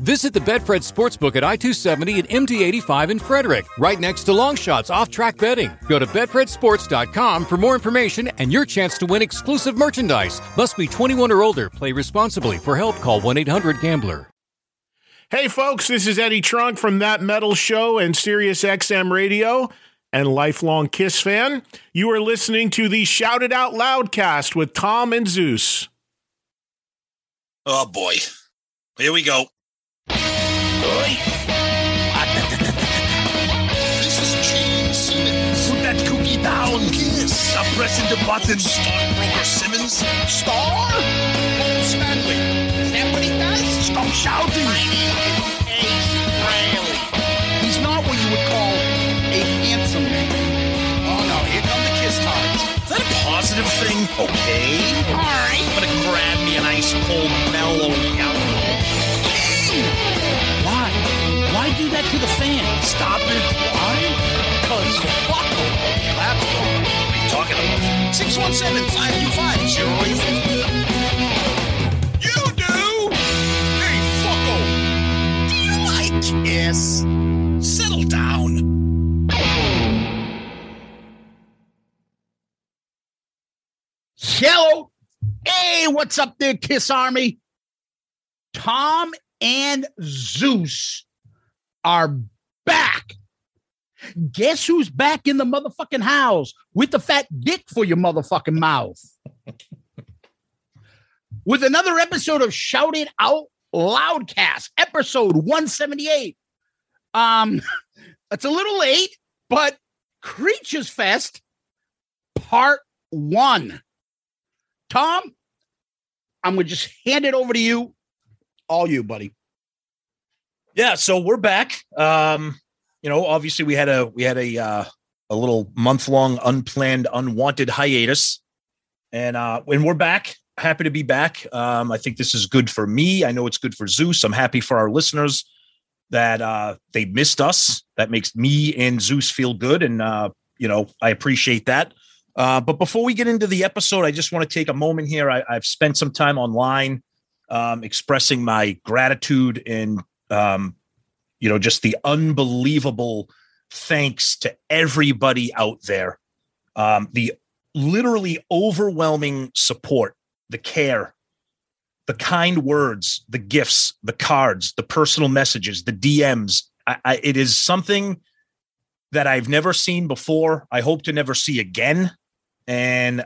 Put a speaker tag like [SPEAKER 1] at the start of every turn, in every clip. [SPEAKER 1] Visit the Betfred Sportsbook at I-270 and MD-85 in Frederick, right next to Longshots off-track betting. Go to BetfredSports.com for more information and your chance to win exclusive merchandise. Must be 21 or older. Play responsibly. For help, call 1-800-GAMBLER.
[SPEAKER 2] Hey, folks, this is Eddie Trunk from That Metal Show and Sirius XM Radio and lifelong KISS fan. You are listening to the Shouted Out Loudcast with Tom and Zeus.
[SPEAKER 3] Oh, boy. Here we go. Oi.
[SPEAKER 4] This is Gene Simmons.
[SPEAKER 3] Put that cookie down.
[SPEAKER 4] Kiss.
[SPEAKER 3] Stop pressing the button.
[SPEAKER 4] Star Brother
[SPEAKER 3] Simmons.
[SPEAKER 4] Star? Paul Stanley. Is that what he does?
[SPEAKER 3] Stop shouting.
[SPEAKER 4] Tiny Ace Riley. He's not what you would call a handsome man. Oh no, here come the kiss times.
[SPEAKER 3] Is that a positive thing? Okay.
[SPEAKER 4] Alright.
[SPEAKER 3] I'm gonna grab me an ice cold mellow yellow.
[SPEAKER 5] Why? Why do that to the fans?
[SPEAKER 3] Stop it.
[SPEAKER 4] Why? Cause fuck them. Clap them.
[SPEAKER 3] What are you talking about?
[SPEAKER 4] 617-525-0850. You do? Hey, fucko. Do you like kiss?
[SPEAKER 3] Settle down.
[SPEAKER 5] Hello. Hey, what's up there, Kiss Army? Tom and Zeus are back. Guess who's back in the motherfucking house with the fat dick for your motherfucking mouth? with another episode of Shout It Out Loudcast, episode 178. Um, it's a little late, but Creatures Fest part one. Tom, I'm gonna just hand it over to you. All you, buddy.
[SPEAKER 3] Yeah, so we're back. Um, you know, obviously we had a we had a uh, a little month long unplanned unwanted hiatus, and uh, when we're back, happy to be back. Um, I think this is good for me. I know it's good for Zeus. I'm happy for our listeners that uh, they missed us. That makes me and Zeus feel good, and uh, you know I appreciate that. Uh, but before we get into the episode, I just want to take a moment here. I, I've spent some time online um, expressing my gratitude and um, you know, just the unbelievable thanks to everybody out there. Um, the literally overwhelming support, the care, the kind words, the gifts, the cards, the personal messages, the DMs. I, I, it is something that I've never seen before. I hope to never see again. And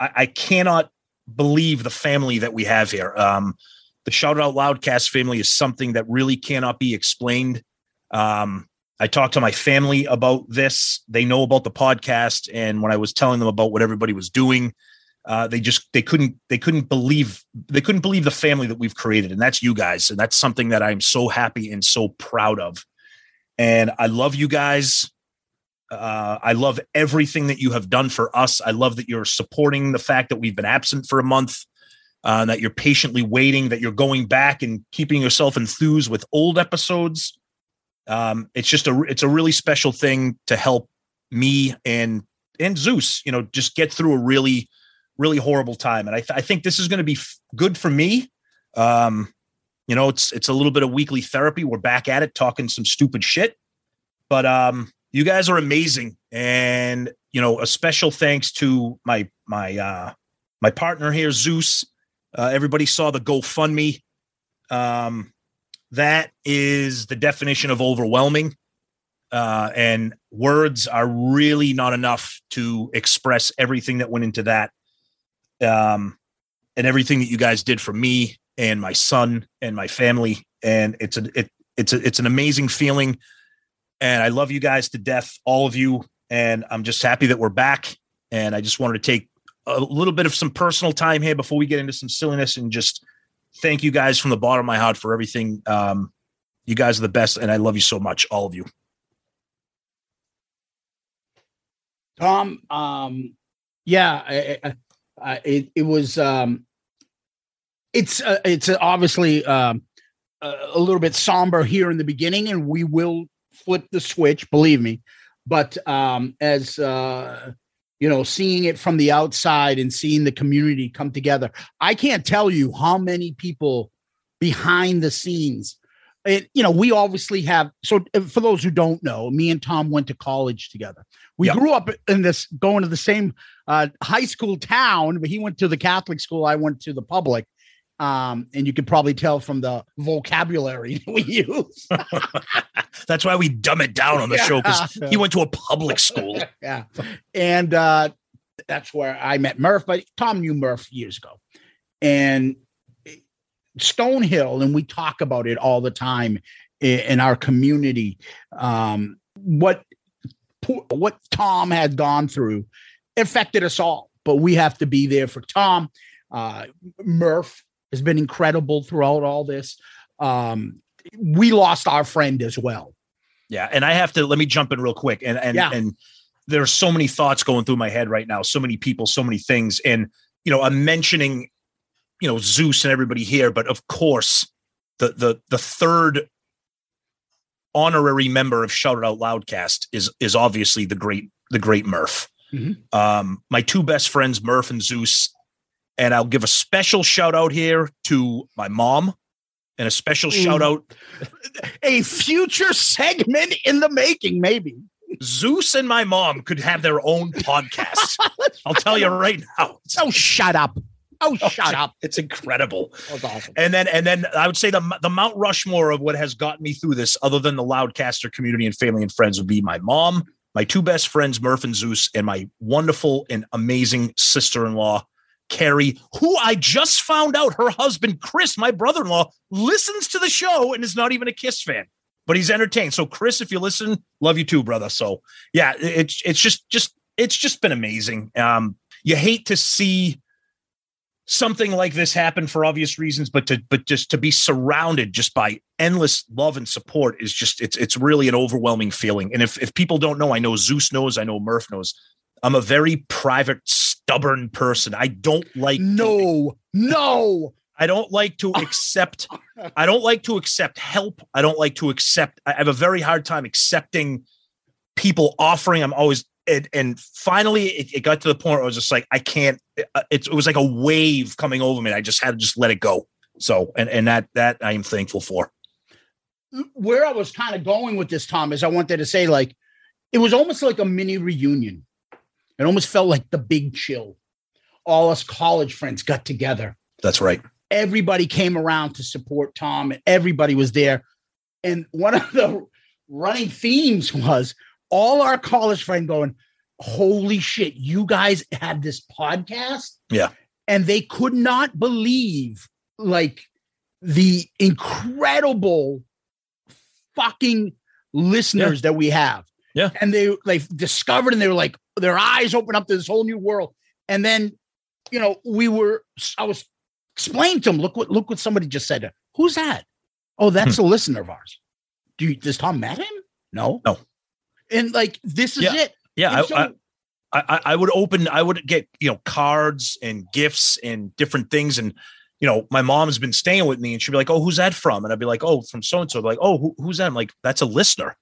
[SPEAKER 3] I, I cannot believe the family that we have here. Um, the shout out loudcast family is something that really cannot be explained um, i talked to my family about this they know about the podcast and when i was telling them about what everybody was doing uh, they just they couldn't they couldn't believe they couldn't believe the family that we've created and that's you guys and that's something that i'm so happy and so proud of and i love you guys uh, i love everything that you have done for us i love that you're supporting the fact that we've been absent for a month uh, that you're patiently waiting, that you're going back and keeping yourself enthused with old episodes. Um, it's just a it's a really special thing to help me and and Zeus, you know, just get through a really really horrible time. And I, th- I think this is going to be f- good for me. Um, you know, it's it's a little bit of weekly therapy. We're back at it, talking some stupid shit. But um, you guys are amazing, and you know, a special thanks to my my uh, my partner here, Zeus. Uh, everybody saw the GoFundMe. Um, that is the definition of overwhelming. Uh, and words are really not enough to express everything that went into that um, and everything that you guys did for me and my son and my family, and it's a it it's a, it's an amazing feeling, and I love you guys to death, all of you, and I'm just happy that we're back, and I just wanted to take a little bit of some personal time here before we get into some silliness and just thank you guys from the bottom of my heart for everything. Um, you guys are the best, and I love you so much, all of you.
[SPEAKER 5] Tom, um, yeah, I, I, I, it, it was. Um, it's uh, it's obviously um, a, a little bit somber here in the beginning, and we will flip the switch, believe me. But um, as uh, you know, seeing it from the outside and seeing the community come together, I can't tell you how many people behind the scenes. It, you know, we obviously have. So, uh, for those who don't know, me and Tom went to college together. We
[SPEAKER 3] Yep.
[SPEAKER 5] grew up in this, going to the same uh, high school town, but he went to the Catholic school. I went to the public um, and you could probably tell from the vocabulary that we use.
[SPEAKER 3] That's why we dumb it down on the show because
[SPEAKER 5] Yeah. Uh,
[SPEAKER 3] he went to a public school.
[SPEAKER 5] yeah, and uh, that's where I met Murph. But Tom knew Murph years ago, and Stonehill, and we talk about it all the time i- in our community. Um, what poor- what Tom had gone through affected us all, but we have to be there for Tom. Uh, Murph has been incredible throughout all this. Um, we lost our friend as well.
[SPEAKER 3] Yeah, and I have to let me jump in real quick, and and
[SPEAKER 5] Yeah.
[SPEAKER 3] and there are so many thoughts going through my head right now, so many people, so many things, and you know I'm mentioning, you know Zeus and everybody here, but of course the the the third honorary member of Shout It Out Loudcast is is obviously the great the great Murph.
[SPEAKER 5] Mhm.
[SPEAKER 3] Um, my two best friends, Murph and Zeus, and I'll give a special shout out here to my mom, and a special
[SPEAKER 5] Mm.
[SPEAKER 3] shout out
[SPEAKER 5] a future segment in the making, maybe.
[SPEAKER 3] Zeus and my mom could have their own podcast. I'll tell you right now. It's,
[SPEAKER 5] Oh, shut up. Oh, shut up.
[SPEAKER 3] it's incredible.
[SPEAKER 5] That's awesome.
[SPEAKER 3] And then and then I would say the the Mount Rushmore of what has gotten me through this other than the loudcaster community and family and friends would be my mom, my two best friends Murph and Zeus and my wonderful and amazing sister-in-law Carrie, who I just found out her husband Chris, my brother-in-law, listens to the show and is not even a Kiss fan. But he's entertained. So Chris, if you listen, love you too, brother. So yeah, it- it's it's just just it's just been amazing. Um, you hate to see something like this happened for obvious reasons but to but just to be surrounded just by endless love and support is just it's it's really an overwhelming feeling and if if people don't know i know zeus knows i know murph knows i'm a very private stubborn person i don't like
[SPEAKER 5] No, no.
[SPEAKER 3] i don't like to accept i don't like to accept help i don't like to accept i have a very hard time accepting people offering i'm always and, and finally it, it got to the point where i was just like i can't it, it was like a wave coming over me and i just had to just let it go so and and that that i am thankful for
[SPEAKER 5] Where I was kind of going with this, Tom, is I wanted to say, like, it was almost like a mini reunion. It almost felt like the big chill. All us college friends got together.
[SPEAKER 3] that's right
[SPEAKER 5] everybody came around to support Tom. and Everybody was there. And one of the running themes was all our college friend going, Holy shit, you guys had this podcast.
[SPEAKER 3] Yeah.
[SPEAKER 5] And they could not believe like the incredible fucking listeners that we have.
[SPEAKER 3] Yeah.
[SPEAKER 5] And they they discovered and they were like, their eyes opened up to this whole new world. And then, you know, we were I was explain to him. Look what look what somebody just said. Who's that? Oh, that's
[SPEAKER 3] Hmm.
[SPEAKER 5] a listener of ours. Do you, does Tom met him? No,
[SPEAKER 3] No.
[SPEAKER 5] And like this is
[SPEAKER 3] Yeah.
[SPEAKER 5] it.
[SPEAKER 3] yeah
[SPEAKER 5] And
[SPEAKER 3] I,
[SPEAKER 5] so-
[SPEAKER 3] I, I I- I would open I would get you know cards and gifts and different things and you know my mom's been staying with me and she'd be like oh who's that from and I'd be like oh from so and so like oh who, who's that I'm like that's a listener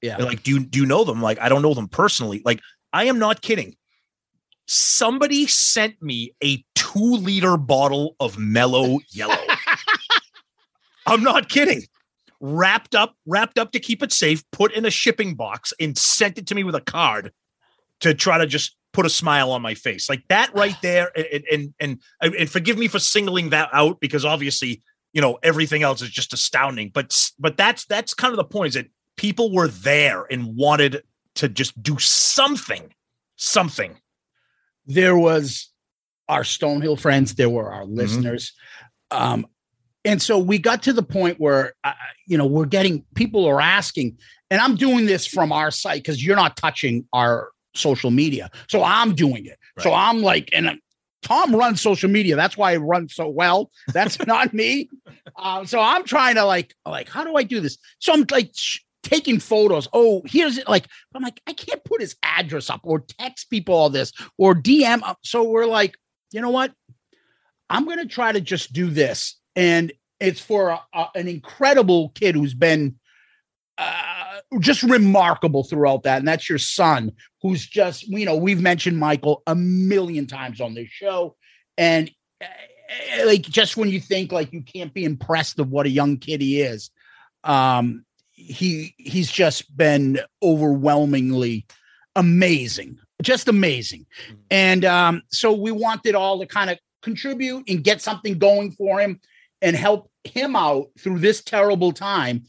[SPEAKER 5] Yeah.
[SPEAKER 3] They're like do you do you know them like I don't know them personally like I am not kidding somebody sent me a two liter bottle of mellow yellow I'm not kidding wrapped up wrapped up to keep it safe put in a shipping box and sent it to me with a card to try to just put a smile on my face like that right there and and and and, and forgive me for singling that out because obviously you know everything else is just astounding but s- but that's that's kind of the point is that people were there and wanted to just do something something
[SPEAKER 5] there was our Stonehill friends. There were our listeners. Um, and so we got to the point where uh, you know we're getting people are asking and i'm doing this from our site because you're not touching our social media so i'm doing it so i'm like and uh, tom runs social media that's why i run so well that's not me um, so i'm trying to like like how do i do this so i'm like sh- taking photos oh here's it like i'm like i can't put his address up or text people all this or dm up. so we're like you know what i'm going to try to just do this and it's for a, a- an incredible kid who's been uh, just remarkable throughout that. And that's your son, who's just, you know, we've mentioned Michael a million times on this show. And uh, like, just when you think like you can't be impressed of what a young kid he is, um, he he's just been overwhelmingly amazing, just amazing. And um, so we wanted all to kind of contribute and get something going for him and help him out through this terrible time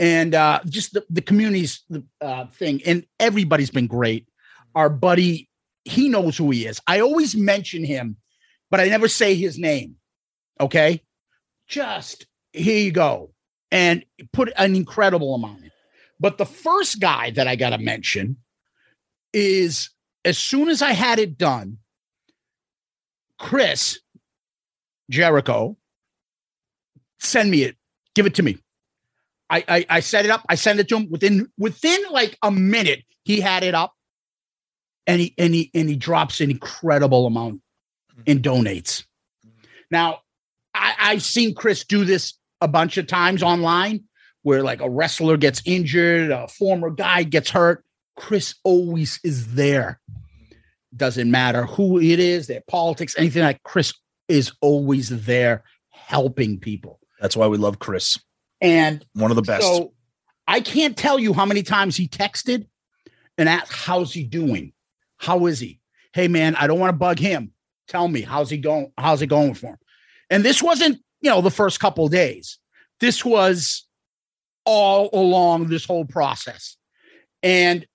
[SPEAKER 5] and uh, just the, the community's uh, thing and everybody's been great our buddy he knows who he is i always mention him but i never say his name okay just here you go and put an incredible amount in but the first guy that i gotta mention is as soon as i had it done Chris Jericho, send me it. Give it to me. I, I I set it up. I send it to him within within like a minute. He had it up, and he and he and he drops an incredible amount and donates. Now, I, I've seen Chris do this a bunch of times online, where like a wrestler gets injured, a former guy gets hurt. Chris always is there doesn't matter who it is, their politics, anything like Chris is always there helping people.
[SPEAKER 3] That's why we love Chris.
[SPEAKER 5] And
[SPEAKER 3] One of the best.
[SPEAKER 5] so I can't tell you how many times he texted and asked, How's he doing? How is he? Hey man, I don't want to bug him. Tell me, how's he going? How's it going for him? And this wasn't, you know, the first couple of days. This was all along this whole process. And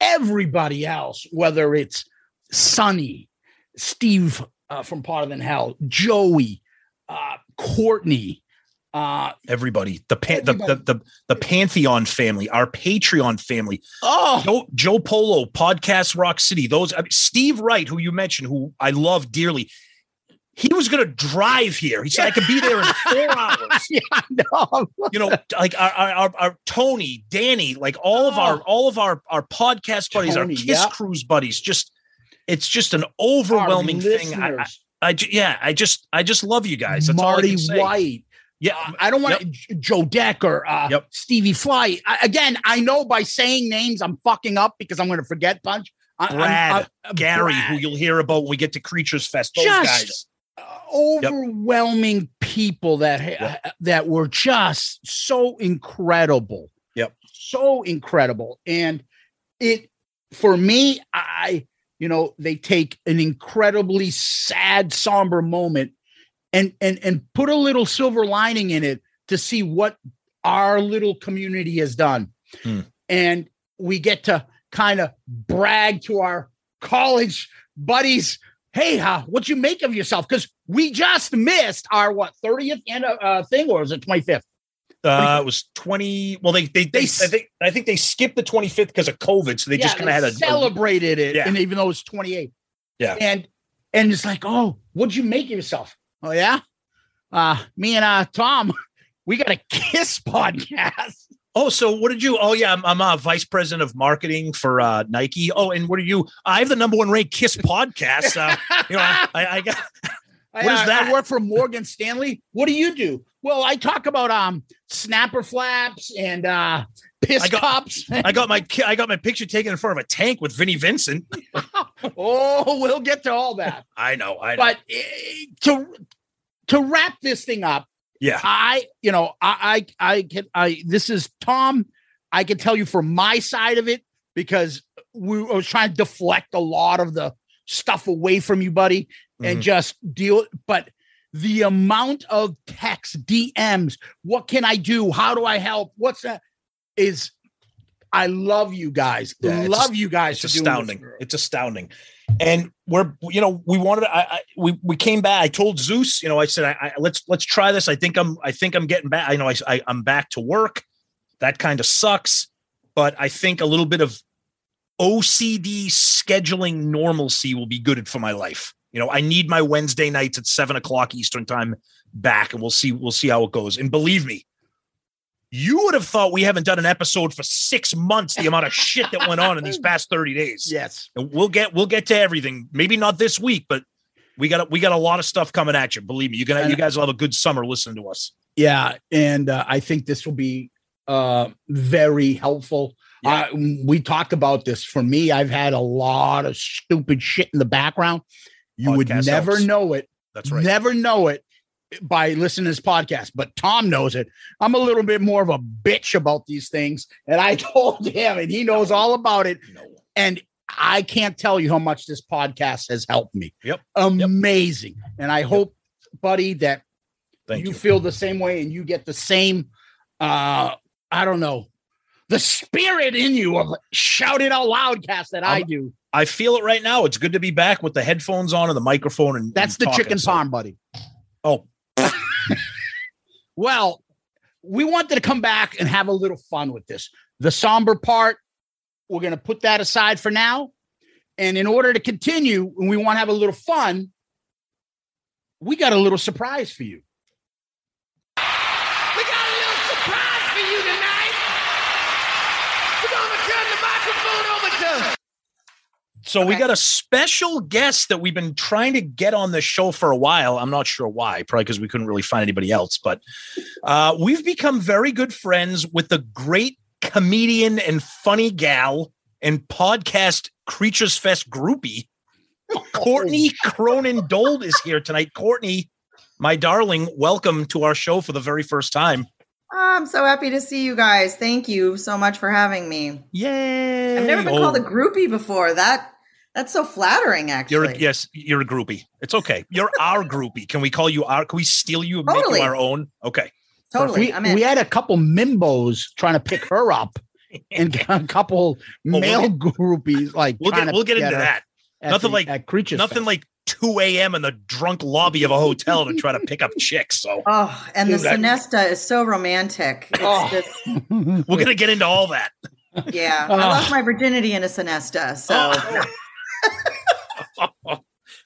[SPEAKER 5] everybody else, whether it's Sonny, Steve uh, from Part Than Hell, Joey, uh, Courtney, uh,
[SPEAKER 3] Everybody, the, pan- the, the the the Pantheon family, our Patreon family,
[SPEAKER 5] oh,
[SPEAKER 3] Joe, Joe Polo, Podcast Rock City, those I mean, Steve Wright, who you mentioned, who I love dearly. He was going to drive here. He said, "I could be there in four hours."
[SPEAKER 5] yeah, I know.
[SPEAKER 3] you know, like our, our, our, our Tony, Danny, like all of our all of our our podcast buddies,
[SPEAKER 5] Oh. Tony,
[SPEAKER 3] our Kiss
[SPEAKER 5] yeah.
[SPEAKER 3] Cruise buddies. Just it's just an overwhelming
[SPEAKER 5] Our
[SPEAKER 3] thing. I, I,
[SPEAKER 5] listeners,
[SPEAKER 3] I ju- yeah, I just I just love you guys. That's all I
[SPEAKER 5] Marty
[SPEAKER 3] can say.
[SPEAKER 5] White.
[SPEAKER 3] Yeah,
[SPEAKER 5] I don't want to Joe Decker, uh,
[SPEAKER 3] Yep.
[SPEAKER 5] Stevie Fly. I, again, I know by saying names, I'm fucking up because I'm going to forget bunch. I, I'm-
[SPEAKER 3] Brad,
[SPEAKER 5] I-
[SPEAKER 3] Gary,
[SPEAKER 5] Brad.
[SPEAKER 3] who you'll hear about when we get to Creatures Fest. Those
[SPEAKER 5] Just-
[SPEAKER 3] guys.
[SPEAKER 5] Uh, overwhelming people that ha that were just so incredible.
[SPEAKER 3] Yep.
[SPEAKER 5] So incredible, and it for me, I you know they take an incredibly sad, somber moment, and and and put a little silver lining in it to see what our little community has done,
[SPEAKER 3] Hmm.
[SPEAKER 5] and we get to kind of brag to our college buddies hey, uh, what you make of yourself? Because we just missed our what thirtieth and uh, thing, or was it twenty fifth?
[SPEAKER 3] Uh, it was twenty. Well, they they, they,
[SPEAKER 5] They
[SPEAKER 3] I
[SPEAKER 5] s-
[SPEAKER 3] think I think they skipped the twenty fifth because of COVID, so they just kind of had a, a
[SPEAKER 5] celebrated it,
[SPEAKER 3] Yeah.
[SPEAKER 5] and even though it's twenty eight,
[SPEAKER 3] Yeah.
[SPEAKER 5] and and it's like, oh, what'd you make of yourself? Oh yeah, uh, me and uh, Tom, we got a kiss podcast.
[SPEAKER 3] Oh, so what did you? Oh, yeah, I'm, I'm uh, vice president of marketing for uh, Nike. Oh, and what are you? I have the number one ranked Kiss podcast. Uh, you know, I, I, I got
[SPEAKER 5] I,
[SPEAKER 3] What is
[SPEAKER 5] I-
[SPEAKER 3] that?
[SPEAKER 5] I work for Morgan Stanley. What do you do? Well, I talk about um snapper flaps and uh piss
[SPEAKER 3] I got-
[SPEAKER 5] cups.
[SPEAKER 3] I got my ki- I got my picture taken in front of a tank with Vinnie Vincent.
[SPEAKER 5] oh, we'll get to all that.
[SPEAKER 3] I know, I know.
[SPEAKER 5] but eh, to to wrap this thing up,
[SPEAKER 3] yeah,
[SPEAKER 5] I you know I I I can I this is Tom. I can tell you from my side of it because we I was trying to deflect a lot of the stuff away from you, buddy,
[SPEAKER 3] Mm-hmm.
[SPEAKER 5] and just deal. But the amount of text DMs, what can I do? How do I help? What's that? Is I love you guys.
[SPEAKER 3] Yeah, it's
[SPEAKER 5] love you guys.
[SPEAKER 3] It's
[SPEAKER 5] for doing this
[SPEAKER 3] astounding.
[SPEAKER 5] for us.
[SPEAKER 3] It's astounding. And we're, you know, we wanted. I, I we we came back. I told Zeus, you know, I said, I, I let's let's try this. I think I'm, I think I'm getting back. I know I, I I'm back to work. That kind of sucks, but I think a little bit of OCD scheduling normalcy will be good for my life. You know, I need my Wednesday nights at seven o'clock Eastern time back, and we'll see we'll see how it goes. And believe me. You would have thought we haven't done an episode for six months. The amount of shit that went on in these past thirty days.
[SPEAKER 5] Yes.
[SPEAKER 3] And we'll get we'll get to everything. Maybe not this week, but we got we got a lot of stuff coming at you. Believe me, you gonna you guys will have a good summer listening to us.
[SPEAKER 5] Yeah, and uh, I think this will be uh, very helpful. Uh, we talked about this. For me, I've had a lot of stupid shit in the background. You would
[SPEAKER 3] Podcast
[SPEAKER 5] never
[SPEAKER 3] helps.
[SPEAKER 5] know it.
[SPEAKER 3] That's right.
[SPEAKER 5] Never know it by listening to this podcast, but Tom knows it. I'm a little bit more of a bitch about these things, and I told him, and he knows all about it.
[SPEAKER 3] No.
[SPEAKER 5] And I can't tell you how much this podcast has helped me.
[SPEAKER 3] Yep.
[SPEAKER 5] Amazing. And I hope, buddy, that
[SPEAKER 3] Thank
[SPEAKER 5] you,
[SPEAKER 3] you.
[SPEAKER 5] feel the same way and you get the same uh I don't know the spirit in you of shout it out loud cast that i
[SPEAKER 3] I'm-
[SPEAKER 5] do.
[SPEAKER 3] I feel it right now. It's good to be back with the headphones on and the microphone and
[SPEAKER 5] That's
[SPEAKER 3] and
[SPEAKER 5] the
[SPEAKER 3] talking.
[SPEAKER 5] chicken
[SPEAKER 3] So-
[SPEAKER 5] farm, buddy.
[SPEAKER 3] Oh,
[SPEAKER 5] Well, we wanted to come back and have a little fun with this. The somber part, we're going to put that aside for now. And in order to continue, and we want to have a little fun, we got a little surprise for you.
[SPEAKER 4] We got a little surprise for you tonight. We're gonna turn the microphone over to
[SPEAKER 3] so we got a special guest that we've been trying to get on the show for a while. I'm not sure why, probably because we couldn't really find anybody else. But uh, we've become very good friends with the great comedian and funny gal and podcast Creatures Fest groupie, Courtney Cronin Dold is here tonight. Courtney, my darling, welcome to our show for the very first time.
[SPEAKER 6] I'm so happy to see you guys. Thank you so much for having me.
[SPEAKER 3] Yay!
[SPEAKER 6] I've never been
[SPEAKER 3] Oh,
[SPEAKER 6] called a groupie before. That that's so flattering,
[SPEAKER 3] You're
[SPEAKER 6] actually.
[SPEAKER 3] a, yes, you're a groupie. It's okay. You're our groupie. Can we call you our? Can we steal you and make
[SPEAKER 6] Totally.
[SPEAKER 3] you our own? Okay.
[SPEAKER 6] totally.
[SPEAKER 5] We,
[SPEAKER 6] I'm in.
[SPEAKER 5] we had a couple mimbos trying to pick her up and a couple
[SPEAKER 3] we'll
[SPEAKER 5] male
[SPEAKER 3] get-
[SPEAKER 5] groupies like
[SPEAKER 3] We'll
[SPEAKER 5] trying
[SPEAKER 3] get
[SPEAKER 5] to
[SPEAKER 3] we'll get into
[SPEAKER 5] her
[SPEAKER 3] that.
[SPEAKER 5] at
[SPEAKER 3] Nothing
[SPEAKER 5] the-
[SPEAKER 3] like-
[SPEAKER 5] at creature
[SPEAKER 3] Nothing like 2 a.m. in the drunk lobby of a hotel to try to pick up chicks. So
[SPEAKER 6] oh, and the
[SPEAKER 3] Dude, I-
[SPEAKER 6] Sinesta is so romantic. It's
[SPEAKER 5] Oh.
[SPEAKER 6] just
[SPEAKER 5] like
[SPEAKER 3] we're gonna get into all that.
[SPEAKER 6] yeah.
[SPEAKER 5] Oh.
[SPEAKER 6] I lost my virginity in a Sinesta. So
[SPEAKER 3] Oh.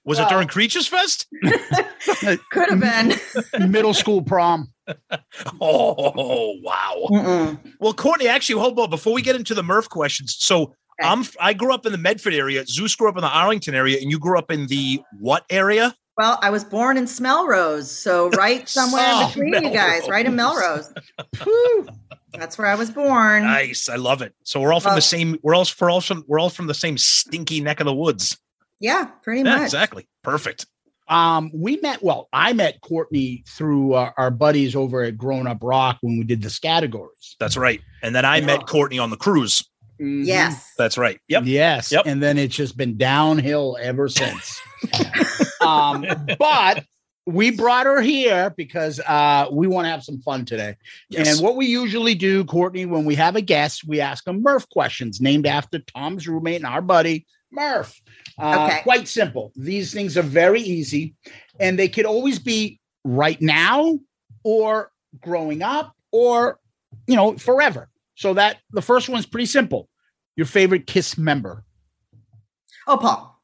[SPEAKER 3] Was it
[SPEAKER 5] Well.
[SPEAKER 6] Uh,
[SPEAKER 3] during Creatures Fest?
[SPEAKER 6] could have been.
[SPEAKER 5] middle school prom.
[SPEAKER 3] Oh wow.
[SPEAKER 6] Mm-mm.
[SPEAKER 3] Well, Courtney, actually, hold on. Before we get into the Murph questions, so
[SPEAKER 6] Okay.
[SPEAKER 3] I'm I grew up in the Medford area. Zeus grew up in the Arlington area, and you grew up in the what area?
[SPEAKER 6] Well, I was born in Smelrose, so right somewhere
[SPEAKER 3] Oh,
[SPEAKER 6] in between you guys, right in Melrose.
[SPEAKER 5] Phew.
[SPEAKER 6] That's where I was born.
[SPEAKER 3] Nice, I love it. So we're all from the
[SPEAKER 6] Mm-hmm. Well-
[SPEAKER 3] same. We're all we're all from we're all from the same stinky neck of the woods.
[SPEAKER 6] yeah, pretty
[SPEAKER 3] Yeah,
[SPEAKER 6] much.
[SPEAKER 3] exactly. Perfect.
[SPEAKER 5] um, we met. Well, I met Courtney through uh, our buddies over at Grown Up Rock when we did this categories.
[SPEAKER 3] That's right. And then I met Courtney on the cruise.
[SPEAKER 6] Mm-hmm. Yes.
[SPEAKER 3] That's right. Yep.
[SPEAKER 5] Yes.
[SPEAKER 3] Yep.
[SPEAKER 5] And then it's just been downhill ever since. um, but we brought her here because uh, we want to have some fun today.
[SPEAKER 3] Yes.
[SPEAKER 5] And what we usually do, Courtney, when we have a guest, we ask them Murph questions named after Tom's roommate and our buddy, Murph. Uh,
[SPEAKER 6] Okay.
[SPEAKER 5] Quite simple. These things are very easy and they could always be right now or growing up or, you know, forever. So that the first one's pretty simple. Your favorite Kiss member.
[SPEAKER 3] Mm-hmm.
[SPEAKER 6] Oh, Paul.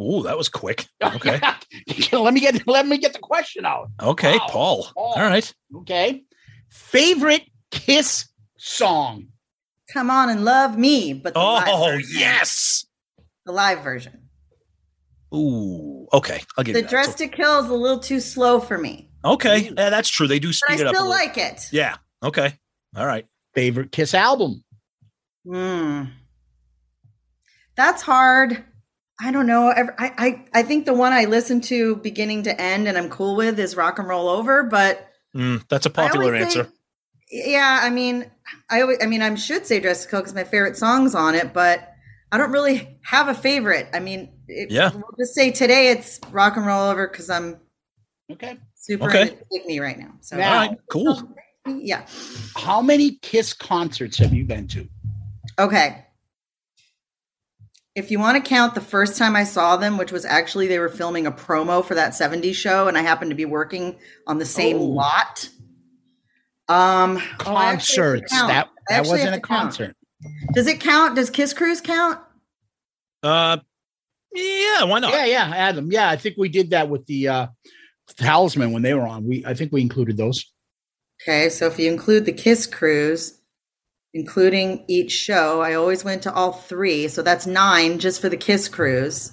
[SPEAKER 3] Ooh, that was quick. Okay.
[SPEAKER 5] let me get let me get the question out.
[SPEAKER 3] Okay,
[SPEAKER 5] Wow.
[SPEAKER 3] Paul. All right.
[SPEAKER 5] Okay. Favorite Kiss song.
[SPEAKER 6] Come on and love me, but the live
[SPEAKER 3] Oh
[SPEAKER 6] version.
[SPEAKER 3] yes.
[SPEAKER 6] the live version.
[SPEAKER 3] Ooh. Okay. I'll give
[SPEAKER 6] The
[SPEAKER 3] you that.
[SPEAKER 6] dress to kill is a little too slow for me,
[SPEAKER 3] okay. Yeah, that's true. They do
[SPEAKER 6] but
[SPEAKER 3] speed it
[SPEAKER 6] I
[SPEAKER 3] up. a
[SPEAKER 6] still
[SPEAKER 3] little.
[SPEAKER 6] like it.
[SPEAKER 3] yeah. Okay. All right.
[SPEAKER 5] Favorite Kiss album.
[SPEAKER 6] Mm. That's hard. I don't know. Ev- I, I I think the one I listen to beginning to end and I'm cool with is Rock and Roll Over, but
[SPEAKER 3] Mm, that's a
[SPEAKER 6] I always
[SPEAKER 3] popular
[SPEAKER 6] say-
[SPEAKER 3] answer.
[SPEAKER 6] yeah, I mean, I always, I mean, I should say Dress to Kill because my favorite song's on it, but I don't really have a favorite. I mean, it,
[SPEAKER 3] Yeah.
[SPEAKER 6] we'll just say today it's Rock and Roll Over because I'm
[SPEAKER 5] Okay.
[SPEAKER 6] super
[SPEAKER 3] Okay.
[SPEAKER 6] into Disney right now. So
[SPEAKER 5] Now-
[SPEAKER 3] All right. Cool.
[SPEAKER 6] yeah,
[SPEAKER 5] How many Kiss concerts have you been to?
[SPEAKER 6] Okay. If you want to count the first time I saw them, which was actually they were filming a promo for that 70s show, and I happened to be working on the same
[SPEAKER 3] Oh.
[SPEAKER 6] lot. Um oh, I actually have to
[SPEAKER 5] Concerts.
[SPEAKER 6] count.
[SPEAKER 5] That
[SPEAKER 6] I
[SPEAKER 5] that
[SPEAKER 6] actually
[SPEAKER 5] wasn't
[SPEAKER 6] have
[SPEAKER 5] a
[SPEAKER 6] to count.
[SPEAKER 5] concert.
[SPEAKER 6] Does it count? Does Kiss Cruise count?
[SPEAKER 3] Uh, yeah, why not?
[SPEAKER 5] Yeah, yeah, Adam. Yeah, I think we did that with the uh Talisman when they were on. We I think we included those.
[SPEAKER 6] Okay, so if you include the Kiss Cruise, including each show, I always went to all three. So that's nine just for the Kiss Cruise.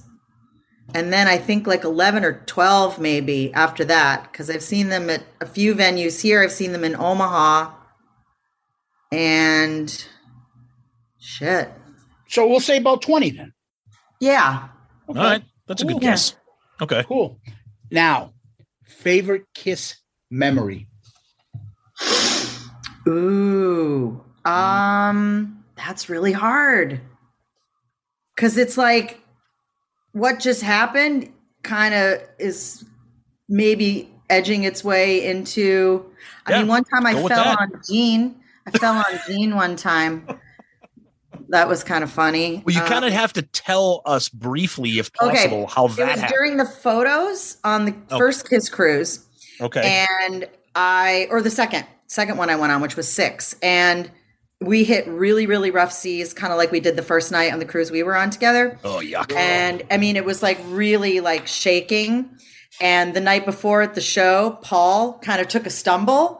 [SPEAKER 6] And then I think like 11 or 12 maybe after that, because I've seen them at a few venues here. I've seen them in Omaha. And shit.
[SPEAKER 5] So we'll say about 20 then.
[SPEAKER 6] Yeah.
[SPEAKER 5] Okay,
[SPEAKER 3] All right, that's a good
[SPEAKER 5] Cool.
[SPEAKER 3] guess. Okay.
[SPEAKER 5] Cool. Now, favorite kiss memory.
[SPEAKER 6] Ooh. Um that's really hard. Cuz it's like what just happened kind of is maybe edging its way into I
[SPEAKER 3] Yeah,
[SPEAKER 6] mean one time I
[SPEAKER 3] go
[SPEAKER 6] fell
[SPEAKER 3] with that.
[SPEAKER 6] on Gene. I fell on Gene one time. That was kind of funny.
[SPEAKER 3] Well, you
[SPEAKER 6] Uh,
[SPEAKER 3] kind of have to tell us briefly, if
[SPEAKER 6] Okay.
[SPEAKER 3] possible, how
[SPEAKER 6] it
[SPEAKER 3] that
[SPEAKER 6] was
[SPEAKER 3] happened.
[SPEAKER 6] during the photos on the
[SPEAKER 3] Oh.
[SPEAKER 6] first kiss cruise.
[SPEAKER 3] okay.
[SPEAKER 6] and I or the second second one I went on, which was six, and we hit really really rough seas, kind of like we did the first night on the cruise we were on together.
[SPEAKER 3] oh yuck.
[SPEAKER 6] And I mean, it was like really like shaking. And the night before at the show, Paul kind of took a stumble.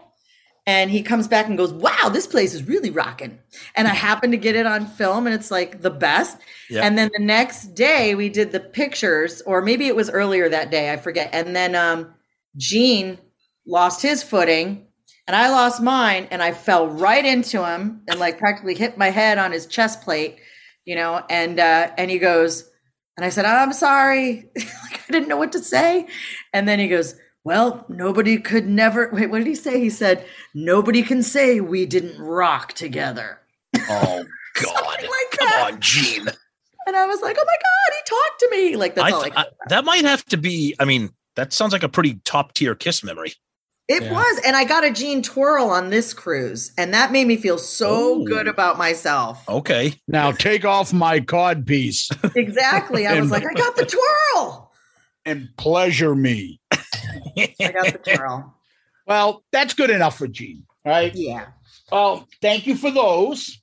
[SPEAKER 6] And he comes back and goes, "Wow, this place is really rocking." And I happened to get it on film, and it's like the best.
[SPEAKER 3] Yeah.
[SPEAKER 6] And then the next day, we did the pictures, or maybe it was earlier that day, I forget. And then um, Gene lost his footing, and I lost mine, and I fell right into him, and like practically hit my head on his chest plate, you know. And uh, and he goes, and I said, I'm sorry. like, I didn't know what to say. And then he goes, Well, nobody could never. Wait, what did he say? He said, Nobody can say we didn't rock together.
[SPEAKER 3] Oh God.
[SPEAKER 6] Something like
[SPEAKER 3] Come
[SPEAKER 6] that.
[SPEAKER 3] on, Gene.
[SPEAKER 6] And I was like, Oh my God, he talked to me. Like, that's
[SPEAKER 3] I,
[SPEAKER 6] all I,
[SPEAKER 3] th- I, that might have to be. I mean, that sounds like a pretty top tier kiss memory.
[SPEAKER 6] It
[SPEAKER 5] Yeah.
[SPEAKER 6] was. And I got a Gene twirl on this cruise. And that made me feel so
[SPEAKER 3] Oh.
[SPEAKER 6] good about myself.
[SPEAKER 3] Okay.
[SPEAKER 5] Now take off my cod piece
[SPEAKER 6] Exactly. I was like, I got the twirl.
[SPEAKER 5] and pleasure me.
[SPEAKER 6] I got the twirl.
[SPEAKER 5] Well, that's good enough for Gene. Right.
[SPEAKER 6] Yeah.
[SPEAKER 5] Well, Um, thank you for those.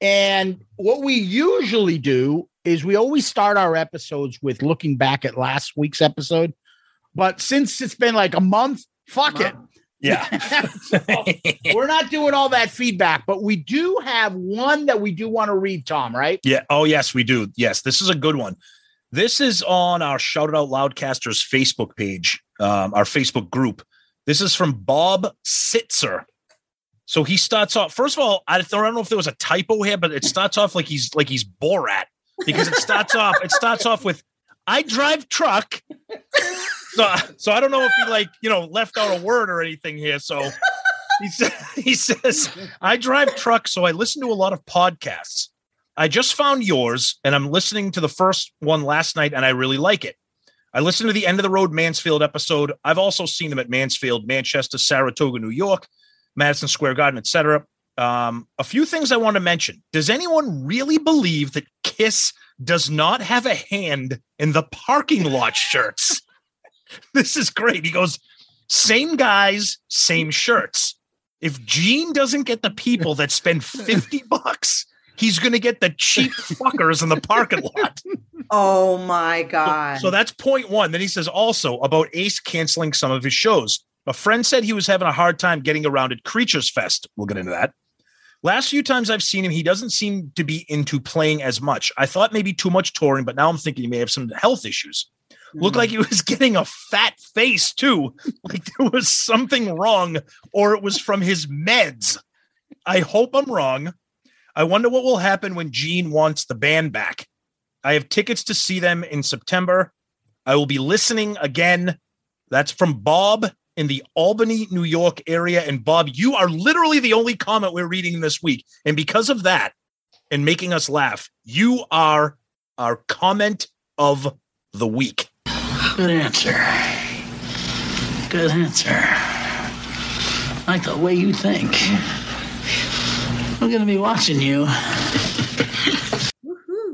[SPEAKER 5] And what we usually do is we always start our episodes with looking back at last week's episode. But since it's been like a month, fuck it.
[SPEAKER 3] yeah.
[SPEAKER 5] So, we're not doing all that feedback, but we do have one that we do want to read, Tom, right?
[SPEAKER 3] Yeah. Oh, yes, we do. Yes, this is a good one. This is on our Shout It Out Loudcasters Facebook page, um, our Facebook group. This is from Bob Sitzer. So he starts off. First of all, I don't I don't know if there was a typo here, but it starts off like he's like he's Borat because it starts off. It starts off with I drive truck. So so I don't know if he like you know left out a word or anything here. So he says he says I drive truck, so I listen to a lot of podcasts. I just found yours and I'm listening to the first one last night and I really like it. I listened to the end of the road Mansfield episode. I've also seen them at Mansfield, Manchester, Saratoga, New York, Madison Square Garden, etc. Um, a few things I want to mention. Does anyone really believe that Kiss does not have a hand in the parking lot shirts? this is great. He goes, same guys, same shirts. If Gene doesn't get the people that spend 50 bucks, he's going to get the cheap fuckers in the parking lot.
[SPEAKER 6] Oh my God.
[SPEAKER 3] So that's point one. Then he says also about Ace canceling some of his shows. A friend said he was having a hard time getting around at Creatures Fest. We'll get into that. Last few times I've seen him, he doesn't seem to be into playing as much. I thought maybe too much touring, but now I'm thinking he may have some health issues. Looked like he was getting a fat face too, like there was something wrong, or it was from his meds. I hope I'm wrong. I wonder what will happen when Gene wants the band back. I have tickets to see them in September. I will be listening again. That's from Bob in the Albany, New York area. And Bob, you are literally the only comment we're reading this week. And because of that, and making us laugh, you are our comment of the week.
[SPEAKER 7] Good answer. Good answer. Like the way you think. We're going to be watching you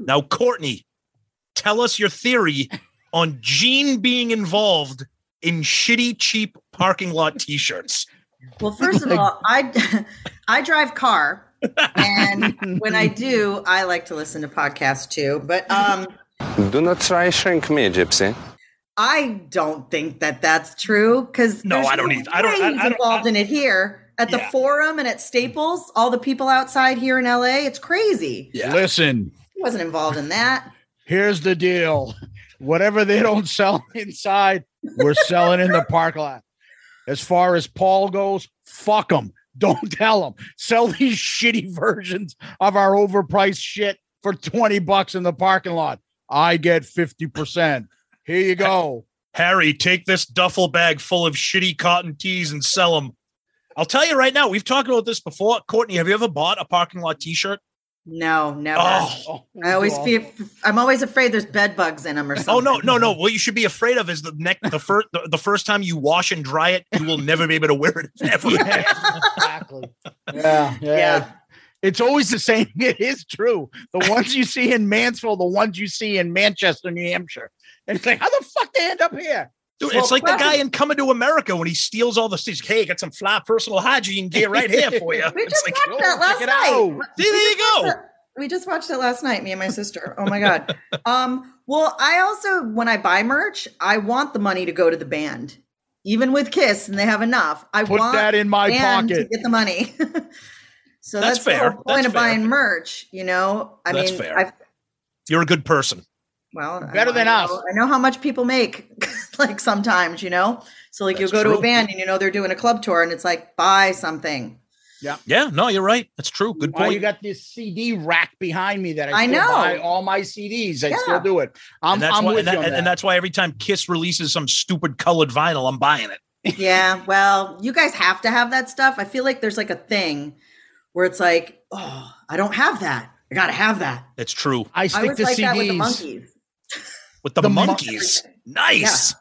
[SPEAKER 3] Now, Courtney, tell us your theory on Gene being involved in shitty, cheap parking lot T-shirts.
[SPEAKER 6] Well, first of all, I I drive car, and when I do, I like to listen to podcasts too. But um,
[SPEAKER 8] Do not try shrink me, Gypsy.
[SPEAKER 6] I don't think that that's true because
[SPEAKER 3] No, I don't either. I don't- I- I don't-
[SPEAKER 6] involved in it here at the
[SPEAKER 3] Yeah.
[SPEAKER 6] forum and at Staples. All the people outside here in LA, it's crazy.
[SPEAKER 3] Yeah.
[SPEAKER 5] Listen,
[SPEAKER 6] He wasn't involved in that.
[SPEAKER 5] here's the deal. Whatever they don't sell inside, we're selling in the park lot. As far as Paul goes, fuck them. Don't tell them. Sell these shitty versions of our overpriced shit for 20 bucks in the parking lot. I get 50%. Here you go.
[SPEAKER 3] Harry, take this duffel bag full of shitty cotton tees and sell them. I'll tell you right now, we've talked about this before. Courtney, have you ever bought a parking lot T-shirt?
[SPEAKER 6] No, never.
[SPEAKER 3] Oh,
[SPEAKER 6] I always
[SPEAKER 5] God.
[SPEAKER 6] feel I'm always afraid there's bed bugs in them or something.
[SPEAKER 3] oh no, no, no. What you should be afraid of is the neck. The first, the, the first time you wash and dry it, you will never be able to wear it ever. again.
[SPEAKER 5] exactly. Yeah, yeah.
[SPEAKER 6] Yeah.
[SPEAKER 5] It's always the same. It is true. The ones you see in Mansfield, the ones you see in Manchester, New Hampshire. And it's like, how the fuck they end up here?
[SPEAKER 3] Dude, it's like the guy in Coming to America when he steals all the things. Hey, I got some fly personal hygiene gear right here for you.
[SPEAKER 6] We
[SPEAKER 3] It's
[SPEAKER 6] just
[SPEAKER 3] like, oh,
[SPEAKER 6] watched that last
[SPEAKER 5] check it
[SPEAKER 6] night.
[SPEAKER 5] out.
[SPEAKER 3] see, there you go.
[SPEAKER 6] We just watched it last night, me and my sister. Oh my god. Um, well, I also when I buy merch, I want the money to go to the band. Even with Kiss and they have enough. I
[SPEAKER 5] Put
[SPEAKER 6] want
[SPEAKER 5] that in my
[SPEAKER 6] band
[SPEAKER 5] pocket.
[SPEAKER 6] to get the money. so
[SPEAKER 3] That's
[SPEAKER 6] that's,
[SPEAKER 3] fair.
[SPEAKER 6] the whole point
[SPEAKER 3] That's
[SPEAKER 6] of
[SPEAKER 3] fair.
[SPEAKER 6] buying merch, you know. I
[SPEAKER 3] That's
[SPEAKER 6] mean
[SPEAKER 3] fair.
[SPEAKER 6] I've
[SPEAKER 3] You're a good person.
[SPEAKER 6] well I
[SPEAKER 5] Better
[SPEAKER 6] know-
[SPEAKER 5] than
[SPEAKER 6] I
[SPEAKER 5] us.
[SPEAKER 6] know- I know how much people make, like sometimes, you know. So like
[SPEAKER 3] That's
[SPEAKER 6] you'll go to
[SPEAKER 3] true.
[SPEAKER 6] a band and you know they're doing a club tour and it's like buy something.
[SPEAKER 3] Yeah, no, you're right. That's true. Good
[SPEAKER 5] Well,
[SPEAKER 3] point.
[SPEAKER 5] you got this CD rack behind me that I,
[SPEAKER 6] I
[SPEAKER 5] still
[SPEAKER 6] know.
[SPEAKER 5] buy all my CDs. I
[SPEAKER 6] Yeah.
[SPEAKER 5] still do it. I'm,
[SPEAKER 3] and that's
[SPEAKER 5] I'm
[SPEAKER 3] why,
[SPEAKER 5] with
[SPEAKER 3] and, that-
[SPEAKER 5] you on
[SPEAKER 3] and- and
[SPEAKER 5] that.
[SPEAKER 3] that's why every time Kiss releases some stupid colored vinyl, I'm buying it.
[SPEAKER 6] yeah well you guys have to have that stuff i feel like there's like a thing where it's like oh i don't have that i gotta have that
[SPEAKER 3] It's true.
[SPEAKER 5] I
[SPEAKER 6] i
[SPEAKER 5] stick
[SPEAKER 6] was
[SPEAKER 5] to
[SPEAKER 6] like that with the
[SPEAKER 5] CDs.
[SPEAKER 6] monkeys
[SPEAKER 3] With the,
[SPEAKER 5] The mon-
[SPEAKER 3] monkeys. Nice.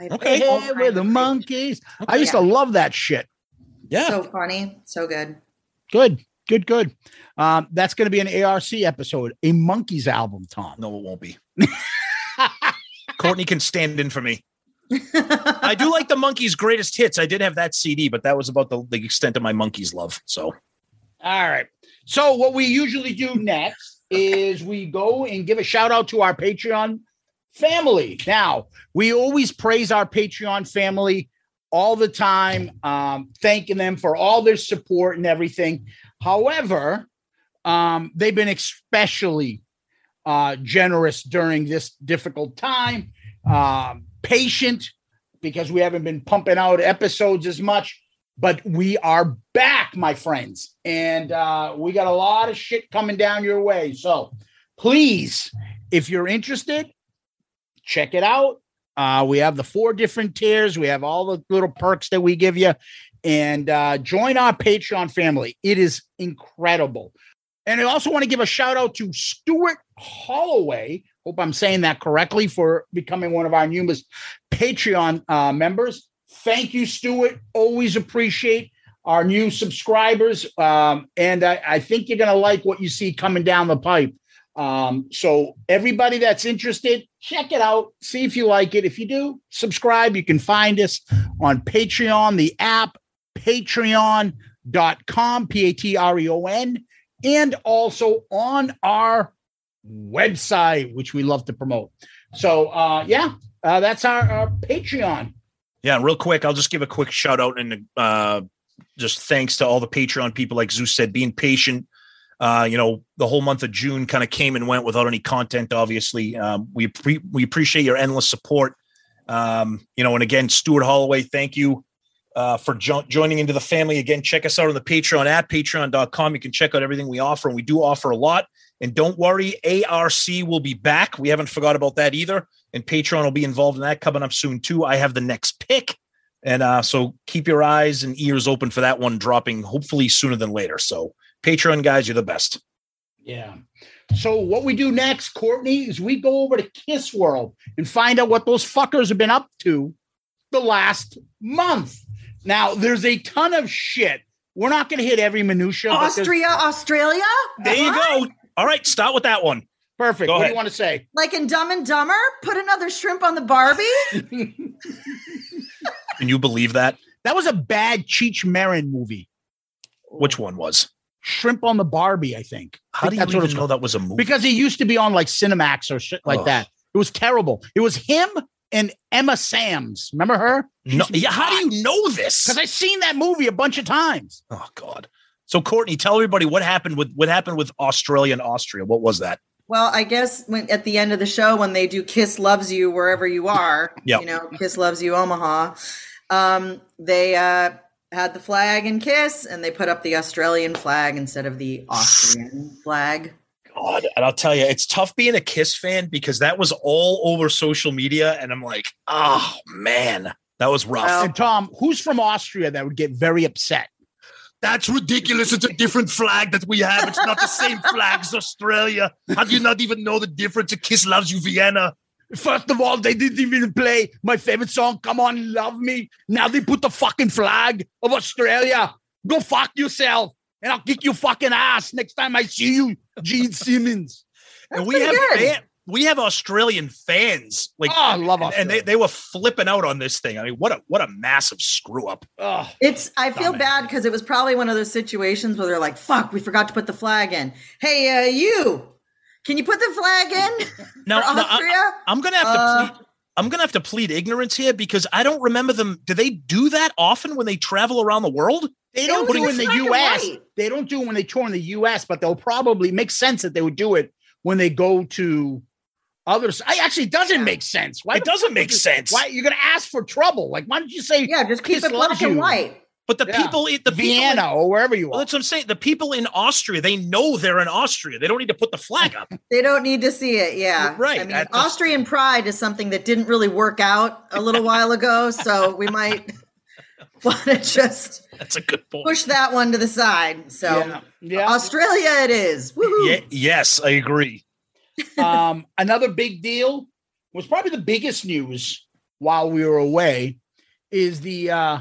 [SPEAKER 6] I
[SPEAKER 3] Okay.
[SPEAKER 6] played all
[SPEAKER 5] Hey, we're
[SPEAKER 6] kinds
[SPEAKER 5] the
[SPEAKER 6] of
[SPEAKER 5] monkeys. I used
[SPEAKER 6] Yeah.
[SPEAKER 5] to love that shit.
[SPEAKER 3] Yeah.
[SPEAKER 6] so funny so good
[SPEAKER 5] Good, good, good. Um, that's going to be an ARC episode, a monkeys album, Tom.
[SPEAKER 3] no, it won't be. Courtney can stand in for me. I do like the monkeys' greatest hits. I did have that CD, but that was about the, the extent of my monkeys' love. So
[SPEAKER 5] All right. So what we usually do next is we go and give a shout out to our Patreon family. Now, we always praise our Patreon family all the time, um, thanking them for all their support and everything. However, um, they've been especially uh, generous during this difficult time, um, patient because we haven't been pumping out episodes as much but we are back, my friends, and uh, we got a lot of shit coming down your way. So please, if you're interested, check it out. Uh, we have the four different tiers. We have all the little perks that we give you, and uh, join our Patreon family. It is incredible. And I also want to give a shout out to Stuart Holloway. Hope I'm saying that correctly for becoming one of our newest Patreon uh, members. Thank you, Stuart. Always appreciate our new subscribers. Um, and I, I think you're going to like what you see coming down the pipe. Um, so, everybody that's interested, check it out. See if you like it. If you do, subscribe. You can find us on Patreon, the app, patreon.com, P A T R E O N, and also on our website, which we love to promote. So, uh, yeah, uh, that's our, our Patreon.
[SPEAKER 3] yeah, and real quick, I'll just give a quick shout out and uh, just thanks to all the Patreon people, like Zeus said, being patient. Uh, you know, the whole month of June kind of came and went without any content. Obviously, um, we pre- we appreciate your endless support. Um, you know, and again, Stuart Holloway, thank you uh, for jo- joining into the family. Again, check us out on the Patreon at patreon.com. You can check out everything we offer, and we do offer a lot. And don't worry, ARC will be back. We haven't forgot about that either. And Patreon will be involved in that coming up soon, too. I have the next pick. And uh, so keep your eyes and ears open for that one dropping hopefully sooner than later. So, Patreon guys, you're the best.
[SPEAKER 5] Yeah. So what we do next, Courtney, is we go over to Kiss World and find out what those fuckers have been up to the last month. Now, there's a ton of shit. We're not going to hit every minutia. but there's-
[SPEAKER 6] austria australia
[SPEAKER 3] There you go. All right, start with that one.
[SPEAKER 5] Perfect.
[SPEAKER 3] Go
[SPEAKER 5] what do
[SPEAKER 3] ahead.
[SPEAKER 5] you want to say?
[SPEAKER 6] Like in Dumb and Dumber, put another shrimp on the Barbie.
[SPEAKER 3] Can you believe that?
[SPEAKER 5] That was a bad Cheech Marin movie.
[SPEAKER 3] Which one was?
[SPEAKER 5] Shrimp on the Barbie, I think.
[SPEAKER 3] How do you
[SPEAKER 5] That's what
[SPEAKER 3] even
[SPEAKER 5] it's
[SPEAKER 3] know that was a movie?
[SPEAKER 5] Because he used to be on like Cinemax or shit like
[SPEAKER 3] Ugh.
[SPEAKER 5] that. It was terrible. It was him and Emma Sams. Remember her?
[SPEAKER 3] no, yeah, how do you know this?
[SPEAKER 5] Because I seen that movie a bunch of times.
[SPEAKER 3] oh God. So Courtney, tell everybody what happened with what happened with Australia and Austria. What was that?
[SPEAKER 6] Well, I guess when at the end of the show when they do "Kiss Loves You" wherever you are,
[SPEAKER 3] Yep.
[SPEAKER 6] you know, "Kiss Loves You" Omaha, um, they uh, had the flag and kiss, and they put up the Australian flag instead of the Austrian flag.
[SPEAKER 3] God, and I'll tell you, it's tough being a Kiss fan because that was all over social media, and I'm like, oh man, that was rough.
[SPEAKER 6] Well-
[SPEAKER 5] And Tom, who's from Austria that would get very upset?
[SPEAKER 3] That's ridiculous. It's a different flag that we have. It's not the same flag as Australia. How do you not even know the difference? A kiss loves you, Vienna.
[SPEAKER 5] First of all, they didn't even play my favorite song, Come On, Love Me. Now they put the fucking flag of Australia. Go fuck yourself. And I'll kick your fucking ass next time I see you, Gene Simmons.
[SPEAKER 3] and
[SPEAKER 6] That's
[SPEAKER 3] we have
[SPEAKER 6] pretty good.
[SPEAKER 3] fan- we have Australian fans. Like
[SPEAKER 5] oh, I love
[SPEAKER 3] and, and they,
[SPEAKER 5] Australia.
[SPEAKER 3] they were flipping out on this thing. I mean, what a what a massive screw up.
[SPEAKER 5] Oh,
[SPEAKER 6] It's. I feel
[SPEAKER 3] Dumbass.
[SPEAKER 6] bad because it was probably one of those situations where they're like, "Fuck, we forgot to put the flag in." Hey, uh, you, can you put the flag in
[SPEAKER 3] Now,
[SPEAKER 6] for
[SPEAKER 3] now, uh, I,
[SPEAKER 6] Austria?
[SPEAKER 3] am gonna have to
[SPEAKER 6] Uh,
[SPEAKER 3] plead, I'm gonna have to plead ignorance here because I don't remember them. Do they do that often when they travel around the world?
[SPEAKER 6] It
[SPEAKER 5] They don't
[SPEAKER 6] was
[SPEAKER 5] do it in
[SPEAKER 6] just
[SPEAKER 5] the
[SPEAKER 6] black and
[SPEAKER 5] U.S.
[SPEAKER 6] white.
[SPEAKER 5] They don't do it when they tour in the U.S. But they'll probably make sense that they would do it when they go to others. I actually it doesn't
[SPEAKER 6] Yeah.
[SPEAKER 5] make sense. Why
[SPEAKER 3] It
[SPEAKER 5] the fuck
[SPEAKER 3] doesn't make
[SPEAKER 5] would you-
[SPEAKER 3] sense.
[SPEAKER 5] Why you're gonna ask for trouble? Like why don't you say
[SPEAKER 6] yeah, just keep
[SPEAKER 5] Kiss
[SPEAKER 6] it black
[SPEAKER 5] loves
[SPEAKER 6] and
[SPEAKER 5] you.
[SPEAKER 6] white.
[SPEAKER 3] But the
[SPEAKER 5] Yeah.
[SPEAKER 3] people, it- the people in-
[SPEAKER 5] Vienna or wherever you
[SPEAKER 3] Well,
[SPEAKER 5] are?
[SPEAKER 3] that's what I'm saying. The people in Austria, they know they're in Austria. They don't need to put the flag up.
[SPEAKER 6] They don't need to see it. Yeah.
[SPEAKER 3] Right.
[SPEAKER 6] I mean,
[SPEAKER 3] That's just-
[SPEAKER 6] Austrian pride is something that didn't really work out a little while ago. So we might want to just
[SPEAKER 3] That's a good point.
[SPEAKER 6] push that one to the side. So
[SPEAKER 5] yeah. yeah.
[SPEAKER 6] Australia it is. Woohoo.
[SPEAKER 3] Ye- yes, I agree.
[SPEAKER 5] um, another big deal was probably the biggest news while we were away is the uh,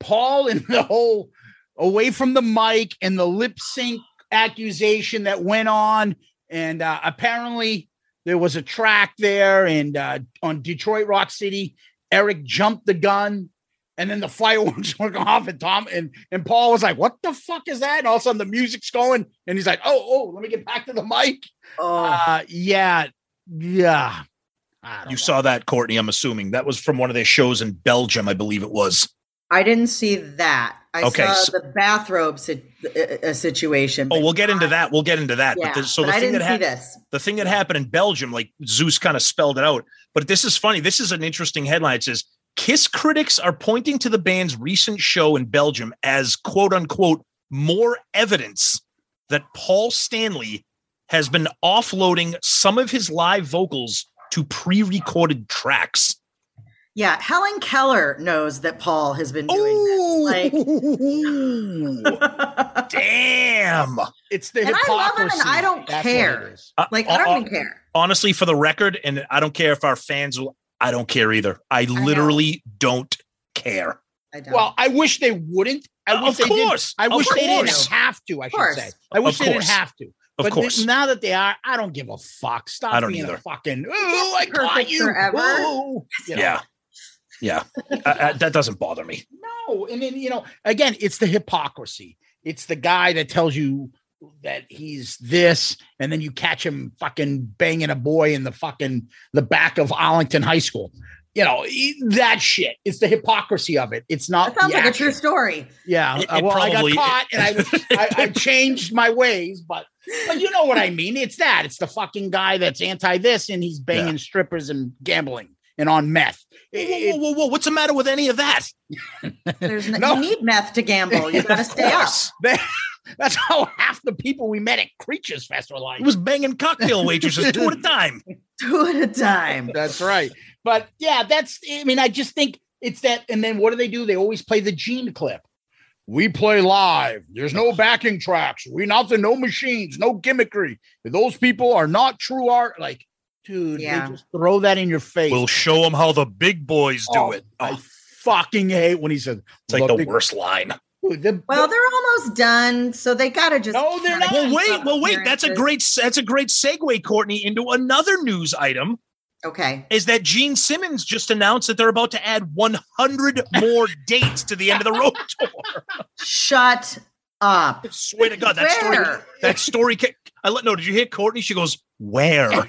[SPEAKER 5] Paul and the whole away from the mic and the lip sync accusation that went on. And uh, apparently there was a track there, and uh, on Detroit Rock City, Eric jumped the gun. And then the fireworks went off, and Tom and, and Paul was like, "What the fuck is that?" And all of a sudden, the music's going, and he's like, "Oh, oh, let me get back to the mic."
[SPEAKER 6] Oh,
[SPEAKER 5] Uh, yeah, yeah. I don't
[SPEAKER 3] You
[SPEAKER 5] know.
[SPEAKER 3] saw that, Courtney, I'm assuming. That was from one of their shows in Belgium, I believe it was.
[SPEAKER 6] I didn't see that. I
[SPEAKER 3] Okay,
[SPEAKER 6] saw
[SPEAKER 3] so-
[SPEAKER 6] the bathrobe si- uh, uh, situation.
[SPEAKER 3] Oh,
[SPEAKER 6] but-
[SPEAKER 3] we'll get into that. We'll get into that.
[SPEAKER 6] yeah,
[SPEAKER 3] but the, so
[SPEAKER 6] but
[SPEAKER 3] the
[SPEAKER 6] I
[SPEAKER 3] thing
[SPEAKER 6] didn't
[SPEAKER 3] that happened.
[SPEAKER 6] see this.
[SPEAKER 3] the thing that happened in Belgium, like Zeus kind of spelled it out. But this is funny. This is an interesting headline. It says Kiss critics are pointing to the band's recent show in Belgium as quote unquote more evidence that Paul Stanley has been offloading some of his live vocals to pre recorded tracks.
[SPEAKER 6] Yeah, Helen Keller knows that Paul has been doing this. Like,
[SPEAKER 3] Ooh, damn.
[SPEAKER 5] it's the
[SPEAKER 6] And I love him, and
[SPEAKER 5] hypocrisy.
[SPEAKER 6] I don't
[SPEAKER 5] That's
[SPEAKER 6] care.
[SPEAKER 5] what it is.
[SPEAKER 6] like I
[SPEAKER 3] Uh, uh,
[SPEAKER 6] don't even care.
[SPEAKER 3] honestly, for the record, and I don't care if our fans will, I don't care either. I
[SPEAKER 6] know.
[SPEAKER 3] literally don't care.
[SPEAKER 6] I don't.
[SPEAKER 5] Well, I wish they wouldn't. I wish
[SPEAKER 3] of
[SPEAKER 5] they didn't.
[SPEAKER 3] course.
[SPEAKER 5] I
[SPEAKER 3] Of
[SPEAKER 5] wish they didn't
[SPEAKER 3] course.
[SPEAKER 5] have to. I should
[SPEAKER 6] course.
[SPEAKER 5] say. I wish they didn't
[SPEAKER 3] course.
[SPEAKER 5] have to.
[SPEAKER 3] Of
[SPEAKER 5] but th-
[SPEAKER 3] course.
[SPEAKER 5] now that they are, I don't give a fuck. Stop
[SPEAKER 3] I don't
[SPEAKER 5] being
[SPEAKER 3] either.
[SPEAKER 5] a fucking. Oh, I caught
[SPEAKER 6] perfect
[SPEAKER 5] you.
[SPEAKER 6] forever.
[SPEAKER 5] Ooh. You know,
[SPEAKER 3] yeah. Yeah. I- I- that doesn't bother me.
[SPEAKER 5] No, and then you know, again, it's the hypocrisy. It's the guy that tells you that he's this, and then you catch him fucking banging a boy in the fucking the back of Arlington High School. You know e- that shit. It's the hypocrisy of it. It's not.
[SPEAKER 6] that sounds
[SPEAKER 5] the
[SPEAKER 6] like a
[SPEAKER 5] action.
[SPEAKER 6] true story.
[SPEAKER 5] Yeah.
[SPEAKER 3] It-
[SPEAKER 5] uh,
[SPEAKER 3] it
[SPEAKER 5] well,
[SPEAKER 3] probably-
[SPEAKER 5] I got caught, and I, was- I I changed my ways, but but you know what I mean. It's that. It's the fucking guy that's anti this, and he's banging strippers and gambling and on meth.
[SPEAKER 3] Whoa,
[SPEAKER 5] It-
[SPEAKER 3] whoa, whoa,
[SPEAKER 5] it-
[SPEAKER 3] whoa, whoa. What's the matter with any of that?
[SPEAKER 6] There's no,
[SPEAKER 5] No.
[SPEAKER 6] you need meth to gamble. You gotta stay up.
[SPEAKER 3] Yes.
[SPEAKER 5] They- that's how half the people we met at Creatures Fest were like.
[SPEAKER 3] He was banging cocktail waitresses two at a time.
[SPEAKER 6] Two at a time.
[SPEAKER 5] That's right. But yeah, that's, I mean, I just think it's that. And then what do they do? They always play the Gene clip. We play live. There's no backing tracks. We nothing, no machines, no gimmickry. Those people are not true art. Like, dude,
[SPEAKER 6] Yeah.
[SPEAKER 5] they just throw that in your face.
[SPEAKER 3] We'll show them how the big boys do
[SPEAKER 5] Oh,
[SPEAKER 3] it. Oh,
[SPEAKER 5] I fucking hate when he says,
[SPEAKER 3] it's like the
[SPEAKER 5] big-
[SPEAKER 3] worst line.
[SPEAKER 5] The-
[SPEAKER 6] Well, they're almost done, so they gotta just.
[SPEAKER 5] No, they're not.
[SPEAKER 3] Well, wait, well, wait. That's a great that's a great segue, Courtney, into another news item.
[SPEAKER 6] Okay.
[SPEAKER 3] Is that Gene Simmons just announced that they're about to add 100 more dates to the end of the road tour?
[SPEAKER 6] Shut up.
[SPEAKER 3] Swear to God, that story.
[SPEAKER 6] Where?
[SPEAKER 3] That story. ca- I let no. Did you hear Courtney? She goes, "Where?"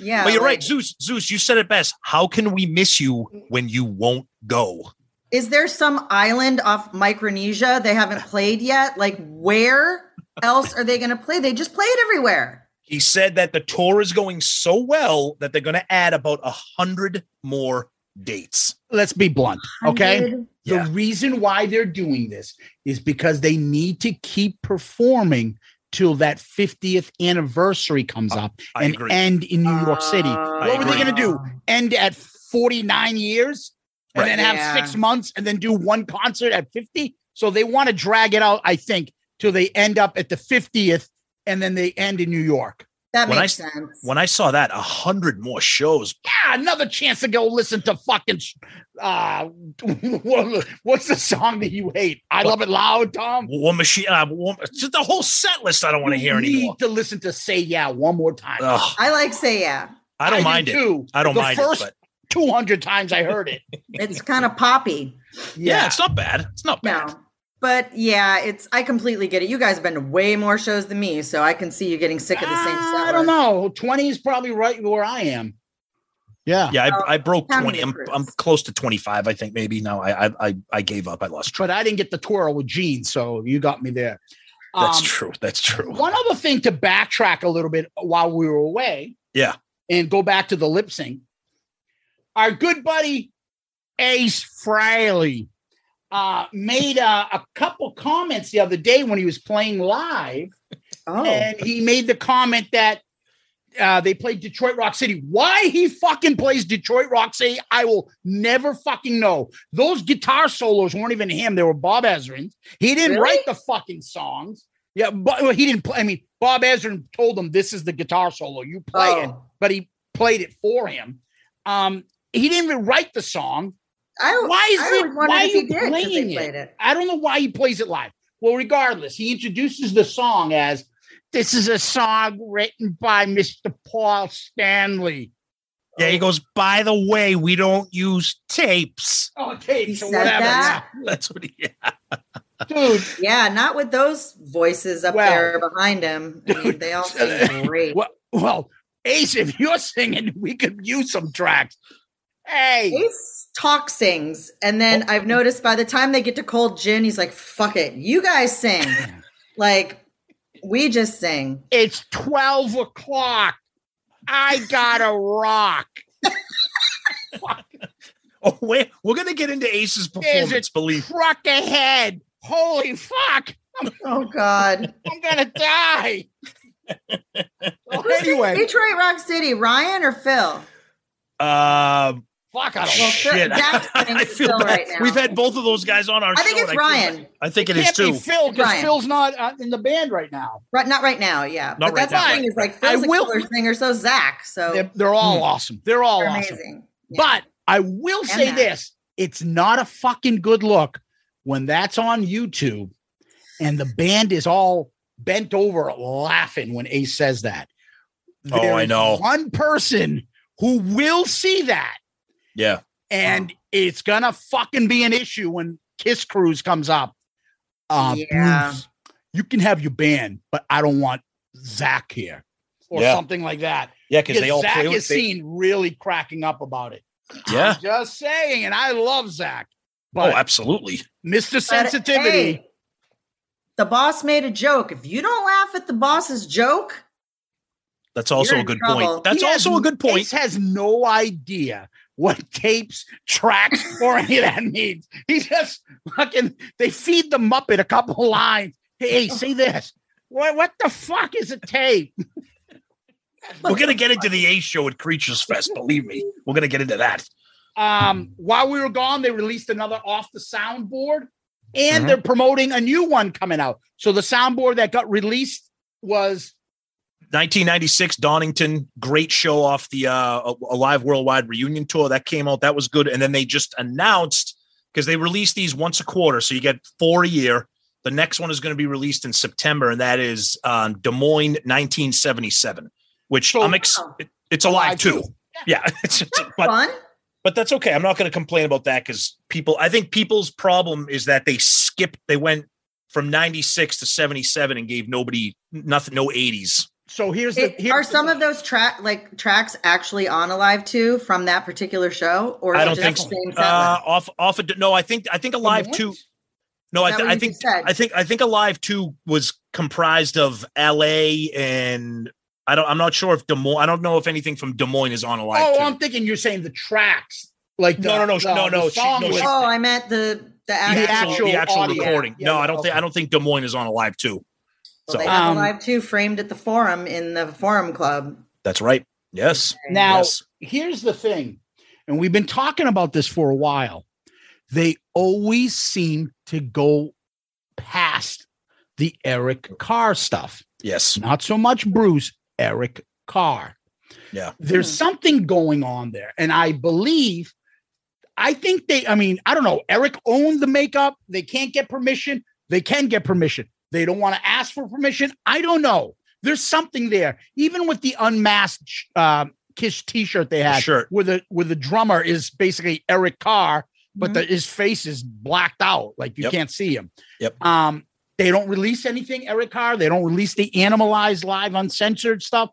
[SPEAKER 6] Yeah.
[SPEAKER 3] Well, you're
[SPEAKER 6] like,
[SPEAKER 3] right, Zeus. Zeus, you said it best. How can we miss you when you won't go?
[SPEAKER 6] Is there some island off Micronesia they haven't played yet? Like, where else are they gonna play? They just play it everywhere.
[SPEAKER 3] He said that the tour is going so well that they're going to add about a hundred more dates.
[SPEAKER 5] Let's be blunt. Okay.
[SPEAKER 6] Hundred-
[SPEAKER 3] Yeah.
[SPEAKER 5] The reason why they're doing this is because they need to keep performing till that 50th anniversary comes up
[SPEAKER 3] I
[SPEAKER 5] and
[SPEAKER 3] agree.
[SPEAKER 5] end in New York
[SPEAKER 6] Uh,
[SPEAKER 5] City.
[SPEAKER 6] Oh,
[SPEAKER 5] What were they
[SPEAKER 3] agree.
[SPEAKER 5] going to do? End at 49 years and
[SPEAKER 3] Right.
[SPEAKER 5] then have
[SPEAKER 6] Yeah.
[SPEAKER 5] six months and then do one concert at 50? So they want to drag it out, I think, till they end up at the 50th and then they end in New York.
[SPEAKER 6] That
[SPEAKER 3] When I
[SPEAKER 6] makes
[SPEAKER 3] s-
[SPEAKER 6] sense.
[SPEAKER 3] When I saw that, a hundred more shows.
[SPEAKER 5] Yeah, another chance to go listen to fucking. Uh, what- what's the song that you hate? I love it loud, Tom.
[SPEAKER 3] War machine. Uh, war, just the whole set list. I don't want to hear
[SPEAKER 5] You
[SPEAKER 3] anymore.
[SPEAKER 5] Need to listen to "Say Yeah" one more time.
[SPEAKER 3] Ugh,
[SPEAKER 6] I like say yeah.
[SPEAKER 3] I don't
[SPEAKER 5] do
[SPEAKER 3] mind it.
[SPEAKER 5] too.
[SPEAKER 3] I don't
[SPEAKER 5] the
[SPEAKER 3] mind
[SPEAKER 5] first
[SPEAKER 3] it. But
[SPEAKER 5] two hundred times I heard it.
[SPEAKER 6] It's kind of poppy.
[SPEAKER 3] yeah. it's not bad. It's not bad.
[SPEAKER 6] No. But yeah, it's I completely get it. You guys have been to way more shows than me, so I can see you getting sick of the same
[SPEAKER 5] Ah,
[SPEAKER 6] set.
[SPEAKER 5] I
[SPEAKER 6] list.
[SPEAKER 5] don't know. Twenty is probably right where I am. Yeah,
[SPEAKER 3] Yeah, I, I broke
[SPEAKER 6] How
[SPEAKER 3] twenty.
[SPEAKER 6] many
[SPEAKER 3] I'm,
[SPEAKER 6] approves?
[SPEAKER 3] I'm close to twenty five. I think maybe now. I, I I I gave up. I lost track.
[SPEAKER 5] but I didn't get the twirl with Gene, so you got me there.
[SPEAKER 3] That's
[SPEAKER 5] Um,
[SPEAKER 3] true. That's true.
[SPEAKER 5] One other thing to backtrack a little bit while we were away.
[SPEAKER 3] Yeah.
[SPEAKER 5] And go back to the lip sync. Our good buddy Ace Frehley uh, made uh, a couple comments the other day when he was playing live,
[SPEAKER 6] Oh,
[SPEAKER 5] and he made the comment that uh, they played Detroit Rock City. Why he fucking plays Detroit Rock City, I will never fucking know. Those guitar solos weren't even him; they were Bob Ezrin. He didn't
[SPEAKER 6] Really?
[SPEAKER 5] write the fucking songs. Yeah, but well, he didn't play. I mean, Bob Ezrin told him this is the guitar solo. You play it,
[SPEAKER 6] oh.
[SPEAKER 5] but he played it for him. Um, he didn't even write the song.
[SPEAKER 6] I,
[SPEAKER 5] Why is
[SPEAKER 6] I
[SPEAKER 5] it?
[SPEAKER 6] always wondered
[SPEAKER 5] Why are
[SPEAKER 6] if he
[SPEAKER 5] you
[SPEAKER 6] did, 'cause they
[SPEAKER 5] playing it?
[SPEAKER 6] played it.
[SPEAKER 5] I don't know why he plays it live. Well, regardless, he introduces the song as "This is a song written by Mr. Paul Stanley."
[SPEAKER 3] Yeah, he goes. By the way, we don't use tapes.
[SPEAKER 5] Oh,
[SPEAKER 6] He
[SPEAKER 5] tapes or
[SPEAKER 6] said
[SPEAKER 5] whatever,
[SPEAKER 6] that.
[SPEAKER 3] That's what he.
[SPEAKER 5] dude.
[SPEAKER 6] Yeah, not with those voices up
[SPEAKER 5] Well-
[SPEAKER 6] there behind him. I mean, they all sing great.
[SPEAKER 5] Well, well, Ace, if you're singing, we could use some tracks. Hey,
[SPEAKER 6] Ace talk sings, and then
[SPEAKER 5] Oh.
[SPEAKER 6] I've noticed by the time they get to Cold Gin, he's like, "Fuck it, you guys sing." like we just sing.
[SPEAKER 5] it's twelve o'clock. I gotta rock.
[SPEAKER 3] Oh wait, we're gonna get into Ace's performance. Believe.
[SPEAKER 5] Truck ahead. Holy fuck!
[SPEAKER 6] Oh God!
[SPEAKER 5] I'm gonna die. Well,
[SPEAKER 6] Who sings
[SPEAKER 5] anyway,
[SPEAKER 6] Detroit Rock City, Ryan or Phil?
[SPEAKER 3] Um,
[SPEAKER 5] fuck. I don't know.
[SPEAKER 6] Well,
[SPEAKER 3] shit.
[SPEAKER 6] Jack's playing
[SPEAKER 3] I feel
[SPEAKER 6] still
[SPEAKER 3] bad.
[SPEAKER 6] right now.
[SPEAKER 3] We've had both of those guys on our.
[SPEAKER 6] I think
[SPEAKER 3] show,
[SPEAKER 6] it's
[SPEAKER 3] and I feel
[SPEAKER 6] Ryan.
[SPEAKER 3] bad. I think it
[SPEAKER 5] It
[SPEAKER 3] is
[SPEAKER 5] can't
[SPEAKER 3] too.
[SPEAKER 5] be Phil because
[SPEAKER 6] Ryan.
[SPEAKER 5] Phil's not uh, in the band right now.
[SPEAKER 6] Right, not right now. Yeah,
[SPEAKER 3] Not
[SPEAKER 6] but
[SPEAKER 3] right
[SPEAKER 6] that's
[SPEAKER 3] now,
[SPEAKER 6] the thing
[SPEAKER 3] right,
[SPEAKER 6] is like
[SPEAKER 5] right.
[SPEAKER 6] Phil's
[SPEAKER 5] I
[SPEAKER 6] a
[SPEAKER 5] will-
[SPEAKER 6] killer singer, so is Zach. So
[SPEAKER 5] They're, they're
[SPEAKER 3] Hmm.
[SPEAKER 5] all awesome. They're all
[SPEAKER 6] Oh. they're
[SPEAKER 5] awesome.
[SPEAKER 6] amazing. Yeah.
[SPEAKER 5] But I will say
[SPEAKER 6] Matt.
[SPEAKER 5] this: it's not a fucking good look when that's on YouTube and the band is all bent over laughing when Ace says that.
[SPEAKER 3] Oh,
[SPEAKER 5] There
[SPEAKER 3] I
[SPEAKER 5] is
[SPEAKER 3] know.
[SPEAKER 5] one person who will see that,
[SPEAKER 3] Yeah.
[SPEAKER 5] and it's gonna fucking be an issue when Kiss Cruise comes up. Uh,
[SPEAKER 6] Yeah.
[SPEAKER 5] Bruce, you can have your band, but I don't want Zach here or
[SPEAKER 3] Yeah.
[SPEAKER 5] something like that.
[SPEAKER 3] Yeah, because they all
[SPEAKER 5] Zach
[SPEAKER 3] play
[SPEAKER 5] is
[SPEAKER 3] with. They,
[SPEAKER 5] seen really cracking up about it.
[SPEAKER 3] yeah.
[SPEAKER 5] I'm just saying, and I love Zach,
[SPEAKER 3] Oh,
[SPEAKER 5] but
[SPEAKER 3] absolutely.
[SPEAKER 5] Mr.
[SPEAKER 6] But,
[SPEAKER 5] Sensitivity,
[SPEAKER 6] hey, the boss made a joke. If you don't laugh at the boss's joke,
[SPEAKER 3] That's also
[SPEAKER 6] You're
[SPEAKER 3] a
[SPEAKER 6] in
[SPEAKER 3] good
[SPEAKER 6] trouble.
[SPEAKER 3] point. That's
[SPEAKER 5] he
[SPEAKER 3] also
[SPEAKER 5] has-
[SPEAKER 3] a good point.
[SPEAKER 5] Ace has no idea what tapes, tracks, or any of that means. He just fucking they feed the Muppet a couple of lines. Hey, say this. What, what the fuck is a tape?
[SPEAKER 3] We're gonna get into the Ace show at Creatures Fest. Believe me, we're gonna get into that.
[SPEAKER 5] Um, while we were gone, they released another off the soundboard, and
[SPEAKER 3] Mm-hmm.
[SPEAKER 5] they're promoting a new one coming out. So the soundboard that got released was
[SPEAKER 3] 1996 Donington, great show off the uh, a Live Worldwide reunion tour that came out. That was good, and then they just announced because they release these once a quarter. So you get four a year. The next one is going to be released in September, and that is um, Des Moines 1977, which
[SPEAKER 5] So-
[SPEAKER 3] I'm ex- it- it's alive too. Yeah, it's, it's, but
[SPEAKER 6] Fun?
[SPEAKER 3] but that's okay. I'm not going to complain about that because people, I think people's problem is that they skipped, they went from 96 to 77 and gave nobody nothing, no 80s.
[SPEAKER 5] So here's the
[SPEAKER 6] It-
[SPEAKER 5] here's
[SPEAKER 6] are
[SPEAKER 5] the-
[SPEAKER 6] some of those track like tracks actually on Alive too from that particular show? Or is
[SPEAKER 3] I
[SPEAKER 6] it
[SPEAKER 3] don't
[SPEAKER 6] just
[SPEAKER 3] think
[SPEAKER 6] the
[SPEAKER 3] so.
[SPEAKER 6] same set
[SPEAKER 3] Uh,
[SPEAKER 6] list?
[SPEAKER 3] off, off, of, no, I think, I think Alive
[SPEAKER 5] Des
[SPEAKER 3] 2.
[SPEAKER 5] Moines?
[SPEAKER 3] No, I,
[SPEAKER 6] Is that
[SPEAKER 3] th-
[SPEAKER 6] what
[SPEAKER 3] I
[SPEAKER 6] you
[SPEAKER 3] think,
[SPEAKER 6] just said?
[SPEAKER 3] I think, I think Alive 2 was comprised of LA and I don't, I'm not sure if Des Moines, I don't know if anything from Des Moines is on Alive.
[SPEAKER 5] Oh,
[SPEAKER 3] 2.
[SPEAKER 5] I'm thinking you're saying the tracks. Like the,
[SPEAKER 3] No, no, no,
[SPEAKER 5] the-
[SPEAKER 3] no, no,
[SPEAKER 5] the
[SPEAKER 3] she-
[SPEAKER 5] song
[SPEAKER 3] no,
[SPEAKER 5] was-
[SPEAKER 3] she-
[SPEAKER 6] oh, I meant the the actual,
[SPEAKER 3] the actual, the actual
[SPEAKER 5] audio.
[SPEAKER 3] recording.
[SPEAKER 5] Yeah,
[SPEAKER 3] no,
[SPEAKER 5] yeah,
[SPEAKER 3] I don't think,
[SPEAKER 5] okay.
[SPEAKER 3] I don't think Des Moines is on Alive 2.
[SPEAKER 6] well,
[SPEAKER 3] So
[SPEAKER 6] they have
[SPEAKER 5] Um,
[SPEAKER 6] Alive too framed at the forum in the forum club.
[SPEAKER 3] that's right. Yes.
[SPEAKER 5] Now,
[SPEAKER 3] yes.
[SPEAKER 5] here's the thing, and we've been talking about this for a while. They always seem to go past the Eric Carr stuff.
[SPEAKER 3] Yes.
[SPEAKER 5] Not so much Bruce, Eric Carr.
[SPEAKER 3] Yeah.
[SPEAKER 5] There's something going on there. And I believe, I think they, I mean, I don't know. Eric owned the makeup. They can't get permission. They can get permission. They don't want to ask for permission. I don't know. There's something there. Even with the unmasked uh, Kiss T-shirt they had,
[SPEAKER 3] Sure.
[SPEAKER 5] where the where the drummer is basically Eric Carr, but
[SPEAKER 6] Mhm.
[SPEAKER 5] the, his face is blacked out, like you
[SPEAKER 3] Yep.
[SPEAKER 5] can't see him.
[SPEAKER 3] Yep.
[SPEAKER 5] Um, they don't release anything, Eric Carr. They don't release the animalized live uncensored stuff.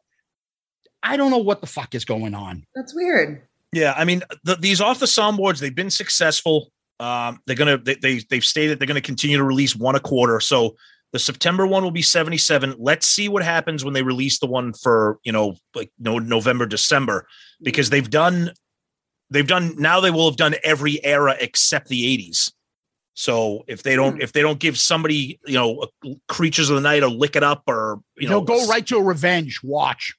[SPEAKER 5] I don't know what the fuck is going on.
[SPEAKER 6] That's weird.
[SPEAKER 3] Yeah. I mean, the, these off the soundboards, they've been successful. Um, they're gonna they, they they've stated they're gonna continue to release one a quarter. So the September one will be seventy seven. Let's see what happens when they release the one for you know like no November December because they've done they've done now they will have done every era except the eighties. So if they
[SPEAKER 5] Hmm.
[SPEAKER 3] don't if they don't give somebody you know creatures of the night or lick it up or you know
[SPEAKER 5] They'll go right to a revenge watch.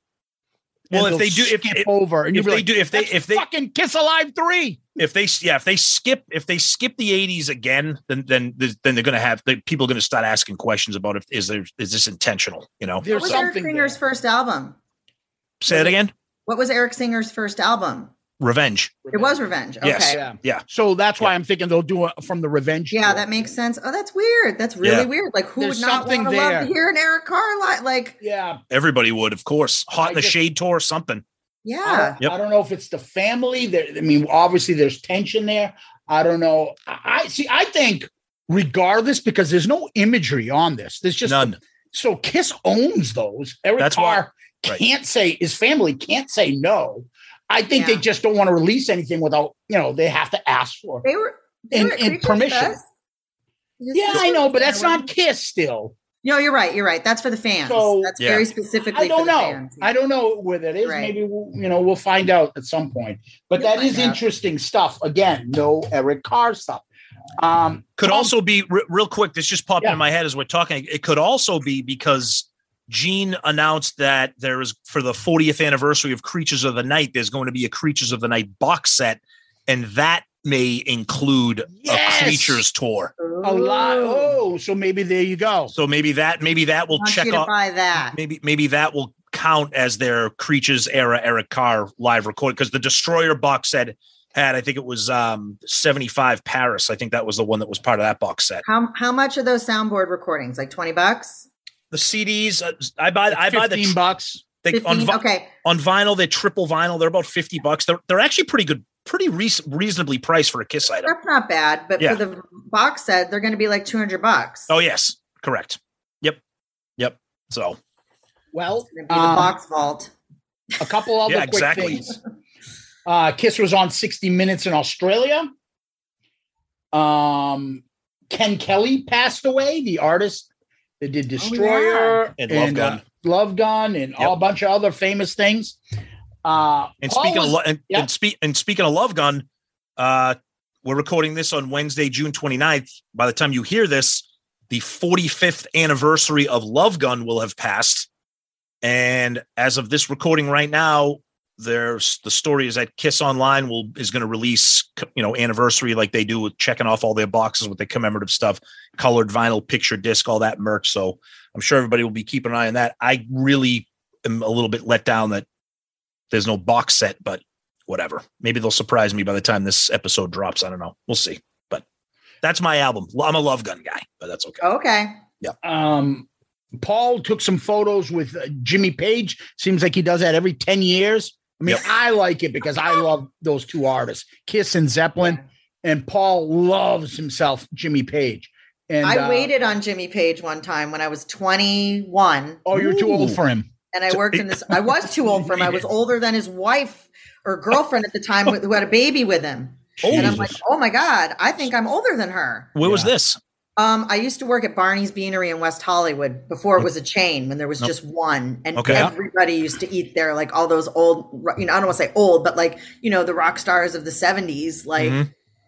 [SPEAKER 3] Well,
[SPEAKER 5] And
[SPEAKER 3] if they
[SPEAKER 5] they'll
[SPEAKER 3] do- if-
[SPEAKER 5] skip
[SPEAKER 3] if-
[SPEAKER 5] over, and
[SPEAKER 3] if
[SPEAKER 5] you'll be
[SPEAKER 3] they
[SPEAKER 5] like,
[SPEAKER 3] do if they
[SPEAKER 5] "That's
[SPEAKER 3] if they
[SPEAKER 5] fucking Kiss Alive three,
[SPEAKER 3] if they yeah if they skip if they skip the 80s again then then then they're gonna have the people are gonna start asking questions about if is there is this intentional you know
[SPEAKER 6] What
[SPEAKER 5] there's
[SPEAKER 6] was Eric
[SPEAKER 5] something.
[SPEAKER 6] Singer's
[SPEAKER 5] there.
[SPEAKER 6] first album?
[SPEAKER 3] say that again
[SPEAKER 6] What was Eric Singer's first album?
[SPEAKER 3] revenge
[SPEAKER 6] It was Revenge. Okay.
[SPEAKER 3] Yes.
[SPEAKER 6] Yeah.
[SPEAKER 5] Yeah.
[SPEAKER 3] yeah
[SPEAKER 5] So that's why
[SPEAKER 3] Yeah.
[SPEAKER 5] I'm thinking they'll do it from the revenge. tour.
[SPEAKER 6] that makes sense. Oh, that's weird. That's really
[SPEAKER 3] Yeah.
[SPEAKER 6] weird. Like, who
[SPEAKER 5] There's
[SPEAKER 6] would not
[SPEAKER 5] something
[SPEAKER 6] want to love
[SPEAKER 5] there.
[SPEAKER 6] to hear an Eric Carr li- Like,
[SPEAKER 5] yeah.
[SPEAKER 3] everybody would of course hot
[SPEAKER 5] I
[SPEAKER 3] in the
[SPEAKER 5] just-
[SPEAKER 3] shade tour or something
[SPEAKER 5] I
[SPEAKER 6] yeah.
[SPEAKER 5] don't,
[SPEAKER 3] Yep.
[SPEAKER 5] I don't know if it's the family. There, I mean, obviously there's tension there. I don't know. I, I see. I think regardless, because there's no imagery on this. There's just
[SPEAKER 3] none
[SPEAKER 5] So Kiss owns those. Eric
[SPEAKER 3] That's why-
[SPEAKER 5] Carr
[SPEAKER 3] right.
[SPEAKER 5] can't say his family can't say no. I think
[SPEAKER 6] Yeah.
[SPEAKER 5] they just don't want to release anything without you know they have to ask for. it.
[SPEAKER 6] They were, they
[SPEAKER 5] And-
[SPEAKER 6] were at
[SPEAKER 5] and
[SPEAKER 6] Creatures
[SPEAKER 5] permission.
[SPEAKER 6] Fest. Just-
[SPEAKER 5] Yeah, I know, but that's
[SPEAKER 6] Yeah.
[SPEAKER 5] not Kiss still.
[SPEAKER 6] No, you're right. You're right. That's for the fans.
[SPEAKER 5] So-
[SPEAKER 6] that's
[SPEAKER 3] Yeah.
[SPEAKER 6] very
[SPEAKER 5] I
[SPEAKER 6] specifically. for
[SPEAKER 5] don't
[SPEAKER 6] the
[SPEAKER 5] know.
[SPEAKER 6] Fans.
[SPEAKER 5] I don't know where that is.
[SPEAKER 6] Right.
[SPEAKER 5] Maybe we'll, you know we'll find out at some point. But
[SPEAKER 6] You'll
[SPEAKER 5] that is
[SPEAKER 6] find out.
[SPEAKER 5] interesting stuff. Again, no Eric Carr stuff. Um,
[SPEAKER 3] could
[SPEAKER 5] Tom-
[SPEAKER 3] also be re- real quick this just popped
[SPEAKER 5] Yeah.
[SPEAKER 3] in my head as we're talking it could also be because gene announced that there is for the 40th anniversary of creatures of the night there's going to be a creatures of the night box set and that may include
[SPEAKER 5] Yes!
[SPEAKER 3] a creatures tour
[SPEAKER 5] a lot. Oh, so maybe there you go.
[SPEAKER 3] So maybe that maybe that will
[SPEAKER 6] want
[SPEAKER 3] check
[SPEAKER 6] you to
[SPEAKER 3] off
[SPEAKER 6] buy that.
[SPEAKER 3] maybe maybe that will count as their creatures era Eric Carr live record because the Destroyer box set had I think it was um 75 Paris. I think that was the one that was part of that box set.
[SPEAKER 6] How how much are those soundboard recordings? Like twenty bucks?
[SPEAKER 3] The CDs uh, I buy I buy the
[SPEAKER 5] Fifteen bucks.
[SPEAKER 3] they, on,
[SPEAKER 6] Fifteen?
[SPEAKER 3] vi-
[SPEAKER 6] okay.
[SPEAKER 3] on vinyl they're triple vinyl they're about 50 bucks. They're they're actually pretty good pretty re- reasonably priced for a Kiss item.
[SPEAKER 6] That's not bad, but
[SPEAKER 3] Yeah.
[SPEAKER 6] for the box set, they're going to be like two hundred bucks.
[SPEAKER 3] Oh yes, correct. Yep. Yep. So
[SPEAKER 5] Well,
[SPEAKER 6] It's gonna be the
[SPEAKER 5] um,
[SPEAKER 6] box vault.
[SPEAKER 5] a couple other
[SPEAKER 3] Yeah,
[SPEAKER 5] quick
[SPEAKER 3] exactly.
[SPEAKER 5] things. Uh, Kiss was on 60 Minutes in Australia. Um, Ken Kelly passed away, the artist that did Destroyer
[SPEAKER 3] And Love Gun.
[SPEAKER 5] uh, Love Gun, and all a bunch of other famous things. Uh,
[SPEAKER 3] And
[SPEAKER 5] Paul
[SPEAKER 3] speaking
[SPEAKER 5] was-
[SPEAKER 3] of lo- and,
[SPEAKER 5] yeah.
[SPEAKER 3] and, spe- and speaking of Love Gun, uh, we're recording this on Wednesday, June 29th. By the time you hear this, the 45th anniversary of Love Gun will have passed. And as of this recording right now, there's the story is that Kiss Online will is going to release you know anniversary like they do with checking off all their boxes with the commemorative stuff, colored vinyl, picture disc, all that merch. So I'm sure everybody will be keeping an eye on that. I really am a little bit let down that there's no box set, but whatever. Maybe they'll surprise me by the time this episode drops. I don't know. We'll see. But That's my album. I'm a Love Gun guy, but that's
[SPEAKER 6] Oh,
[SPEAKER 3] okay.
[SPEAKER 6] Okay.
[SPEAKER 5] Um, Paul took some photos with uh, Jimmy Page. Seems like he does that every 10 years. I mean,
[SPEAKER 3] Yep.
[SPEAKER 5] I like it because I love those two artists, Kiss and Zeppelin. And Paul loves himself Jimmy Page. And
[SPEAKER 6] I
[SPEAKER 5] uh,
[SPEAKER 6] waited on Jimmy Page one time when I was 21,
[SPEAKER 5] Oh, you're too old for him.
[SPEAKER 6] and I worked in this. I was too old for him. I was older than his wife or girlfriend at the time, who had a baby with him. And I'm like, oh my god, I think I'm older than her.
[SPEAKER 3] Where was
[SPEAKER 5] Yeah.
[SPEAKER 3] this?
[SPEAKER 6] Um, I used to work at Barney's Beanery in West Hollywood before it was a chain when there was just one, and
[SPEAKER 3] Mm. Okay.
[SPEAKER 6] everybody used to eat there. Like all those old, you know, I don't want to say old, but like you know, the rock stars of the '70s, like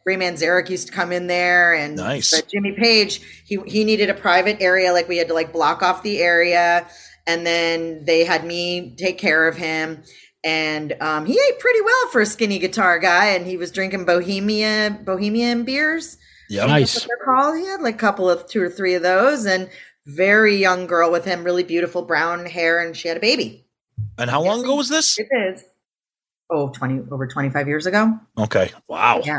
[SPEAKER 6] Ray Manzarek used to come in there, and
[SPEAKER 3] Mm-hmm. Nice.
[SPEAKER 6] but Jimmy Page, he he needed a private area, like we had to like block off the area, and then they had me take care of him. And um, he ate pretty well for a skinny guitar guy, and he was drinking Bohemia Bohemian beers
[SPEAKER 3] Yeah.
[SPEAKER 5] Nice.
[SPEAKER 6] their call. He had like a couple of two or three of those, and very young girl with him, really beautiful brown hair, and she had a baby.
[SPEAKER 3] And how long ago was this?
[SPEAKER 6] It is. Oh, 20 over 25 years ago.
[SPEAKER 3] Okay. Wow.
[SPEAKER 6] Yeah.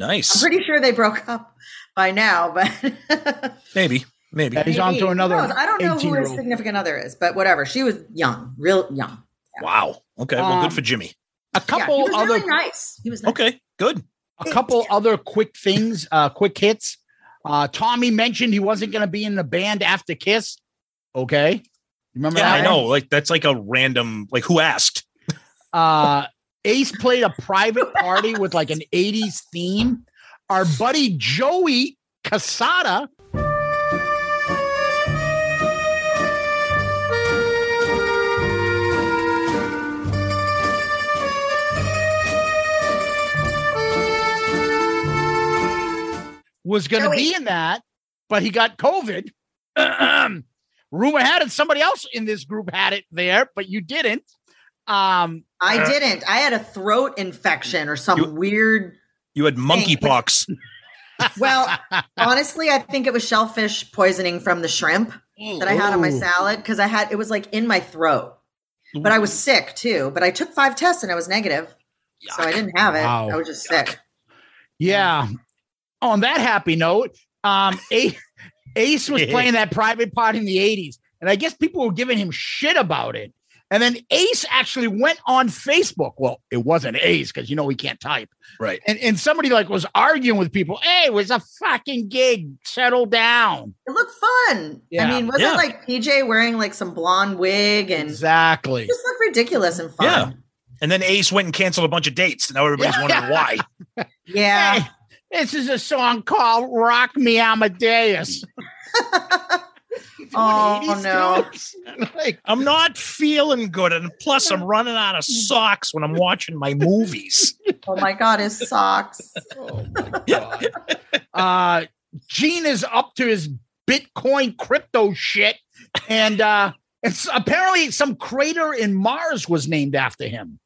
[SPEAKER 6] I'm
[SPEAKER 3] Nice.
[SPEAKER 6] pretty sure they broke up by now, but
[SPEAKER 3] Maybe. Maybe.
[SPEAKER 5] He's on to
[SPEAKER 6] Who
[SPEAKER 5] another.
[SPEAKER 6] knows? I don't know who his
[SPEAKER 5] 18-year-old.
[SPEAKER 6] significant other is, but whatever. She was young, real young.
[SPEAKER 3] Wow. Okay. Well,
[SPEAKER 5] Um,
[SPEAKER 3] good for Jimmy.
[SPEAKER 5] A
[SPEAKER 6] Yeah, he
[SPEAKER 5] couple
[SPEAKER 6] was
[SPEAKER 5] other
[SPEAKER 6] really nice. He was nice.
[SPEAKER 3] Okay. Good.
[SPEAKER 5] a couple other quick things, uh, quick hits. Uh, Tommy mentioned he wasn't going to be in the band after Kiss. Okay, remember
[SPEAKER 3] Yeah,
[SPEAKER 5] that?
[SPEAKER 3] I know. Like that's like a random. Like who asked?
[SPEAKER 5] Uh, Ace played a private party with like an '80s theme. Our buddy Joey Casada was going to
[SPEAKER 6] Joey.
[SPEAKER 5] be in that, but he got COVID. Rumor had it somebody else in this group had it there, but you didn't. Um,
[SPEAKER 6] I didn't. I had a throat infection or some
[SPEAKER 3] You-
[SPEAKER 6] weird.
[SPEAKER 3] You had monkeypox.
[SPEAKER 6] Well, honestly, I think it was shellfish poisoning from the shrimp. that I had on my
[SPEAKER 5] Ooh.
[SPEAKER 6] salad because I had it was like in my throat. But I was sick too. But I took five tests and I was negative. So I didn't have it.
[SPEAKER 5] Wow.
[SPEAKER 6] I was just sick.
[SPEAKER 5] Yeah. On that happy note, um, A- Ace was playing that private party in the 80s, and I guess people were giving him shit about it. And then Ace actually went on Facebook. Well, it wasn't Ace because you know he can't type.
[SPEAKER 3] Right.
[SPEAKER 5] And and somebody like was arguing with people. Hey, it was a fucking gig. Settle down.
[SPEAKER 6] It looked fun.
[SPEAKER 5] Yeah.
[SPEAKER 6] I mean, wasn't
[SPEAKER 3] Yeah.
[SPEAKER 6] like PJ wearing like some blonde wig and it
[SPEAKER 5] Exactly.
[SPEAKER 6] just looked ridiculous and fun.
[SPEAKER 3] And then Ace went and canceled a bunch of dates. Now everybody's wondering why.
[SPEAKER 6] Yeah.
[SPEAKER 5] Hey, this is a song called "Rock Me Amadeus."
[SPEAKER 6] Oh,
[SPEAKER 5] 80s
[SPEAKER 6] no.
[SPEAKER 5] jokes. like,
[SPEAKER 3] I'm not feeling good, and plus I'm running out of socks when I'm watching my movies.
[SPEAKER 6] oh my god, his socks.
[SPEAKER 5] God. uh Gene is up to his Bitcoin crypto shit. And uh it's apparently some crater in Mars was named after him.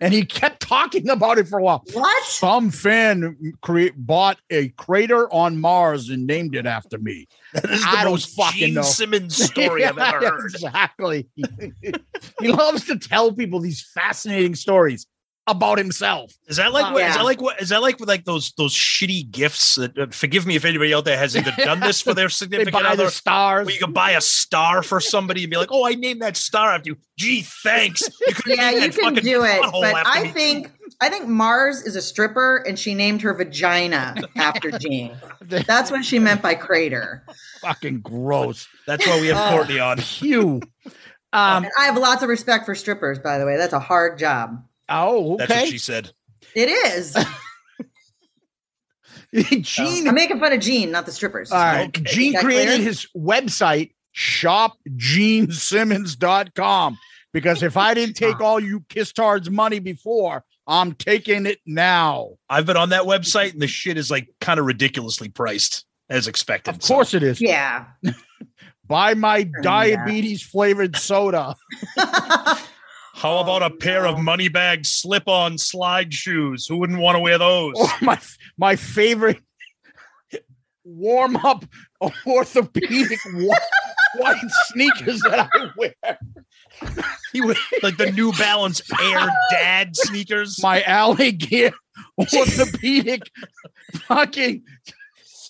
[SPEAKER 5] And he kept talking about it for a while.
[SPEAKER 6] What?
[SPEAKER 5] Some fan create bought a crater on Mars and named it after me.
[SPEAKER 3] That is the
[SPEAKER 5] I don't
[SPEAKER 3] most
[SPEAKER 5] fucking
[SPEAKER 3] Gene
[SPEAKER 5] know.
[SPEAKER 3] Simmons story I've ever
[SPEAKER 5] Yeah,
[SPEAKER 3] heard.
[SPEAKER 5] Exactly. he loves to tell people these fascinating stories about himself.
[SPEAKER 3] Is that like
[SPEAKER 5] Uh,
[SPEAKER 3] what is
[SPEAKER 6] yeah.
[SPEAKER 3] that like what is that like with like those those shitty gifts that uh, forgive me if anybody out there has either done this for their
[SPEAKER 5] They
[SPEAKER 3] significant
[SPEAKER 5] buy
[SPEAKER 3] other
[SPEAKER 5] the stars.
[SPEAKER 3] where you can buy a star for somebody and be like, oh, I named that star after you. Gee, thanks. You could
[SPEAKER 6] Yeah, you can do it. But I think I think Mars is a stripper and she named her vagina after Jean. That's what she meant by crater.
[SPEAKER 5] fucking gross.
[SPEAKER 3] that's why we have Courtney on.
[SPEAKER 5] Pew. Um,
[SPEAKER 6] And I have lots of respect for strippers, by the way. That's a hard job.
[SPEAKER 5] oh,
[SPEAKER 3] That's what
[SPEAKER 5] okay.
[SPEAKER 3] she said.
[SPEAKER 6] It is.
[SPEAKER 5] Gene,
[SPEAKER 6] I'm making fun of Gene, not the strippers.
[SPEAKER 5] all right.
[SPEAKER 3] Okay.
[SPEAKER 5] Gene
[SPEAKER 6] Oh, Is that
[SPEAKER 5] created
[SPEAKER 6] clear?
[SPEAKER 5] his website, shopgenesimmons.com, because if I didn't take all you Kistard's money before, I'm taking it now.
[SPEAKER 3] I've been on that website and the shit is like kind of ridiculously priced as expected.
[SPEAKER 5] Of
[SPEAKER 3] So,
[SPEAKER 5] course it is.
[SPEAKER 6] Yeah.
[SPEAKER 5] Buy my
[SPEAKER 6] that.
[SPEAKER 5] diabetes flavored soda.
[SPEAKER 3] How about a pair
[SPEAKER 5] Oh,
[SPEAKER 3] of money bag slip on slide shoes? Who wouldn't want to wear those?
[SPEAKER 5] Or my my favorite warm up orthopedic wa- white sneakers that I wear. He would-
[SPEAKER 3] like the New Balance Air Dad sneakers.
[SPEAKER 5] my alligator orthopedic fucking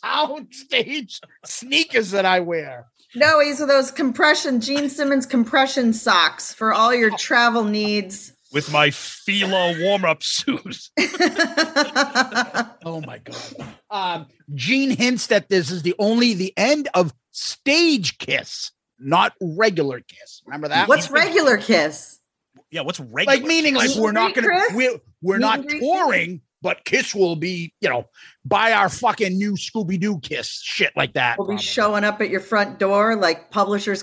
[SPEAKER 5] soundstage sneakers that I wear.
[SPEAKER 6] No, these are those compression Gene Simmons compression socks for all your travel needs.
[SPEAKER 3] with my Fila warm up suit.
[SPEAKER 5] Oh my god. Um, Gene hints that this is the only the end of stage kiss, not regular kiss. Remember that?
[SPEAKER 6] What's regular kiss?
[SPEAKER 3] Yeah, what's regular?
[SPEAKER 5] like meaning like
[SPEAKER 6] Meet
[SPEAKER 5] we're
[SPEAKER 6] and
[SPEAKER 5] not
[SPEAKER 6] greet,
[SPEAKER 5] gonna
[SPEAKER 6] Chris?
[SPEAKER 5] we're we're
[SPEAKER 6] Meet
[SPEAKER 5] not
[SPEAKER 6] and greet, Chris?
[SPEAKER 5] touring, but Kiss will be, you know, buy our fucking new Scooby Doo Kiss shit like that.
[SPEAKER 6] Will be
[SPEAKER 5] probably.
[SPEAKER 6] showing up at your front door like Publishers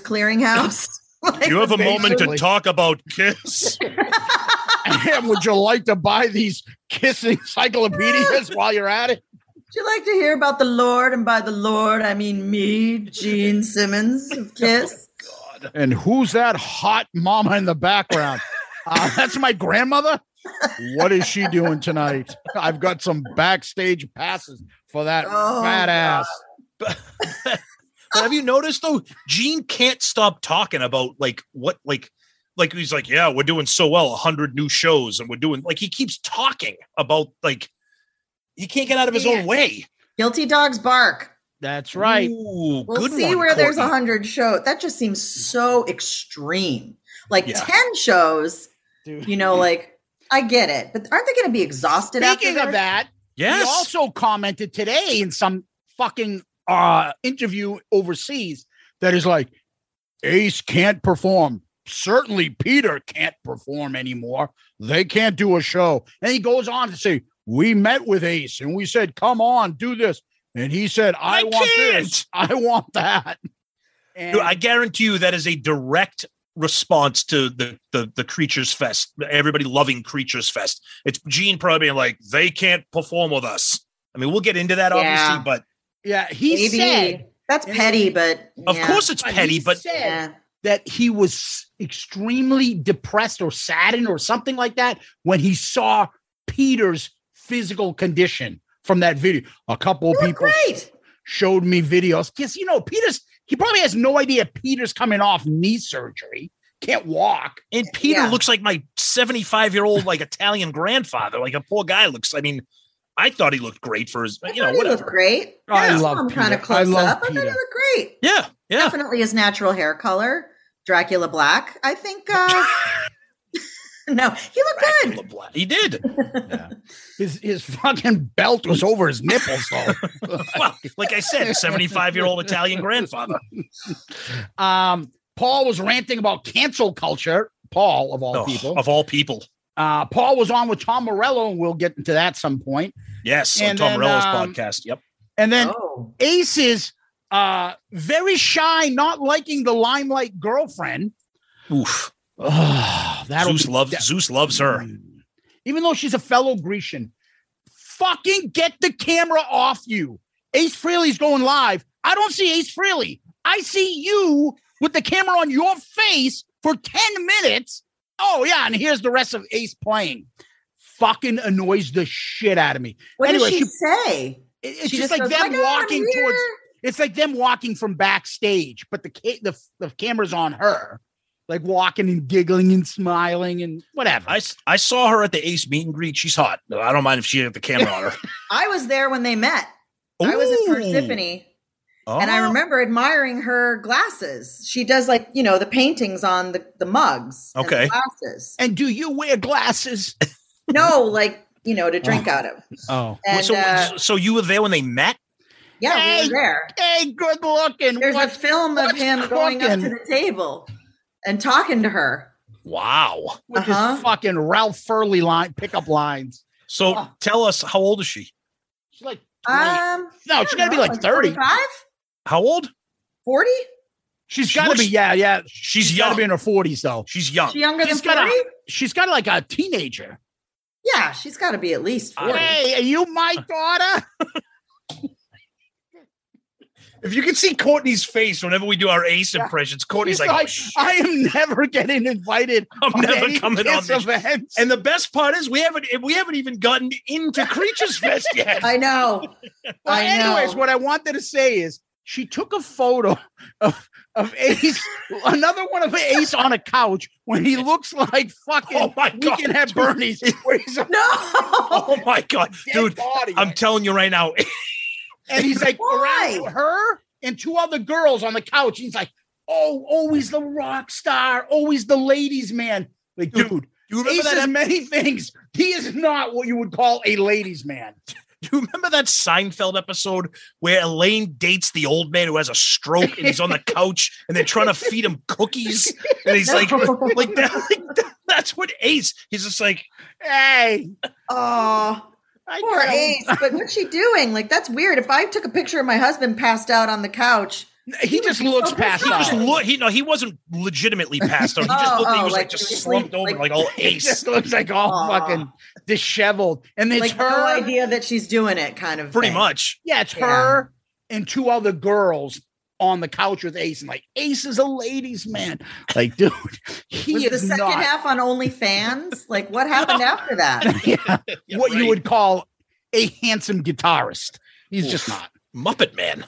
[SPEAKER 6] Clearinghouse. Like,
[SPEAKER 3] you have a moment to
[SPEAKER 5] Basically.
[SPEAKER 3] talk about Kiss.
[SPEAKER 5] And would you like to buy these Kiss encyclopedias while you're at it?
[SPEAKER 6] Would you like to hear about the Lord? And by the Lord, I mean me, Gene Simmons of Kiss.
[SPEAKER 5] And who's that hot mama in the background? Uh, that's my grandmother. What is she doing tonight? I've got some backstage passes for that
[SPEAKER 6] Oh,
[SPEAKER 5] fat ass.
[SPEAKER 3] But have you noticed though, Gene can't stop talking about like what like like he's like, yeah, we're doing so well, hundred new shows, and we're doing like he keeps talking about like he can't get out of his own way.
[SPEAKER 6] Guilty dogs bark.
[SPEAKER 5] That's right.
[SPEAKER 3] Ooh,
[SPEAKER 6] We'll
[SPEAKER 3] good
[SPEAKER 6] see
[SPEAKER 3] one,
[SPEAKER 6] where there's a
[SPEAKER 3] Courtney.
[SPEAKER 6] hundred shows. That just seems so extreme. Like
[SPEAKER 3] Yeah.
[SPEAKER 6] ten shows,
[SPEAKER 5] Dude.
[SPEAKER 6] you know, like I get it, but aren't they going to be exhausted
[SPEAKER 5] Speaking
[SPEAKER 6] after
[SPEAKER 5] of that,
[SPEAKER 3] Yes.
[SPEAKER 5] He also commented today in some fucking uh, interview overseas that is like, Ace can't perform. Certainly, Peter can't perform anymore. They can't do a show. And he goes on to say, We met with Ace and we said, Come on, do this. And he said, I,
[SPEAKER 3] I
[SPEAKER 5] want
[SPEAKER 3] can't."
[SPEAKER 5] this. I want that. And
[SPEAKER 3] Dude, I guarantee you that is a direct response to the the the creatures fest. Everybody loving creatures fest. It's Gene probably being like they can't perform with us. I mean, we'll get into that
[SPEAKER 6] Yeah.
[SPEAKER 3] obviously, but
[SPEAKER 5] yeah, he
[SPEAKER 6] Maybe.
[SPEAKER 5] said
[SPEAKER 6] That's petty, but
[SPEAKER 3] of
[SPEAKER 6] yeah.
[SPEAKER 3] course it's
[SPEAKER 5] But he
[SPEAKER 3] petty. But
[SPEAKER 5] said
[SPEAKER 6] Yeah.
[SPEAKER 5] that he was extremely depressed or saddened or something like that when he saw Peter's physical condition from that video. A couple of
[SPEAKER 6] You look
[SPEAKER 5] people
[SPEAKER 6] great.
[SPEAKER 5] showed me videos. Yes, you know, Peter's he probably has no idea Peter's coming off knee surgery, can't walk.
[SPEAKER 3] and Peter
[SPEAKER 6] Yeah.
[SPEAKER 3] looks like my seventy five year old like Italian grandfather. Like a poor guy looks. I mean, I thought he looked great for his.
[SPEAKER 6] I
[SPEAKER 3] You know,
[SPEAKER 6] thought he looked
[SPEAKER 3] whatever.
[SPEAKER 6] great.
[SPEAKER 5] Oh, I
[SPEAKER 6] Yeah,
[SPEAKER 5] love
[SPEAKER 6] saw him
[SPEAKER 5] Peter.
[SPEAKER 6] kinda
[SPEAKER 5] I
[SPEAKER 6] close up.
[SPEAKER 5] love
[SPEAKER 6] I thought he
[SPEAKER 5] Peter.
[SPEAKER 6] looked great.
[SPEAKER 3] Yeah, yeah.
[SPEAKER 6] Definitely his natural hair color, Dracula black. I think. Uh, no, he looked good.
[SPEAKER 3] Dracula Black. He did.
[SPEAKER 5] His his fucking belt was over his nipples though.
[SPEAKER 3] Well, like I said, seventy five year old Italian grandfather.
[SPEAKER 5] um Paul was ranting about cancel culture. Paul of all
[SPEAKER 3] Oh,
[SPEAKER 5] people.
[SPEAKER 3] of all people.
[SPEAKER 5] Uh, Paul was on with Tom Morello, and we'll get into that some point.
[SPEAKER 3] Yes, on
[SPEAKER 5] And
[SPEAKER 3] Tom
[SPEAKER 5] then,
[SPEAKER 3] Morello's
[SPEAKER 5] um,
[SPEAKER 3] podcast. Yep.
[SPEAKER 5] And
[SPEAKER 3] Uh-huh.
[SPEAKER 5] then
[SPEAKER 6] Oh,
[SPEAKER 5] Ace is uh, very shy, not liking the limelight girlfriend.
[SPEAKER 3] Oof.
[SPEAKER 5] Oh, that'll
[SPEAKER 3] Zeus
[SPEAKER 5] be-
[SPEAKER 3] loves
[SPEAKER 5] that- Mm.
[SPEAKER 3] Zeus loves her.
[SPEAKER 5] Even though she's a fellow Grecian, fucking get the camera off you. Ace Frehley's going live. I don't see Ace Frehley. I see you with the camera on your face for 10 minutes. Oh, yeah. And here's the rest of Ace playing. Fucking annoys the shit out of me.
[SPEAKER 6] what
[SPEAKER 5] anyway,
[SPEAKER 6] did she,
[SPEAKER 5] she-
[SPEAKER 6] say?
[SPEAKER 5] It- it's
[SPEAKER 6] She
[SPEAKER 5] just,
[SPEAKER 6] goes,
[SPEAKER 5] like them
[SPEAKER 6] "Oh my God, I'm
[SPEAKER 5] walking
[SPEAKER 6] here."
[SPEAKER 5] towards. It's like them walking from backstage, but the ca- the the camera's on her, like walking and giggling and smiling and whatever.
[SPEAKER 3] I, s- I saw her at the Ace meet and greet. She's hot. No, I don't mind if she had the camera on her.
[SPEAKER 6] I was there when they met. I was
[SPEAKER 3] Ooh.
[SPEAKER 6] at Persephone,
[SPEAKER 3] Oh.
[SPEAKER 6] and I remember admiring her glasses. She does like you know the paintings on the the mugs. and the
[SPEAKER 3] Okay.
[SPEAKER 6] glasses.
[SPEAKER 5] and do you wear glasses?
[SPEAKER 6] No, like you know to drink out of.
[SPEAKER 5] Oh,
[SPEAKER 6] And
[SPEAKER 3] so,
[SPEAKER 6] uh,
[SPEAKER 3] so you were there when they met?
[SPEAKER 6] yeah, we
[SPEAKER 5] Hey,
[SPEAKER 6] were there.
[SPEAKER 5] hey, good looking.
[SPEAKER 6] There's a
[SPEAKER 5] What?
[SPEAKER 6] film of
[SPEAKER 5] what's
[SPEAKER 6] him going up to
[SPEAKER 5] cooking?
[SPEAKER 6] the table and talking to her.
[SPEAKER 3] Wow.
[SPEAKER 5] with
[SPEAKER 6] uh-huh.
[SPEAKER 5] this fucking Ralph Furley line pickup lines.
[SPEAKER 3] So
[SPEAKER 5] Ah.
[SPEAKER 3] tell us, how old is she?
[SPEAKER 5] She's like, 20.
[SPEAKER 6] Um,
[SPEAKER 5] no, she's Oh, gotta be like thirty.
[SPEAKER 6] 5
[SPEAKER 3] How old?
[SPEAKER 6] 40?
[SPEAKER 5] She's
[SPEAKER 3] She
[SPEAKER 5] gotta
[SPEAKER 3] looks-
[SPEAKER 5] be yeah, yeah.
[SPEAKER 3] She's,
[SPEAKER 5] She's
[SPEAKER 3] young.
[SPEAKER 5] gotta be in her forties though.
[SPEAKER 3] she's young.
[SPEAKER 6] She younger
[SPEAKER 5] Oh, She's
[SPEAKER 6] than
[SPEAKER 5] got a-
[SPEAKER 6] 40?
[SPEAKER 5] She's gotta like a teenager.
[SPEAKER 6] Yeah, she's got to be at least 40.
[SPEAKER 5] Hey, are you my daughter?
[SPEAKER 3] If you can see Courtney's face whenever we do our Ace
[SPEAKER 5] Yeah.
[SPEAKER 3] impressions, Courtney's
[SPEAKER 5] She's
[SPEAKER 3] like,
[SPEAKER 5] like,
[SPEAKER 3] "Shh,
[SPEAKER 5] I am never getting invited
[SPEAKER 3] I'm
[SPEAKER 5] on
[SPEAKER 3] never
[SPEAKER 5] any
[SPEAKER 3] coming on
[SPEAKER 5] kiss
[SPEAKER 3] this.
[SPEAKER 5] events.
[SPEAKER 3] And the best part is we haven't we haven't even gotten into Creatures Fest yet.
[SPEAKER 6] I know.
[SPEAKER 5] Well,
[SPEAKER 6] I know.
[SPEAKER 5] anyways, what I wanted to say is she took a photo of, of Ace, another one of Ace on a couch when he looks like fucking
[SPEAKER 3] Oh my
[SPEAKER 5] we
[SPEAKER 3] God,
[SPEAKER 5] can have Bernie's where he's a
[SPEAKER 6] No.
[SPEAKER 3] oh my god,
[SPEAKER 5] dead
[SPEAKER 3] dude!
[SPEAKER 5] body.
[SPEAKER 3] I'm telling you right now,
[SPEAKER 5] and he's like
[SPEAKER 6] Why?
[SPEAKER 5] around her and two other girls on the couch. He's like, "Oh, always the rock star, always the ladies' man." Like,
[SPEAKER 3] Dude,
[SPEAKER 5] dude,
[SPEAKER 3] You
[SPEAKER 5] he
[SPEAKER 3] remember that?
[SPEAKER 5] says many things. He is not what you would call a ladies' man.
[SPEAKER 3] Do you remember that Seinfeld episode where Elaine dates the old man who has a stroke and he's on the couch and they're trying to feed him cookies and he's like, like, that, like that- that's what Ace. He's just like,
[SPEAKER 5] Hey,
[SPEAKER 6] oh,
[SPEAKER 5] I
[SPEAKER 6] poor
[SPEAKER 5] got a-
[SPEAKER 6] Ace. But what's she doing? Like, that's weird. If I took a picture of my husband passed out on the couch,
[SPEAKER 5] He just looks past
[SPEAKER 3] he just
[SPEAKER 5] out.
[SPEAKER 3] look. He no, he wasn't legitimately passed out. He just
[SPEAKER 6] Oh,
[SPEAKER 3] looked. he
[SPEAKER 6] oh,
[SPEAKER 3] was like,
[SPEAKER 6] like,
[SPEAKER 3] just
[SPEAKER 6] he was
[SPEAKER 3] slumped
[SPEAKER 6] like-
[SPEAKER 3] over, like,
[SPEAKER 6] like-
[SPEAKER 3] all
[SPEAKER 5] He just
[SPEAKER 3] Ace.
[SPEAKER 5] looks like all
[SPEAKER 6] Aw.
[SPEAKER 5] fucking disheveled, and it's
[SPEAKER 6] like
[SPEAKER 5] her.
[SPEAKER 6] no idea that she's doing it, kind of.
[SPEAKER 3] Pretty
[SPEAKER 6] thing.
[SPEAKER 3] much.
[SPEAKER 5] Yeah, it's
[SPEAKER 6] Yeah.
[SPEAKER 5] her and two other girls on the couch with Ace, and like Ace is a ladies' man. Like, dude, he
[SPEAKER 6] Was the
[SPEAKER 5] is
[SPEAKER 6] second
[SPEAKER 5] not
[SPEAKER 6] half on OnlyFans? like, what happened after that?
[SPEAKER 3] Yeah,
[SPEAKER 5] what you
[SPEAKER 3] right.
[SPEAKER 5] would call a handsome guitarist. He's just
[SPEAKER 3] Oof.
[SPEAKER 5] not.
[SPEAKER 3] Muppet Man.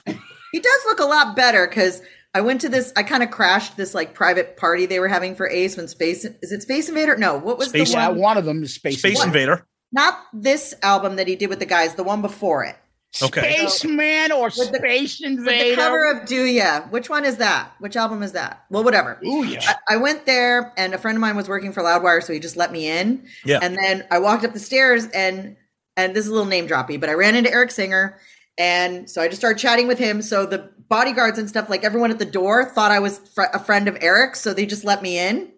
[SPEAKER 6] He does look a lot better because I went to this. I kind of crashed this like private party they were having for Ace when Space is it Space Invader? No, what was
[SPEAKER 3] Space
[SPEAKER 6] the
[SPEAKER 5] Yeah,
[SPEAKER 6] one?
[SPEAKER 5] one of them is Space.
[SPEAKER 3] Space,
[SPEAKER 5] Man.
[SPEAKER 3] Invader.
[SPEAKER 6] Not this album that he did with the guys. The one before it.
[SPEAKER 3] Okay.
[SPEAKER 5] Spaceman or
[SPEAKER 6] With the-
[SPEAKER 5] Space Invader.
[SPEAKER 6] With the cover of Do Ya. Which one is that? Which album is that? Well, whatever.
[SPEAKER 5] Ooh, yeah.
[SPEAKER 6] I, I went there and a friend of mine was working for Loudwire, so he just let me in.
[SPEAKER 3] Yeah.
[SPEAKER 6] And then I walked up the stairs and and this is a little name droppy, but I ran into Eric Singer and so I just started chatting with him. So the bodyguards and stuff, like everyone at the door, thought I was fr- a friend of Eric's, so they just let me in.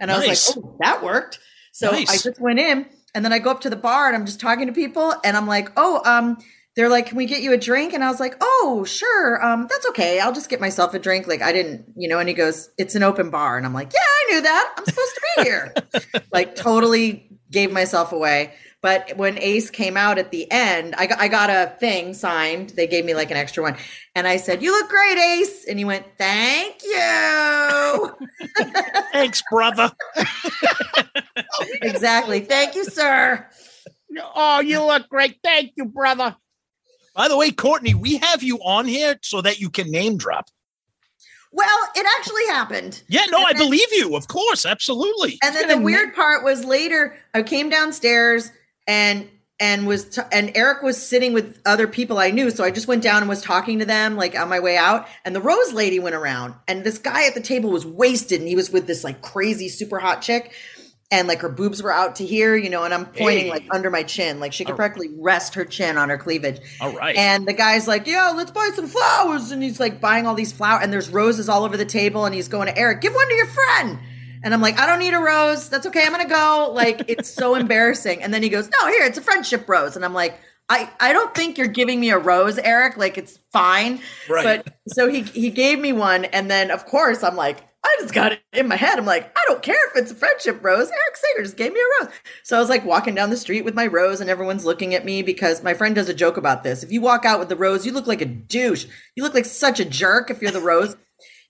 [SPEAKER 6] And I
[SPEAKER 3] Nice.
[SPEAKER 6] was like, oh, that worked. So
[SPEAKER 3] Nice.
[SPEAKER 6] I just went in and then I go up to the bar and I'm just talking to people and I'm like, oh, um, they're like, can we get you a drink? And I was like, oh, sure. Um, that's okay. I'll just get myself a drink. Like I didn't, you know, and he goes, it's an open bar. And I'm like, yeah, I knew that. I'm supposed to be here. like totally gave myself away. But when Ace came out at the end, I got, I got a thing signed. They gave me like an extra one. And I said, you look great, Ace. And he went, thank you.
[SPEAKER 3] Thanks, brother.
[SPEAKER 6] exactly. Thank you, sir.
[SPEAKER 5] oh, you look great. Thank you, brother.
[SPEAKER 3] By the way, Courtney, we have you on here so that you can name drop.
[SPEAKER 6] Well, it actually happened.
[SPEAKER 3] Yeah, no,
[SPEAKER 6] And
[SPEAKER 3] I
[SPEAKER 6] then-
[SPEAKER 3] believe you. Of course, absolutely.
[SPEAKER 6] And then the weird part was later I came downstairs and and was t- and Eric was sitting with other people I knew, so I just went down and was talking to them like on my way out. And the rose lady went around, and this guy at the table was wasted, and he was with this like crazy super hot chick, and like her boobs were out to here, you know. And I'm pointing
[SPEAKER 3] Hey.
[SPEAKER 6] like under my chin, like she could practically rest her chin on her cleavage.
[SPEAKER 3] All right.
[SPEAKER 6] And the guy's like, yo, let's buy some flowers. And he's like buying all these flowers. And there's roses all over the table. And he's going to Eric, give one to your friend. And I'm like, I don't need a rose. That's okay. I'm going to go. Like, it's so embarrassing. And then he goes, no, here, it's a friendship rose. And I'm like, I, I don't think you're giving me a rose, Eric. Like, it's fine.
[SPEAKER 3] Right.
[SPEAKER 6] But so he, he gave me one. And then, of course, I'm like, I just got it in my head. I'm like, I don't care if it's a friendship rose. Eric Sager just gave me a rose. So I was like walking down the street with my rose, and everyone's looking at me because my friend does a joke about this. If you walk out with the rose, you look like a douche. You look like such a jerk if you're the rose.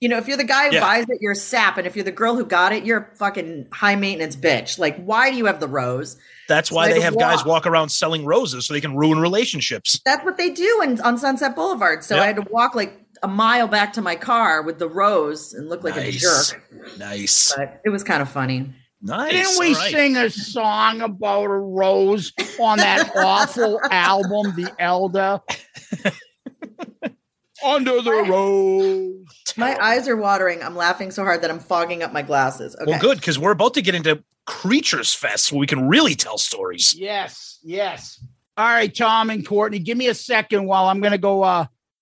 [SPEAKER 6] You know, if you're the guy who
[SPEAKER 3] Yeah.
[SPEAKER 6] buys it, you're a sap. And if you're the girl who got it, you're a fucking high maintenance bitch. Like, why do you have the rose?
[SPEAKER 3] That's why
[SPEAKER 6] Way
[SPEAKER 3] they
[SPEAKER 6] to
[SPEAKER 3] have guys
[SPEAKER 6] walk.
[SPEAKER 3] walk around selling roses so they can ruin relationships.
[SPEAKER 6] That's what they do in, on Sunset Boulevard. So
[SPEAKER 3] Yeah.
[SPEAKER 6] I had to walk like a mile back to my car with the rose and look like a
[SPEAKER 3] nice.
[SPEAKER 6] jerk.
[SPEAKER 3] Nice.
[SPEAKER 6] But it was kind of funny.
[SPEAKER 3] Nice.
[SPEAKER 5] Didn't we
[SPEAKER 3] all right.
[SPEAKER 5] sing a song about a rose on that awful album, The Elder? Under the rose.
[SPEAKER 6] My eyes are watering. I'm laughing so hard that I'm fogging up my glasses. Okay.
[SPEAKER 3] Well, good, because we're about to get into Creatures Fest where we can really tell stories.
[SPEAKER 5] Yes, yes. All right, Tom and Courtney, give me a second while I'm going to go uh,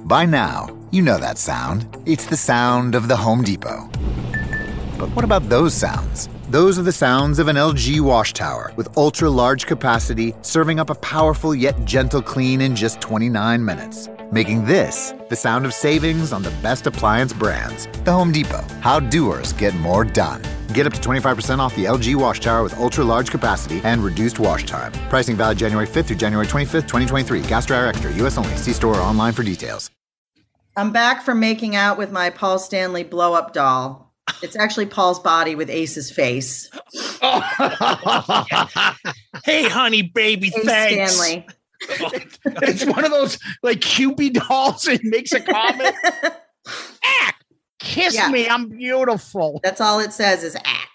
[SPEAKER 9] By now, you know that sound. It's the sound of the Home Depot. But what about those sounds? Those are the sounds of an LG wash tower with ultra large capacity, serving up a powerful yet gentle clean in just 29 minutes. Making this the sound of savings on the best appliance brands. The Home Depot. How doers get more done. Get up to 25% off the LG wash tower with ultra large capacity and reduced wash time. Pricing valid January 5th through January 25th, 2023. Gas dryer extra, US only. See store or online for details.
[SPEAKER 6] I'm back from making out with my Paul Stanley blow up doll. It's actually Paul's body with Ace's face.
[SPEAKER 3] hey, honey, baby,
[SPEAKER 6] Ace
[SPEAKER 3] thanks.
[SPEAKER 6] Stanley.
[SPEAKER 5] it's one of those like Cupid dolls and makes a comment. Ah, kiss
[SPEAKER 6] Yeah.
[SPEAKER 5] me, I'm beautiful.
[SPEAKER 6] That's all it says is ack.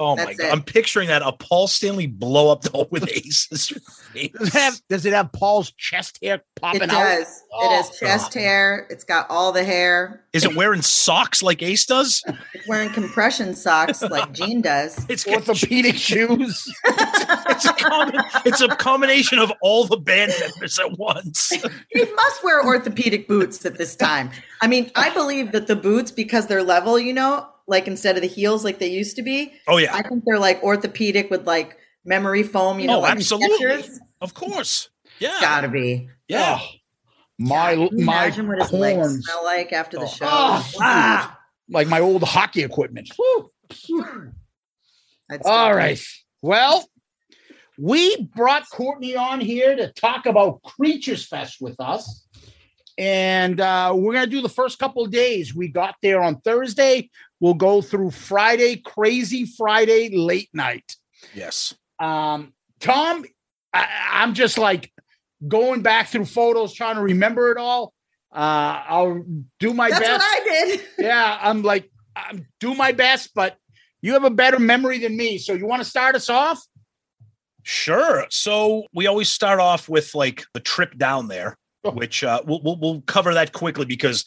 [SPEAKER 3] Oh my
[SPEAKER 6] That's
[SPEAKER 3] god!
[SPEAKER 6] it.
[SPEAKER 3] I'm picturing that a Paul Stanley blow up doll with aces.
[SPEAKER 5] Does it have, does it have Paul's chest hair popping
[SPEAKER 6] It
[SPEAKER 5] out?
[SPEAKER 6] does. it
[SPEAKER 3] Oh,
[SPEAKER 6] has chest hair. It's got all the hair.
[SPEAKER 3] Is it wearing socks like Ace does?
[SPEAKER 6] It's wearing compression socks like Jean does.
[SPEAKER 3] It's
[SPEAKER 5] Orthopedic shoes.
[SPEAKER 3] it's a common, it's a combination of all the band members at once.
[SPEAKER 6] He must wear orthopedic boots at this time. I mean, I believe that the boots, because they're level, you know, like instead of the heels like they used to be,
[SPEAKER 3] Oh yeah,
[SPEAKER 6] I think they're like orthopedic with like memory foam, you know,
[SPEAKER 3] Oh,
[SPEAKER 6] like
[SPEAKER 3] absolutely.
[SPEAKER 6] Skechers.
[SPEAKER 3] of course. Yeah,
[SPEAKER 6] Gotta be.
[SPEAKER 3] yeah.
[SPEAKER 5] Oh, My
[SPEAKER 6] Can you
[SPEAKER 5] my
[SPEAKER 6] imagine what his legs
[SPEAKER 5] horns.
[SPEAKER 6] smell like after the show.
[SPEAKER 5] Oh, ah, like my old hockey equipment. Whew.
[SPEAKER 6] I'd still
[SPEAKER 5] All
[SPEAKER 6] do it.
[SPEAKER 5] right. Well, we brought Courtney on here to talk about Creatures Fest with us. And uh, we're going to do the first couple of days. We got there on Thursday. We'll go through Friday, crazy Friday, late night.
[SPEAKER 3] Yes.
[SPEAKER 5] Um, Tom, I, I'm just like going back through photos, trying to remember it all. Uh, I'll do my
[SPEAKER 6] That's
[SPEAKER 5] best
[SPEAKER 6] what I did.
[SPEAKER 5] yeah, I'm like, I'm do my best, but you have a better memory than me. So you want to start us off?
[SPEAKER 3] Sure. So we always start off with like the trip down there,
[SPEAKER 5] Oh.
[SPEAKER 3] which uh, we'll, we'll we'll cover that quickly because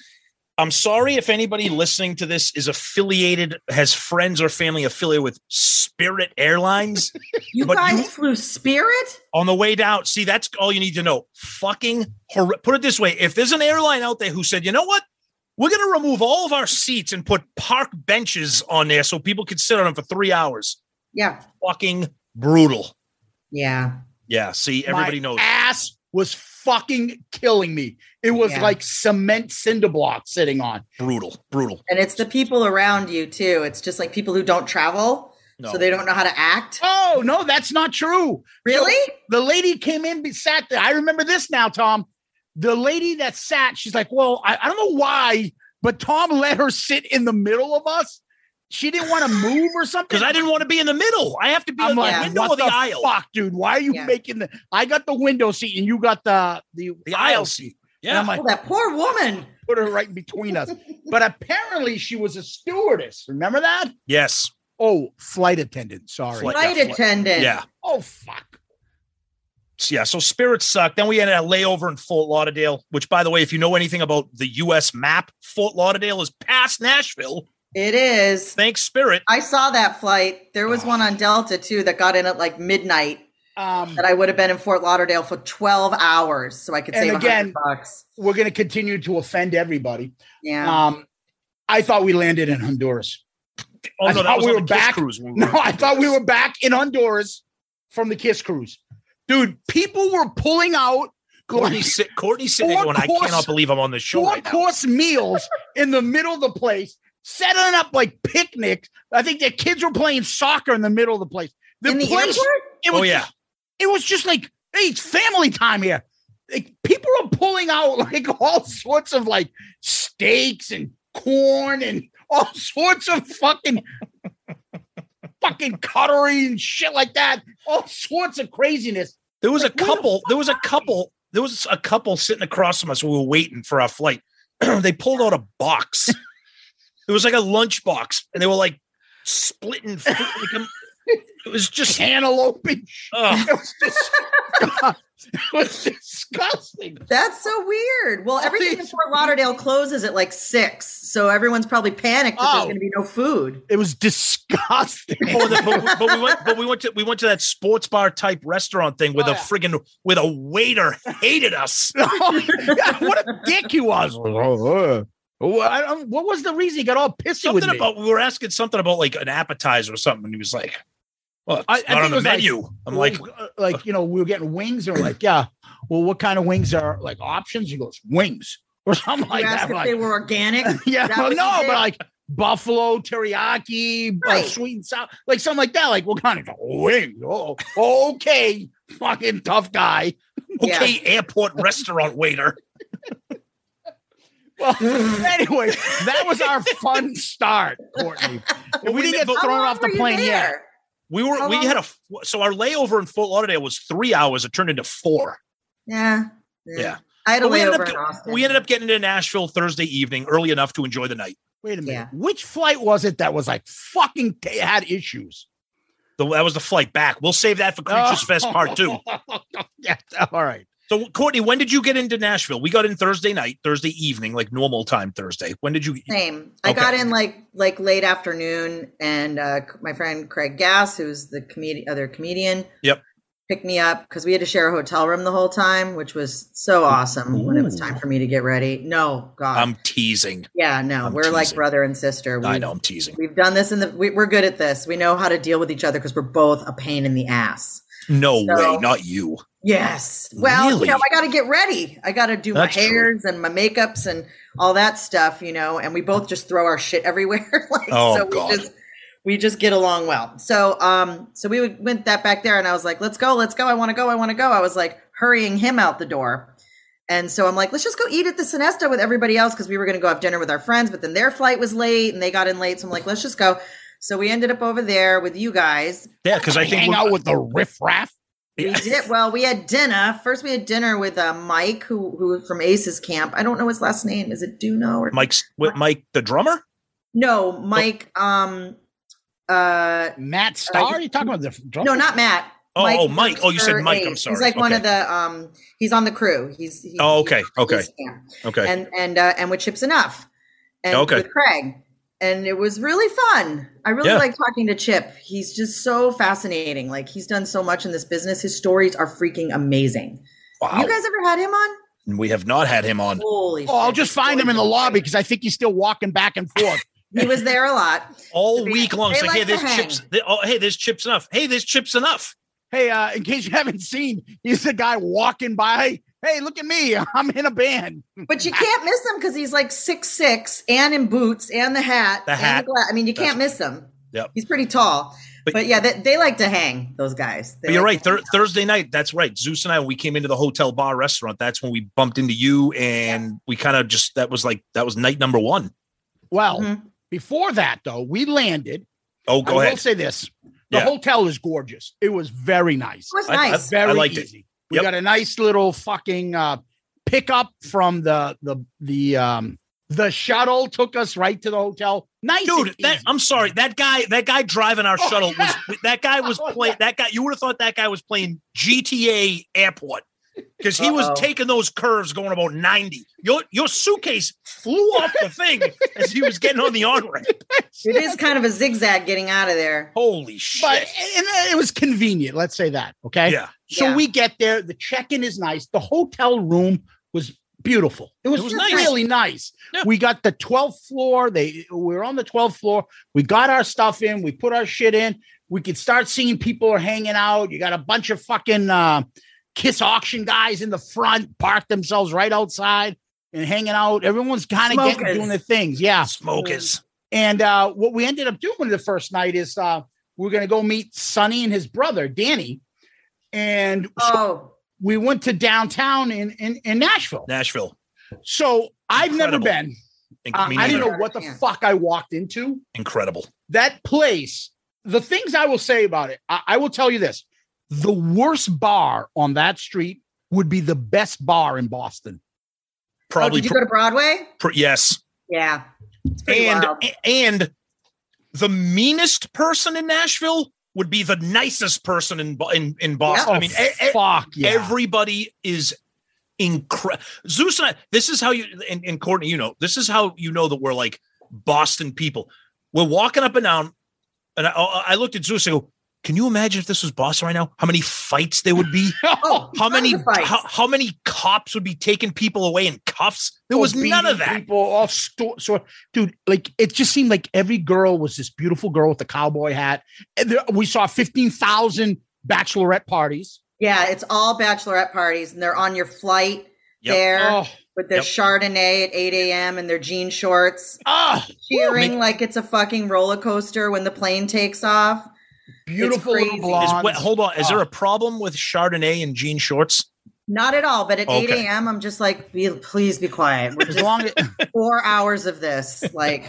[SPEAKER 3] I'm sorry if anybody listening to this is affiliated, has friends or family affiliated with Spirit Airlines.
[SPEAKER 6] You
[SPEAKER 3] But
[SPEAKER 6] guys
[SPEAKER 3] you-
[SPEAKER 6] flew Spirit?
[SPEAKER 3] on the way down. See, that's all you need to know. Fucking hor- put it this way: if there's an airline out there who said, you know what, we're going to remove all of our seats and put park benches on there so people could sit on them for three hours,
[SPEAKER 6] Yeah.
[SPEAKER 3] fucking brutal.
[SPEAKER 6] Yeah.
[SPEAKER 3] Yeah. See, everybody
[SPEAKER 5] My
[SPEAKER 3] knows.
[SPEAKER 5] Ass was fucking killing me. It was
[SPEAKER 6] Yeah.
[SPEAKER 5] like cement cinder block sitting on.
[SPEAKER 3] brutal, brutal.
[SPEAKER 6] And it's the people around you too. It's just like people who don't travel,
[SPEAKER 3] No.
[SPEAKER 6] so they don't know how to act.
[SPEAKER 5] Oh no, that's not true.
[SPEAKER 6] Really?
[SPEAKER 5] The lady came in, be- sat there. I remember this now, Tom. The lady that sat, she's like, "Well, I, I don't know why, but Tom let her sit in the middle of us. She didn't want to move or something."
[SPEAKER 3] Because I didn't want to be in the middle. I have to be
[SPEAKER 5] I'm
[SPEAKER 3] in the
[SPEAKER 5] like,
[SPEAKER 6] Yeah.
[SPEAKER 3] window
[SPEAKER 5] what
[SPEAKER 3] of the,
[SPEAKER 5] the
[SPEAKER 3] aisle.
[SPEAKER 5] fuck, dude? Why are you
[SPEAKER 6] Yeah.
[SPEAKER 5] making the? I got the window seat and you got the the,
[SPEAKER 3] The aisle seat.
[SPEAKER 5] And
[SPEAKER 3] Yeah.
[SPEAKER 5] I'm like,
[SPEAKER 6] Oh, that poor woman.
[SPEAKER 5] put her right between us. But apparently, she was a stewardess. Remember that?
[SPEAKER 3] yes.
[SPEAKER 5] Oh, flight attendant. Sorry.
[SPEAKER 3] Flight-
[SPEAKER 6] Flight
[SPEAKER 3] yeah, flight-
[SPEAKER 6] attendant.
[SPEAKER 3] Yeah.
[SPEAKER 5] Oh fuck.
[SPEAKER 3] So, yeah, so spirits suck. Then we had a layover in Fort Lauderdale, which, by the way, if you know anything about the U.S. map, Fort Lauderdale is past Nashville.
[SPEAKER 6] It is.
[SPEAKER 3] Thanks, Spirit.
[SPEAKER 6] I saw that flight. There
[SPEAKER 3] Oh.
[SPEAKER 6] was one on Delta too that got in at like midnight. Um, that I would have been in Fort Lauderdale for 12 hours so I could
[SPEAKER 5] And
[SPEAKER 6] save
[SPEAKER 5] again,
[SPEAKER 6] 100 bucks.
[SPEAKER 5] We're going to continue to offend everybody.
[SPEAKER 6] Yeah.
[SPEAKER 5] Um, I thought we landed in Honduras.
[SPEAKER 3] Oh,
[SPEAKER 5] I
[SPEAKER 3] no, that
[SPEAKER 5] thought
[SPEAKER 3] was
[SPEAKER 5] we
[SPEAKER 3] on
[SPEAKER 5] were
[SPEAKER 3] the Kiss
[SPEAKER 5] back.
[SPEAKER 3] cruise when we
[SPEAKER 5] no,
[SPEAKER 3] were in
[SPEAKER 5] I thought we were back in Honduras from the Kiss cruise, dude. People were pulling out.
[SPEAKER 3] Courtney, si- Courtney sitting there
[SPEAKER 5] Four
[SPEAKER 3] going, I
[SPEAKER 5] course-
[SPEAKER 3] cannot believe I'm on this show
[SPEAKER 5] four
[SPEAKER 3] right now.
[SPEAKER 5] course meals in the middle of the place, setting up like picnics. I think their kids were playing soccer in the middle of the place.
[SPEAKER 6] In the
[SPEAKER 5] place,
[SPEAKER 6] airport?
[SPEAKER 5] it was
[SPEAKER 3] Oh, yeah.
[SPEAKER 5] just- it was just like, hey, it's family time here. Like, people are pulling out like all sorts of like steaks and corn and all sorts of fucking fucking cutlery and shit like that. All sorts of craziness.
[SPEAKER 3] There was a couple. There was a couple. There was a couple sitting across from us. We were waiting for our flight. they pulled out a box. it was like a lunch box, and they were like splitting. Food, like, um, it was just
[SPEAKER 5] antelope.
[SPEAKER 3] Ugh.
[SPEAKER 5] It was just. it was disgusting.
[SPEAKER 6] That's so weird. Well, everything in
[SPEAKER 5] Please.
[SPEAKER 6] Fort Lauderdale closes at like six, so everyone's probably panicked that
[SPEAKER 5] Oh.
[SPEAKER 6] there's going to be no food.
[SPEAKER 5] It was disgusting.
[SPEAKER 3] Oh, the- but, we- but we went. But we went to we went to that sports bar type restaurant thing with
[SPEAKER 5] Oh,
[SPEAKER 3] a
[SPEAKER 5] yeah.
[SPEAKER 3] friggin' with a waiter hated us.
[SPEAKER 5] Yeah, Oh, what a dick he was. Oh, oh, I don't- what was the reason he got all pissy with
[SPEAKER 3] something
[SPEAKER 5] me?
[SPEAKER 3] about we were asking something about like an appetizer or something, and he was like, "Well, it's
[SPEAKER 5] I- I
[SPEAKER 3] not
[SPEAKER 5] think
[SPEAKER 3] on
[SPEAKER 5] it
[SPEAKER 3] the
[SPEAKER 5] was like-
[SPEAKER 3] menu." I'm like,
[SPEAKER 5] uh, like you know, we were getting wings, and we're like, yeah. Well, what kind of wings are like options? He goes, wings or
[SPEAKER 3] Oh
[SPEAKER 5] something
[SPEAKER 6] you
[SPEAKER 5] like
[SPEAKER 6] asked
[SPEAKER 5] that.
[SPEAKER 6] if
[SPEAKER 5] We're
[SPEAKER 6] they
[SPEAKER 5] like,
[SPEAKER 6] were organic.
[SPEAKER 5] yeah,
[SPEAKER 6] Is that what you
[SPEAKER 5] no,
[SPEAKER 6] did?
[SPEAKER 5] but like buffalo teriyaki, uh,
[SPEAKER 6] Right.
[SPEAKER 5] sweet and sour, like something like that. Like what kind of wings? Oh, okay, fucking tough guy.
[SPEAKER 6] Yeah.
[SPEAKER 3] "Okay, airport restaurant waiter."
[SPEAKER 5] Well, anyway, that was our fun start, Courtney. And we
[SPEAKER 3] Wait a
[SPEAKER 5] didn't
[SPEAKER 3] minute,
[SPEAKER 5] get
[SPEAKER 3] but-
[SPEAKER 6] How
[SPEAKER 5] thrown
[SPEAKER 6] long
[SPEAKER 5] off the
[SPEAKER 6] were you
[SPEAKER 5] plane yet.
[SPEAKER 6] there?
[SPEAKER 3] We were
[SPEAKER 6] How
[SPEAKER 3] we
[SPEAKER 6] long
[SPEAKER 3] had a f- so our layover in Fort Lauderdale was three hours. It turned into four.
[SPEAKER 6] Yeah.
[SPEAKER 3] Yeah.
[SPEAKER 6] I had a
[SPEAKER 3] But we ended,
[SPEAKER 6] layover
[SPEAKER 3] up,
[SPEAKER 6] in Austin.
[SPEAKER 3] we ended up getting to Nashville Thursday evening early enough to enjoy the night.
[SPEAKER 5] Wait a minute.
[SPEAKER 6] Yeah.
[SPEAKER 5] Which flight was it that was like fucking t- had issues?
[SPEAKER 3] The, that was the flight back. We'll save that for Creatures Fest Part Two.
[SPEAKER 5] yeah. All right.
[SPEAKER 3] So Courtney, when did you get into Nashville? We got in Thursday night, Thursday evening, like normal time Thursday. When did you?
[SPEAKER 6] Same. I
[SPEAKER 3] Okay.
[SPEAKER 6] got in like like late afternoon, and uh, c- my friend Craig Gass, who's the comedian, other comedian,
[SPEAKER 3] Yep.
[SPEAKER 6] picked me up because we had to share a hotel room the whole time, which was so awesome when it was time for me to get ready. No, God,
[SPEAKER 3] I'm teasing.
[SPEAKER 6] yeah, no,
[SPEAKER 3] I'm
[SPEAKER 6] we're like
[SPEAKER 3] teasing.
[SPEAKER 6] brother and sister.
[SPEAKER 3] I
[SPEAKER 6] We've-
[SPEAKER 3] know I'm teasing.
[SPEAKER 6] We've done this in the. We, we're good at this. We know how to deal with each other because we're both a pain in the ass.
[SPEAKER 3] No
[SPEAKER 6] So-
[SPEAKER 3] way, not you.
[SPEAKER 6] Yes. Well,
[SPEAKER 3] Really?
[SPEAKER 6] you know, I got to get ready. I got to do
[SPEAKER 3] That's
[SPEAKER 6] my
[SPEAKER 3] true.
[SPEAKER 6] hairs and my makeups and all that stuff, you know, and we both just throw our shit everywhere. like,
[SPEAKER 3] Oh,
[SPEAKER 6] so we
[SPEAKER 3] God.
[SPEAKER 6] just, we just get along well. So, um, so we would, went that back there and I was like, let's go, let's go. I want to go. I want to go. I was like hurrying him out the door. And so I'm like, let's just go eat at the Sinesta with everybody else because we were going to go have dinner with our friends, but then their flight was late and they got in late. So I'm like, let's just go. So we ended up over there with you guys.
[SPEAKER 3] Yeah, because I think
[SPEAKER 5] Hang
[SPEAKER 3] we're-
[SPEAKER 5] out with the riffraff.
[SPEAKER 6] We did well. We had dinner first. We had dinner with uh, Mike, who who was from Ace's camp. I don't know his last name. Is it Duno or
[SPEAKER 3] Mike's with Mike the drummer.
[SPEAKER 6] No, Mike. Um, uh,
[SPEAKER 5] Matt Starr? you talking about the drummer?
[SPEAKER 6] no, not Matt.
[SPEAKER 3] Oh, oh, Mike. Oh, you said
[SPEAKER 6] for
[SPEAKER 3] Mike. I'm
[SPEAKER 6] Ace.
[SPEAKER 3] sorry.
[SPEAKER 6] He's like one
[SPEAKER 3] Okay.
[SPEAKER 6] of the um. He's on the crew. He's he,
[SPEAKER 3] Oh, okay, okay.
[SPEAKER 6] Ace's camp.
[SPEAKER 3] Okay.
[SPEAKER 6] and and uh, and with Chips Enough, and
[SPEAKER 3] Okay.
[SPEAKER 6] with Craig, and it was really fun. I really
[SPEAKER 3] Yeah.
[SPEAKER 6] like talking to Chip. He's just so fascinating. Like he's done so much in this business. His stories are freaking amazing.
[SPEAKER 3] wow.
[SPEAKER 6] You guys ever had him on?
[SPEAKER 3] we have not had him on.
[SPEAKER 6] Holy!
[SPEAKER 5] Oh, I'll
[SPEAKER 6] shit.
[SPEAKER 5] just find him in the lobby because I think he's still walking back and forth.
[SPEAKER 6] He was there a lot.
[SPEAKER 3] all
[SPEAKER 6] They-
[SPEAKER 3] week long.
[SPEAKER 6] they
[SPEAKER 3] It's like, hey,
[SPEAKER 6] like to
[SPEAKER 3] there's
[SPEAKER 6] hang.
[SPEAKER 3] chips. They, oh, hey, there's chips enough. Hey, there's chips enough.
[SPEAKER 5] hey, uh, in case you haven't seen, he's the guy walking by. Hey, look at me. I'm in a band.
[SPEAKER 6] But you can't miss him because he's like six six and in boots and the hat.
[SPEAKER 3] The
[SPEAKER 6] and
[SPEAKER 3] hat.
[SPEAKER 6] gla- I mean, you can't miss him.
[SPEAKER 3] Yep.
[SPEAKER 6] He's pretty tall.
[SPEAKER 3] But-
[SPEAKER 6] But, yeah, they, they like to hang those guys. They
[SPEAKER 3] But you're
[SPEAKER 6] like
[SPEAKER 3] right.
[SPEAKER 6] to hang.
[SPEAKER 3] Thur- Thursday night, that's right. Zeus and I, we came into the hotel bar restaurant. That's when we bumped into you, and we kind of just that was like that was night number one.
[SPEAKER 5] Well,
[SPEAKER 6] Mhm.
[SPEAKER 5] before that, though, we landed.
[SPEAKER 3] Oh, go
[SPEAKER 5] I will
[SPEAKER 3] ahead.
[SPEAKER 5] say this the
[SPEAKER 3] Yeah.
[SPEAKER 5] hotel is gorgeous. It was very nice.
[SPEAKER 6] It was
[SPEAKER 3] I- I-
[SPEAKER 6] nice.
[SPEAKER 5] very
[SPEAKER 3] liked it.
[SPEAKER 5] easy. We
[SPEAKER 3] Yep.
[SPEAKER 5] got a nice little fucking uh, pickup from the the the um, The shuttle took us right to the hotel. Nice,
[SPEAKER 3] dude. That, I'm sorry, that guy, that guy driving
[SPEAKER 6] Oh,
[SPEAKER 3] our shuttle was that guy was playing that guy. You would have thought that guy was playing GTA Airport because he was
[SPEAKER 10] Uh-oh.
[SPEAKER 3] taking those curves going about 90. Your your suitcase flew off the thing as he was getting on the on ramp.
[SPEAKER 6] It is kind of a zigzag getting out of there.
[SPEAKER 3] Holy shit!
[SPEAKER 5] but and it was convenient. Let's say that. Okay.
[SPEAKER 3] Yeah.
[SPEAKER 5] So
[SPEAKER 6] Yeah.
[SPEAKER 5] we get there. The check-in is nice. The hotel room was beautiful. It was,
[SPEAKER 3] It was nice.
[SPEAKER 5] really nice.
[SPEAKER 3] Yeah.
[SPEAKER 5] We got the 12th floor. They we were on the 12th floor. We got our stuff in. We put our shit in. We could start seeing people are hanging out. You got a bunch of fucking uh, kiss auction guys in the front, parked themselves right outside and hanging out. Everyone's kind of getting
[SPEAKER 3] Smokers.
[SPEAKER 5] doing their things. Yeah.
[SPEAKER 3] Smokers.
[SPEAKER 5] And uh, what we ended up doing the first night is uh, we are going to go meet Sonny and his brother, Danny. And so
[SPEAKER 3] Oh,
[SPEAKER 6] Oh.
[SPEAKER 5] we went to downtown in, in, in Nashville.
[SPEAKER 3] Nashville.
[SPEAKER 5] So I've never been.
[SPEAKER 3] Inc-
[SPEAKER 5] Uh,
[SPEAKER 3] me
[SPEAKER 5] I didn't
[SPEAKER 3] neither.
[SPEAKER 5] know what the fuck I walked into.
[SPEAKER 3] Incredible.
[SPEAKER 5] That place, the things I will say about it, I, I will tell you this the worst bar on that street would be the best bar in Boston.
[SPEAKER 3] Probably
[SPEAKER 5] Oh,
[SPEAKER 6] Did you go to Broadway?
[SPEAKER 3] Pr- yes.
[SPEAKER 6] Yeah. pretty
[SPEAKER 3] And
[SPEAKER 6] wild.
[SPEAKER 3] a- and the meanest person in Nashville would be the nicest person in Bo- in, in Boston.
[SPEAKER 5] Yeah.
[SPEAKER 3] I mean, e,
[SPEAKER 5] Oh, fuck yeah.
[SPEAKER 3] everybody is incredible. Zeus and I. This is how you and, and Courtney. You know, this is how you know that we're like Boston people. We're walking up and down, and I, I I looked at Zeus and I go. Can you imagine if this was Boston right now? How many fights there would be? how
[SPEAKER 6] Oh,
[SPEAKER 3] many how, how many cops would be taking people away in cuffs? There was
[SPEAKER 5] People
[SPEAKER 3] none of
[SPEAKER 5] Oh, beating
[SPEAKER 3] that.
[SPEAKER 5] People off store, so dude, like it just seemed like every girl was this beautiful girl with a cowboy hat. And there- we saw fifteen thousand bachelorette parties.
[SPEAKER 6] Yeah, it's all bachelorette parties, and they're on your flight
[SPEAKER 5] Yep.
[SPEAKER 6] there
[SPEAKER 5] Oh.
[SPEAKER 6] with their
[SPEAKER 5] Yep.
[SPEAKER 6] Chardonnay at 8 a.m. and their jean shorts,
[SPEAKER 5] oh,
[SPEAKER 6] cheering like it's a fucking roller coaster when the plane takes off.
[SPEAKER 5] Beautiful little
[SPEAKER 6] crazy.
[SPEAKER 3] Is-
[SPEAKER 5] blondes.
[SPEAKER 3] wait, hold on. Is there a problem with Chardonnay and jean shorts?
[SPEAKER 6] Not at all, but at 8
[SPEAKER 3] Okay.
[SPEAKER 6] a.m., I'm just like, be, please be quiet. We're just
[SPEAKER 5] long
[SPEAKER 6] four hours of this. Like,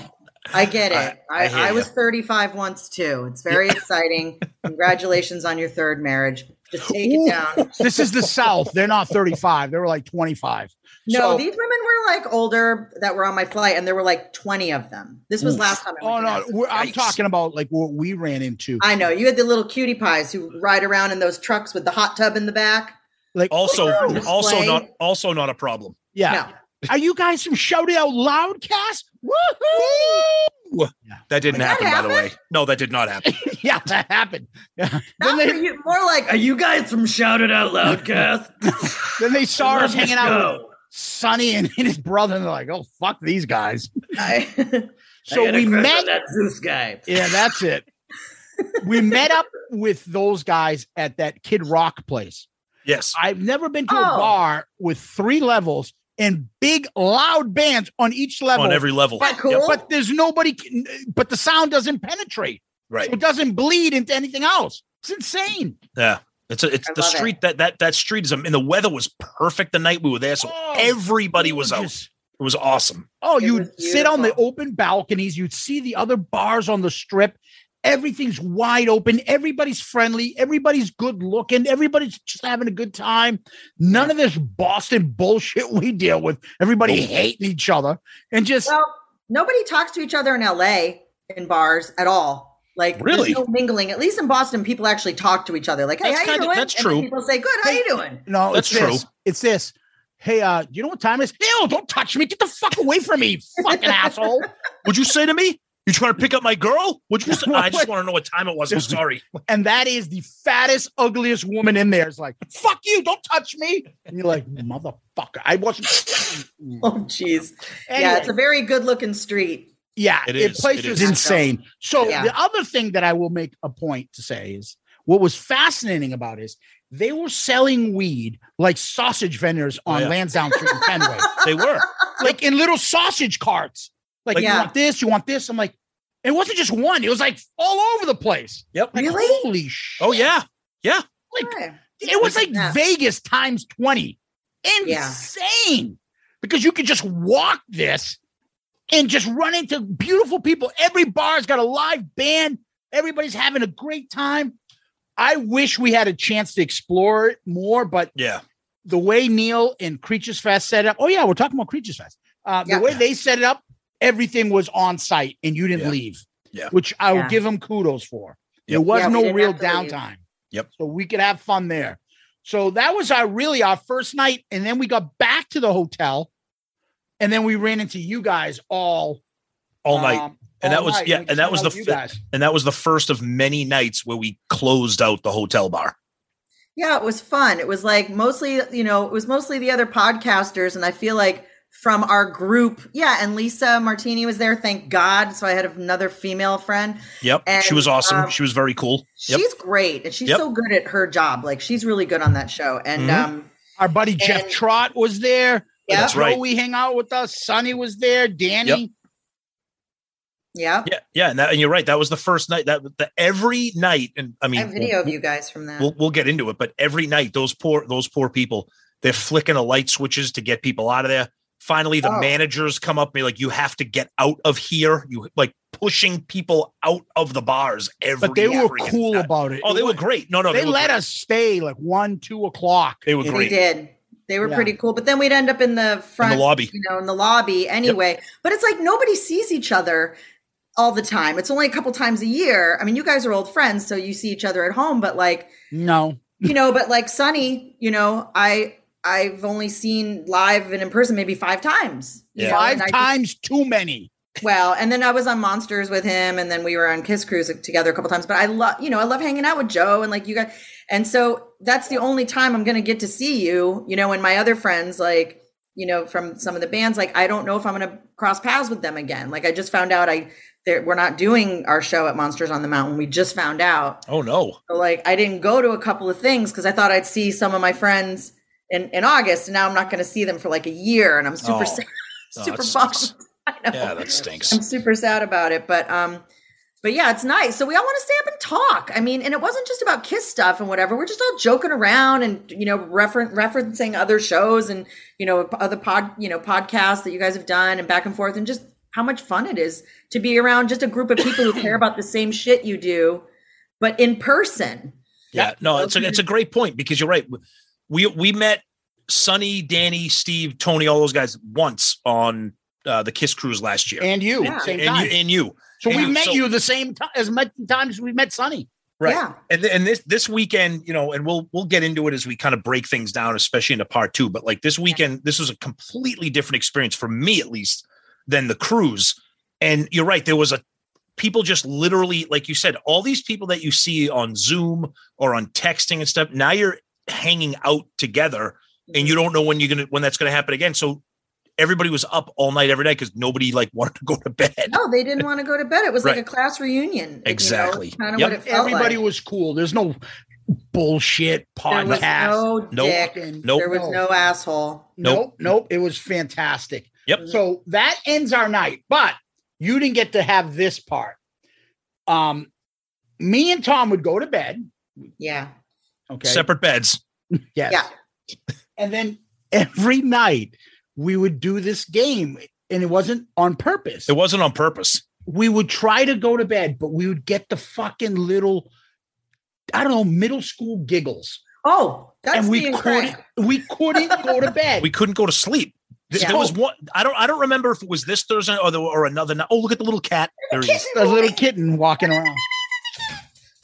[SPEAKER 6] I get it.
[SPEAKER 3] I-
[SPEAKER 6] I,
[SPEAKER 3] I hear
[SPEAKER 6] I, was 35 once too. It's very exciting. Congratulations on your third marriage. Just take it down.
[SPEAKER 5] this is the South. They're not thirty-five. They were like twenty-five.
[SPEAKER 6] No,
[SPEAKER 5] So-
[SPEAKER 6] these women were like older that were on my flight, and there were like 20 of them. This was
[SPEAKER 5] Oof.
[SPEAKER 6] last time. I
[SPEAKER 5] Oh
[SPEAKER 6] went to
[SPEAKER 5] no,
[SPEAKER 6] Nashville.
[SPEAKER 5] we're, I'm talking about like what we ran into.
[SPEAKER 6] I know. You had the little cutie pies who ride around in those trucks with the hot tub in the back.
[SPEAKER 5] like
[SPEAKER 3] Also,
[SPEAKER 6] Oh, no.
[SPEAKER 3] also
[SPEAKER 6] Display.
[SPEAKER 3] not also not a problem.
[SPEAKER 5] yeah. Are you guys from Shout It Out Loudcast? Woohoo!
[SPEAKER 3] That didn't
[SPEAKER 5] Like,
[SPEAKER 3] happen,
[SPEAKER 5] that
[SPEAKER 3] by the way. No, that did not happen.
[SPEAKER 5] yeah, that happened.
[SPEAKER 6] Not for you, more like, are you guys from Shouted Out Loudcast?
[SPEAKER 5] Then they saw
[SPEAKER 6] Let's
[SPEAKER 5] us hanging out
[SPEAKER 6] go.
[SPEAKER 5] with Sonny and his brother, and they're like, "Oh fuck these guys." so
[SPEAKER 6] had a
[SPEAKER 5] we
[SPEAKER 6] crush on
[SPEAKER 5] met
[SPEAKER 6] that Zeus guy.
[SPEAKER 5] Yeah, that's it. we met up with those guys at that Kid Rock place.
[SPEAKER 3] Yes,
[SPEAKER 5] I've never been to a
[SPEAKER 6] Oh.
[SPEAKER 5] bar with three levels and big loud bands on each level.
[SPEAKER 3] On every level.
[SPEAKER 5] but,
[SPEAKER 3] Cool. Yep.
[SPEAKER 5] but there's nobody. can- But the sound doesn't penetrate.
[SPEAKER 3] Right.
[SPEAKER 5] So it doesn't bleed into anything else. It's insane.
[SPEAKER 3] Yeah. It's a, it's
[SPEAKER 5] I
[SPEAKER 3] the
[SPEAKER 5] love it.
[SPEAKER 3] street that that that street is and the weather was perfect the night we were there, so everybody was out. It was awesome.
[SPEAKER 5] Oh, you'd sit on the open balconies. You'd see the other bars on the strip. Everything's wide open. Everybody's friendly. Everybody's good looking. Everybody's just having a good time. None of this Boston bullshit we deal with. Everybody
[SPEAKER 6] Nope.
[SPEAKER 5] hating each other and just
[SPEAKER 6] Well, nobody talks to each other in LA in bars at all. Like there's
[SPEAKER 5] Really?
[SPEAKER 6] no mingling. At least in Boston, people actually talk to each other. Like, hey,
[SPEAKER 5] That's
[SPEAKER 6] how you
[SPEAKER 5] kinda-
[SPEAKER 6] doing?
[SPEAKER 5] that's
[SPEAKER 6] And then
[SPEAKER 5] true.
[SPEAKER 6] people say, good. How you doing?
[SPEAKER 5] no.
[SPEAKER 3] That's
[SPEAKER 5] it's this.
[SPEAKER 3] true.
[SPEAKER 5] It's this. Hey, uh, you know what time it is? Ew! Don't touch me. Get the fuck away from me, fucking asshole.
[SPEAKER 3] Would you say to me, you trying to pick up my girl? Would you say, I just want to know what time it was. I'm sorry.
[SPEAKER 5] And that is the fattest, ugliest woman in there. It's like, fuck you, don't touch me. And you're like, motherfucker, I wasn't.
[SPEAKER 6] oh, jeez.
[SPEAKER 5] Anyway.
[SPEAKER 6] Yeah, it's a very good looking street.
[SPEAKER 5] Yeah,
[SPEAKER 6] It
[SPEAKER 5] it,
[SPEAKER 6] is,
[SPEAKER 5] place
[SPEAKER 6] it
[SPEAKER 5] was
[SPEAKER 6] is.
[SPEAKER 5] insane. So
[SPEAKER 6] Yeah.
[SPEAKER 5] the other thing that I will make a point to say is what was fascinating about is they were selling weed like sausage vendors
[SPEAKER 6] Oh,
[SPEAKER 5] on
[SPEAKER 3] yeah.
[SPEAKER 5] Lansdowne Street and Fenway,
[SPEAKER 3] They were.
[SPEAKER 5] like in little sausage carts. Like,
[SPEAKER 3] Like-
[SPEAKER 5] you
[SPEAKER 3] Yeah.
[SPEAKER 5] want this, you want this. I'm like, it wasn't just one; it was like all over the place.
[SPEAKER 3] Yep.
[SPEAKER 5] Like, really? Holy shit!
[SPEAKER 3] Oh yeah. Yeah.
[SPEAKER 5] Like it was like Vegas times twenty.
[SPEAKER 6] Yeah.
[SPEAKER 5] Insane, because you could just walk this and just run into beautiful people. Every bar's got a live band. Everybody's having a great time. I wish we had a chance to explore it more, but
[SPEAKER 3] Yeah.
[SPEAKER 5] the way Neil and Creatures Fest set up. Oh yeah, we're talking about Creatures Fest. Uh, The way they set it up, everything was on site and you didn't
[SPEAKER 3] Yeah.
[SPEAKER 5] leave,
[SPEAKER 3] Yeah.
[SPEAKER 5] which I
[SPEAKER 3] Yeah.
[SPEAKER 5] would give them kudos for. There
[SPEAKER 3] Yep.
[SPEAKER 5] was
[SPEAKER 3] Yeah, we
[SPEAKER 5] no
[SPEAKER 3] didn't
[SPEAKER 5] real
[SPEAKER 3] have to leave.
[SPEAKER 5] downtime.
[SPEAKER 3] Yep.
[SPEAKER 5] So we could have fun there. So that was our really our first night. And then we got back to the hotel and then we ran into you guys all
[SPEAKER 3] all night.
[SPEAKER 5] um,
[SPEAKER 3] and that
[SPEAKER 5] all
[SPEAKER 3] was
[SPEAKER 5] night.
[SPEAKER 3] yeah,
[SPEAKER 5] We
[SPEAKER 3] and that
[SPEAKER 5] hung
[SPEAKER 3] was
[SPEAKER 5] out
[SPEAKER 3] the
[SPEAKER 5] with you
[SPEAKER 3] fi-
[SPEAKER 5] guys.
[SPEAKER 3] and that was the first of many nights where we closed out the hotel bar.
[SPEAKER 6] Yeah, it was fun. It was like mostly, you know, it was mostly the other podcasters. And I feel like from our group, yeah, and Lisa Martini was there, thank God. So I had another female friend.
[SPEAKER 3] Yep, she
[SPEAKER 6] And,
[SPEAKER 3] was awesome.
[SPEAKER 6] um,
[SPEAKER 3] she was very cool. Yep.
[SPEAKER 6] She's great. And she's
[SPEAKER 3] Yep.
[SPEAKER 6] so good at her job. Like she's really good on that show. And
[SPEAKER 5] Mm-hmm.
[SPEAKER 3] Mhm.
[SPEAKER 6] um
[SPEAKER 5] our buddy Jeff Trot was there.
[SPEAKER 6] Yeah.
[SPEAKER 3] That's right.
[SPEAKER 5] We hang out with us. Sonny was there. Danny.
[SPEAKER 3] Yep.
[SPEAKER 6] Yeah.
[SPEAKER 3] yeah, yeah, and, that, and you're right. That was the first night. That the, every night, and I
[SPEAKER 6] I
[SPEAKER 3] mean,
[SPEAKER 6] have video of
[SPEAKER 3] we'll-
[SPEAKER 6] you guys from that.
[SPEAKER 3] We'll, we'll get into it, but every night those poor those poor people they're flicking the light switches to get people out of there. Finally, the
[SPEAKER 6] Oh.
[SPEAKER 3] managers come up and be like, "You have to get out of here." You like pushing people out of the bars every.
[SPEAKER 5] But they were
[SPEAKER 3] freaking
[SPEAKER 5] cool
[SPEAKER 3] night.
[SPEAKER 5] about it.
[SPEAKER 3] Oh,
[SPEAKER 5] It
[SPEAKER 3] they were
[SPEAKER 5] was-
[SPEAKER 3] great. No, no,
[SPEAKER 5] they,
[SPEAKER 3] were
[SPEAKER 5] let
[SPEAKER 3] great.
[SPEAKER 5] us stay like one, two o'clock.
[SPEAKER 3] They were
[SPEAKER 6] They did. They were
[SPEAKER 5] Yeah.
[SPEAKER 6] pretty cool. But then we'd end up in the front
[SPEAKER 3] lobby.
[SPEAKER 6] You know, in the lobby anyway. But it's like nobody sees each other all the time. It's only a couple times a year. I mean, you guys are old friends, so you see each other at home, but like
[SPEAKER 5] No.
[SPEAKER 6] you know, but like Sunny, you know, I I've only seen live and in person maybe five times. you know,
[SPEAKER 5] Five
[SPEAKER 6] and I just-
[SPEAKER 5] times too many.
[SPEAKER 6] well, and then I was on Monsters with him, and then we were on Kiss Cruise together a couple times. But I love, you know, I love hanging out with Joe and like you guys. And so that's the only time I'm going to get to see you, you know, and my other friends, like, you know, from some of the bands, like, I don't know if I'm going to cross paths with them again. Like, I just found out I, that we're not doing our show at Monsters on the Mountain. We just found out.
[SPEAKER 3] Oh no.
[SPEAKER 6] So, like, I didn't go to a couple of things because I thought I'd see some of my friends in, in August, and now I'm not going to see them for like a year. And I'm
[SPEAKER 3] Oh.
[SPEAKER 6] super sad.
[SPEAKER 3] Oh,
[SPEAKER 6] Super
[SPEAKER 3] that
[SPEAKER 6] bummed.
[SPEAKER 3] sucks. Yeah, that stinks.
[SPEAKER 6] I'm super sad about it, but um, but yeah, it's nice. So we all want to stay up and talk. I mean, and it wasn't just about Kiss stuff and whatever. We're just all joking around and you know refer- referencing other shows and you know other pod you know podcasts that you guys have done and back and forth and just how much fun it is to be around just a group of people who care about the same shit you do, but in person.
[SPEAKER 3] Yeah, no, it's a it's a great point because you're right. We we met Sonny, Danny, Steve, Tony, all those guys once on uh, the Kiss Cruise last year,
[SPEAKER 5] And you,
[SPEAKER 3] and,
[SPEAKER 5] same
[SPEAKER 3] and
[SPEAKER 5] time.
[SPEAKER 3] you, and you.
[SPEAKER 5] So
[SPEAKER 3] And
[SPEAKER 5] we met
[SPEAKER 3] so-
[SPEAKER 5] you the same time as much times we met Sonny.
[SPEAKER 3] right?
[SPEAKER 5] Yeah.
[SPEAKER 3] And th- and this this weekend, you know, and we'll we'll get into it as we kind of break things down, especially into part two. But like this weekend, this was a completely different experience for me, at least, than the cruise. And you're right, there was a people just literally, like you said, all these people that you see on Zoom or on texting and stuff. Now you're hanging out together, and you don't know when you're gonna when that's gonna happen again. So. Everybody was up all night every night because nobody like wanted to go to bed.
[SPEAKER 6] No, they didn't want to go to bed. It was
[SPEAKER 3] Right.
[SPEAKER 6] like a class reunion.
[SPEAKER 3] Exactly.
[SPEAKER 6] kind of
[SPEAKER 3] Yep.
[SPEAKER 6] what it felt
[SPEAKER 5] Everybody
[SPEAKER 6] like.
[SPEAKER 5] was cool. There's no bullshit
[SPEAKER 6] There was
[SPEAKER 5] podcast.
[SPEAKER 6] no dick. There was no asshole.
[SPEAKER 5] Nope.
[SPEAKER 6] Nope.
[SPEAKER 5] nope, It was fantastic.
[SPEAKER 6] Mm-hmm.
[SPEAKER 3] Yep.
[SPEAKER 5] So that ends our night, but you didn't get to have this part. Um, me and Tom would go to bed.
[SPEAKER 6] Yeah.
[SPEAKER 5] Okay.
[SPEAKER 3] Separate beds.
[SPEAKER 5] Yes. And then every night we would do this game, and it wasn't on purpose.
[SPEAKER 3] It wasn't on purpose.
[SPEAKER 5] We would try to go to bed, but we would get the fucking little, I don't know, middle school giggles.
[SPEAKER 6] Oh,
[SPEAKER 3] that's
[SPEAKER 5] and
[SPEAKER 3] me
[SPEAKER 5] we
[SPEAKER 3] and
[SPEAKER 5] couldn't, we couldn't go to bed.
[SPEAKER 3] we couldn't go to sleep. Th-
[SPEAKER 5] Yeah.
[SPEAKER 3] There was one. I don't. I don't remember if it was this Thursday or the, or another. night. Oh, look at the little cat. There he is.
[SPEAKER 5] a little kitten walking around.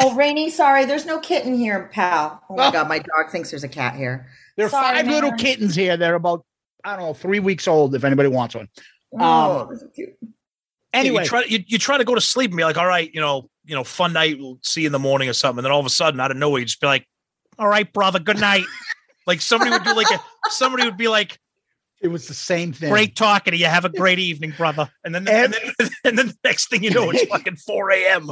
[SPEAKER 6] Oh, Rainy, sorry, there's no kitten here, pal. Oh my god, my dog thinks there's a cat here.
[SPEAKER 5] There are
[SPEAKER 6] Sorry,
[SPEAKER 5] five
[SPEAKER 6] man.
[SPEAKER 5] little kittens here. They're about, I don't know, three weeks old if anybody wants one.
[SPEAKER 6] Oh,
[SPEAKER 5] um,
[SPEAKER 6] those are cute.
[SPEAKER 5] anyway,
[SPEAKER 3] you try, you, you try to go to sleep and be like, all right, you know, you know, fun night. We'll see you in the morning or something. And then all of a sudden, out of nowhere, you just be like, all right, brother, good night. like somebody would do like a, somebody would be like,
[SPEAKER 5] it was the same thing.
[SPEAKER 3] great talking to you. Have a great evening, brother. And then and, then and then the next thing you know, it's fucking four a.m.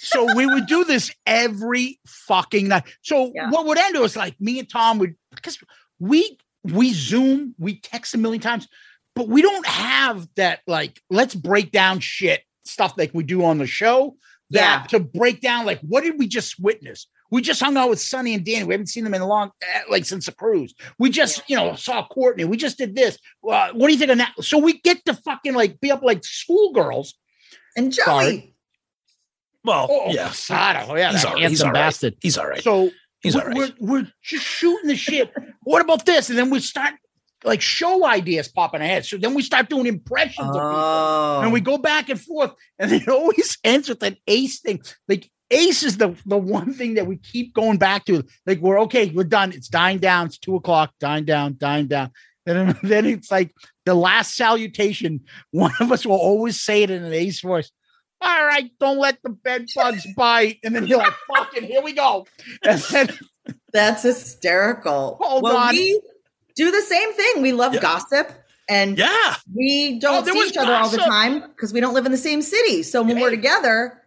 [SPEAKER 5] so we would do this every fucking night. So what would end was like me and Tom would because we we Zoom, we text a million times, but we don't have that like let's break down shit stuff like we do on the show. That to break down like what did we just witness? We just hung out with Sonny and Danny. We haven't seen them in a long eh, like since the cruise. We just you know saw Courtney. We just did this. Uh, what do you think of that? So we get to fucking like be up like schoolgirls
[SPEAKER 6] and Joey.
[SPEAKER 3] Well,
[SPEAKER 5] Oh,
[SPEAKER 3] yeah,
[SPEAKER 5] Casado, yeah,
[SPEAKER 3] he's
[SPEAKER 5] that
[SPEAKER 3] all right. He's
[SPEAKER 5] handsome
[SPEAKER 3] all right.
[SPEAKER 5] bastard.
[SPEAKER 3] He's all right.
[SPEAKER 5] So
[SPEAKER 3] He's
[SPEAKER 5] we're,
[SPEAKER 3] all right.
[SPEAKER 5] we're we're just shooting the shit. what about this? And then we start like show ideas popping ahead. So then we start doing impressions of people, and we
[SPEAKER 3] Oh.
[SPEAKER 5] go back and forth, and it always ends with an ace thing. Like ace is the the one thing that we keep going back to. Like we're okay, we're done. It's dying down. It's two o'clock. Dying down. Dying down. Then then it's like the last salutation. One of us will always say it in an ace voice. All right, don't let the bed bugs bite. And then you're like, fucking, here we go. And then
[SPEAKER 6] That's hysterical.
[SPEAKER 5] Hold
[SPEAKER 6] well,
[SPEAKER 5] on.
[SPEAKER 6] we do the same thing. We love gossip, and
[SPEAKER 3] yeah,
[SPEAKER 6] we
[SPEAKER 3] Oh,
[SPEAKER 6] don't
[SPEAKER 3] there
[SPEAKER 6] see
[SPEAKER 3] was
[SPEAKER 6] each other all the
[SPEAKER 3] gossip.
[SPEAKER 6] time because we don't live in the same city. So when we're together,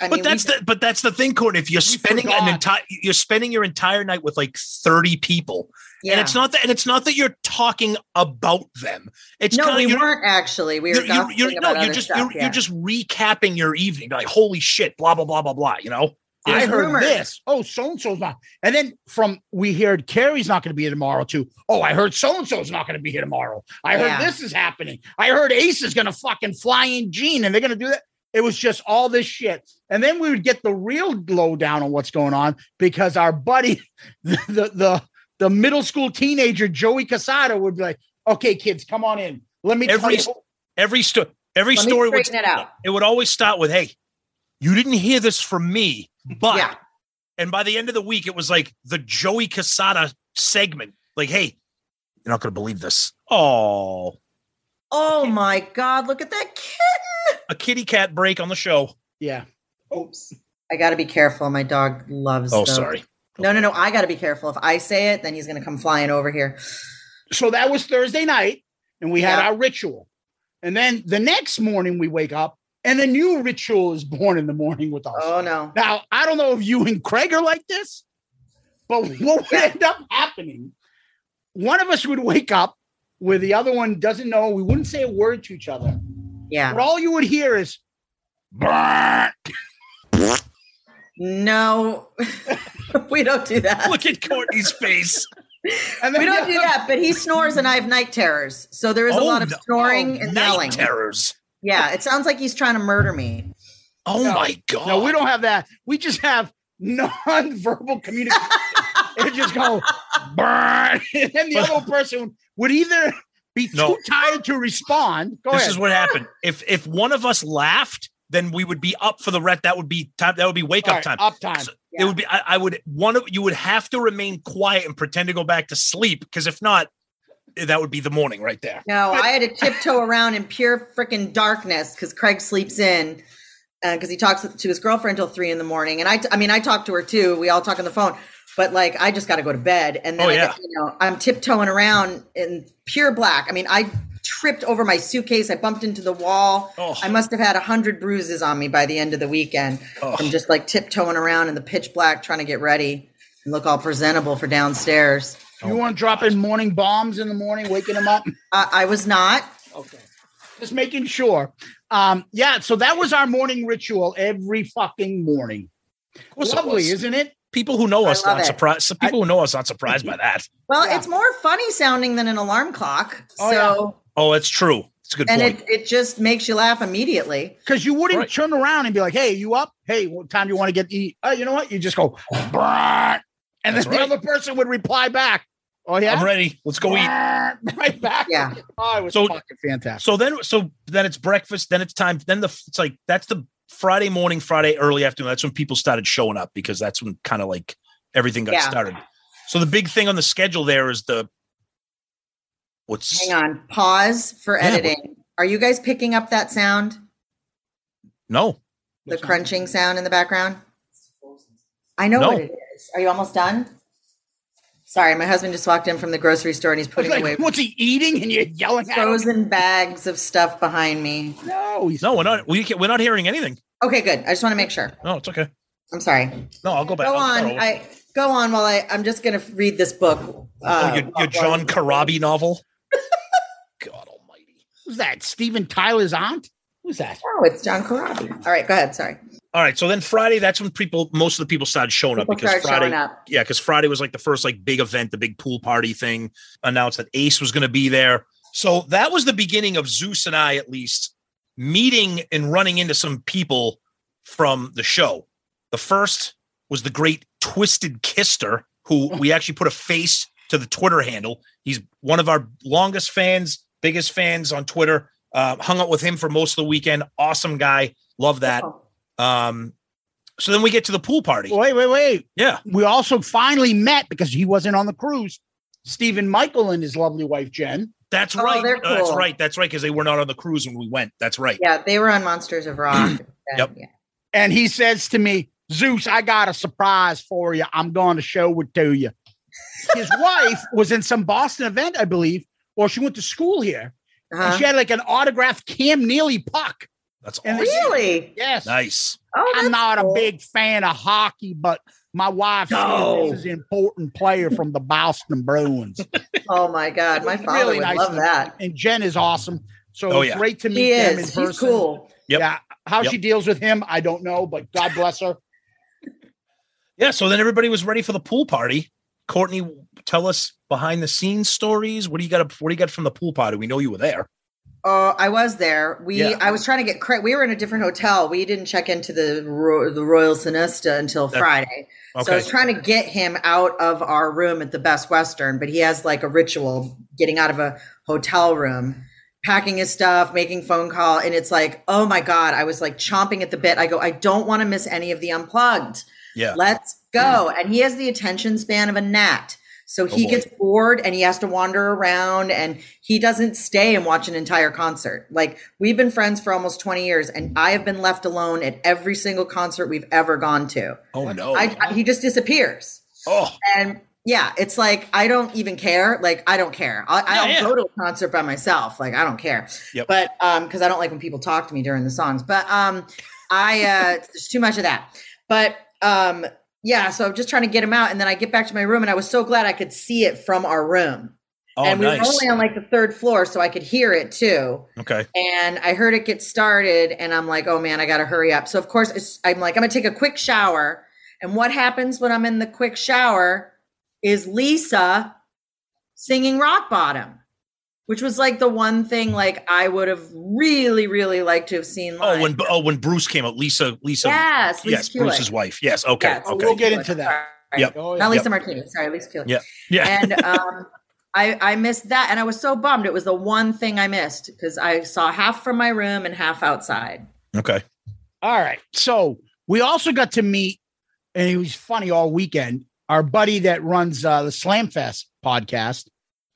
[SPEAKER 6] I mean,
[SPEAKER 3] but that's the but that's the thing, Courtney. If you're spending an entire you're spending your entire night with like 30 people.
[SPEAKER 6] Yeah.
[SPEAKER 3] And it's not that and it's not that you're talking about them. It's
[SPEAKER 6] no,
[SPEAKER 3] kinda-
[SPEAKER 6] we
[SPEAKER 3] you're-
[SPEAKER 6] weren't actually. We were
[SPEAKER 3] you're, you're-
[SPEAKER 6] gossiping
[SPEAKER 3] you're-
[SPEAKER 6] about
[SPEAKER 3] no,
[SPEAKER 6] other
[SPEAKER 3] you're just
[SPEAKER 6] stuff.
[SPEAKER 3] you're,
[SPEAKER 6] yeah.
[SPEAKER 3] you're just recapping your evening. Like, holy shit, blah blah blah blah blah. You know,
[SPEAKER 5] I
[SPEAKER 3] Yeah.
[SPEAKER 5] heard this. Oh, so and so's not. And then from we heard Carrie's not going to be here tomorrow too. Oh, I heard so and so's not going to be here tomorrow. I heard
[SPEAKER 10] Yeah.
[SPEAKER 5] this is happening. I heard Ace is going to fucking fly in Gene, and they're going to do that. It was just all this shit. And then we would get the real lowdown on what's going on because our buddy, the the the, the middle school teenager Joey Casada would be like, "Okay, kids, come on in. Let me
[SPEAKER 3] every
[SPEAKER 5] tell you."
[SPEAKER 3] every story every
[SPEAKER 5] Let me
[SPEAKER 3] story would
[SPEAKER 5] straighten it out.
[SPEAKER 3] it would always start with, "Hey, you didn't hear this from me, but." And by the end of the week, it was like the Joey Casada segment. Like, hey, you're not going to believe this. Oh,
[SPEAKER 6] oh my god, look at that kitten!
[SPEAKER 3] A kitty cat break on the show.
[SPEAKER 5] Yeah.
[SPEAKER 6] Oops. I got to be careful. My dog loves.
[SPEAKER 3] Oh,
[SPEAKER 6] those.
[SPEAKER 3] sorry.
[SPEAKER 6] No, no, no. I got to be careful. If I say it, then he's going to come flying over here.
[SPEAKER 5] So that was Thursday night, and we had
[SPEAKER 6] Yeah.
[SPEAKER 5] our ritual. And then the next morning we wake up and a new ritual is born in the morning with us. Oh
[SPEAKER 6] no.
[SPEAKER 5] Now I don't know if you and Craig are like this, but what would end up happening? One of us would wake up where the other one doesn't know. We wouldn't say a word to each other.
[SPEAKER 6] Yeah.
[SPEAKER 5] But all you would hear is
[SPEAKER 6] No, we don't do that.
[SPEAKER 3] Look at Courtney's face.
[SPEAKER 5] And
[SPEAKER 6] we
[SPEAKER 5] then
[SPEAKER 6] don't
[SPEAKER 5] the
[SPEAKER 6] do
[SPEAKER 5] other-
[SPEAKER 6] that, but he snores and I have night terrors. So there is a
[SPEAKER 3] Oh,
[SPEAKER 6] lot of
[SPEAKER 3] no.
[SPEAKER 6] snoring and
[SPEAKER 3] night
[SPEAKER 6] yelling.
[SPEAKER 3] terrors.
[SPEAKER 6] Yeah, it sounds like he's trying to murder me.
[SPEAKER 3] Oh
[SPEAKER 5] No.
[SPEAKER 3] my god.
[SPEAKER 5] No, we don't have that. We just have non-verbal communication. it just go burn. And then the other person would either be too
[SPEAKER 3] No.
[SPEAKER 5] tired to respond. Go
[SPEAKER 3] this
[SPEAKER 5] ahead.
[SPEAKER 3] is what happened. If if one of us laughed, then we would be up for the rest. That would be time. That would be wake
[SPEAKER 5] All
[SPEAKER 3] up time.
[SPEAKER 5] right, up time.
[SPEAKER 3] So It would be. I, I would. One of you would have to remain quiet and pretend to go back to sleep because if not, eh, that would be the morning right there.
[SPEAKER 6] No, I had to tiptoe around in pure freaking darkness because Craig sleeps in because he talks to his girlfriend till three in the morning. And I, t- I mean, I talk to her too. We all talk on the phone, but like, I just got to go to bed. And then
[SPEAKER 3] Oh,
[SPEAKER 6] I
[SPEAKER 3] yeah.
[SPEAKER 6] get- you know, I'm tiptoeing around in pure black. I mean, I tripped over my suitcase. I bumped into the wall. I must have had a hundred bruises on me by the end of the weekend. I'm just like tiptoeing around in the pitch black, trying to get ready and look all presentable for downstairs.
[SPEAKER 5] you want dropping morning bombs in the morning, waking them up?
[SPEAKER 6] I, I was not.
[SPEAKER 5] Okay. Just making sure. Um, yeah, so that was our morning ritual every fucking morning.
[SPEAKER 3] course it
[SPEAKER 5] Lovely,
[SPEAKER 3] was.
[SPEAKER 5] isn't it?
[SPEAKER 3] People who know
[SPEAKER 6] I
[SPEAKER 3] us
[SPEAKER 6] love
[SPEAKER 3] aren't
[SPEAKER 6] it.
[SPEAKER 3] surprised. Some people who know us aren't surprised by that.
[SPEAKER 6] Well, it's more funny sounding than an alarm clock.
[SPEAKER 5] Oh,
[SPEAKER 6] so,
[SPEAKER 3] Oh, that's true. It's a good
[SPEAKER 6] and
[SPEAKER 3] point.
[SPEAKER 6] it, it just makes you laugh immediately.
[SPEAKER 5] Because you wouldn't turn around and be like, "Hey, you up? Hey, what time do you want to get to eat?" Oh, you know what? You just go, "Brrr," and
[SPEAKER 3] That's
[SPEAKER 5] then
[SPEAKER 3] right.
[SPEAKER 5] the other person would reply back, "Oh yeah,
[SPEAKER 3] I'm ready. Let's go eat.
[SPEAKER 5] eat." Right back.
[SPEAKER 6] Yeah.
[SPEAKER 5] Oh, it was
[SPEAKER 3] So-
[SPEAKER 5] fucking fantastic.
[SPEAKER 3] So then, so then it's breakfast. Then it's time. Then the it's like that's the Friday morning, Friday early afternoon. That's when people started showing up because that's when kind of like everything got
[SPEAKER 6] Yeah.
[SPEAKER 3] started. So the big thing on the schedule there is the what's
[SPEAKER 6] Hang on, pause for
[SPEAKER 3] Yeah, what-
[SPEAKER 6] editing. Are you guys picking up that sound?
[SPEAKER 3] no
[SPEAKER 6] The crunching sound in the background? I know
[SPEAKER 3] No.
[SPEAKER 6] what it is. Are you almost done? Sorry, my husband just walked in from the grocery store and he's putting
[SPEAKER 5] like,
[SPEAKER 6] away
[SPEAKER 5] what's he eating? And you're yelling at him.
[SPEAKER 6] frozen bags of stuff behind me.
[SPEAKER 5] No,
[SPEAKER 3] no. We're not we can't, we're not hearing anything.
[SPEAKER 6] Okay, good. I just want to make sure.
[SPEAKER 3] No, it's okay.
[SPEAKER 6] I'm sorry.
[SPEAKER 3] No, I'll go back.
[SPEAKER 6] Go
[SPEAKER 3] I'll start
[SPEAKER 6] on.
[SPEAKER 3] over.
[SPEAKER 6] I go on while I. I'm just gonna read this book. Uh,
[SPEAKER 3] oh, your, your John Karabi novel.
[SPEAKER 5] Who's that? Steven Tyler's aunt? Who's that?
[SPEAKER 6] Oh, it's John Karabi. All right, go ahead. Sorry.
[SPEAKER 3] All right, so then Friday, that's when people, most of the people started showing up
[SPEAKER 6] People
[SPEAKER 3] because
[SPEAKER 6] started
[SPEAKER 3] Friday,
[SPEAKER 6] showing up.
[SPEAKER 3] yeah, because Friday was like the first like big event, the big pool party thing. Announced that Ace was going to be there, so that was the beginning of Zeus and I, at least, meeting and running into some people from the show. The first was the great Twisted Kister, who we actually put a face to the Twitter handle. He's one of our longest fans, biggest fans on Twitter. Uh, hung out with him for most of the weekend. Awesome guy. Love that. Um, so then we get to the pool party.
[SPEAKER 5] Wait, wait, wait.
[SPEAKER 3] Yeah.
[SPEAKER 5] We also finally met because he wasn't on the cruise. Stephen Michael and his lovely wife, Jen.
[SPEAKER 3] That's
[SPEAKER 6] Oh,
[SPEAKER 3] right.
[SPEAKER 6] they're
[SPEAKER 3] No, That's
[SPEAKER 6] cool.
[SPEAKER 3] right. That's right. Because they were not on the cruise when we went. That's right.
[SPEAKER 6] Yeah, they were on Monsters of
[SPEAKER 5] Mm.
[SPEAKER 6] Rock.
[SPEAKER 3] Yep.
[SPEAKER 5] And he says to me, Zeus, I got a surprise for you. I'm going to show it to you. His wife was in some Boston event, I believe, or she went to school here.
[SPEAKER 6] Uh-huh.
[SPEAKER 5] And she had like an autographed Cam Neely puck.
[SPEAKER 3] That's
[SPEAKER 5] And they-
[SPEAKER 6] really? Oh,
[SPEAKER 5] Yes.
[SPEAKER 3] Nice.
[SPEAKER 5] I'm not a big fan of hockey, but my wife says
[SPEAKER 6] No.
[SPEAKER 5] this is an important player from the Boston Bruins.
[SPEAKER 6] Oh my God, my father would love
[SPEAKER 5] to-
[SPEAKER 6] that.
[SPEAKER 5] And Jen is awesome. So
[SPEAKER 3] Oh,
[SPEAKER 5] it's
[SPEAKER 3] yeah.
[SPEAKER 5] great to
[SPEAKER 6] He
[SPEAKER 5] meet
[SPEAKER 6] is.
[SPEAKER 5] them in
[SPEAKER 6] He's
[SPEAKER 5] person.
[SPEAKER 6] cool.
[SPEAKER 3] Yep.
[SPEAKER 5] Yeah. How
[SPEAKER 3] Yep.
[SPEAKER 5] she deals with him, I don't know, but God bless her.
[SPEAKER 3] Yeah. So then everybody was ready for the pool party. Courtney, tell us behind the scenes stories. What do you got? What do you got from the pool party? We know you were there.
[SPEAKER 6] Oh, I was there. We
[SPEAKER 3] Yeah.
[SPEAKER 6] I was trying to get credit. We were in a different hotel. We didn't check into the Ro- the Royal Sinesta until
[SPEAKER 3] That-
[SPEAKER 6] Friday. So I was
[SPEAKER 3] okay.
[SPEAKER 6] trying to get him out of our room at the Best Western, but he has like a ritual getting out of a hotel room, packing his stuff, making phone call, and it's like, oh my god! I was like chomping at the bit. I go, I don't want to miss any of the unplugged.
[SPEAKER 3] Yeah. Hmm.
[SPEAKER 6] Let's go. And he has the attention span of a gnat. So he
[SPEAKER 3] Oh, boy.
[SPEAKER 6] gets bored and he has to wander around and he doesn't stay and watch an entire concert. Like we've been friends for almost 20 years and I have been left alone at every single concert we've ever gone to.
[SPEAKER 3] oh no.
[SPEAKER 6] I, I- he just disappears.
[SPEAKER 3] oh
[SPEAKER 6] And yeah, it's like I don't even care. Like I don't care. I, I'll
[SPEAKER 3] yeah.
[SPEAKER 6] go to a concert by myself. Like I don't care.
[SPEAKER 3] Yep.
[SPEAKER 6] But um, because I don't like when people talk to me during the songs. But um, I uh, there's too much of that. But um, yeah. So I'm just trying to get him out, and then I get back to my room, and I was so glad I could see it from our room.
[SPEAKER 3] oh
[SPEAKER 6] and we
[SPEAKER 3] nice.
[SPEAKER 6] were only on like the third floor, so I could hear it too
[SPEAKER 3] okay.
[SPEAKER 6] and I heard it get started, and I'm like, oh man, I gotta hurry up. So of course, it's, I'm like, I'm gonna take a quick shower. And what happens when I'm in the quick shower is Lisa singing Rock Bottom, which was like the one thing like I would have really, really liked to have seen live.
[SPEAKER 3] Oh when oh when Bruce came out, Lisa Lisa.
[SPEAKER 6] yes, Lisa
[SPEAKER 3] yes, Bruce's
[SPEAKER 6] Kulick.
[SPEAKER 3] wife. Yes. Okay.
[SPEAKER 6] Yes,
[SPEAKER 3] okay.
[SPEAKER 5] We'll get into that.
[SPEAKER 6] Sorry.
[SPEAKER 3] Yep.
[SPEAKER 5] Oh, yeah.
[SPEAKER 6] Not Lisa
[SPEAKER 3] Yep.
[SPEAKER 6] Martini. Sorry, Lisa Kulick.
[SPEAKER 3] Yeah. Yeah.
[SPEAKER 6] and um, I, I missed that, and I was so bummed. It was the one thing I missed because I saw half from my room and half outside.
[SPEAKER 3] okay.
[SPEAKER 5] All right. So we also got to meet, and he was funny all weekend. Our buddy that runs uh, the Slamfest podcast.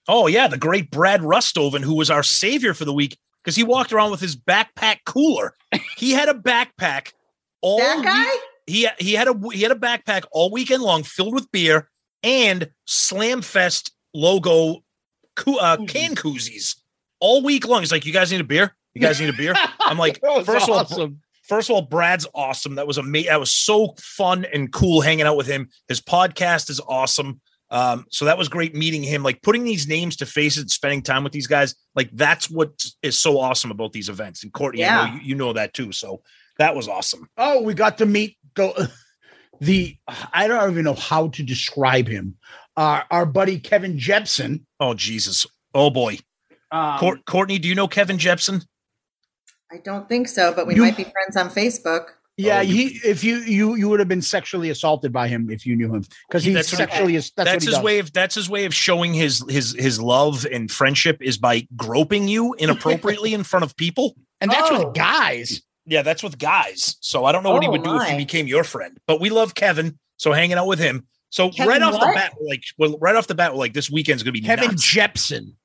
[SPEAKER 3] Oh yeah, the great Brad Rustoven, who was our savior for the week because he walked around with his backpack cooler. he had a backpack all
[SPEAKER 6] that
[SPEAKER 3] week-
[SPEAKER 6] guy?
[SPEAKER 3] he he had a he had a backpack all weekend long filled with beer and Slamfest logo coo- uh, can koozies all week long. He's like, "You guys need a beer? You guys need a beer?" I'm like,
[SPEAKER 5] That was
[SPEAKER 3] first of all,
[SPEAKER 5] awesome.
[SPEAKER 3] first of all, Brad's awesome. That was amazing. That was so fun and cool hanging out with him. His podcast is awesome. Um, so that was great meeting him. Like putting these names to faces, and spending time with these guys. Like that's what is so awesome about these events. And Courtney, I know
[SPEAKER 6] Yeah.
[SPEAKER 3] you, you know that too. So that was awesome.
[SPEAKER 5] Oh, we got to meet the, the I don't even know how to describe him. Uh, our buddy Kevin Jepson.
[SPEAKER 3] Oh Jesus. Oh boy.
[SPEAKER 5] Um,
[SPEAKER 3] Cour- Courtney, do you know Kevin Jepson?
[SPEAKER 6] I don't think so, but we
[SPEAKER 5] You-
[SPEAKER 6] might be friends on Facebook.
[SPEAKER 5] yeah,
[SPEAKER 3] Oh, you-
[SPEAKER 5] he if you you you would have been sexually assaulted by him if you knew him because he's
[SPEAKER 3] That's what he-
[SPEAKER 5] sexually that's,
[SPEAKER 3] That's,
[SPEAKER 5] what he
[SPEAKER 3] his
[SPEAKER 5] does.
[SPEAKER 3] way of that's his way of showing his his his love and friendship is by groping you inappropriately in front of people.
[SPEAKER 5] and that's
[SPEAKER 6] Oh.
[SPEAKER 5] with guys.
[SPEAKER 3] Yeah, that's with guys. So I don't know what he
[SPEAKER 6] Oh,
[SPEAKER 3] would do if he
[SPEAKER 6] my.
[SPEAKER 3] became your friend. But we love Kevin, so hanging out with him. So
[SPEAKER 6] Kevin
[SPEAKER 3] right off the
[SPEAKER 6] what?
[SPEAKER 3] bat, we're like well, right off the bat, we're like this weekend's gonna be
[SPEAKER 5] Kevin
[SPEAKER 3] nuts.
[SPEAKER 5] Jepson.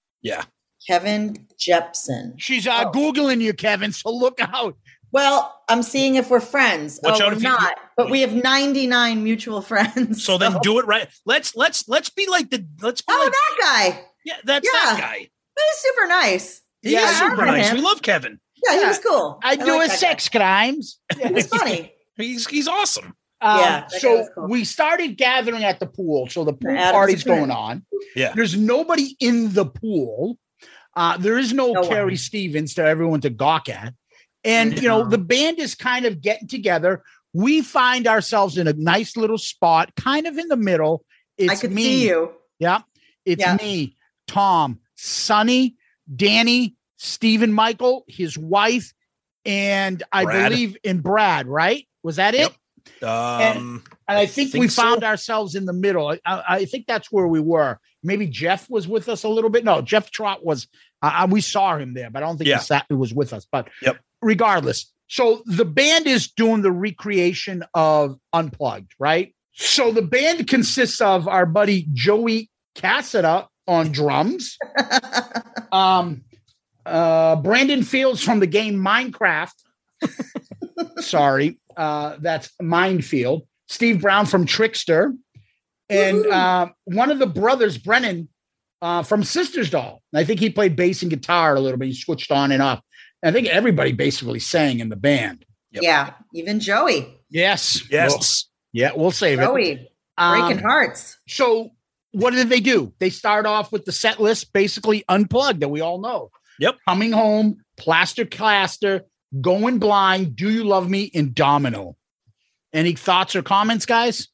[SPEAKER 6] Kevin Jepson.
[SPEAKER 5] She's uh,
[SPEAKER 3] Oh.
[SPEAKER 5] googling you, Kevin. So look out.
[SPEAKER 6] Well, I'm seeing if we're friends.
[SPEAKER 3] Watch
[SPEAKER 6] oh,
[SPEAKER 3] out
[SPEAKER 6] we're
[SPEAKER 3] if you-
[SPEAKER 6] not. But we have 99 mutual friends.
[SPEAKER 3] So then do it right. Let's let's let's be like the let's be
[SPEAKER 6] Oh,
[SPEAKER 3] like
[SPEAKER 6] that guy.
[SPEAKER 3] yeah, that's that guy.
[SPEAKER 6] But he's super nice.
[SPEAKER 3] He is
[SPEAKER 5] Yeah,
[SPEAKER 6] I
[SPEAKER 3] super
[SPEAKER 6] remember
[SPEAKER 3] nice.
[SPEAKER 6] him.
[SPEAKER 3] We love Kevin.
[SPEAKER 6] Yeah, he was cool.
[SPEAKER 5] I, do
[SPEAKER 6] like
[SPEAKER 5] a
[SPEAKER 6] that
[SPEAKER 5] sex crimes.
[SPEAKER 6] guy. He was funny.
[SPEAKER 3] He's he's awesome.
[SPEAKER 6] Yeah,
[SPEAKER 5] Um,
[SPEAKER 6] that guy
[SPEAKER 5] so
[SPEAKER 6] was cool.
[SPEAKER 5] we started gathering at the pool. So the pool
[SPEAKER 6] Adam's
[SPEAKER 5] party's
[SPEAKER 6] friend.
[SPEAKER 5] going on.
[SPEAKER 3] Yeah.
[SPEAKER 5] There's nobody in the pool. Uh, there is no,
[SPEAKER 6] No one.
[SPEAKER 5] Carrie Stevens to everyone to gawk at. And, you know, the band is kind of getting together. We find ourselves in a nice little spot, kind of in the middle. It's
[SPEAKER 6] I could
[SPEAKER 5] me.
[SPEAKER 6] see you.
[SPEAKER 5] Yeah. It's
[SPEAKER 6] Yeah.
[SPEAKER 5] me, Tom, Sonny, Danny, Stephen Michael, his wife, and I
[SPEAKER 3] Brad.
[SPEAKER 5] believe in Brad, right? Was that it?
[SPEAKER 3] Yep. Um
[SPEAKER 5] And I think,
[SPEAKER 3] think
[SPEAKER 5] we
[SPEAKER 3] so.
[SPEAKER 5] found ourselves in the middle. I, I, I think that's where we were. Maybe Jeff was with us a little bit. No, Jeff Trot was. Uh, we saw him there, but I don't think
[SPEAKER 3] Yeah.
[SPEAKER 5] he sat. He was with us. But
[SPEAKER 3] Yep.
[SPEAKER 5] regardless, so the band is doing the recreation of Unplugged, right? So the band consists of our buddy Joey Cassada on drums, um, uh, Brandon Fields from the game Minecraft. Sorry, uh, that's Minefield. Steve Brown from Trickster, and uh, one of the brothers, Brennan, uh, from Sisters Doll. I think he played bass and guitar a little bit. He switched on and off. I think everybody basically sang in the band.
[SPEAKER 6] Yeah, even Joey.
[SPEAKER 5] Yes. Yes. yeah, we'll save it. Um,
[SPEAKER 6] Joey, Oh,
[SPEAKER 3] Um,
[SPEAKER 6] breaking hearts.
[SPEAKER 5] So, what did they do? They start off with the set list, basically unplugged, that we all know.
[SPEAKER 3] Yep.
[SPEAKER 5] Coming home, plaster caster, going blind, do you love me, and domino. Any thoughts or comments, guys?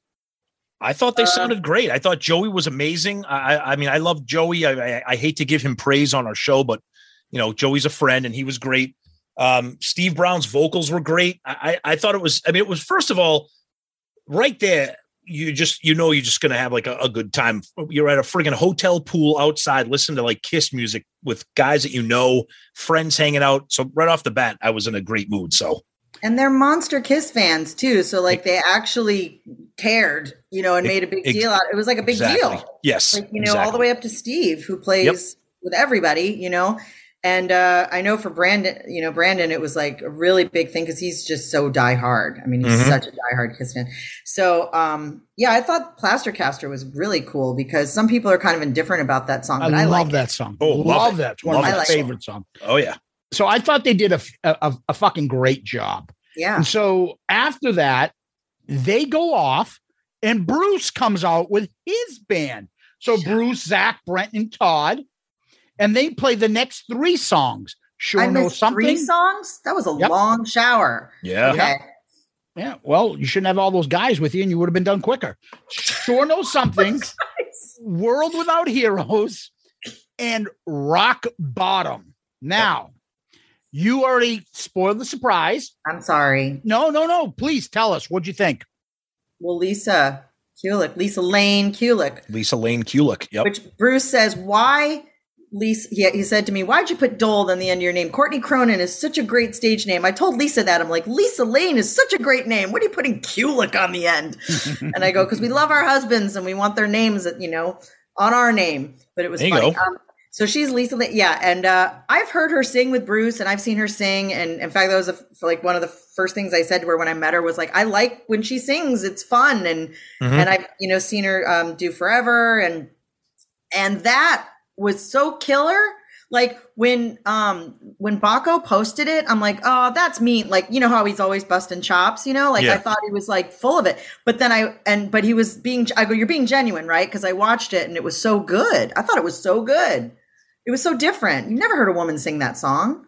[SPEAKER 3] I thought they
[SPEAKER 6] Um,
[SPEAKER 3] sounded great. I thought Joey was amazing. I, I- I mean, I love Joey. I, I, I hate to give him praise on our show, but you know, Joey's a friend, and he was great. Um, Steve Brown's vocals were great. I, I I thought it was. I mean, it was first of all, right there. You just you know you're just gonna have like a, a good time. You're at a friggin' hotel pool outside, listen to like Kiss music with guys that you know, friends hanging out. So right off the bat, I was in a great mood. So
[SPEAKER 6] And they're monster Kiss fans too, so like they actually cared, you know, and
[SPEAKER 3] Ex-
[SPEAKER 6] made a big
[SPEAKER 3] ex-
[SPEAKER 6] deal out. It was like a big
[SPEAKER 3] Exactly.
[SPEAKER 6] deal.
[SPEAKER 3] Yes,
[SPEAKER 6] like you know, all the way up to Steve, who plays
[SPEAKER 3] Yep.
[SPEAKER 6] with everybody, you know. And uh, I know for Brandon, you know, Brandon, it was like a really big thing because he's just so diehard. I mean, he's
[SPEAKER 5] Mm-hmm.
[SPEAKER 10] Mhm.
[SPEAKER 6] such a diehard Kiss fan. So, um, yeah, I thought Plastercaster was really cool because some people are kind of indifferent about that song,
[SPEAKER 5] I
[SPEAKER 6] but I,
[SPEAKER 5] love
[SPEAKER 6] like
[SPEAKER 5] that song.
[SPEAKER 6] Oh,
[SPEAKER 5] love,
[SPEAKER 6] love it.
[SPEAKER 5] that. It's one
[SPEAKER 6] Love
[SPEAKER 5] of my
[SPEAKER 6] it.
[SPEAKER 5] favorite songs.
[SPEAKER 3] Oh yeah.
[SPEAKER 5] So I thought they did a a, a fucking great job.
[SPEAKER 6] Yeah.
[SPEAKER 5] And so after that, they go off, and Bruce comes out with his band. So Bruce, Zach, Brent, and Todd, and they play the next three songs. Sure,
[SPEAKER 6] I
[SPEAKER 5] know
[SPEAKER 6] missed
[SPEAKER 5] something. Uh-huh.
[SPEAKER 6] three songs. That was a long shower.
[SPEAKER 3] Yeah.
[SPEAKER 6] Okay.
[SPEAKER 5] Yeah. Well, you shouldn't have all those guys with you, and you would have been done quicker. Sure, know something. World without heroes, and rock bottom. Now, you already spoiled the surprise.
[SPEAKER 6] I'm sorry.
[SPEAKER 5] No, no, no. Please tell us what'd you think.
[SPEAKER 6] Well, Lisa Kulik, Lisa Lane Kulik,
[SPEAKER 3] Lisa Lane Kulik. Yep.
[SPEAKER 6] which Bruce says, why Lisa? He, he said to me, why'd you put Dole on the end of your name? Courtney Cronin is such a great stage name. I told Lisa that. I'm like, Lisa Lane is such a great name. What are you putting Kulik on the end? and I go, because we love our husbands and we want their names, you know, on our name. But it was
[SPEAKER 3] There you
[SPEAKER 6] funny.
[SPEAKER 3] go.
[SPEAKER 6] Um, so she's Lisa, Lin- yeah, and uh, I've heard her sing with Bruce, and I've seen her sing, and in fact, that was a, like one of the first things I said to her when I met her was like, I like when she sings; it's fun, and
[SPEAKER 3] Mm-hmm.
[SPEAKER 10] Mhm.
[SPEAKER 6] and I've you know seen her um, do forever, and and that was so killer. Like when um when Baco posted it, I'm like, oh, that's mean. Like you know how he's always busting chops, you know. Like
[SPEAKER 10] Yeah.
[SPEAKER 6] I thought he was like full of it, but then I and but he was being. I go, you're being genuine, right? Because I watched it and it was so good. I thought it was so good. It was so different. You never heard a woman sing that song.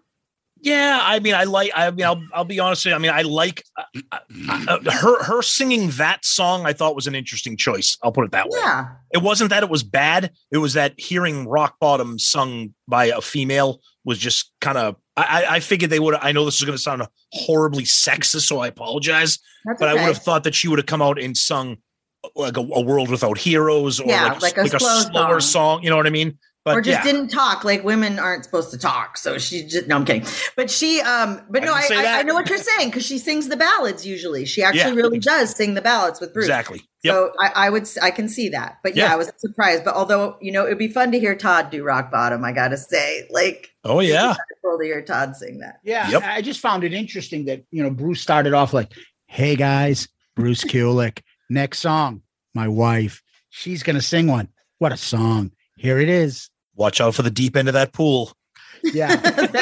[SPEAKER 3] Yeah, I mean, I like. I mean, I'll, I'll be honest with you. I mean, I like uh, uh, uh, her her singing that song. I thought was an interesting choice. I'll put it that way.
[SPEAKER 6] Yeah.
[SPEAKER 3] It wasn't that it was bad. It was that hearing rock bottom sung by a female was just kind of. I, I- I figured they would. I know this is going to sound horribly sexist, so I apologize.
[SPEAKER 6] That's
[SPEAKER 3] but I
[SPEAKER 6] okay.
[SPEAKER 3] would have thought that she would have come out and sung like a, a world without heroes or
[SPEAKER 6] Yeah,
[SPEAKER 3] like,
[SPEAKER 6] like
[SPEAKER 3] a,
[SPEAKER 6] a
[SPEAKER 3] like a
[SPEAKER 6] slow
[SPEAKER 3] slower song. You know what I mean? But
[SPEAKER 6] or just
[SPEAKER 3] yeah.
[SPEAKER 6] didn't talk like women aren't supposed to talk so she just no i'm kidding but she um but
[SPEAKER 3] I
[SPEAKER 6] no
[SPEAKER 3] didn't
[SPEAKER 6] I,
[SPEAKER 3] say
[SPEAKER 6] I, I
[SPEAKER 3] that.
[SPEAKER 6] know what you're saying because she sings the ballads usually she actually
[SPEAKER 3] Yeah,
[SPEAKER 6] really does sing the ballads with bruce
[SPEAKER 3] Exactly. Yep.
[SPEAKER 6] so I, I would s- i can see that but yeah,
[SPEAKER 3] Yeah.
[SPEAKER 6] i was surprised but although you know it'd be fun to hear todd do rock bottom i gotta say like
[SPEAKER 3] oh
[SPEAKER 5] yeah.
[SPEAKER 6] cool to hear todd sing that
[SPEAKER 5] Yeah, I just found it interesting that you know Bruce started off like, "Hey guys, Bruce Kulick. Next song, my wife. She's gonna sing one. What a song! Here it is.
[SPEAKER 3] Watch out for the deep end of that pool.
[SPEAKER 5] Yeah,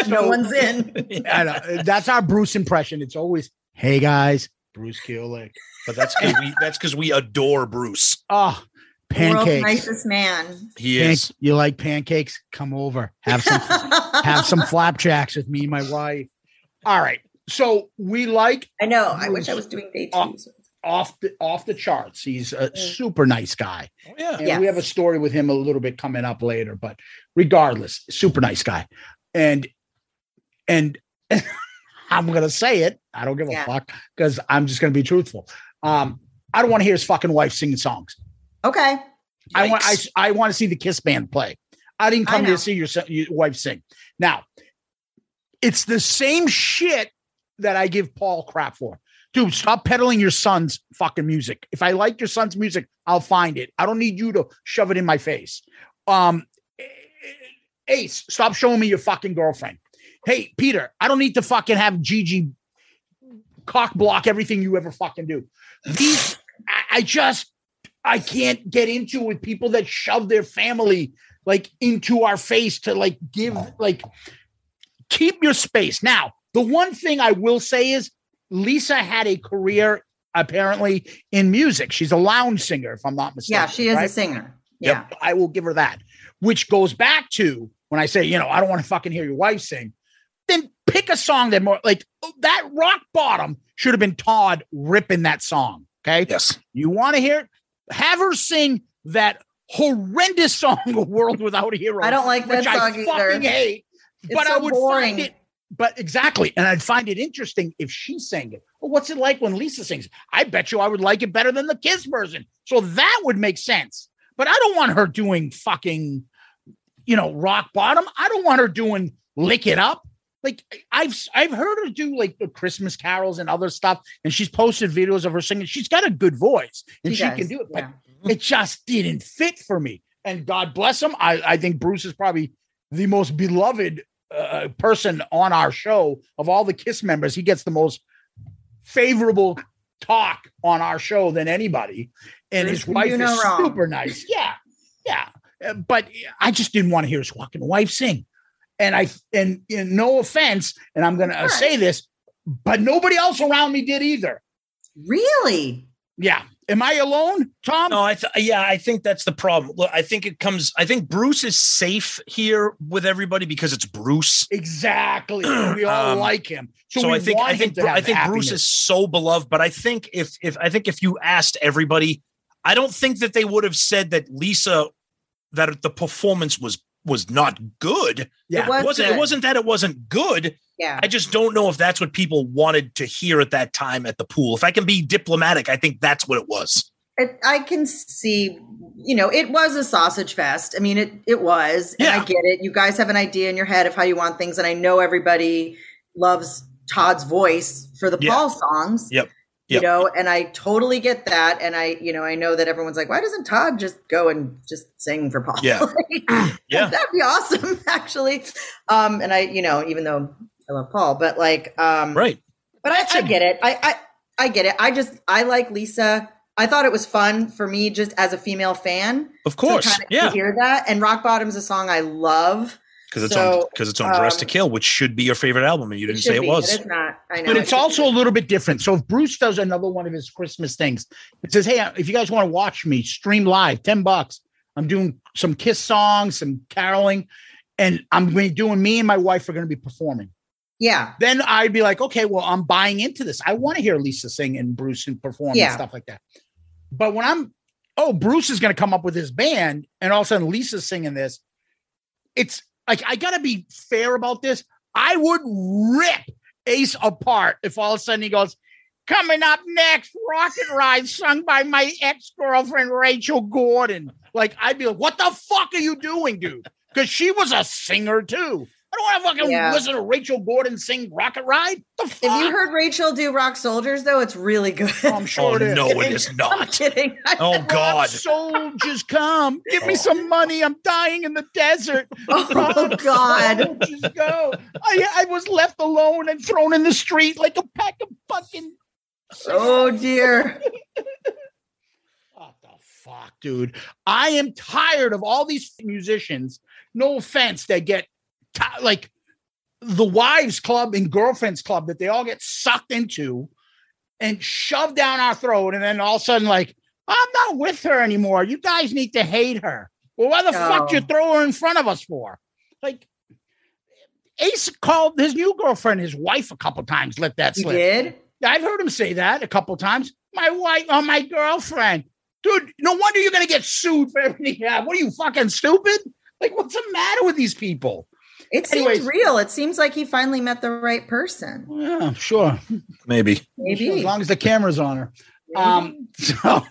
[SPEAKER 6] no one's in.
[SPEAKER 5] I know. uh, That's our Bruce impression. It's always, "Hey guys, Bruce Kulick.
[SPEAKER 3] But that's because we that's because we adore Bruce.
[SPEAKER 5] Oh,
[SPEAKER 6] world's
[SPEAKER 5] pancakes.
[SPEAKER 6] nicest man
[SPEAKER 3] He
[SPEAKER 5] Pan-
[SPEAKER 3] is.
[SPEAKER 5] you like pancakes? Come over. Have some have some flapjacks with me and my wife. All right. So we like
[SPEAKER 6] I know. I wish I was doing day
[SPEAKER 5] off, off the off the charts. He's a
[SPEAKER 6] Mm.
[SPEAKER 5] super nice guy.
[SPEAKER 3] yeah.
[SPEAKER 5] And we have a story with him a little bit coming up later, but regardless, super nice guy. And and I'm gonna say it. I don't give a
[SPEAKER 6] Yeah.
[SPEAKER 5] fuck because I'm just gonna be truthful. Um, I don't want to hear his fucking wife singing songs.
[SPEAKER 6] okay
[SPEAKER 5] I want I, I want to see the Kiss band play. I didn't come here to see your, son- your wife sing. Now, it's the same shit that I give Paul crap for. Dude, stop peddling your son's fucking music. If I like your son's music, I'll find it. I don't need you to shove it in my face. Um, Ace, stop showing me your fucking girlfriend. Hey, Peter, I don't need to fucking have Gigi cock block everything you ever fucking do. These, I, I just, I can't get into with people that shove their family like into our face to like give, like, keep your space. Now, the one thing I will say is Lisa had a career apparently in music. She's a lounge singer, if I'm not mistaken.
[SPEAKER 6] Yeah, she is a
[SPEAKER 5] right?
[SPEAKER 6] singer.
[SPEAKER 5] Yep, I will give her that. Which goes back to when I say, you know, I don't want to fucking hear your wife sing. Then pick a song that more like oh, that rock bottom should have been Todd ripping that song. Okay.
[SPEAKER 3] Yes.
[SPEAKER 5] You want to hear it? Have her sing that horrendous song, "A World Without a Hero.
[SPEAKER 6] I don't like that
[SPEAKER 5] which
[SPEAKER 6] song
[SPEAKER 5] I
[SPEAKER 6] either.
[SPEAKER 5] fucking hate.
[SPEAKER 6] It's
[SPEAKER 5] but I
[SPEAKER 6] so
[SPEAKER 5] would
[SPEAKER 6] boring.
[SPEAKER 5] find it. But exactly, and I'd find it interesting if she sang it. Well, what's it like when Lisa sings? I bet you I would like it better than the Kiss version. So that would make sense. But I don't want her doing fucking, you know, rock bottom. I don't want her doing lick it up. Like I've I've heard her do like the Christmas carols and other stuff, and she's posted videos of her singing. She's got a good voice, and
[SPEAKER 6] She
[SPEAKER 5] she,
[SPEAKER 6] does,
[SPEAKER 5] can do it. But it just didn't fit for me. And God bless him. I, I think Bruce is probably the most beloved uh, person on our show of all the Kiss members. He gets the most favorable talk on our show than anybody. And
[SPEAKER 6] Bruce
[SPEAKER 5] his
[SPEAKER 6] can
[SPEAKER 5] wife
[SPEAKER 6] do no
[SPEAKER 5] is
[SPEAKER 6] wrong.
[SPEAKER 5] super nice. Yeah. Yeah. Uh, But I just didn't want to hear his fucking wife sing. And I, and, and no offense, and I'm going to say this, but nobody else around me did either.
[SPEAKER 6] Really?
[SPEAKER 5] Yeah. Am I alone, Tom?
[SPEAKER 3] No, I th- yeah, I think that's the problem. Look, I think it comes. I think Bruce is safe here with everybody because it's Bruce.
[SPEAKER 5] Exactly. We all
[SPEAKER 3] Um,
[SPEAKER 5] like him. So,
[SPEAKER 3] So,
[SPEAKER 5] we
[SPEAKER 3] I think
[SPEAKER 5] want
[SPEAKER 3] I think
[SPEAKER 5] him to
[SPEAKER 3] I
[SPEAKER 5] have
[SPEAKER 3] think
[SPEAKER 5] happiness.
[SPEAKER 3] Bruce is so beloved, but I think if if I think if you asked everybody, I don't think that they would have said that Lisa that the performance was was not good.
[SPEAKER 5] Yeah.
[SPEAKER 3] it,
[SPEAKER 5] It
[SPEAKER 3] was
[SPEAKER 5] was
[SPEAKER 3] not It
[SPEAKER 5] good.
[SPEAKER 3] wasn't that it wasn't good.
[SPEAKER 6] Yeah.
[SPEAKER 3] I just don't know if that's what people wanted to hear at that time at the pool. If I can be diplomatic, I think that's what it was.
[SPEAKER 6] It, I can see, you know, it was a sausage fest. I mean, it it was, and I get it. You guys have an idea in your head of how you want things, and I know everybody loves Todd's voice for the
[SPEAKER 3] Yeah.
[SPEAKER 6] Paul songs.
[SPEAKER 3] Yep.
[SPEAKER 6] You know, and I totally get that. And I, you know, I know that everyone's like, why doesn't Todd just go and just sing for Paul?
[SPEAKER 3] Yeah.
[SPEAKER 6] Like,
[SPEAKER 3] Yeah.
[SPEAKER 6] That'd be awesome, actually. Um, and I, you know, even though I love Paul, but like, um,
[SPEAKER 3] Right.
[SPEAKER 6] but I, I get it. I, I I get it. I just I like Lisa. I thought it was fun for me just as a female fan.
[SPEAKER 3] Of course,
[SPEAKER 6] to kinda
[SPEAKER 3] yeah.
[SPEAKER 6] hear that. And Rock Bottom's a song I love
[SPEAKER 3] Because it's
[SPEAKER 6] So,
[SPEAKER 3] on because it's on Dress
[SPEAKER 6] um,
[SPEAKER 3] to Kill, which should be your favorite album, and you didn't
[SPEAKER 6] should
[SPEAKER 3] say it
[SPEAKER 6] be,
[SPEAKER 3] was.
[SPEAKER 6] But it's not. I know.
[SPEAKER 5] but
[SPEAKER 6] it
[SPEAKER 5] it's
[SPEAKER 6] should
[SPEAKER 5] also a little bit different. So if Bruce does another one of his Christmas things, it says, "Hey, if you guys want to watch me stream live, ten bucks. I'm doing some Kiss songs, some caroling, and I'm going to be doing. Me and my wife are going to be performing.
[SPEAKER 6] be. yeah.
[SPEAKER 5] Then I'd be like, okay, well, I'm buying into this. I want to hear Lisa sing and Bruce and perform
[SPEAKER 6] Yeah.
[SPEAKER 5] and stuff like that. But when I'm, oh, Bruce is going to come up with his band, and all of a sudden Lisa's singing this. It's like I got to be fair about this. I would rip Ace apart if all of a sudden he goes, coming up next, Rocket Ride, sung by my ex girlfriend Rachel Gordon. Like I'd be like, what the fuck are you doing, dude? Because she was a singer too. I don't want to fucking
[SPEAKER 6] Yeah.
[SPEAKER 5] listen to Rachel Gordon sing Rocket Ride. The fuck?
[SPEAKER 6] Have you heard Rachel do Rock Soldiers though? It's really good.
[SPEAKER 5] I'm sure
[SPEAKER 3] Oh,
[SPEAKER 5] it is.
[SPEAKER 3] no, it is
[SPEAKER 6] I'm
[SPEAKER 3] not.
[SPEAKER 6] kidding.
[SPEAKER 3] Oh God. Oh.
[SPEAKER 5] Soldiers come, give me some money. I'm dying in the desert.
[SPEAKER 6] Oh God.
[SPEAKER 5] Soldiers go. I, I was left alone and thrown in the street like a pack of fucking
[SPEAKER 6] Oh dear.
[SPEAKER 5] fuck, dude. I am tired of all these musicians. No offense, that get ti- like the wives club and girlfriends club that they all get sucked into and shoved down our throat, and then all of a sudden, like, I'm not with her anymore. You guys need to hate her. Well, why the fuck
[SPEAKER 6] No.
[SPEAKER 5] you throw her in front of us for? Like, Ace called his new girlfriend his wife a couple times. Let that
[SPEAKER 6] He
[SPEAKER 5] slip.
[SPEAKER 6] did?
[SPEAKER 5] I've heard him say that a couple times. My wife or my girlfriend. Dude, no wonder you're gonna get sued for everything you have. What are you fucking stupid? Like, what's the matter with these people?
[SPEAKER 6] It
[SPEAKER 5] Anyways.
[SPEAKER 6] seems real. It seems like he finally met the right person.
[SPEAKER 5] Yeah, sure.
[SPEAKER 3] Maybe.
[SPEAKER 6] Maybe.
[SPEAKER 5] As long as the camera's on her. Um, so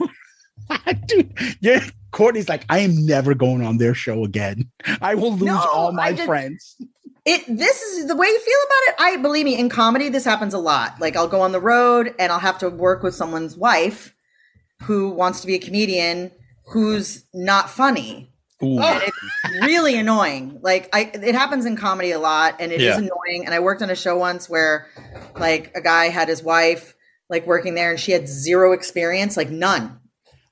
[SPEAKER 5] Dude, yeah, Courtney's like, I am never going on their show again. I will lose
[SPEAKER 6] No,
[SPEAKER 5] all my
[SPEAKER 6] I did-
[SPEAKER 5] friends.
[SPEAKER 6] It this is the way you feel about it. I believe me in comedy this happens a lot. Like I'll go on the road and I'll have to work with someone's wife who wants to be a comedian who's not funny. And it's really annoying. Like I it happens in comedy a lot and it is
[SPEAKER 10] Yeah.
[SPEAKER 6] annoying. And I worked on a show once where like a guy had his wife like working there and she had zero experience, like none.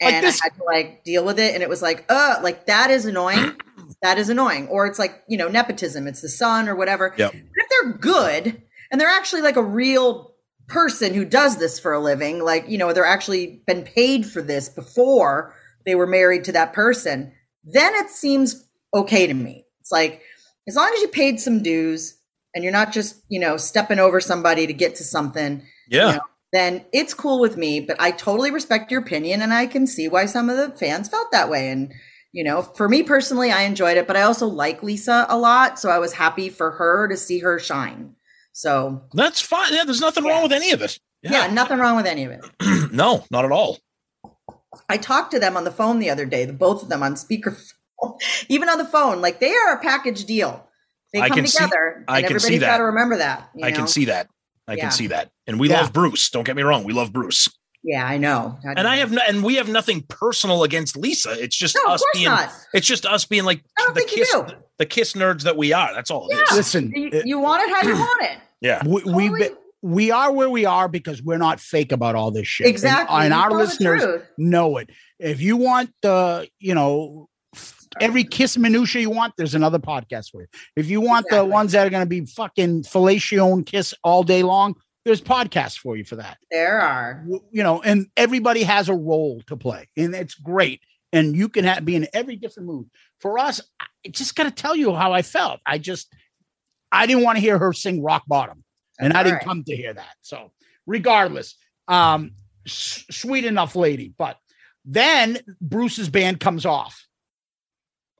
[SPEAKER 5] Like
[SPEAKER 6] And
[SPEAKER 5] this-
[SPEAKER 6] I had to like deal with it and it was like, uh, like that is annoying. that is annoying. Or it's like, you know, nepotism, it's the son or whatever.
[SPEAKER 3] Yep.
[SPEAKER 6] But if they're good and they're actually like a real person who does this for a living, like, you know, they're actually been paid for this before they were married to that person, then it seems okay to me. It's like, as long as you paid some dues and you're not just, you know, stepping over somebody to get to something,
[SPEAKER 3] Yeah.
[SPEAKER 6] you know, then it's cool with me. But I totally respect your opinion and I can see why some of the fans felt that way. And, you know, for me personally, I enjoyed it, but I also like Lisa a lot. So I was happy for her to see her shine. So
[SPEAKER 3] that's fine. Yeah, there's nothing wrong with any of it.
[SPEAKER 6] Yeah, nothing wrong with any of it.
[SPEAKER 3] no, not at all.
[SPEAKER 6] I talked to them on the phone the other day, the both of them on speakerphone, even on the phone. Like they are a package deal. They
[SPEAKER 3] I
[SPEAKER 6] come
[SPEAKER 3] can see-
[SPEAKER 6] together.
[SPEAKER 3] I
[SPEAKER 6] and
[SPEAKER 3] can see
[SPEAKER 6] everybody's
[SPEAKER 3] that.
[SPEAKER 6] got to remember that. you
[SPEAKER 3] I can
[SPEAKER 6] know?
[SPEAKER 3] see that. I
[SPEAKER 6] Yeah.
[SPEAKER 3] can see that. And we
[SPEAKER 6] Yeah.
[SPEAKER 3] love Bruce. Don't get me wrong. We love Bruce.
[SPEAKER 6] Yeah, I know.
[SPEAKER 3] and I have no, and we have nothing personal against Lisa. It's just
[SPEAKER 6] No, of
[SPEAKER 3] us
[SPEAKER 6] course
[SPEAKER 3] being
[SPEAKER 6] not.
[SPEAKER 3] it's just us being like the
[SPEAKER 6] think you
[SPEAKER 3] kiss
[SPEAKER 6] do.
[SPEAKER 3] the kiss nerds that we are. That's all it is.
[SPEAKER 6] Yeah.
[SPEAKER 5] Listen,
[SPEAKER 6] you,
[SPEAKER 5] it-
[SPEAKER 6] you want it how you want it.
[SPEAKER 3] Yeah.
[SPEAKER 5] We, we've been, we are where we are because we're not fake about all this shit. And-
[SPEAKER 6] Exactly.
[SPEAKER 5] And,
[SPEAKER 6] You
[SPEAKER 5] our
[SPEAKER 6] tell the
[SPEAKER 5] listeners
[SPEAKER 6] truth.
[SPEAKER 5] know it. If you want the, you know, f- every kiss minutia you want, there's another podcast for it. If you want the ones that are going to be fucking fellatio kiss all day long, there's podcasts for you for that.
[SPEAKER 6] There are.
[SPEAKER 5] w- you know, and everybody has a role to play, and it's great. And you can ha be in every different mood. For us, I I just got to tell you how I felt. I just, I didn't want to hear her sing "Rock Bottom," and
[SPEAKER 11] That's
[SPEAKER 5] I didn't
[SPEAKER 11] alright.
[SPEAKER 5] come to hear that. So, regardless, um, s- sweet enough lady. But then Bruce's band comes off.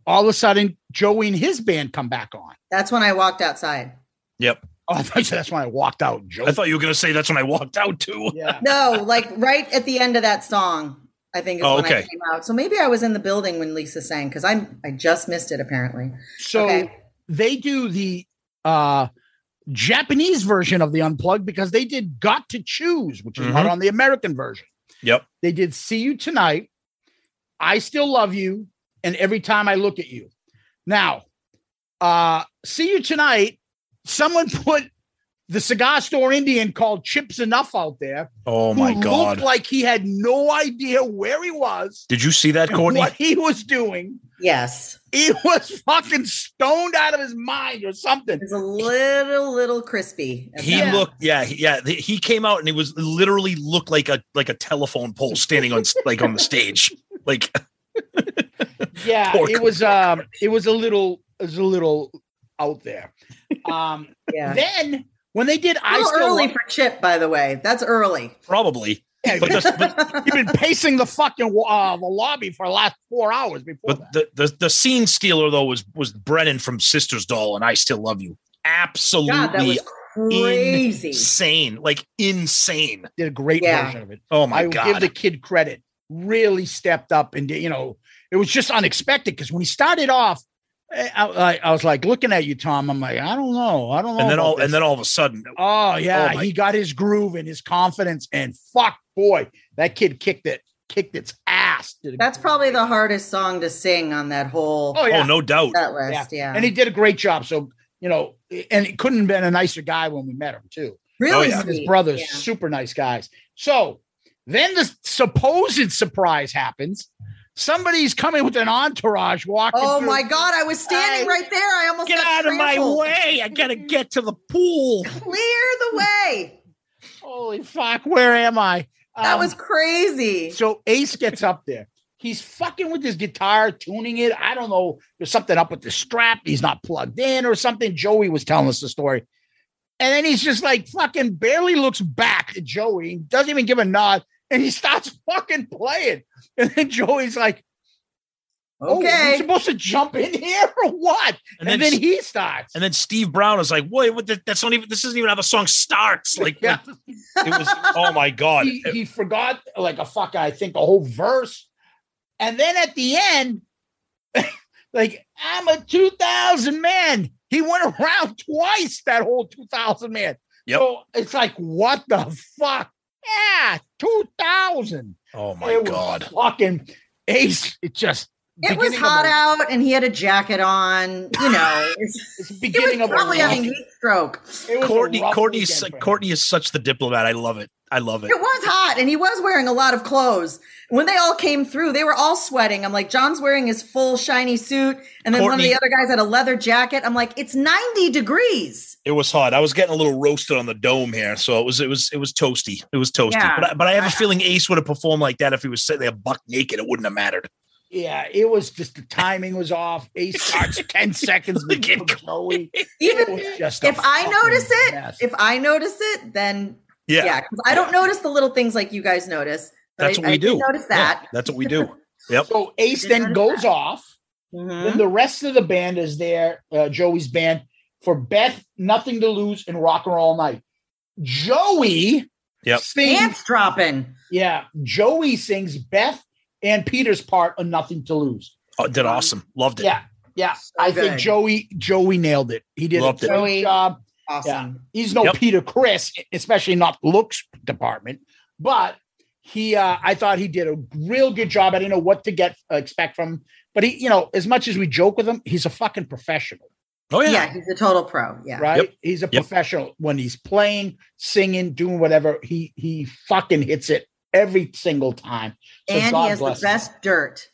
[SPEAKER 5] All of a sudden, Joey and his band come back on.
[SPEAKER 6] That's when I walked outside.
[SPEAKER 3] Yep.
[SPEAKER 5] Oh, I thought you said that's when I walked out. Joey.
[SPEAKER 3] I thought you were gonna say that's when I walked out too.
[SPEAKER 5] Yeah.
[SPEAKER 6] No, like right at the end of that song, I think is
[SPEAKER 3] Oh,
[SPEAKER 6] when I
[SPEAKER 3] okay.
[SPEAKER 6] came out. So maybe I was in the building when Lisa sang because I I just missed it apparently.
[SPEAKER 5] So they do the uh Japanese version of the unplugged because they did Got to Choose, which is not
[SPEAKER 3] Mhm.
[SPEAKER 5] on the American version.
[SPEAKER 3] Yep.
[SPEAKER 5] They did See You Tonight, I Still Love You, and Every Time I Look at You. Now, uh See You Tonight, someone put the cigar store Indian called Chips Enough out there.
[SPEAKER 3] Oh my
[SPEAKER 5] who
[SPEAKER 3] God.
[SPEAKER 5] Looked like he had no idea where he was
[SPEAKER 3] Did you see that,
[SPEAKER 5] and
[SPEAKER 3] Courtney?
[SPEAKER 5] What he was doing.
[SPEAKER 6] Yes.
[SPEAKER 5] He was fucking stoned out of his mind or something.
[SPEAKER 6] It's a little, little crispy.
[SPEAKER 3] He looked, yeah, he- yeah. th- He came out and he was literally looked like a like a telephone pole standing on s- like on the stage. Like
[SPEAKER 5] Yeah,
[SPEAKER 3] Poor
[SPEAKER 5] it was um it was a little it was a little out there. Um
[SPEAKER 6] Yeah.
[SPEAKER 5] then when they did
[SPEAKER 6] A
[SPEAKER 5] I
[SPEAKER 6] little
[SPEAKER 5] still
[SPEAKER 6] early
[SPEAKER 5] Love-
[SPEAKER 6] for Chip, by the way. That's early.
[SPEAKER 3] probably,
[SPEAKER 5] you've been pacing the fucking wa- uh, the lobby for the last 4 hours before
[SPEAKER 3] but the, the the scene stealer though was was Brennan from Sisters Doll and I Still Love You. Absolutely
[SPEAKER 5] God, that was crazy.
[SPEAKER 3] insane, like insane.
[SPEAKER 5] did a great
[SPEAKER 3] Yeah.
[SPEAKER 5] version of it.
[SPEAKER 3] Oh my
[SPEAKER 5] I will give
[SPEAKER 3] God.
[SPEAKER 5] the kid credit. Really stepped up and did, you know, it was just unexpected because when he started off eh, I, I, I was like looking at you, Tom. I'm like, I don't know. I don't know.
[SPEAKER 3] And then
[SPEAKER 5] about
[SPEAKER 3] all
[SPEAKER 5] this.
[SPEAKER 3] and then all of a sudden,
[SPEAKER 5] Oh
[SPEAKER 3] Oh,
[SPEAKER 5] yeah,
[SPEAKER 3] my-
[SPEAKER 5] he got his groove and his confidence, and fuck boy, that kid kicked it, kicked its ass. Did a-
[SPEAKER 6] That's probably the hardest song to sing on that whole.
[SPEAKER 5] Oh, yeah. Oh, no doubt.
[SPEAKER 6] That list, yeah.
[SPEAKER 5] and he did a great job. So you know, and it couldn't have been a nicer guy when we met him too.
[SPEAKER 6] Really Oh, yeah.
[SPEAKER 5] And his
[SPEAKER 6] sweet,
[SPEAKER 5] brothers,
[SPEAKER 6] yeah.
[SPEAKER 5] super nice guys. So then the supposed surprise happens. Somebody's coming with an entourage walking.
[SPEAKER 6] oh
[SPEAKER 5] through.
[SPEAKER 6] my God! I was standing right there. I almost
[SPEAKER 5] Get
[SPEAKER 6] got
[SPEAKER 5] out of my
[SPEAKER 6] trampled.
[SPEAKER 5] way. I gotta get to the pool.
[SPEAKER 6] Clear the way.
[SPEAKER 5] Holy fuck! Where am I?
[SPEAKER 6] That was crazy.
[SPEAKER 5] Um, So Ace gets up there. He's fucking with his guitar, tuning it. I don't know. There's something up with the strap. He's not plugged in or something. Joey was telling us the story. And then he's just like fucking barely looks back at Joey, He doesn't even give a nod, and he starts fucking playing. And then Joey's like,
[SPEAKER 3] Okay.
[SPEAKER 5] okay, oh, am I supposed to jump in here or what? And, then, he starts.
[SPEAKER 3] and then Steve Brown is like, "Wait, what? the- That's not even. This isn't even how the song starts." Like, it was. Oh my god!
[SPEAKER 5] He, he forgot like a fuck, I think, a whole verse. And then at the end, like I'm a 2000 man. He went around twice that whole 2000 man.
[SPEAKER 3] Yep.
[SPEAKER 5] So it's like, what the fuck? Yeah, 2000.
[SPEAKER 3] Oh my
[SPEAKER 5] It was
[SPEAKER 3] god.
[SPEAKER 5] Fucking ace. It just,
[SPEAKER 6] It was
[SPEAKER 5] beginning of
[SPEAKER 6] hot
[SPEAKER 5] a-
[SPEAKER 6] out and he had a jacket on. You know, it's,
[SPEAKER 5] beginning
[SPEAKER 6] he was
[SPEAKER 5] of a
[SPEAKER 6] probably
[SPEAKER 5] rough-
[SPEAKER 6] having heat stroke. It was,
[SPEAKER 3] Courtney
[SPEAKER 5] rough
[SPEAKER 3] Courtney
[SPEAKER 5] weekend
[SPEAKER 3] is,
[SPEAKER 5] for him.
[SPEAKER 3] Courtney is such the diplomat. I love it. I love it.
[SPEAKER 6] hot and he was wearing a lot of clothes. When they all came through, they were all sweating. I'm like, John's wearing his full shiny suit. And then one of
[SPEAKER 3] Courtney-
[SPEAKER 6] the other guys had a leather jacket. I'm like, it's 90 degrees.
[SPEAKER 3] It was hot. I was getting a little roasted on the dome here, so it was it was it was toasty. It was toasty.
[SPEAKER 5] Yeah.
[SPEAKER 3] But I, but I have a feeling Ace would have performed like that if he was sitting there buck naked. It wouldn't have mattered.
[SPEAKER 5] Yeah, it was just the timing was off. Ace starts 10 seconds before Chloe.
[SPEAKER 6] Even
[SPEAKER 5] was just a
[SPEAKER 6] if I
[SPEAKER 5] fucking
[SPEAKER 6] notice it,
[SPEAKER 5] mess.
[SPEAKER 6] if I notice it, then
[SPEAKER 3] Yeah.
[SPEAKER 6] 'cause I don't notice the little things like you guys notice. but
[SPEAKER 3] That's
[SPEAKER 6] I-
[SPEAKER 3] what we
[SPEAKER 6] I
[SPEAKER 3] do.
[SPEAKER 6] did Notice
[SPEAKER 3] Yeah,
[SPEAKER 6] that.
[SPEAKER 3] that's what we do. Yep. Mm-hmm.
[SPEAKER 5] So Ace then goes off. Then the rest of the band is there, uh, Joey's band, for Beth, Nothing to Lose, and Rock and Roll All Night. Joey
[SPEAKER 3] Yep.
[SPEAKER 5] sings.
[SPEAKER 6] Pants dropping.
[SPEAKER 5] Yeah. Joey sings Beth and Peter's part on Nothing to Lose.
[SPEAKER 3] Oh, did
[SPEAKER 6] Um,
[SPEAKER 3] awesome. Loved it.
[SPEAKER 5] Yeah. Yeah. I think
[SPEAKER 3] good.
[SPEAKER 5] Joey Joey nailed it. He did
[SPEAKER 3] Loved
[SPEAKER 5] a
[SPEAKER 3] it.
[SPEAKER 5] great
[SPEAKER 3] Joey,
[SPEAKER 5] job.
[SPEAKER 6] Awesome.
[SPEAKER 5] He's no
[SPEAKER 3] Yep.
[SPEAKER 5] Peter Chris, especially not looks department. But he, uh, I thought he did a real good job. I didn't know what to get uh, expect from him, but he, you know, as much as we joke with him, he's a fucking professional,
[SPEAKER 3] Oh
[SPEAKER 6] yeah. he's a total pro. Yeah.
[SPEAKER 5] right?
[SPEAKER 3] Yep.
[SPEAKER 5] He's a
[SPEAKER 3] Yep.
[SPEAKER 5] professional when he's playing, singing, doing whatever. He he fucking hits it every single time. So
[SPEAKER 6] and
[SPEAKER 5] God
[SPEAKER 6] he has the
[SPEAKER 5] bless him.
[SPEAKER 6] best dirt.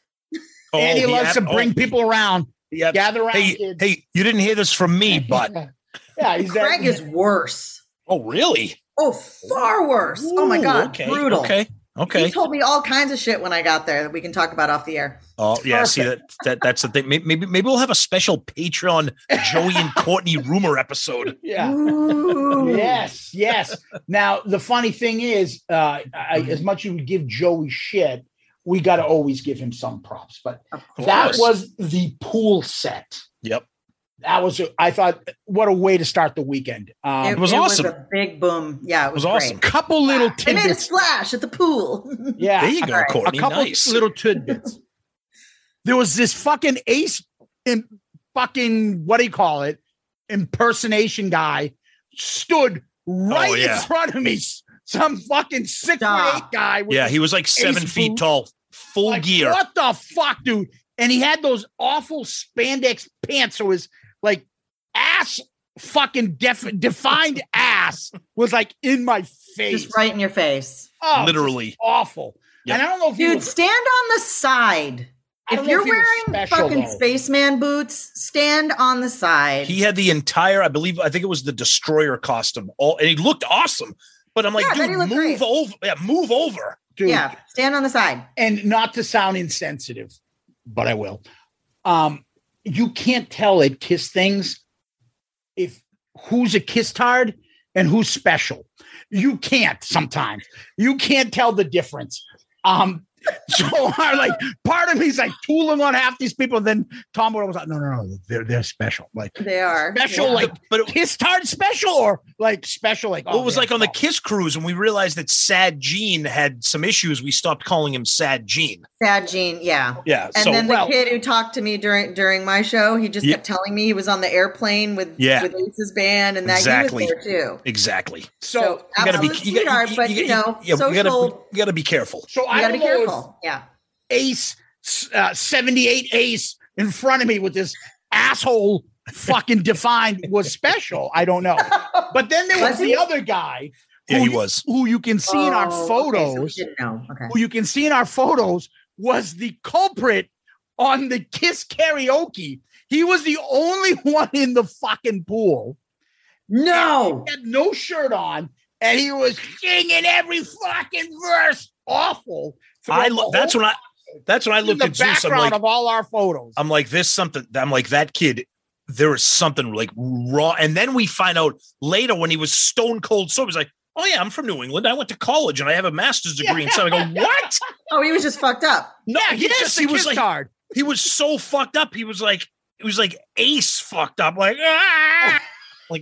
[SPEAKER 3] Oh,
[SPEAKER 5] and he, loves
[SPEAKER 3] had-
[SPEAKER 5] to bring
[SPEAKER 3] oh,
[SPEAKER 5] people around,
[SPEAKER 3] yeah.
[SPEAKER 5] gather around.
[SPEAKER 3] Hey,
[SPEAKER 5] kids.
[SPEAKER 3] hey, you didn't hear this from me, but
[SPEAKER 5] yeah, he's that-
[SPEAKER 6] Craig is worse.
[SPEAKER 3] oh really?
[SPEAKER 6] Oh, far worse. oh my
[SPEAKER 3] Ooh,
[SPEAKER 6] god,
[SPEAKER 3] Okay.
[SPEAKER 6] brutal.
[SPEAKER 3] Okay.
[SPEAKER 6] He
[SPEAKER 3] Okay.
[SPEAKER 6] told me all kinds of shit when I got there that we can talk about off the air.
[SPEAKER 3] Oh yeah. See that that that's the thing. May- Maybe maybe we'll have a special Patreon Joey and Courtney rumor episode.
[SPEAKER 5] Yeah.
[SPEAKER 6] Ooh.
[SPEAKER 5] yes, yes. Now the funny thing is, uh, I,
[SPEAKER 3] Mm-hmm.
[SPEAKER 5] as much as we give Joey shit, we got to always give him some props. But
[SPEAKER 3] Of
[SPEAKER 5] that
[SPEAKER 3] course.
[SPEAKER 5] was the pool set.
[SPEAKER 3] Yep.
[SPEAKER 5] That was, I thought, what a way to start the weekend. Um,
[SPEAKER 3] It was awesome.
[SPEAKER 6] a big boom. Yeah, it was,
[SPEAKER 3] was awesome.
[SPEAKER 6] Great.
[SPEAKER 5] couple little
[SPEAKER 6] They made a
[SPEAKER 5] tidbits.
[SPEAKER 6] splash at the pool.
[SPEAKER 5] Yeah,
[SPEAKER 3] There you go,
[SPEAKER 6] All right.
[SPEAKER 5] a
[SPEAKER 3] Courtney.
[SPEAKER 5] couple
[SPEAKER 3] nice.
[SPEAKER 5] little tidbits. there was this fucking ace in fucking what do you call it impersonation guy stood right
[SPEAKER 3] Oh, yeah.
[SPEAKER 5] in front of me. S- Some fucking six foot
[SPEAKER 6] Stop.
[SPEAKER 5] eight guy. With
[SPEAKER 3] Yeah, he was like seven
[SPEAKER 5] Ace
[SPEAKER 3] feet
[SPEAKER 5] boot.
[SPEAKER 3] tall, full
[SPEAKER 5] like,
[SPEAKER 3] gear.
[SPEAKER 5] What the fuck, dude? And he had those awful spandex pants, so his like ass fucking def- defined ass was like in my face.
[SPEAKER 6] Just right in your face.
[SPEAKER 5] Oh,
[SPEAKER 3] Literally.
[SPEAKER 5] awful.
[SPEAKER 3] Yep.
[SPEAKER 5] And I don't know if he
[SPEAKER 6] Dude,
[SPEAKER 5] was-
[SPEAKER 6] stand on the side.
[SPEAKER 5] I
[SPEAKER 6] If
[SPEAKER 5] don't know
[SPEAKER 6] you're
[SPEAKER 5] he was
[SPEAKER 6] wearing
[SPEAKER 5] special,
[SPEAKER 6] fucking
[SPEAKER 5] though.
[SPEAKER 6] spaceman boots, stand on the side.
[SPEAKER 3] He had the entire, I believe, I think it was the destroyer costume. All and he looked awesome. But I'm like,
[SPEAKER 6] Yeah, I bet he
[SPEAKER 3] dude, move
[SPEAKER 6] looked great.
[SPEAKER 3] over. Yeah, move over.
[SPEAKER 5] dude,
[SPEAKER 6] Yeah, stand on the side.
[SPEAKER 5] and not to sound insensitive, but I will. Um, you can't tell at Kiss things if who's a Kiss tard and who's special. You can't sometimes. You can't tell the difference. Um, so I like part of me's like tooling on half these people. Then Tom Boyle was like, no, no, no, they're they're special. Like
[SPEAKER 6] They are.
[SPEAKER 5] special,
[SPEAKER 6] Yeah.
[SPEAKER 5] like
[SPEAKER 3] But it,
[SPEAKER 5] Kiss tard special or like special, like oh,
[SPEAKER 6] Oh,
[SPEAKER 3] well, it was
[SPEAKER 5] they're
[SPEAKER 3] like on the
[SPEAKER 5] special.
[SPEAKER 3] Kiss cruise, and we realized that Sad Gene had some issues. We stopped calling him Sad Gene.
[SPEAKER 6] Sad Gene, yeah.
[SPEAKER 3] Yeah.
[SPEAKER 6] And
[SPEAKER 3] so
[SPEAKER 6] then the
[SPEAKER 5] well-
[SPEAKER 6] kid who talked to me during during my show, he just
[SPEAKER 3] Yeah.
[SPEAKER 6] kept telling me he was on the airplane with
[SPEAKER 3] Yeah.
[SPEAKER 6] with Ace's band and that
[SPEAKER 3] Exactly.
[SPEAKER 6] he was there too.
[SPEAKER 3] exactly.
[SPEAKER 6] So,
[SPEAKER 5] so
[SPEAKER 3] You gotta be
[SPEAKER 6] absolute
[SPEAKER 3] you gotta,
[SPEAKER 6] sweetheart,
[SPEAKER 3] you,
[SPEAKER 6] but
[SPEAKER 3] you,
[SPEAKER 6] you, know,
[SPEAKER 3] yeah,
[SPEAKER 6] social.
[SPEAKER 3] you gotta, you gotta be careful.
[SPEAKER 5] so
[SPEAKER 6] you
[SPEAKER 5] I
[SPEAKER 6] gotta
[SPEAKER 5] don't
[SPEAKER 6] be
[SPEAKER 5] know if-
[SPEAKER 6] careful. Yeah.
[SPEAKER 5] ace uh, 78 ace in front of me with this asshole fucking defined was special i don't know but then there was,
[SPEAKER 6] Was
[SPEAKER 5] the
[SPEAKER 6] he?
[SPEAKER 5] other guy
[SPEAKER 3] Yeah, he
[SPEAKER 5] you-
[SPEAKER 3] was.
[SPEAKER 5] who you can see in our
[SPEAKER 6] Oh, okay, so we
[SPEAKER 5] photos
[SPEAKER 6] didn't know. Okay.
[SPEAKER 5] who you can see in our photos was the culprit on the kiss karaoke he was the only one in the fucking pool
[SPEAKER 6] No.
[SPEAKER 5] he had no shirt on and he was singing every fucking verse awful
[SPEAKER 3] I lo- that's when I that's when I
[SPEAKER 5] in
[SPEAKER 3] looked
[SPEAKER 5] the
[SPEAKER 3] at Zeus. I'm
[SPEAKER 5] background
[SPEAKER 3] like,
[SPEAKER 5] of all our photos
[SPEAKER 3] I'm like, this something. I'm like that kid. There is something like raw. And then we find out later when he was stone cold sober. He's like, oh yeah, I'm from New England. I went to college and I have a master's degree. And so I go, what?
[SPEAKER 6] Oh, he was just fucked up.
[SPEAKER 3] No,
[SPEAKER 5] yeah,
[SPEAKER 3] yes,
[SPEAKER 5] just
[SPEAKER 3] he
[SPEAKER 5] a
[SPEAKER 3] was
[SPEAKER 5] kiss
[SPEAKER 3] like-
[SPEAKER 5] card.
[SPEAKER 3] He was so fucked up. He was like, he was like ace fucked up. Like, ah!
[SPEAKER 6] Oh.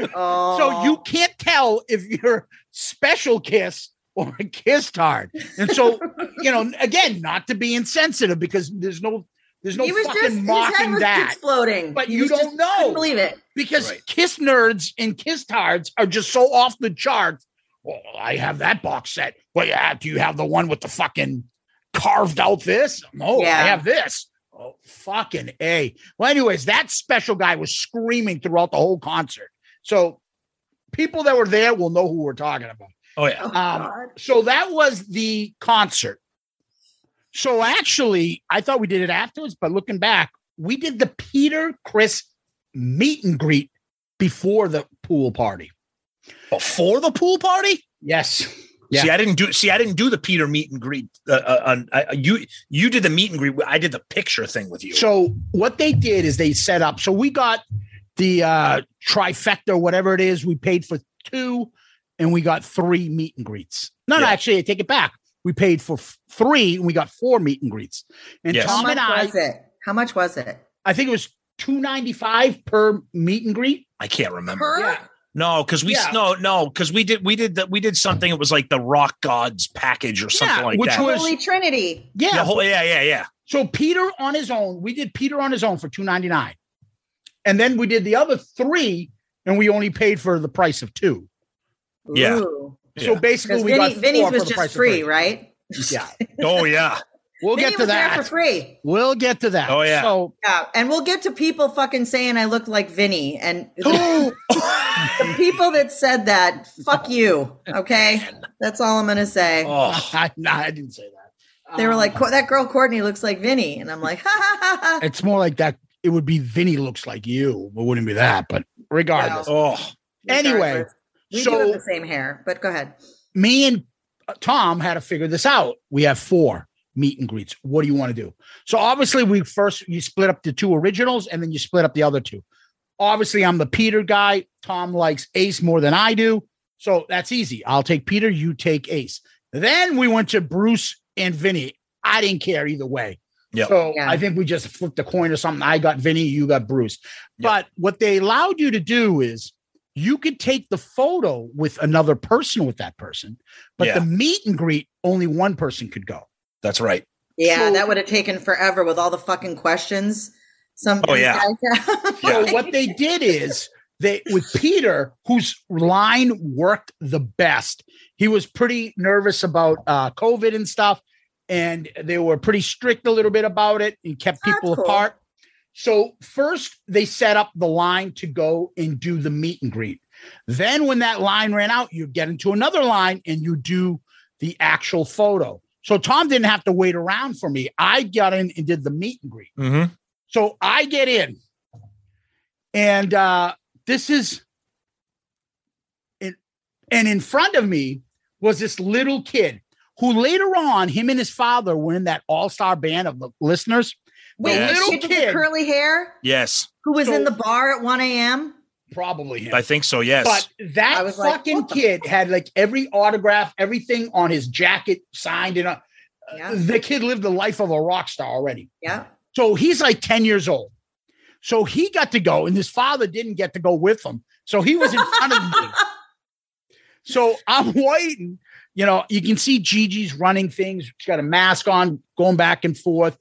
[SPEAKER 3] uh,
[SPEAKER 5] So you can't tell if you're special kiss or I kissed hard. And so, you know, again, not to be insensitive because there's no there's no
[SPEAKER 6] He was
[SPEAKER 5] fucking
[SPEAKER 6] just- his
[SPEAKER 5] mocking
[SPEAKER 6] head was
[SPEAKER 5] that.
[SPEAKER 6] exploding.
[SPEAKER 5] But
[SPEAKER 6] He
[SPEAKER 5] you
[SPEAKER 6] was
[SPEAKER 5] don't
[SPEAKER 6] just-
[SPEAKER 5] know.
[SPEAKER 6] couldn't believe it.
[SPEAKER 5] Because kiss nerds and kiss tards are just so off the charts. Well, I have that box set. Well, yeah, do you have the one with the fucking carved out this? No, I
[SPEAKER 6] Yeah.
[SPEAKER 5] have this. Oh, fucking A. Well, anyways, that special guy was screaming throughout the whole concert. So people that were there will know who we're talking about.
[SPEAKER 3] Oh yeah.
[SPEAKER 5] Um, so that was the concert. So actually, I thought we did it afterwards, but looking back, we did the Peter Chris meet and greet before the pool party.
[SPEAKER 3] Before the pool party?
[SPEAKER 5] Yes.
[SPEAKER 3] See, I didn't do. See, I didn't do the Peter meet and greet. Uh, uh, on I, you, you did the meet and greet. I did the picture thing with you.
[SPEAKER 5] So what they did is they set up. So we got the uh, trifecta, or whatever it is. We paid for two, and we got three meet and greets. No, no, actually, I take it back. We paid for f- three, and we got four meet and greets. And
[SPEAKER 6] How
[SPEAKER 5] Tom
[SPEAKER 6] much
[SPEAKER 5] and I,
[SPEAKER 6] was it? How much was it?
[SPEAKER 5] I think it was two ninety five per meet and greet.
[SPEAKER 3] I can't remember.
[SPEAKER 6] Per?
[SPEAKER 3] No, because we
[SPEAKER 5] Yeah.
[SPEAKER 3] no no because we did we did that we did something. It was like the Rock Gods package or something like
[SPEAKER 5] which
[SPEAKER 3] that.
[SPEAKER 5] was-
[SPEAKER 6] Holy Trinity.
[SPEAKER 5] Yeah,
[SPEAKER 3] The whole- yeah, yeah, yeah.
[SPEAKER 5] So Peter on his own, we did Peter on his own for two ninety nine, and then we did the other three, and we only paid for the price of two.
[SPEAKER 3] Yeah.
[SPEAKER 6] Ooh.
[SPEAKER 5] So basically,
[SPEAKER 6] Because
[SPEAKER 5] we
[SPEAKER 6] Vinny,
[SPEAKER 5] got
[SPEAKER 6] Vinny's
[SPEAKER 5] four
[SPEAKER 6] was
[SPEAKER 5] for the
[SPEAKER 6] just
[SPEAKER 5] price of
[SPEAKER 6] free,
[SPEAKER 5] three.
[SPEAKER 6] right?
[SPEAKER 5] Yeah,
[SPEAKER 3] Oh yeah.
[SPEAKER 5] we'll
[SPEAKER 6] Vinny
[SPEAKER 5] get to
[SPEAKER 6] was there
[SPEAKER 5] that.
[SPEAKER 6] for free.
[SPEAKER 5] We'll get to that.
[SPEAKER 3] Oh, yeah.
[SPEAKER 5] So
[SPEAKER 6] Yeah, and we'll get to people fucking saying I look like Vinny, and the people that said that, fuck you. Okay, that's all I'm gonna say.
[SPEAKER 3] Oh,
[SPEAKER 5] I, no, I didn't say that.
[SPEAKER 6] They were
[SPEAKER 5] Um,
[SPEAKER 6] like, "Co- that girl Courtney looks like Vinny. And I'm like, ha ha ha ha.
[SPEAKER 5] it's more like that. It would be Vinny looks like you. It wouldn't be that, but regardless.
[SPEAKER 3] oh
[SPEAKER 5] Anyway,
[SPEAKER 6] Regardless. we do
[SPEAKER 5] so-
[SPEAKER 6] have the same hair, but go ahead.
[SPEAKER 5] me and uh, Tom had to figure this out. We have four meet and greets. What do you want to do? So obviously, we first you split up the two originals, and then you split up the other two. Obviously, I'm the Peter guy. Tom likes Ace more than I do, so that's easy. I'll take Peter. You take Ace. Then we went to Bruce and Vinny. I didn't care either way.
[SPEAKER 3] Yep.
[SPEAKER 5] So
[SPEAKER 6] Yeah.
[SPEAKER 5] I think we just flipped a coin or something. I got Vinny, you got Bruce. But what they allowed you to do is you could take the photo with another person with that person, but
[SPEAKER 3] Yeah.
[SPEAKER 5] the meet and greet only one person could go.
[SPEAKER 3] that's right.
[SPEAKER 6] Yeah,
[SPEAKER 5] So-
[SPEAKER 6] that would have taken forever with all the fucking questions. Some
[SPEAKER 3] Oh, yeah.
[SPEAKER 5] So what they did is they with Peter, whose line worked the best. He was pretty nervous about uh, COVID and stuff, and they were pretty strict a little bit about it and kept
[SPEAKER 6] That's
[SPEAKER 5] people
[SPEAKER 6] cool.
[SPEAKER 5] apart. So first they set up the line to go and do the meet and greet. Then when that line ran out, you get into another line and you do the actual photo. So Tom didn't have to wait around for me. I got in and did the meet and greet.
[SPEAKER 3] Mm-hmm.
[SPEAKER 5] So I get in, and uh, this is, it, and in front of me was this little kid who later on, him and his father were in that all star band of the listeners.
[SPEAKER 6] Wait,
[SPEAKER 3] Yes.
[SPEAKER 6] this
[SPEAKER 5] Little
[SPEAKER 6] kid with
[SPEAKER 5] kid.
[SPEAKER 6] the curly hair
[SPEAKER 3] Yes,
[SPEAKER 6] who was
[SPEAKER 5] So-
[SPEAKER 6] in the bar at 1 a.m.
[SPEAKER 5] Probably him.
[SPEAKER 3] I think so. Yes.
[SPEAKER 5] But
[SPEAKER 6] I
[SPEAKER 5] that
[SPEAKER 6] was like,
[SPEAKER 5] fucking
[SPEAKER 6] what the
[SPEAKER 5] kid had like every autograph, everything on his jacket signed. And uh,
[SPEAKER 6] Yeah.
[SPEAKER 5] the kid lived the life of a rock star already.
[SPEAKER 6] Yeah.
[SPEAKER 5] So he's like 10 years old. So he got to go, and his father didn't get to go with him. So he was in front of me. So I'm waiting. You know, you can see Gigi's running things. She's got a mask on, going back and forth.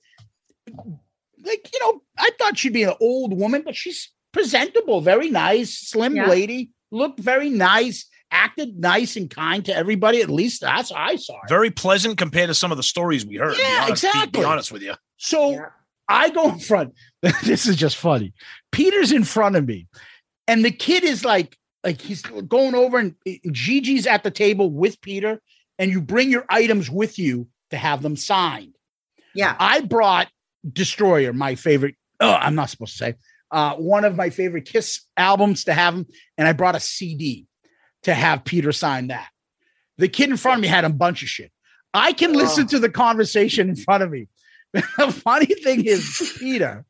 [SPEAKER 5] Like, you know, I thought she'd be an old woman, but she's presentable, very nice, slim
[SPEAKER 6] Yeah.
[SPEAKER 5] lady, looked very nice, acted nice and kind to everybody. At least that's how I saw it.
[SPEAKER 3] Very pleasant compared to some of the stories we heard. to be
[SPEAKER 5] Yeah,
[SPEAKER 3] honest- to
[SPEAKER 5] exactly.
[SPEAKER 3] Be honest with you.
[SPEAKER 5] So
[SPEAKER 6] Yeah.
[SPEAKER 5] I go in front. this is just funny. Peter's in front of me, and the kid is like, like he's going over, and and Gigi's at the table with Peter, and you bring your items with you to have them signed.
[SPEAKER 6] Yeah.
[SPEAKER 5] I brought Destroyer, my favorite. Oh, I'm not supposed to say. Uh, one of my favorite Kiss albums to have him, and I brought a CD to have Peter sign that. The kid in front of me had a bunch of shit. I can listen
[SPEAKER 6] Oh.
[SPEAKER 5] to the conversation in front of me. the funny thing is, Peter,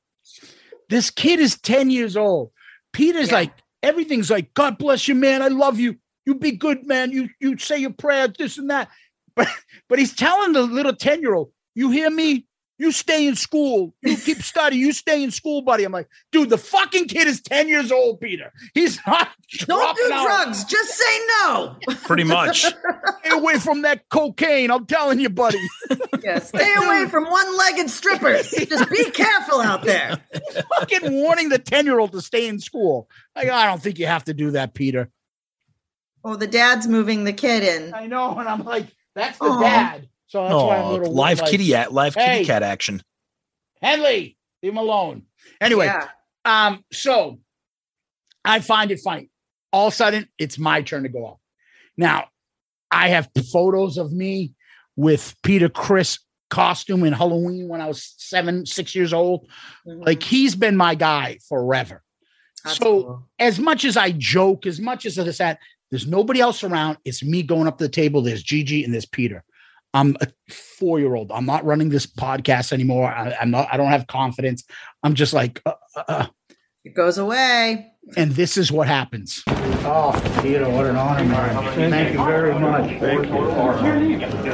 [SPEAKER 5] this kid is 10 years old. Peter's
[SPEAKER 6] Yeah.
[SPEAKER 5] like, everything's like, God bless you, man. I love you. You be good, man. You you say your prayers, this and that. But but he's telling the little 10 year old, you hear me? You stay in school. You keep studying. You stay in school, buddy. I'm like, dude, the fucking kid is 10 years old, Peter. He's not.
[SPEAKER 6] Don't do
[SPEAKER 5] dropping out.
[SPEAKER 6] drugs. Just say no.
[SPEAKER 3] Pretty much.
[SPEAKER 5] Stay away from that cocaine. I'm telling you, buddy.
[SPEAKER 6] Yeah, stay away from one-legged strippers. Just be careful out there.
[SPEAKER 5] fucking warning the 10 year old to stay in school. Like, I don't think you have to do that, Peter.
[SPEAKER 6] Oh, the dad's moving the kid in.
[SPEAKER 5] I know, and I'm like, that's
[SPEAKER 6] the dad.
[SPEAKER 5] So that's why I'm a
[SPEAKER 3] Oh,
[SPEAKER 5] little
[SPEAKER 3] live
[SPEAKER 5] like-
[SPEAKER 3] kitty at live
[SPEAKER 5] Hey.
[SPEAKER 3] kitty cat action.
[SPEAKER 5] Henley, leave him alone. Anyway,
[SPEAKER 6] Yeah.
[SPEAKER 5] um, so I find it funny. All of a sudden, it's my turn to go up. Now, I have photos of me with Peter Chris costume in Halloween when I was seven, six years old. Like he's been my guy forever.
[SPEAKER 6] Mm-hmm. That's
[SPEAKER 5] so as much as I joke, as much as this that, there's nobody else around. It's me going up to the table. There's Gigi and there's Peter. I'm a four year old. I'm not running this podcast anymore. I, I'm not. I don't have confidence. I'm just like, uh, uh, uh.
[SPEAKER 6] It goes away.
[SPEAKER 5] and this is what happens.
[SPEAKER 10] Oh, Peter, what an honor, man. Thank you very much. Thank you.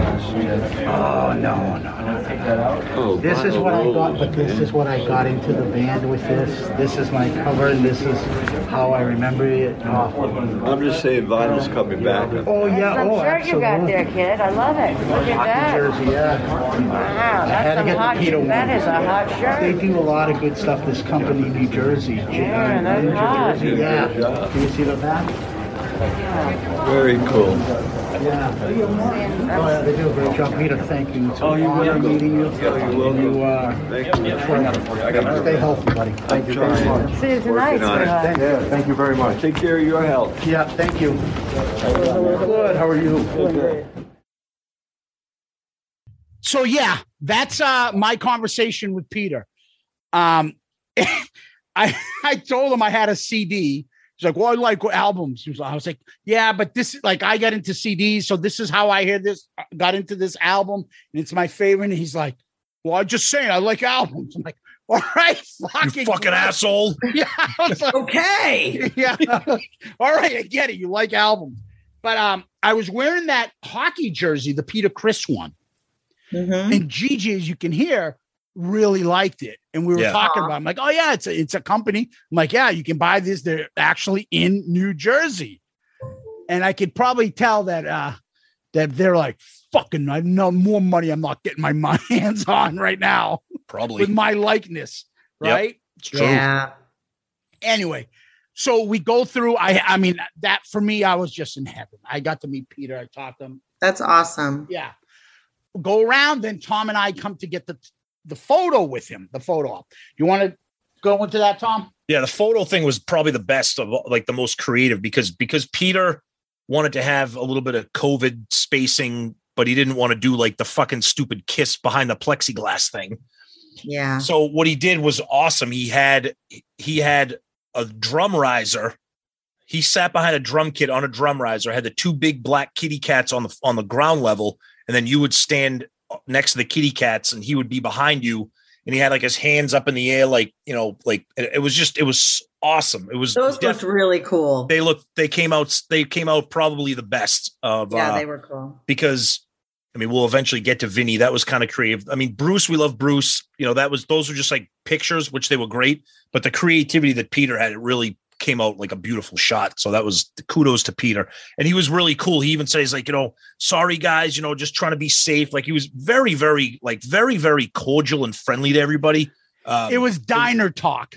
[SPEAKER 10] Oh, no, no, no. This is what I got, but this is what I got into the band with this. This is my cover, and this is how I remember it. Oh,
[SPEAKER 11] I'm just saying vinyl's coming back.
[SPEAKER 10] Oh, yeah,
[SPEAKER 12] Some
[SPEAKER 10] oh,
[SPEAKER 12] shirt you got
[SPEAKER 10] absolutely.
[SPEAKER 12] there, kid. I love it. Look at
[SPEAKER 10] Hockey
[SPEAKER 12] that.
[SPEAKER 10] jersey, yeah.
[SPEAKER 12] Wow,
[SPEAKER 10] I had
[SPEAKER 12] that's
[SPEAKER 10] to
[SPEAKER 12] some
[SPEAKER 10] get
[SPEAKER 12] hot.
[SPEAKER 10] the Peter one.
[SPEAKER 12] That is a hot
[SPEAKER 10] They
[SPEAKER 12] shirt.
[SPEAKER 10] do a lot of good stuff, this company, New Jersey.
[SPEAKER 12] Yeah, that's
[SPEAKER 10] New
[SPEAKER 12] hot.
[SPEAKER 10] Jersey, Yeah. Do you see the back?
[SPEAKER 11] Very cool.
[SPEAKER 10] Yeah. Oh, yeah, they do a great job. Peter, thank Oh, you. It's an honor meeting you. You, uh, stay healthy, buddy. Thank you very much.
[SPEAKER 12] See you tonight, sweetheart.
[SPEAKER 10] Yeah, thank you very much. Take care of your health. Yeah, thank you. Good, how are you?
[SPEAKER 5] So yeah, that's uh my conversation with Peter. Um I I told him I had a CD. He's like, "Well, I like albums." He was- I was like, "Yeah, but this is like I got into CDs, so this is how I hear this. Got into this album, and it's my favorite." And he's like, "Well, I'm just saying, I like albums." I'm like, "All right, fucking,
[SPEAKER 3] fucking asshole."
[SPEAKER 5] Yeah, I was like,
[SPEAKER 6] okay,
[SPEAKER 5] yeah, all right, I get it. You like albums, but um, I was wearing that hockey jersey, the Peter Chris one,
[SPEAKER 6] Mm-hmm.
[SPEAKER 5] and Gigi, as you can hear, really liked it. And we were
[SPEAKER 3] Yeah.
[SPEAKER 5] talking
[SPEAKER 3] Aw.
[SPEAKER 5] about. it. I'm like, oh yeah, it's a it's a company. I'm like, yeah, you can buy this. They're actually in New Jersey, and I could probably tell that uh that they're like fucking. I know more money. I'm not getting my, my hands on right now.
[SPEAKER 3] Probably.
[SPEAKER 5] with my likeness,
[SPEAKER 3] Yep.
[SPEAKER 5] right?
[SPEAKER 3] It's true. Yeah.
[SPEAKER 5] Anyway, so we go through. I I mean that for me, I was just in heaven. I got to meet Peter. I talked to him.
[SPEAKER 6] That's awesome.
[SPEAKER 5] Yeah. Go around, then Tom and I come to get the the photo with him, the photo op. You want to go into that, Tom?
[SPEAKER 3] Yeah, the photo thing was probably the best of all- like the most creative because because Peter wanted to have a little bit of COVID spacing, but he didn't want to do like the fucking stupid kiss behind the plexiglass thing.
[SPEAKER 6] Yeah.
[SPEAKER 3] So what he did was awesome. He had he had a drum riser. He sat behind a drum kit on a drum riser. Had the two big black kitty cats on the on the ground level, and then you would stand next to the kitty cats, and he would be behind you. And he had like his hands up in the air, like you know, like it, it was just it was awesome. It was
[SPEAKER 6] Those looked really cool.
[SPEAKER 3] They looked they came out they came out probably the best of
[SPEAKER 6] Yeah,
[SPEAKER 3] uh,
[SPEAKER 6] they were cool.
[SPEAKER 3] because I mean, we'll eventually get to Vinny. That was kind of creative. I mean, Bruce, we love Bruce. You know, that was those were just like pictures, which they were great, but the creativity that Peter had, it really came out like a beautiful shot. So that was kudos to Peter. And he was really cool. He even says, like, you know, sorry guys, you know, just trying to be safe. Like he was very, very, like very, very cordial and friendly to everybody. Um,
[SPEAKER 5] it was diner talk.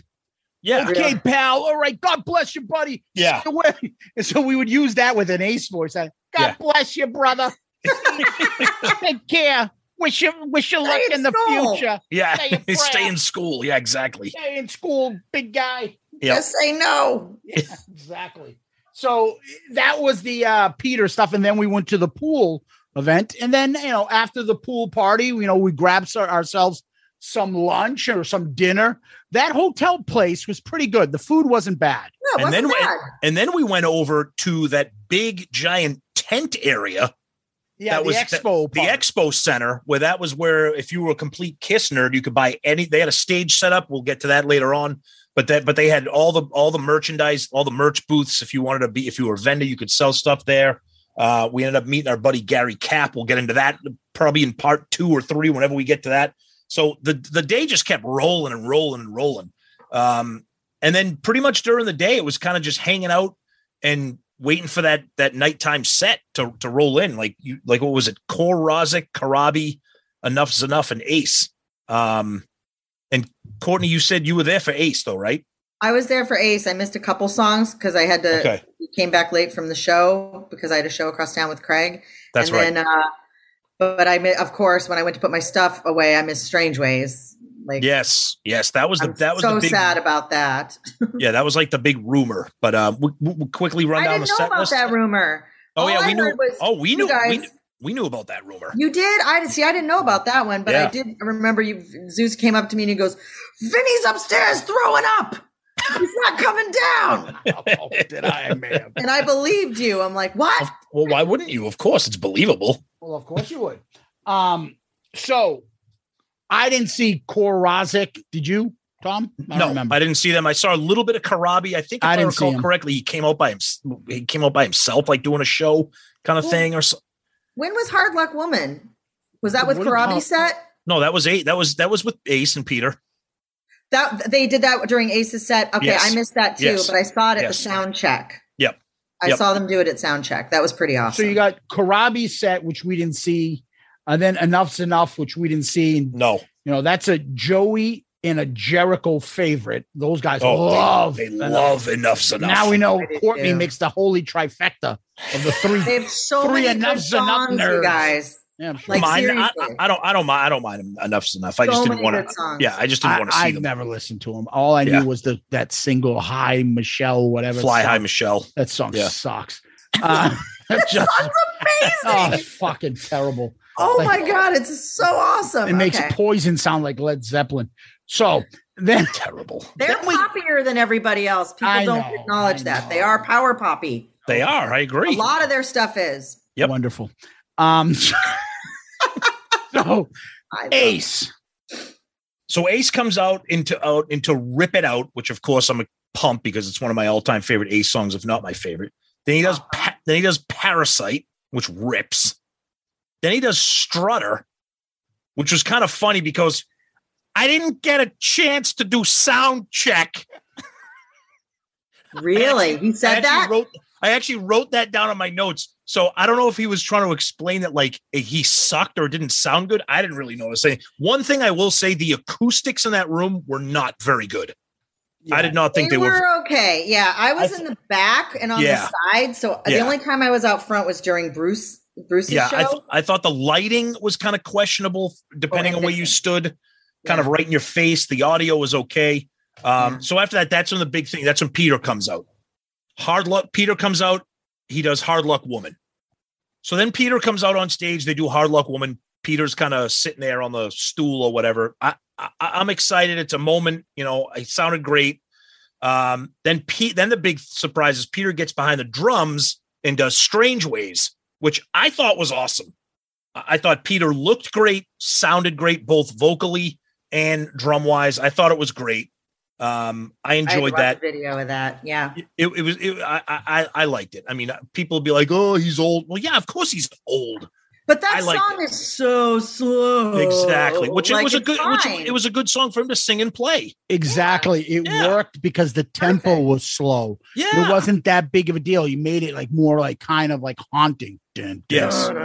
[SPEAKER 3] Yeah.
[SPEAKER 5] Okay, pal. All right. God bless you, buddy.
[SPEAKER 3] Yeah.
[SPEAKER 5] Stay away. And so we would use that with an ace voice. I- God bless you, brother. Take care. Wish you wish you
[SPEAKER 3] Stay
[SPEAKER 5] luck
[SPEAKER 3] in
[SPEAKER 5] in the
[SPEAKER 3] school.
[SPEAKER 5] future.
[SPEAKER 3] yeah,
[SPEAKER 5] Say your
[SPEAKER 3] stay
[SPEAKER 5] prayer.
[SPEAKER 3] in school. Yeah, exactly.
[SPEAKER 5] Stay in school, big guy.
[SPEAKER 3] Yeah. Just
[SPEAKER 6] say no.
[SPEAKER 5] Yeah, exactly. So that was the uh, Peter stuff, and then we went to the pool event, and then you know after the pool party, you know we grabbed our- ourselves some lunch or some dinner. That hotel place was pretty good. The food wasn't bad.
[SPEAKER 3] and then we- and then we went over to that big giant tent area.
[SPEAKER 5] Yeah, the
[SPEAKER 3] expo the, expo center where that was where if you were a complete kiss nerd, you could buy any. They had a stage set up. We'll get to that later on. But that but they had all the all the merchandise, all the merch booths. If you wanted to be, if you were a vendor, you could sell stuff there. Uh, we ended up meeting our buddy Gary Cap. We'll get into that probably in part two or three whenever we get to that. So the the day just kept rolling and rolling and rolling. Um, and then pretty much during the day, it was kind of just hanging out and waiting for that that nighttime set to to roll in. Like you like what was it? Core Rozic, Karabi, Enough's Enough, and Ace. Um, and Courtney, you said you were there for Ace though, right?
[SPEAKER 6] I was there for Ace. I missed a couple songs because I had to
[SPEAKER 3] Okay.
[SPEAKER 6] came back late from the show because I had a show across town with Craig.
[SPEAKER 3] That's
[SPEAKER 6] and
[SPEAKER 3] right.
[SPEAKER 6] Then, uh, but, but I, mi- of course, when I went to put my stuff away, I missed Strange Ways. Like
[SPEAKER 3] Yes, yes, that was the that was
[SPEAKER 6] so
[SPEAKER 3] the big
[SPEAKER 6] sad about that.
[SPEAKER 3] yeah that was like the big rumor. But uh, we, we- we'll quickly run
[SPEAKER 6] I
[SPEAKER 3] down
[SPEAKER 6] didn't
[SPEAKER 3] the
[SPEAKER 6] know
[SPEAKER 3] set
[SPEAKER 6] about
[SPEAKER 3] list.
[SPEAKER 6] that rumor.
[SPEAKER 3] Oh
[SPEAKER 6] All
[SPEAKER 3] yeah,
[SPEAKER 6] I
[SPEAKER 3] we knew.
[SPEAKER 6] heard was
[SPEAKER 3] Oh, we
[SPEAKER 6] you
[SPEAKER 3] knew. We,
[SPEAKER 6] guys-
[SPEAKER 3] kn- we knew about that rumor.
[SPEAKER 6] You did. I see. I didn't know about that one, but
[SPEAKER 3] Yeah.
[SPEAKER 6] I did remember you. Zeus came up to me and he goes, "Vinny's upstairs throwing up. He's not coming down."
[SPEAKER 5] Oh,
[SPEAKER 3] did I, man?
[SPEAKER 6] and I believed you. I'm like, "What?"
[SPEAKER 3] Well, why wouldn't you? Of course, it's believable.
[SPEAKER 5] Well, of course you would. Um, so I didn't see Korozic. Did you, Tom? I
[SPEAKER 3] no,
[SPEAKER 5] don't remember.
[SPEAKER 3] I didn't see them. I saw a little bit of Karabi. I think if
[SPEAKER 5] I
[SPEAKER 3] I,
[SPEAKER 5] didn't see
[SPEAKER 3] recall
[SPEAKER 5] him.
[SPEAKER 3] correctly, he came out by himself. He came out by himself, like doing a show kind of
[SPEAKER 6] Well-
[SPEAKER 3] thing, or so.
[SPEAKER 6] When was Hard Luck Woman? Was that with
[SPEAKER 3] What about-
[SPEAKER 6] Karabi set?
[SPEAKER 3] No, that was eight. That was that was with Ace and Peter.
[SPEAKER 6] That they did that during Ace's set. Okay,
[SPEAKER 3] Yes.
[SPEAKER 6] I missed that too,
[SPEAKER 3] Yes.
[SPEAKER 6] but I saw it at
[SPEAKER 3] Yes.
[SPEAKER 6] the sound check.
[SPEAKER 3] Yep.
[SPEAKER 6] I
[SPEAKER 3] Yep.
[SPEAKER 6] saw them do it at sound check. That was pretty
[SPEAKER 5] So
[SPEAKER 6] awesome.
[SPEAKER 5] you got Karabi set, which we didn't see, and then Enough's Enough, which we didn't see. And,
[SPEAKER 3] No.
[SPEAKER 5] You know, that's a Joey and a Jericho favorite. Those guys
[SPEAKER 3] Oh, they-
[SPEAKER 5] love.
[SPEAKER 3] they
[SPEAKER 5] Enough.
[SPEAKER 3] love Enough's Enough.
[SPEAKER 5] Now we know
[SPEAKER 3] They do.
[SPEAKER 5] Courtney makes the holy trifecta of the three.
[SPEAKER 6] they have so
[SPEAKER 5] three
[SPEAKER 6] many good
[SPEAKER 5] Enough's Enough
[SPEAKER 6] songs, you
[SPEAKER 5] nerds.
[SPEAKER 6] guys.
[SPEAKER 5] Yeah, I'm
[SPEAKER 6] Like,
[SPEAKER 3] Mine- I,
[SPEAKER 6] seriously.
[SPEAKER 3] I- I don't. I don't mind. I don't mind him. Enough's enough. I
[SPEAKER 6] So
[SPEAKER 3] just didn't
[SPEAKER 6] many
[SPEAKER 3] want
[SPEAKER 6] good
[SPEAKER 3] to.
[SPEAKER 6] songs.
[SPEAKER 3] Yeah, I just didn't want to
[SPEAKER 5] I
[SPEAKER 3] see them.
[SPEAKER 5] never listened to him. All I
[SPEAKER 3] Yeah.
[SPEAKER 5] knew was the that single "High Michelle," whatever.
[SPEAKER 3] Fly High
[SPEAKER 5] song.
[SPEAKER 3] Michelle.
[SPEAKER 5] That song
[SPEAKER 3] Yeah.
[SPEAKER 5] sucks. Uh, that's just oh, it's fucking terrible.
[SPEAKER 6] Oh
[SPEAKER 5] Like,
[SPEAKER 6] my god, it's so awesome.
[SPEAKER 5] It makes
[SPEAKER 6] Oh, Okay.
[SPEAKER 5] Poison sound like Led Zeppelin. So then
[SPEAKER 3] terrible.
[SPEAKER 6] They're poppier than everybody else. People
[SPEAKER 5] I
[SPEAKER 6] don't
[SPEAKER 5] know,
[SPEAKER 6] acknowledge that. They are power poppy.
[SPEAKER 5] Oh.
[SPEAKER 3] They are. I agree.
[SPEAKER 6] A lot of their stuff is.
[SPEAKER 5] Wonderful. Um, so
[SPEAKER 6] I love
[SPEAKER 5] Ace.
[SPEAKER 3] So Ace comes out into out into Rip It Out, which of course I'm a pump because it's one of my all time favorite Ace songs, if not my favorite. Then he does pa- then he does Parasite, which rips. Then he does Strutter, which was kind of funny because I didn't get a chance to do sound check.
[SPEAKER 6] Really? He
[SPEAKER 3] I
[SPEAKER 6] said
[SPEAKER 3] actually
[SPEAKER 6] that?
[SPEAKER 3] Wrote, I actually wrote that down on my notes. So I don't know if he was trying to explain that like eh, he sucked or didn't sound good. I didn't really know what to say. One thing I will say, the acoustics in that room were not very good. I did not think they,
[SPEAKER 6] they
[SPEAKER 3] were.
[SPEAKER 6] were okay. Yeah, I was in the back and on
[SPEAKER 3] Yeah.
[SPEAKER 6] the side, so the
[SPEAKER 3] Yeah.
[SPEAKER 6] only time I was out front was during Bruce Bruce's
[SPEAKER 3] Yeah,
[SPEAKER 6] show.
[SPEAKER 3] I, th- I thought the lighting was kind of questionable depending on where you stood, kind of right in your face. The audio was okay. Um,
[SPEAKER 6] Mm-hmm.
[SPEAKER 3] So after that, that's when the big thing. That's when Peter comes out. Hard luck. Peter comes out. He does hard luck woman. So then Peter comes out on stage. They do hard luck woman. Peter's kind of sitting there on the stool or whatever. I, I I'm excited. It's a moment. You know, it sounded great. Um, then Pete. Then the big surprise is Peter gets behind the drums and does strange ways, which I thought was awesome. I I thought Peter looked great, sounded great, both vocally and drum wise. I thought it was great. Um, I
[SPEAKER 6] I had to
[SPEAKER 3] enjoyed
[SPEAKER 6] watch
[SPEAKER 3] that
[SPEAKER 6] the video of that. Yeah.
[SPEAKER 3] it, it was it, I, I I- I liked it. I mean, people be like, "Oh, he's old." Well, yeah, of course he's old.
[SPEAKER 6] But that
[SPEAKER 3] I liked
[SPEAKER 6] song is so slow.
[SPEAKER 3] Exactly, which
[SPEAKER 6] Oh, Like,
[SPEAKER 3] it was a
[SPEAKER 6] it's
[SPEAKER 3] good, which
[SPEAKER 6] fine.
[SPEAKER 3] it, was a good song for him to sing and play.
[SPEAKER 5] Exactly. It worked because the tempo was slow.
[SPEAKER 3] Yeah.
[SPEAKER 5] It wasn't that big of a deal. You made it like more like kind of like haunting. Dun, dun,
[SPEAKER 3] Yes.
[SPEAKER 5] dun.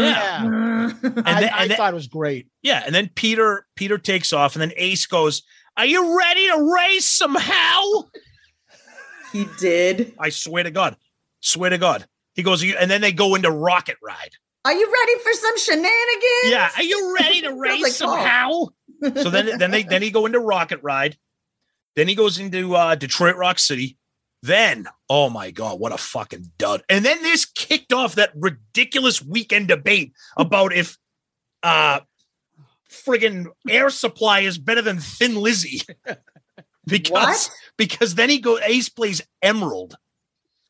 [SPEAKER 3] Yeah,
[SPEAKER 5] I,
[SPEAKER 3] then-
[SPEAKER 5] I
[SPEAKER 3] and then-
[SPEAKER 5] thought it was great.
[SPEAKER 3] yeah. And then Peter Peter takes off, and then Ace goes, "Are you ready to raise some hell?"
[SPEAKER 6] He did.
[SPEAKER 3] I swear to God, swear to God. He goes, "Are you-" and then they go into Rocket Ride.
[SPEAKER 6] Are you ready for some shenanigans?
[SPEAKER 3] Yeah, are you ready to
[SPEAKER 6] Sounds
[SPEAKER 3] race
[SPEAKER 6] like
[SPEAKER 3] somehow? so then then they then he go into Rocket Ride. Then he goes into uh, Detroit Rock City. Then, oh my God, what a fucking dud. And then this kicked off that ridiculous weekend debate about if uh friggin' air supply is better than Thin Lizzy. because
[SPEAKER 6] What?
[SPEAKER 3] because then he go Ace plays Emerald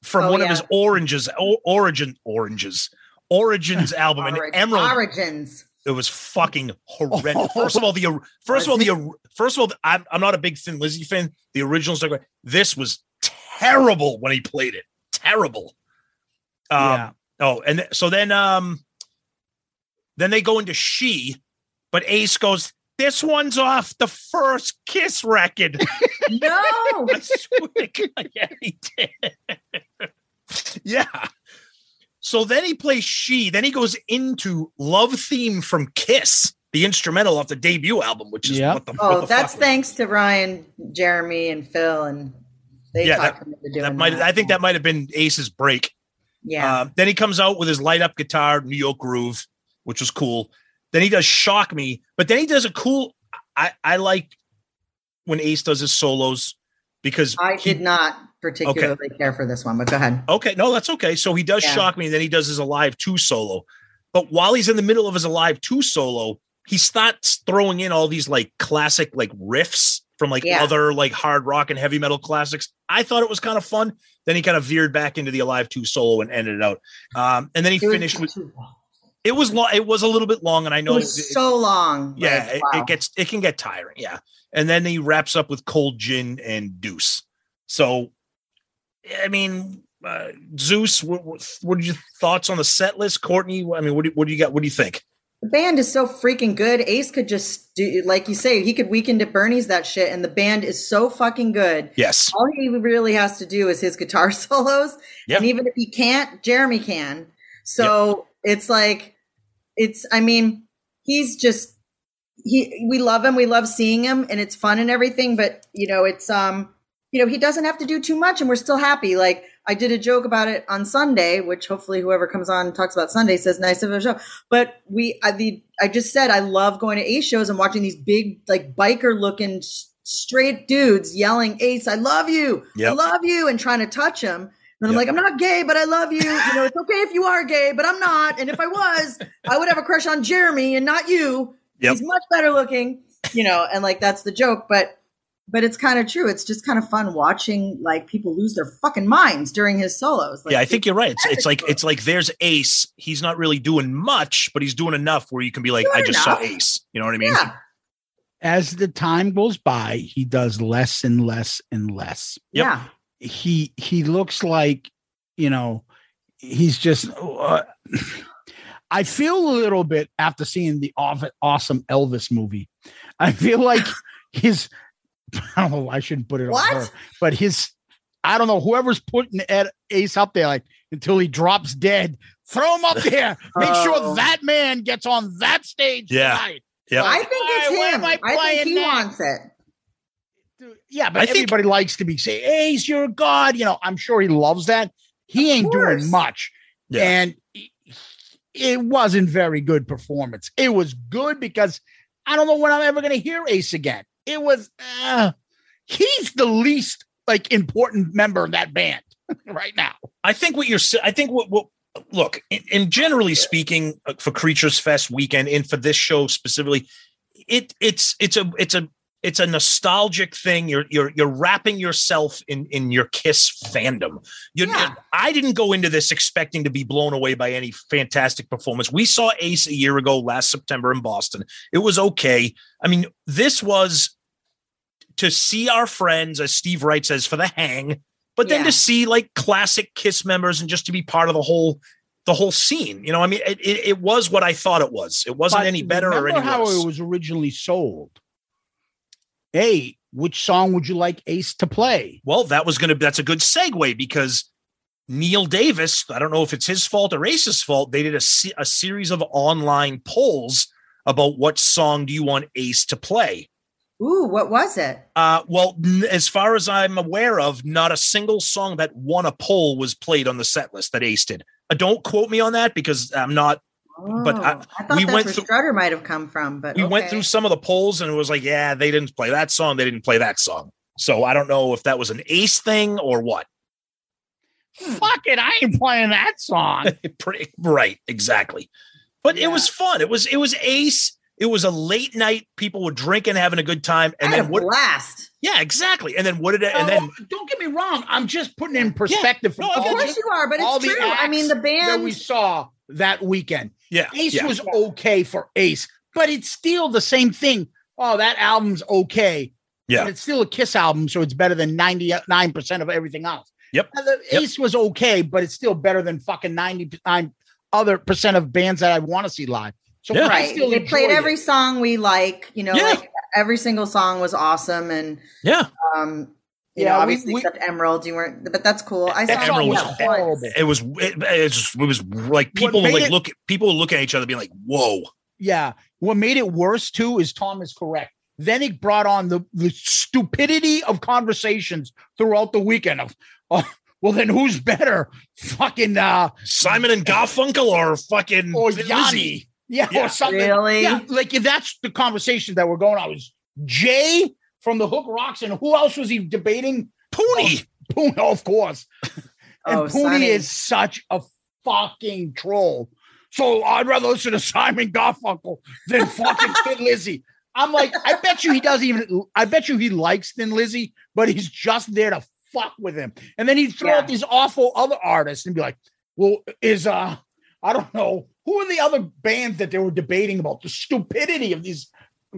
[SPEAKER 3] from
[SPEAKER 6] Oh,
[SPEAKER 3] one of
[SPEAKER 6] yeah.
[SPEAKER 3] his oranges, o- origin oranges, origins album,
[SPEAKER 6] Origin-
[SPEAKER 3] and Emerald
[SPEAKER 6] Origins.
[SPEAKER 3] it was fucking horrendous. First of all, the first of all the first of all, I'm, I'm not a big Thin Lizzy fan. The original stuff. This was terrible when he played it. Terrible. Um,
[SPEAKER 5] Yeah.
[SPEAKER 3] Oh, and th- so then, um, Then they go into she, but Ace goes, This one's off the first kiss record.
[SPEAKER 6] no. Oh, I
[SPEAKER 3] swear to God, yeah, he did. yeah. So then he plays she. Then he goes into love theme from Kiss, the instrumental off the debut album, which is what the what
[SPEAKER 6] Oh,
[SPEAKER 3] the
[SPEAKER 6] that's
[SPEAKER 3] fuck-
[SPEAKER 6] thanks to Ryan, Jeremy, and Phil, and they
[SPEAKER 3] yeah,
[SPEAKER 6] talked
[SPEAKER 3] that,
[SPEAKER 6] him into
[SPEAKER 3] that
[SPEAKER 6] doing
[SPEAKER 3] might.
[SPEAKER 6] that.
[SPEAKER 3] I think that might have been Ace's break.
[SPEAKER 6] Yeah.
[SPEAKER 3] Uh, then he comes out with his light up guitar, New York Groove, which was cool. Then he does Shock Me, but then he does a cool. I I like when Ace does his solos because
[SPEAKER 6] I did not particularly care for this one, but go ahead.
[SPEAKER 3] Okay, no, that's okay. So he does
[SPEAKER 6] Yeah.
[SPEAKER 3] shock me, then he does his Alive 2 solo. But while he's in the middle of his Alive 2 solo, he starts throwing in all these like classic like riffs from like
[SPEAKER 6] Yeah.
[SPEAKER 3] other like hard rock and heavy metal classics. I thought it was kind of fun. Then he kind of veered back into the Alive 2 solo and ended it out. Um, and then he finished with it was long, it was a little bit long, and I know
[SPEAKER 6] it was so long.
[SPEAKER 3] yeah,
[SPEAKER 6] like,
[SPEAKER 3] it,
[SPEAKER 6] wow.
[SPEAKER 3] it gets it can get tiring. Yeah, and then he wraps up with cold gin and Deuce. So, I mean, uh, Zeus, what, what, what are your thoughts on the set list, Courtney? I mean, what do, what do you got? What do you think?
[SPEAKER 6] the band is so freaking good. Ace could just do, like you say, he could weekend at Bernie's that shit, and the band is so fucking good.
[SPEAKER 3] Yes.
[SPEAKER 6] All he really has to do is his guitar solos.
[SPEAKER 3] Yeah.
[SPEAKER 6] And even if he can't, Jeremy can. So it's like, it's, I mean, he's just, he, we love him. We love seeing him and it's fun and everything, but you know, it's, um, you know, he doesn't have to do too much and we're still happy. Like I did a joke about it on Sunday, which hopefully whoever comes on and talks about Sunday says nice of a show. But we, I, the, I just said, I love going to Ace shows and watching these big, like biker looking s- straight dudes yelling Ace, I love you. I
[SPEAKER 3] Yep.
[SPEAKER 6] love you. And trying to touch him. And I'm
[SPEAKER 3] Yep.
[SPEAKER 6] like, I'm not gay, but I love you. You know, it's okay if you are gay, but I'm not. And if I was, I would have a crush on Jeremy and not you.
[SPEAKER 3] Yep.
[SPEAKER 6] He's much better looking, you know, and like that's the joke. But but it's kind of true. It's just kind of fun watching like people lose their fucking minds during his solos. Like,
[SPEAKER 3] yeah, I think you're right. It's, it's like it's like there's Ace. He's not really doing much, but he's doing enough where you can be like,
[SPEAKER 5] Doing
[SPEAKER 3] I just saw
[SPEAKER 5] enough.
[SPEAKER 3] Ace. You know what I mean?
[SPEAKER 5] As the time goes by, he does less and less and less.
[SPEAKER 3] Yep. Yeah.
[SPEAKER 5] He he looks like, you know, he's just uh, I feel a little bit after seeing the aw- awesome Elvis movie. I feel like his I don't know, I shouldn't put it on her, but his I don't know, whoever's putting Ed Ace up there, like until he drops dead, throw him up there. Make
[SPEAKER 6] Oh.
[SPEAKER 5] sure that man gets on that stage
[SPEAKER 3] Yeah.
[SPEAKER 5] tonight.
[SPEAKER 3] Yep.
[SPEAKER 6] I think it's
[SPEAKER 5] Why- why
[SPEAKER 6] him.
[SPEAKER 5] am I
[SPEAKER 6] I, think
[SPEAKER 5] playing
[SPEAKER 6] he
[SPEAKER 5] that?
[SPEAKER 6] wants it.
[SPEAKER 5] Yeah, but
[SPEAKER 3] I think-
[SPEAKER 5] everybody likes to be say, "Ace, you're a god." You know, I'm sure he loves that. He ain't doing much,
[SPEAKER 3] Yeah.
[SPEAKER 5] and it- it wasn't very good performance. It was good because I don't know when I'm ever going to hear Ace again. It was. Uh, he's the least like important member of that band right now.
[SPEAKER 3] I think what you're. s- I think what what. Look, in, in generally speaking, uh, for Creatures Fest weekend and for this show specifically, it it's it's a it's a it's a nostalgic thing. You're you're you're wrapping yourself in in your Kiss fandom. You, I didn't go into this expecting to be blown away by any fantastic performance. We saw Ace a year ago last September in Boston. It was okay. I mean, this was to see our friends, as Steve Wright says, for the hang, but then to see like classic Kiss members and just to be part of the whole the whole scene. You know, I mean, it, it, it was what I thought it was. It wasn't
[SPEAKER 5] But
[SPEAKER 3] any better or
[SPEAKER 5] remember
[SPEAKER 3] any
[SPEAKER 5] how
[SPEAKER 3] worse.
[SPEAKER 5] it was originally sold. Hey, which song would you like Ace to play?
[SPEAKER 3] Well, that was going to that's a good segue because Neil Davis, I don't know if it's his fault or Ace's fault, they did a, se- a series of online polls about what song do you want Ace to play.
[SPEAKER 6] Ooh, what was it?
[SPEAKER 3] Uh, well, n- as far as I'm aware of, not a single song that won a poll was played on the set list that Ace did. Uh, don't quote me on that because I'm not. but
[SPEAKER 6] Oh,
[SPEAKER 3] I,
[SPEAKER 6] thought
[SPEAKER 3] we
[SPEAKER 6] that's
[SPEAKER 3] went
[SPEAKER 6] where
[SPEAKER 3] through
[SPEAKER 6] Strutter might have come from, but
[SPEAKER 3] we went
[SPEAKER 6] okay.
[SPEAKER 3] through some of the polls and it was like, yeah, they didn't play that song, they didn't play that song. So I don't know if that was an Ace thing or what.
[SPEAKER 5] Fuck it, I ain't playing that song.
[SPEAKER 3] Pretty right, exactly. But it was fun. It was it was Ace. It was a late night. People were drinking, having a good time, and then what?
[SPEAKER 6] Blast.
[SPEAKER 3] Yeah, exactly. And then what did it? And
[SPEAKER 5] No,
[SPEAKER 3] then
[SPEAKER 5] Oh, don't get me wrong. I'm just putting in perspective.
[SPEAKER 3] No,
[SPEAKER 5] for
[SPEAKER 3] of
[SPEAKER 5] all
[SPEAKER 3] course
[SPEAKER 5] the-
[SPEAKER 6] you are, but it's
[SPEAKER 5] all
[SPEAKER 6] true. I
[SPEAKER 5] acts
[SPEAKER 6] mean, the
[SPEAKER 5] that we
[SPEAKER 6] band-
[SPEAKER 5] saw that weekend.
[SPEAKER 3] Yeah,
[SPEAKER 5] Ace
[SPEAKER 3] yeah.
[SPEAKER 5] was okay for Ace, but it's still the same thing. Oh, that album's okay.
[SPEAKER 3] Yeah.
[SPEAKER 5] but it's still a Kiss album, so it's better than ninety nine percent of everything else.
[SPEAKER 3] Yep.
[SPEAKER 5] Now, the
[SPEAKER 3] Yep.
[SPEAKER 5] Ace was okay, but it's still better than fucking ninety nine other percent of bands that I want to see live. So
[SPEAKER 6] Yeah.
[SPEAKER 5] I
[SPEAKER 6] Right.
[SPEAKER 5] still
[SPEAKER 6] They played
[SPEAKER 5] enjoyed it.
[SPEAKER 6] every song we like, you know,
[SPEAKER 5] Yeah.
[SPEAKER 6] like every single song was awesome and
[SPEAKER 3] yeah.
[SPEAKER 6] um you
[SPEAKER 5] Yeah,
[SPEAKER 6] know,
[SPEAKER 5] we-
[SPEAKER 6] obviously
[SPEAKER 5] we-
[SPEAKER 6] except Emerald, you weren't but that's cool. I saw
[SPEAKER 3] And E, Emerald was
[SPEAKER 6] that once.
[SPEAKER 3] horrible. It was it, it's- it was like people
[SPEAKER 5] made
[SPEAKER 3] like
[SPEAKER 5] it-
[SPEAKER 3] look people look at each other being like, "Whoa."
[SPEAKER 5] Yeah. What made it worse too is Tom is correct. Then it brought on the, the stupidity of conversations throughout the weekend of, oh, well, then who's better? Fucking uh,
[SPEAKER 3] Simon and Garfunkel or fucking
[SPEAKER 5] or
[SPEAKER 3] Thin
[SPEAKER 5] Oh, Yanni.
[SPEAKER 3] Lizzy.
[SPEAKER 5] Yeah,
[SPEAKER 3] Yeah.
[SPEAKER 5] or something.
[SPEAKER 6] Really?
[SPEAKER 5] Yeah, like if that's the conversation that we're going on. It was Jay from the Hook Rocks, and who else was he debating?
[SPEAKER 3] Pooney.
[SPEAKER 5] Oh, Pooney, of course. and
[SPEAKER 6] Oh,
[SPEAKER 5] Pooney
[SPEAKER 6] Sonny.
[SPEAKER 5] is such a fucking troll. So I'd rather listen to Simon Garfunkel than fucking Thin Lizzy. I'm like, I bet you he doesn't even. I bet you he likes Thin Lizzy, but he's just there to fuck with him. And then he'd throw out these awful other artists and be like, "Well, is uh, I don't know who are the other bands that they were debating about? The stupidity of these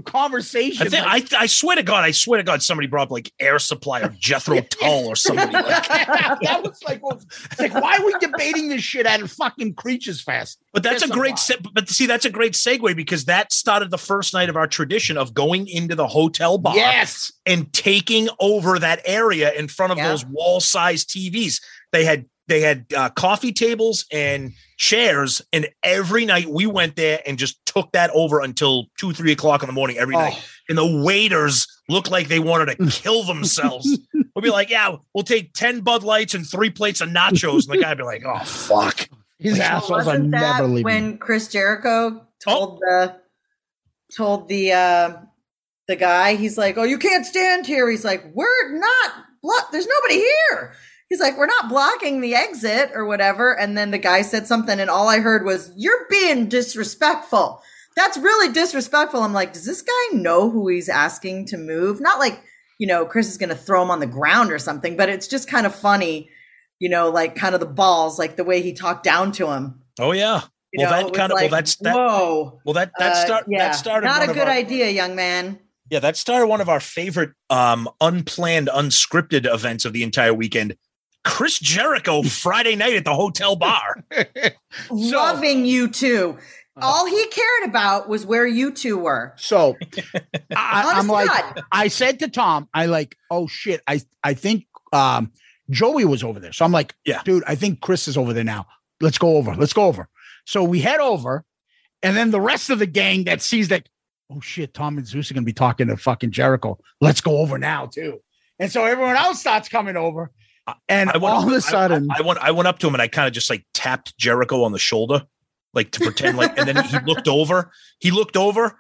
[SPEAKER 5] conversations.
[SPEAKER 3] I, think, I, I swear to God, I swear to God, somebody brought up like Air Supply or Jethro Tull or somebody. Like,
[SPEAKER 5] that was like, well, it's like, why are we debating this shit at a fucking Creatures Fest?
[SPEAKER 3] But that's a
[SPEAKER 5] Piss
[SPEAKER 3] great,
[SPEAKER 5] off.
[SPEAKER 3] se- but see, that's a great segue because that started the first night of our tradition of going into the hotel bar,
[SPEAKER 5] Yes.
[SPEAKER 3] and taking over that area in front of
[SPEAKER 5] Yeah.
[SPEAKER 3] those wall-sized TVs. They had they had uh, coffee tables and chairs, and every night we went there and just took that over until two, three o'clock in the morning every
[SPEAKER 6] Oh.
[SPEAKER 5] Oh,
[SPEAKER 3] night. And the waiters looked like they wanted to kill themselves. we'll be like, "Yeah, we'll take ten Bud Lights and three plates of nachos," and the guy'd be like, "Oh fuck."
[SPEAKER 5] His assholes are
[SPEAKER 6] Wasn't that
[SPEAKER 5] never leaving.
[SPEAKER 6] when Chris Jericho told the told the uh, the guy, he's like, "Oh, you can't stand here." He's like, "We're not block. There's nobody here." He's like, "We're not blocking the exit or whatever." And then the guy said something, and all I heard was, "You're being disrespectful." That's really disrespectful. I'm like, does this guy know who he's asking to move? Not like you know, Chris is going to throw him on the ground or something, but it's just kind of funny you know, like kind of the balls, like the way he talked down to him.
[SPEAKER 3] Oh yeah.
[SPEAKER 6] You
[SPEAKER 3] Well,
[SPEAKER 6] know, it
[SPEAKER 3] that
[SPEAKER 6] was
[SPEAKER 3] kind of
[SPEAKER 6] like,
[SPEAKER 3] well, that's that.
[SPEAKER 6] whoa.
[SPEAKER 3] Well, that that
[SPEAKER 6] Uh,
[SPEAKER 3] start
[SPEAKER 6] yeah.
[SPEAKER 3] that started
[SPEAKER 6] Not
[SPEAKER 3] one
[SPEAKER 6] a
[SPEAKER 3] of
[SPEAKER 6] good
[SPEAKER 3] our-
[SPEAKER 6] idea, young man.
[SPEAKER 3] Yeah, that started one of our favorite um unplanned, unscripted events of the entire weekend. Chris Jericho Friday night at the hotel bar.
[SPEAKER 6] Loving you two.
[SPEAKER 3] Uh-huh.
[SPEAKER 6] All he cared about was where you two were.
[SPEAKER 5] So I,
[SPEAKER 6] Honest
[SPEAKER 5] I'm
[SPEAKER 6] to
[SPEAKER 5] like,
[SPEAKER 6] God.
[SPEAKER 5] I said to Tom, I like, oh shit, I I think um, Joey was over there, so I'm like, yeah, dude, I think Chris is over there now. Let's go over. Let's go over. So we head over, and then the rest of the gang that sees that, oh shit, Tom and Zeus are gonna be talking to fucking Jericho. Let's go over now too. And so everyone else starts coming over, and all of a sudden,
[SPEAKER 3] I, I went I went up to him and I kind of just like tapped Jericho on the shoulder, like to pretend like and then he looked over. He looked over.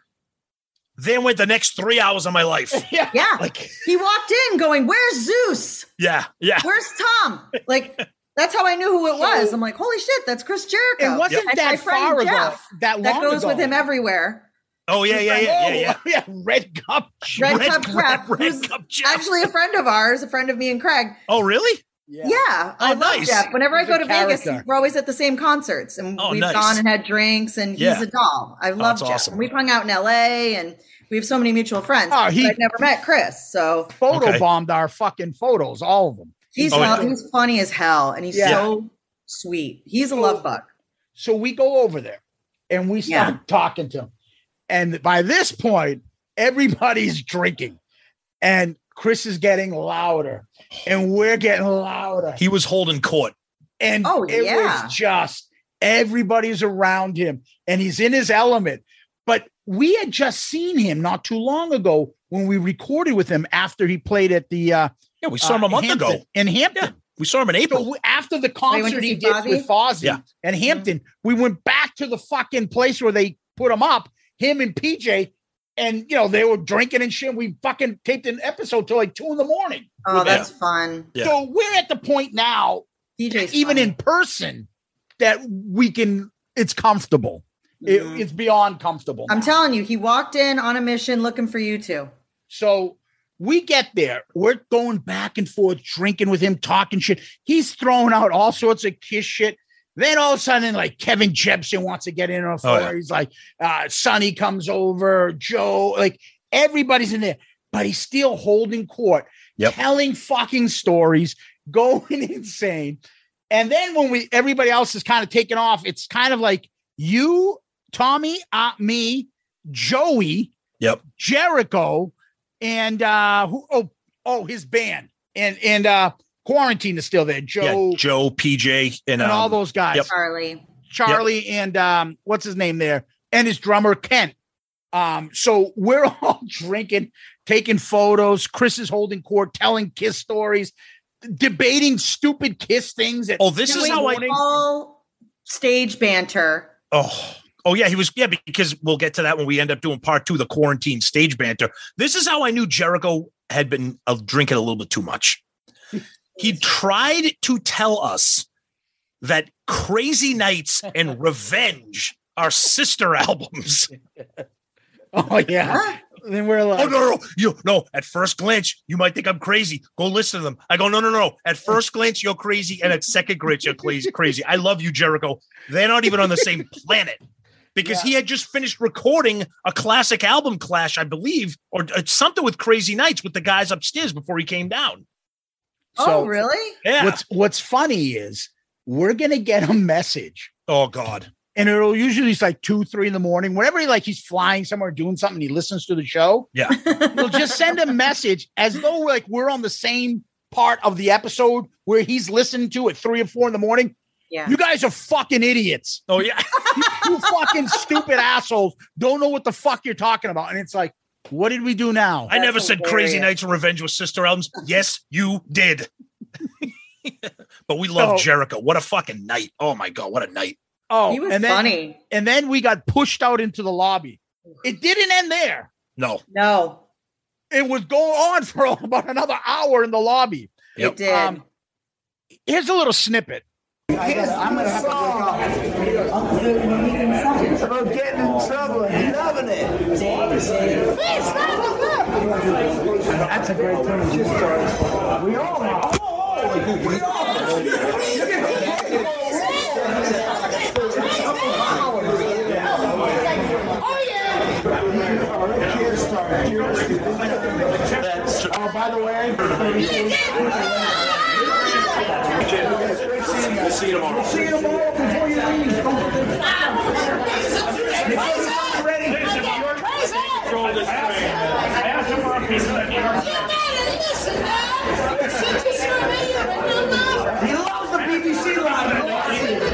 [SPEAKER 3] Then went the next three hours of my life.
[SPEAKER 5] Yeah.
[SPEAKER 6] Yeah.
[SPEAKER 3] Like
[SPEAKER 6] he walked in going, Where's Zeus?
[SPEAKER 3] Yeah. Yeah.
[SPEAKER 6] Where's Tom? Like, that's how I knew who it was. I'm like, Holy shit, that's Chris Jericho.
[SPEAKER 5] It wasn't
[SPEAKER 6] And
[SPEAKER 5] that
[SPEAKER 6] my friend
[SPEAKER 5] far ago,
[SPEAKER 6] Jeff,
[SPEAKER 5] that long
[SPEAKER 6] goes with
[SPEAKER 5] ago.
[SPEAKER 6] him everywhere.
[SPEAKER 3] Oh yeah, yeah, yeah, yeah, yeah.
[SPEAKER 5] Oh, yeah, red cup,
[SPEAKER 6] Red, Cup Jeff,
[SPEAKER 3] Red
[SPEAKER 6] who's
[SPEAKER 3] Cup Jeff.
[SPEAKER 6] actually a friend of ours, a friend of me and Craig.
[SPEAKER 3] Oh really?
[SPEAKER 6] Yeah, I love
[SPEAKER 3] nice.
[SPEAKER 6] Jeff. Whenever I
[SPEAKER 5] Oh, He's
[SPEAKER 6] go
[SPEAKER 5] a
[SPEAKER 6] to Vegas,
[SPEAKER 5] character.
[SPEAKER 6] we're always at the same concerts, and
[SPEAKER 3] Oh,
[SPEAKER 6] we've
[SPEAKER 3] nice.
[SPEAKER 6] gone and had drinks. And
[SPEAKER 3] Yeah.
[SPEAKER 6] he's a doll.
[SPEAKER 5] Oh,
[SPEAKER 6] I love
[SPEAKER 3] that's
[SPEAKER 6] Jeff.
[SPEAKER 3] awesome.
[SPEAKER 6] And we've hung out in L.A. and we have so many mutual friends.
[SPEAKER 5] Oh, he-
[SPEAKER 6] but I've never met Chris, so
[SPEAKER 5] photo bombed our fucking photos, all of them.
[SPEAKER 6] he's
[SPEAKER 5] Oh,
[SPEAKER 6] fu-
[SPEAKER 5] yeah.
[SPEAKER 6] he's funny as hell, and he's
[SPEAKER 5] Yeah.
[SPEAKER 6] so sweet. He's a love bug.
[SPEAKER 5] So we go over there and we start talking to him. And by this point, everybody's drinking. And Chris is getting louder. And we're getting louder.
[SPEAKER 3] He was holding court.
[SPEAKER 5] And
[SPEAKER 3] Oh,
[SPEAKER 5] it
[SPEAKER 3] yeah.
[SPEAKER 5] was just everybody's around him and he's in his element. But we had just seen him not too long ago when we recorded with him after he played at the uh
[SPEAKER 3] Yeah, we saw him a
[SPEAKER 5] in
[SPEAKER 3] month ago.
[SPEAKER 5] Hampton- in Hampton.
[SPEAKER 3] We saw him in April.
[SPEAKER 5] So we- after the
[SPEAKER 6] Oh, you went
[SPEAKER 5] concert
[SPEAKER 6] to
[SPEAKER 5] he
[SPEAKER 6] see
[SPEAKER 5] did
[SPEAKER 6] Fozzy?
[SPEAKER 5] with Fozzy
[SPEAKER 3] Yeah.
[SPEAKER 5] and Hampton, we went back to the fucking place where they put him up, him and PJ, and you know, they were drinking and shit. We fucking taped an episode till like two in the morning.
[SPEAKER 6] Oh,
[SPEAKER 5] with them.
[SPEAKER 6] that's fun.
[SPEAKER 5] So we're at the point now, even in person, that we can it's comfortable. It- it's beyond comfortable.
[SPEAKER 6] Mm-hmm. I'm
[SPEAKER 5] now.
[SPEAKER 6] telling you, he walked in on a mission looking for you two.
[SPEAKER 5] So we get there. We're going back and forth, drinking with him, talking shit. He's throwing out all sorts of kiss shit. Then all of a sudden, like Kevin Jepson wants to get in on a floor.
[SPEAKER 3] Oh, yeah.
[SPEAKER 5] He's like, uh, Sonny comes over, Joe, like everybody's in there, but he's still holding court,
[SPEAKER 3] Yep.
[SPEAKER 5] telling fucking stories, going insane. And then when we everybody else is kind of taken off, it's kind of like you Tommy, uh, me, Joey,
[SPEAKER 3] Yep.
[SPEAKER 5] Jericho, and uh, who? Oh, oh, his band, and and uh, quarantine is still there. Joe
[SPEAKER 3] yeah, Joe, PJ, and,
[SPEAKER 5] and all
[SPEAKER 3] um,
[SPEAKER 5] those guys.
[SPEAKER 3] yep.
[SPEAKER 6] Charlie.
[SPEAKER 5] Charlie and um, what's his name there, and his drummer Kent. Um, so we're all drinking, taking photos. Chris is holding court, telling kiss stories, debating stupid kiss things. At
[SPEAKER 3] Oh, this is
[SPEAKER 5] three in the
[SPEAKER 3] how I-
[SPEAKER 5] morning.
[SPEAKER 6] All stage banter.
[SPEAKER 3] Oh, oh yeah, he was yeah because we'll get to that when we end up doing part two, the quarantine stage banter. This is how I knew Jericho had been uh, drinking a little bit too much. He tried to tell us that Crazy Nights and Revenge are sister albums.
[SPEAKER 5] Oh yeah. then we're like,
[SPEAKER 3] Oh no, no, you no. At first glance, you might think I'm crazy. Go listen to them. I go, no, no, no. At first glance, you're crazy, and at second glance, you're crazy. Crazy. I love you, Jericho. They're not even on the same planet because he had just finished recording a classic album clash, I believe, or uh, something with Crazy Nights with the guys upstairs before he came down.
[SPEAKER 6] oh,
[SPEAKER 5] So-
[SPEAKER 6] really?
[SPEAKER 3] Yeah.
[SPEAKER 5] What's What's funny is we're gonna get a message,
[SPEAKER 3] oh God.
[SPEAKER 5] and it'll usually it's like two, three in the morning. Whenever he like he's flying somewhere, doing something, he listens to the show.
[SPEAKER 3] Yeah.
[SPEAKER 5] We'll just send a message as though like we're on the same part of the episode where he's listening to at three or four in the morning.
[SPEAKER 6] Yeah.
[SPEAKER 5] You guys are fucking idiots.
[SPEAKER 3] Oh yeah.
[SPEAKER 5] You fucking stupid assholes. Don't know what the fuck you're talking about. And it's like, what did we do now?
[SPEAKER 3] I
[SPEAKER 6] That's
[SPEAKER 3] never said Crazy
[SPEAKER 6] hilarious.
[SPEAKER 3] Nights and Revenge was sister albums. Yes, you did. but we
[SPEAKER 6] Oh.
[SPEAKER 3] love
[SPEAKER 5] So-
[SPEAKER 3] Jericho. What a fucking night. Oh my God. What a night.
[SPEAKER 5] Oh,
[SPEAKER 6] he was
[SPEAKER 5] and then,
[SPEAKER 6] funny.
[SPEAKER 5] And then we got pushed out into the lobby. It didn't end there.
[SPEAKER 3] No.
[SPEAKER 6] No,
[SPEAKER 5] it was going on for about another hour in the lobby.
[SPEAKER 3] Yep.
[SPEAKER 6] it did.
[SPEAKER 5] Um, Here's a little snippet.
[SPEAKER 10] I'm gonna have to About getting in trouble and loving it. That's a great thing. We all know. We all Oh, by the way, We'll see you tomorrow. We'll see you tomorrow before you leave. He loves the BBC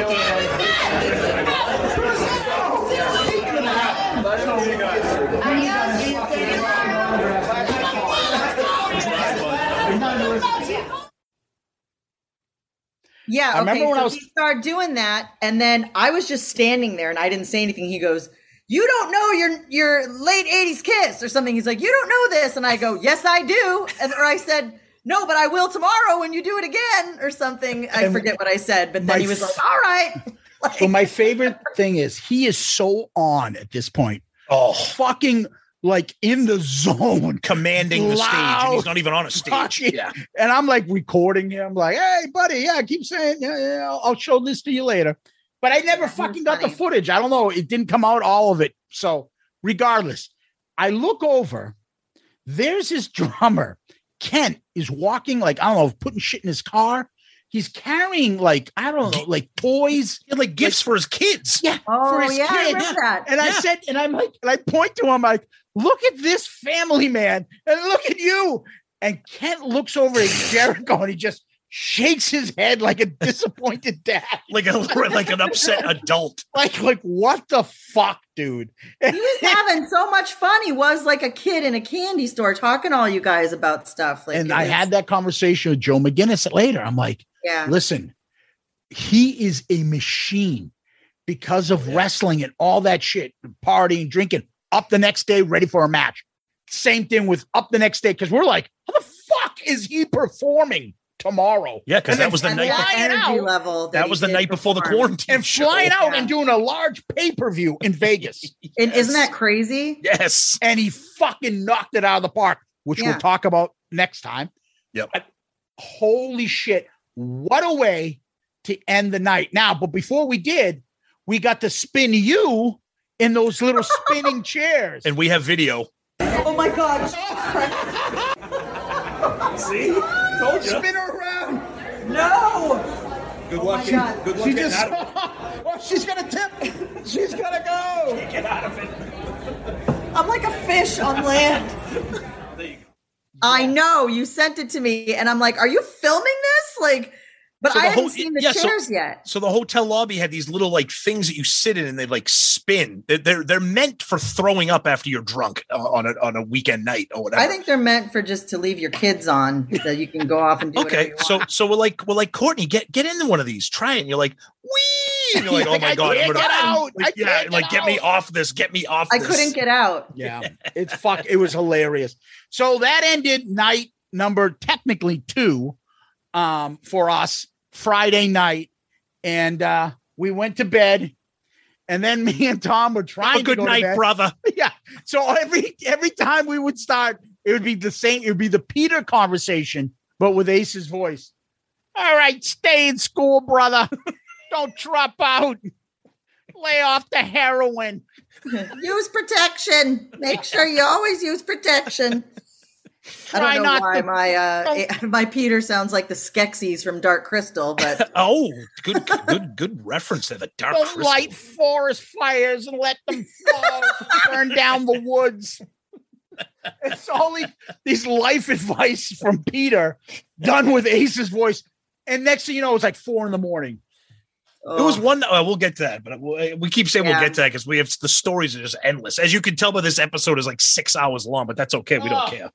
[SPEAKER 6] yeah, okay.
[SPEAKER 5] I remember when
[SPEAKER 6] so
[SPEAKER 5] I was-
[SPEAKER 6] he started doing that, and then I was just standing there, and I didn't say anything. He goes, "You don't know your your late '80s kiss or something." He's like, "You don't know this," and I go, "Yes, I do," and or I said. No, but I will tomorrow when you do it again or something. I
[SPEAKER 5] And
[SPEAKER 6] forget what I said, but
[SPEAKER 5] my
[SPEAKER 6] then he was
[SPEAKER 5] f-
[SPEAKER 6] like, "All right." Like,
[SPEAKER 5] So my favorite thing is he is so on at this point.
[SPEAKER 3] Oh.
[SPEAKER 5] Fucking like in the zone.
[SPEAKER 3] commanding the stage, and he's
[SPEAKER 5] Loud
[SPEAKER 3] not even on a stage.
[SPEAKER 5] fucking-
[SPEAKER 3] Yeah,
[SPEAKER 5] And I'm like recording him. I'm like, hey, buddy, yeah, keep saying, yeah, yeah, I'll- I'll show this to you later. But I never
[SPEAKER 6] Yeah, he was
[SPEAKER 5] fucking got the
[SPEAKER 6] funny.
[SPEAKER 5] footage. I don't know. It didn't come out all of it. So, regardless, I look over. There's his drummer. Kent is walking, like, I don't know, putting shit in his car. He's carrying, like, I don't know, like toys.
[SPEAKER 3] he had like gifts for his kids.
[SPEAKER 5] Yeah.
[SPEAKER 6] oh
[SPEAKER 5] his
[SPEAKER 6] yeah, I
[SPEAKER 5] kid.
[SPEAKER 6] remember that.
[SPEAKER 5] And I
[SPEAKER 3] Yeah.
[SPEAKER 5] said, and I'm like, and I point to him, like, look at this family man, and look at you. And Kent looks over at Jericho and he just shakes his head like a disappointed dad.
[SPEAKER 3] Like a like an upset adult.
[SPEAKER 5] Like, like, what the fuck, dude?
[SPEAKER 6] he was having so much fun. He was like a kid in a candy store talking to all you guys about stuff. Like,
[SPEAKER 5] and
[SPEAKER 6] it
[SPEAKER 5] I
[SPEAKER 6] was-
[SPEAKER 5] had that conversation with Joe McGinnis later. I'm like,
[SPEAKER 6] yeah,
[SPEAKER 5] listen, he is a machine because of wrestling and all that shit, partying, drinking, up the next day, ready for a match. Same thing with up the next day, because we're like, how the fuck is he performing tomorrow?
[SPEAKER 3] Yeah, because
[SPEAKER 5] And
[SPEAKER 3] that
[SPEAKER 5] then-
[SPEAKER 3] was the
[SPEAKER 6] and
[SPEAKER 3] night.
[SPEAKER 5] why-
[SPEAKER 3] That,
[SPEAKER 5] flying
[SPEAKER 6] energy
[SPEAKER 5] out.
[SPEAKER 6] level.
[SPEAKER 3] that
[SPEAKER 6] he
[SPEAKER 3] was the
[SPEAKER 6] did
[SPEAKER 3] night before the
[SPEAKER 6] perform.
[SPEAKER 3] quarantine
[SPEAKER 5] And
[SPEAKER 3] show.
[SPEAKER 5] flying out
[SPEAKER 6] Yeah.
[SPEAKER 5] and doing a large pay per view in Vegas.
[SPEAKER 6] And isn't
[SPEAKER 3] Yes.
[SPEAKER 6] that crazy?
[SPEAKER 3] Yes.
[SPEAKER 5] and he fucking knocked it out of the park, which
[SPEAKER 6] Yeah.
[SPEAKER 5] we'll talk about next time.
[SPEAKER 3] Yep.
[SPEAKER 5] But holy shit, what a way to end the night. Now, but before we did, we got to spin you in those little spinning chairs.
[SPEAKER 3] And we have video.
[SPEAKER 6] Oh my god!
[SPEAKER 11] Told you.
[SPEAKER 5] spin her around.
[SPEAKER 6] No!
[SPEAKER 11] Good
[SPEAKER 6] my
[SPEAKER 11] luck.
[SPEAKER 6] God.
[SPEAKER 11] Good luck.
[SPEAKER 5] She
[SPEAKER 11] getting
[SPEAKER 5] just
[SPEAKER 11] out of-
[SPEAKER 5] oh, she's gonna tip.
[SPEAKER 11] She's gonna go. Can't get out of it.
[SPEAKER 6] I'm like a fish on land. I know you sent it to me, and I'm like, "Are you filming this?" Like, but
[SPEAKER 3] So
[SPEAKER 6] I
[SPEAKER 3] the
[SPEAKER 6] haven't
[SPEAKER 3] whole-
[SPEAKER 6] seen the
[SPEAKER 3] yeah, so-
[SPEAKER 6] chairs yet.
[SPEAKER 3] So the hotel lobby had these little like things that you sit in and they like spin. They're they're, they're meant for throwing up after you're drunk uh, on a on a weekend night or whatever.
[SPEAKER 6] I think they're meant for just to leave your kids on, so you can go off and do whatever
[SPEAKER 3] okay,
[SPEAKER 6] you
[SPEAKER 3] so so we're like we're like Courtney, get get into one of these, try it. And you're like, wee. And you're like, oh
[SPEAKER 5] Like,
[SPEAKER 3] my
[SPEAKER 5] I
[SPEAKER 3] god,
[SPEAKER 5] can't get out.
[SPEAKER 3] Like,
[SPEAKER 5] I
[SPEAKER 3] yeah,
[SPEAKER 5] can't
[SPEAKER 3] like
[SPEAKER 5] get
[SPEAKER 3] get me
[SPEAKER 5] out.
[SPEAKER 3] off this, get me off.
[SPEAKER 6] I
[SPEAKER 3] this.
[SPEAKER 6] couldn't get out.
[SPEAKER 5] Yeah, it's fuck. It was hilarious. So that ended night number technically two um, for us Friday night, and uh, we went to bed. And then me and Tom were trying.
[SPEAKER 3] good
[SPEAKER 5] to go to
[SPEAKER 3] night,
[SPEAKER 5] bed.
[SPEAKER 3] brother.
[SPEAKER 5] Yeah. So every every time we would start, it would be the same. It would be the Peter conversation, but with Ace's voice. All right, stay in school, brother. Don't drop out. Lay off the heroin.
[SPEAKER 6] use protection. Make sure you always use protection.
[SPEAKER 5] Try
[SPEAKER 6] I don't know
[SPEAKER 5] not
[SPEAKER 6] why
[SPEAKER 5] to-
[SPEAKER 6] my uh, my Peter sounds like the Skeksis from Dark Crystal, but
[SPEAKER 3] Oh, good good good good reference to the dark.
[SPEAKER 5] Don't
[SPEAKER 3] Crystal.
[SPEAKER 5] light forest fires and let them fall, burn down the woods. It's all these, these life advice from Peter, done with Ace's voice. And next thing you know, it's like four in the morning.
[SPEAKER 3] There was one. Uh, we'll get to that, but we we keep saying
[SPEAKER 5] Yeah.
[SPEAKER 3] we'll get to that because we have the stories are just endless. As you can tell by this episode is like six hours long, but that's okay. We don't
[SPEAKER 5] Oh.
[SPEAKER 3] care.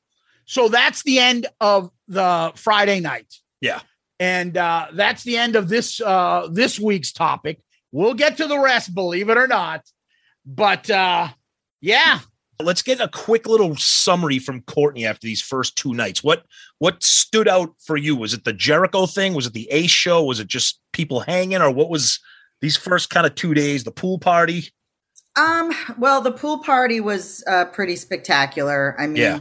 [SPEAKER 5] So that's the end of the Friday night.
[SPEAKER 3] Yeah.
[SPEAKER 5] And uh, that's the end of this uh, this week's topic. We'll get to the rest, believe it or not. But uh, yeah,
[SPEAKER 3] Let's get a quick little summary from Courtney after these first two nights. What what stood out for you? Was it the Jericho thing? Was it the Ace show? Was it just people hanging, or what was these first kind of two days? The pool party.
[SPEAKER 6] um, well, the pool party was uh, pretty spectacular. I mean,
[SPEAKER 3] Yeah.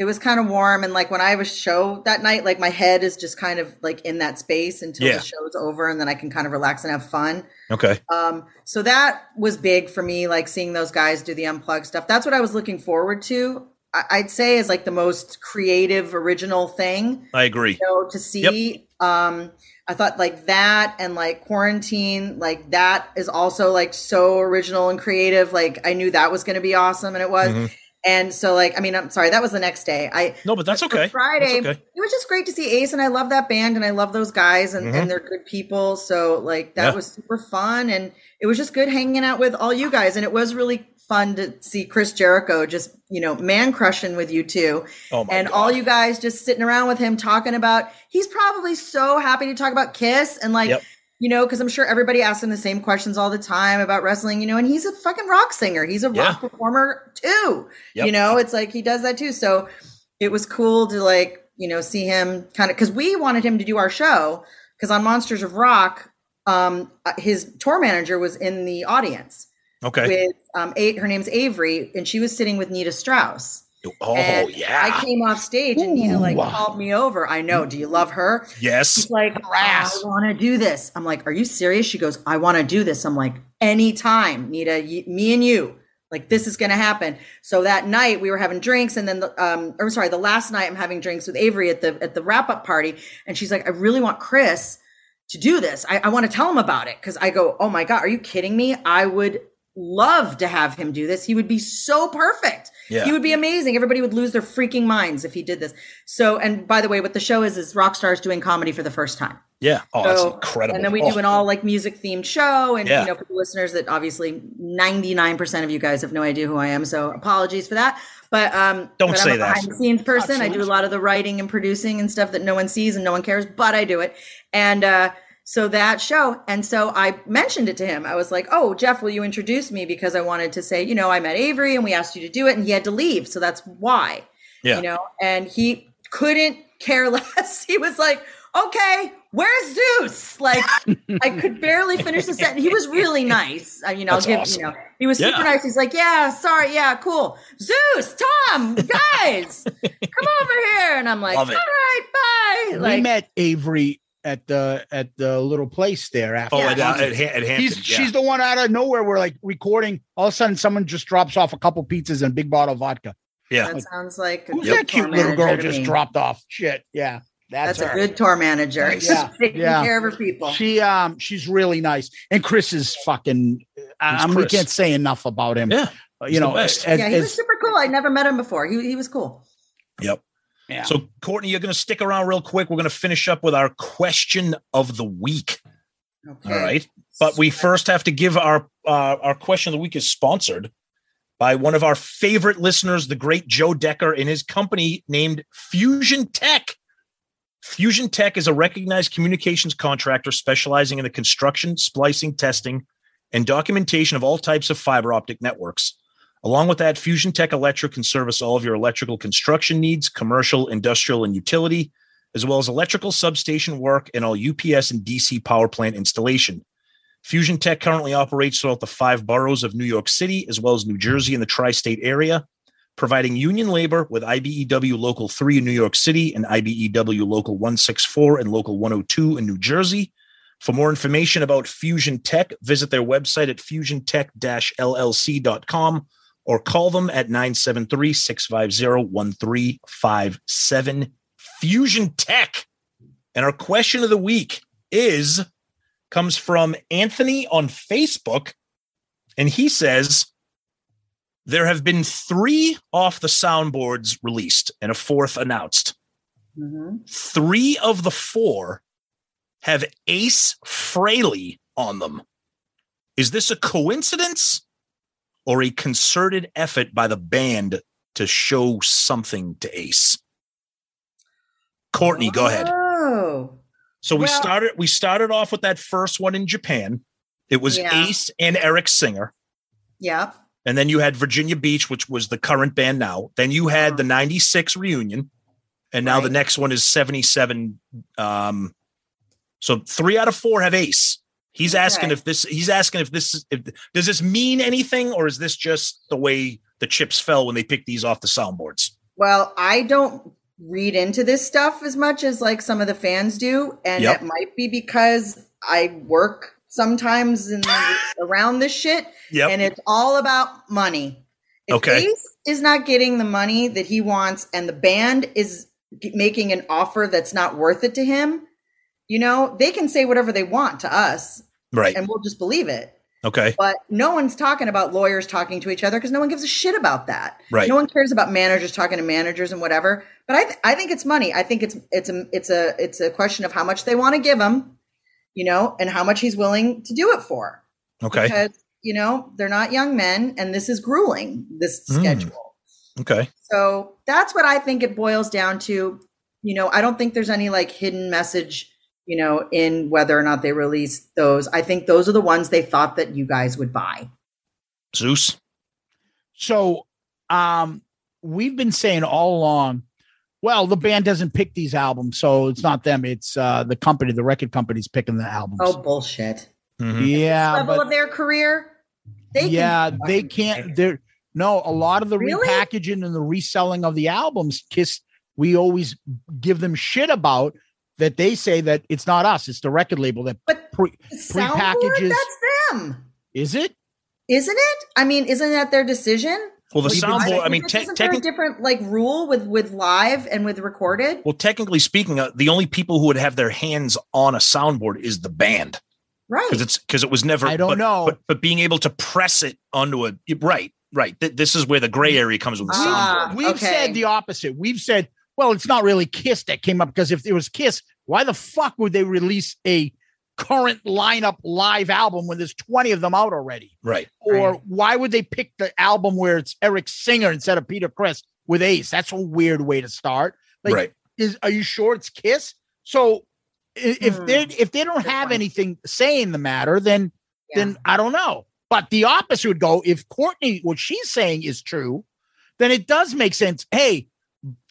[SPEAKER 6] it was kind of warm, and like when I have a show that night, like my head is just kind of like in that space until
[SPEAKER 3] Yeah.
[SPEAKER 6] the show's over, and then I can kind of relax and have fun.
[SPEAKER 3] Okay.
[SPEAKER 6] Um, so that was big for me, like seeing those guys do the unplugged stuff. That's what I was looking forward to. I- I'd say is like the most creative, original thing.
[SPEAKER 3] I agree.
[SPEAKER 6] you know, to see. Um, I thought like that and like quarantine, like that is also like so original and creative. Like I knew that was going to be awesome, and it was.
[SPEAKER 3] Mhm.
[SPEAKER 6] And so, like, I mean, I'm sorry, that was the next day. I
[SPEAKER 3] No, but that's
[SPEAKER 6] for
[SPEAKER 3] okay. That's
[SPEAKER 6] Friday,
[SPEAKER 3] okay.
[SPEAKER 6] it was just great to see Ace, and I love that band, and I love those guys, and,
[SPEAKER 3] Mhm.
[SPEAKER 6] and they're good people. So, like, that
[SPEAKER 3] Yeah.
[SPEAKER 6] was super fun, and it was just good hanging out with all you guys, and it was really fun to see Chris Jericho just you know man crushing with you two,
[SPEAKER 3] Oh my
[SPEAKER 6] and
[SPEAKER 3] God.
[SPEAKER 6] all you guys just sitting around with him talking about. He's probably so happy to talk about Kiss and like.
[SPEAKER 3] Yep.
[SPEAKER 6] You know, because I'm sure everybody asks him the same questions all the time about wrestling, you know, and he's a fucking rock singer. He's a rock performer too.
[SPEAKER 3] Yep.
[SPEAKER 6] You know, it's like he does that too. So it was cool to like you know see him kind of because we wanted him to do our show because on monsters of rock um uh, his tour manager was in the audience
[SPEAKER 3] Okay.
[SPEAKER 6] with um eight her name's avery and she was sitting with nita strauss
[SPEAKER 3] oh
[SPEAKER 6] and
[SPEAKER 3] yeah.
[SPEAKER 6] i came off stage and nita like called me over i know do you love her
[SPEAKER 3] yes.
[SPEAKER 6] She's like, I want to do this. I'm like, are you serious? She goes, I want to do this. I'm like, anytime, Nita, y- me and you, like this is going to happen. So that night we were having drinks, and then the, um, or sorry, the last night I'm having drinks with Avery at the at the wrap up party, and she's like, I really want Chris to do this. I, I want to tell him about it because I go, oh my god, are you kidding me? I would love to have him do this. He would be so perfect.
[SPEAKER 13] Yeah.
[SPEAKER 6] He would be amazing. Everybody would lose their freaking minds if he did this. So, and by the way, what the show is is rock stars doing comedy for the first time.
[SPEAKER 3] Yeah. Oh, that's
[SPEAKER 6] So-
[SPEAKER 3] incredible.
[SPEAKER 6] And then we
[SPEAKER 3] Oh.
[SPEAKER 6] do an all like music themed show. And
[SPEAKER 3] Yeah.
[SPEAKER 6] you know, for the listeners that obviously 99% of you guys have no idea who I am. So apologies for that. But um
[SPEAKER 3] Don't
[SPEAKER 6] but
[SPEAKER 3] say
[SPEAKER 6] I'm a
[SPEAKER 3] that.
[SPEAKER 6] behind the scenes person. I do a lot of the writing and producing and stuff that no one sees and no one cares, but I do it. And uh so that show. And so I mentioned it to him. I was like, Oh, Jeff, will you introduce me? Because I wanted to say, you know, I met Avery and we asked you to do it and he had to leave. So that's why
[SPEAKER 3] Yeah.
[SPEAKER 6] you know and he couldn't care less he was like okay where's zeus like i could barely finish the sentence he was really nice I, you know
[SPEAKER 3] That's
[SPEAKER 6] i'll give
[SPEAKER 3] awesome.
[SPEAKER 6] you know he was
[SPEAKER 3] Yeah.
[SPEAKER 6] super nice he's like yeah sorry yeah cool zeus tom guys come over here and i'm like all
[SPEAKER 5] Love it.
[SPEAKER 6] right bye like
[SPEAKER 5] we met Avery at the at the little place there after.
[SPEAKER 3] Oh, at, uh, at Ha- at Hampton,
[SPEAKER 5] He's-
[SPEAKER 3] yeah.
[SPEAKER 5] She's the one out of nowhere. We're like recording. All of a sudden, someone just drops off a couple pizzas and a big bottle of vodka.
[SPEAKER 3] Yeah.
[SPEAKER 6] that sounds like a
[SPEAKER 5] Who's
[SPEAKER 6] good
[SPEAKER 5] that cute
[SPEAKER 6] tour
[SPEAKER 5] little
[SPEAKER 6] manager
[SPEAKER 5] girl
[SPEAKER 6] to
[SPEAKER 5] just
[SPEAKER 6] me.
[SPEAKER 5] dropped off? Shit. Yeah. That's,
[SPEAKER 6] that's a
[SPEAKER 5] her.
[SPEAKER 6] good tour manager
[SPEAKER 5] Yeah,
[SPEAKER 6] taking
[SPEAKER 5] yeah.
[SPEAKER 6] care of her people
[SPEAKER 5] She um she's really nice. And Chris is fucking
[SPEAKER 3] He's
[SPEAKER 5] um, we
[SPEAKER 3] Chris.
[SPEAKER 5] can't say enough about him.
[SPEAKER 3] Yeah,
[SPEAKER 5] Uh,
[SPEAKER 3] he's
[SPEAKER 5] you
[SPEAKER 3] the
[SPEAKER 5] know,
[SPEAKER 3] best.
[SPEAKER 5] as-
[SPEAKER 6] yeah, he was
[SPEAKER 5] as-
[SPEAKER 6] super cool. I never met him before. He he was cool.
[SPEAKER 3] Yep.
[SPEAKER 5] Yeah.
[SPEAKER 3] So, Courtney, you're going to stick around real quick. We're going to finish up with our question of the week.
[SPEAKER 6] Okay.
[SPEAKER 3] All right. But we first have to give our uh, our question of the week is sponsored by one of our favorite listeners, the great Joe Decker, and his company named Fusion Tech. Fusion Tech is a recognized communications contractor specializing in the construction, splicing, testing, and documentation of all types of fiber optic networks. Along with that, Fusion Tech Electric can service all of your electrical construction needs, commercial, industrial, and utility, as well as electrical substation work and all UPS and DC power plant installation. Fusion Tech currently operates throughout the five boroughs of New York City, as well as New Jersey and the tri state area, providing union labor with IBEW Local 3 in New York City and IBEW Local 164 and Local 102 in New Jersey. For more information about Fusion Tech, visit their website at fusiontech llc.com or call them at 973 650 1357. Fusion Tech. And our question of the week is comes from Anthony on Facebook. And he says, There have been three off the soundboards released and a fourth announced.
[SPEAKER 6] Mm-hmm.
[SPEAKER 3] Three of the four have Ace Fraley on them. Is this a coincidence or a concerted effort by the band to show something to Ace? Courtney, go ahead.
[SPEAKER 6] Oh,
[SPEAKER 3] So we
[SPEAKER 6] Well-
[SPEAKER 3] started we started off with that first one in Japan. It was
[SPEAKER 6] Yeah.
[SPEAKER 3] Ace and Eric Singer.
[SPEAKER 6] yeah.
[SPEAKER 3] And then you had Virginia Beach, which was the current band now. Then you had
[SPEAKER 6] Uh-huh.
[SPEAKER 3] the 96 reunion. And now the next one is 77. Um, so three out of four have ace. He's asking
[SPEAKER 6] Okay.
[SPEAKER 3] if this, he's asking if this, if, does this mean anything or is this just the way the chips fell when they picked these off the soundboards?
[SPEAKER 6] Well, I don't read into this stuff as much as like some of the fans do, and
[SPEAKER 3] Yep.
[SPEAKER 6] it might be because I work sometimes in around this shit,
[SPEAKER 3] Yep.
[SPEAKER 6] and it's all about money. If
[SPEAKER 3] Okay.
[SPEAKER 6] Ace is not getting the money that he wants, and the band is g- making an offer that's not worth it to him, you know they can say whatever they want to us,
[SPEAKER 3] Right.
[SPEAKER 6] And we'll just believe it.
[SPEAKER 3] Okay.
[SPEAKER 6] But no one's talking about lawyers talking to each other because no one gives a shit about that.
[SPEAKER 3] Right.
[SPEAKER 6] No one cares about managers talking to managers and whatever. But I, th- I think it's money. I think it's it's a it's a it's a question of how much they want to give him, you know, and how much he's willing to do it for.
[SPEAKER 3] Okay.
[SPEAKER 6] Because you know they're not young men, and this is grueling. This
[SPEAKER 3] Mm.
[SPEAKER 6] schedule.
[SPEAKER 3] Okay.
[SPEAKER 6] So that's what I think it boils down to. You know, I don't think there's any like hidden message, you know, in whether or not they release those. I think those are the ones they thought that you guys would buy.
[SPEAKER 3] Zeus.
[SPEAKER 5] So um we've been saying all along, well, the band doesn't pick these albums, so it's not them, it's uh the company, the record company's picking the albums.
[SPEAKER 6] Oh bullshit.
[SPEAKER 3] Mm-hmm.
[SPEAKER 5] Yeah.
[SPEAKER 6] Level
[SPEAKER 5] but-
[SPEAKER 6] of their career. They can
[SPEAKER 5] yeah,
[SPEAKER 6] fucking
[SPEAKER 5] they can't they're no, a lot of the
[SPEAKER 6] Really?
[SPEAKER 5] repackaging and the reselling of the albums, Kiss, we always give them shit about that they say that it's not us, it's the record label that
[SPEAKER 6] but
[SPEAKER 5] pre
[SPEAKER 6] Soundboard,
[SPEAKER 5] pre-packages
[SPEAKER 6] that's them.
[SPEAKER 5] is it?
[SPEAKER 6] Isn't it? I mean, isn't that their decision?
[SPEAKER 3] Well, the
[SPEAKER 5] We've been
[SPEAKER 3] soundboard, I mean,
[SPEAKER 6] Isn't
[SPEAKER 3] te-
[SPEAKER 6] there a
[SPEAKER 3] technically.
[SPEAKER 6] different like rule with with live and with recorded?
[SPEAKER 3] Well, technically speaking, uh, the only people who would have their hands on a soundboard is the band
[SPEAKER 6] Right.
[SPEAKER 3] because it's because it was never.
[SPEAKER 5] I don't
[SPEAKER 3] but,
[SPEAKER 5] know.
[SPEAKER 3] but, but being able to press it onto a right, right. Th- this is where the gray area comes with the
[SPEAKER 6] Ah,
[SPEAKER 3] soundboard.
[SPEAKER 5] We've
[SPEAKER 6] okay.
[SPEAKER 5] said the opposite. We've said, well, it's not really Kiss that came up because if it was Kiss, why the fuck would they release a current lineup live album when there's 20 of them out already?
[SPEAKER 3] Right.
[SPEAKER 5] Or why would they pick the album where it's Eric Singer instead of Peter Chris with Ace? That's a weird way to start. Like,
[SPEAKER 3] Right.
[SPEAKER 5] is are you sure it's Kiss? So i- if
[SPEAKER 6] Hmm.
[SPEAKER 5] they if they don't have anything saying the matter, then
[SPEAKER 6] Yeah.
[SPEAKER 5] then I don't know. But the opposite would go if Courtney, what she's saying is true, then it does make sense. Hey,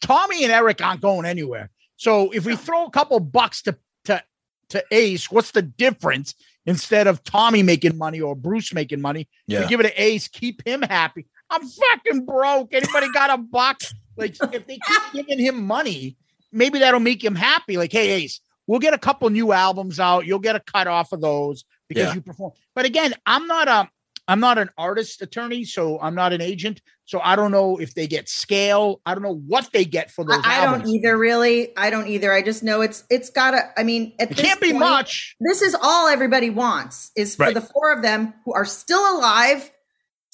[SPEAKER 5] Tommy and Eric aren't going anywhere. So if we throw a couple bucks to to to Ace, what's the difference? Instead of Tommy making money or Bruce making money,
[SPEAKER 3] Yeah.
[SPEAKER 5] we give it to Ace, keep him happy. I'm fucking broke. Anybody got a buck? Like if they keep giving him money, maybe that'll make him happy. Like, hey, Ace, we'll get a couple new albums out. You'll get a cut off of those because
[SPEAKER 3] Yeah.
[SPEAKER 5] you perform. But again, I'm not a I'm not an artist attorney, so I'm not an agent. So I don't know if they get scale. I don't know what they get for those.
[SPEAKER 6] I
[SPEAKER 5] albums.
[SPEAKER 6] don't either, really. I don't either. I just know it's it's gotta. I mean, at
[SPEAKER 5] It
[SPEAKER 6] this
[SPEAKER 5] can't be
[SPEAKER 6] point,
[SPEAKER 5] much.
[SPEAKER 6] This is all everybody wants is for
[SPEAKER 5] Right.
[SPEAKER 6] the four of them who are still alive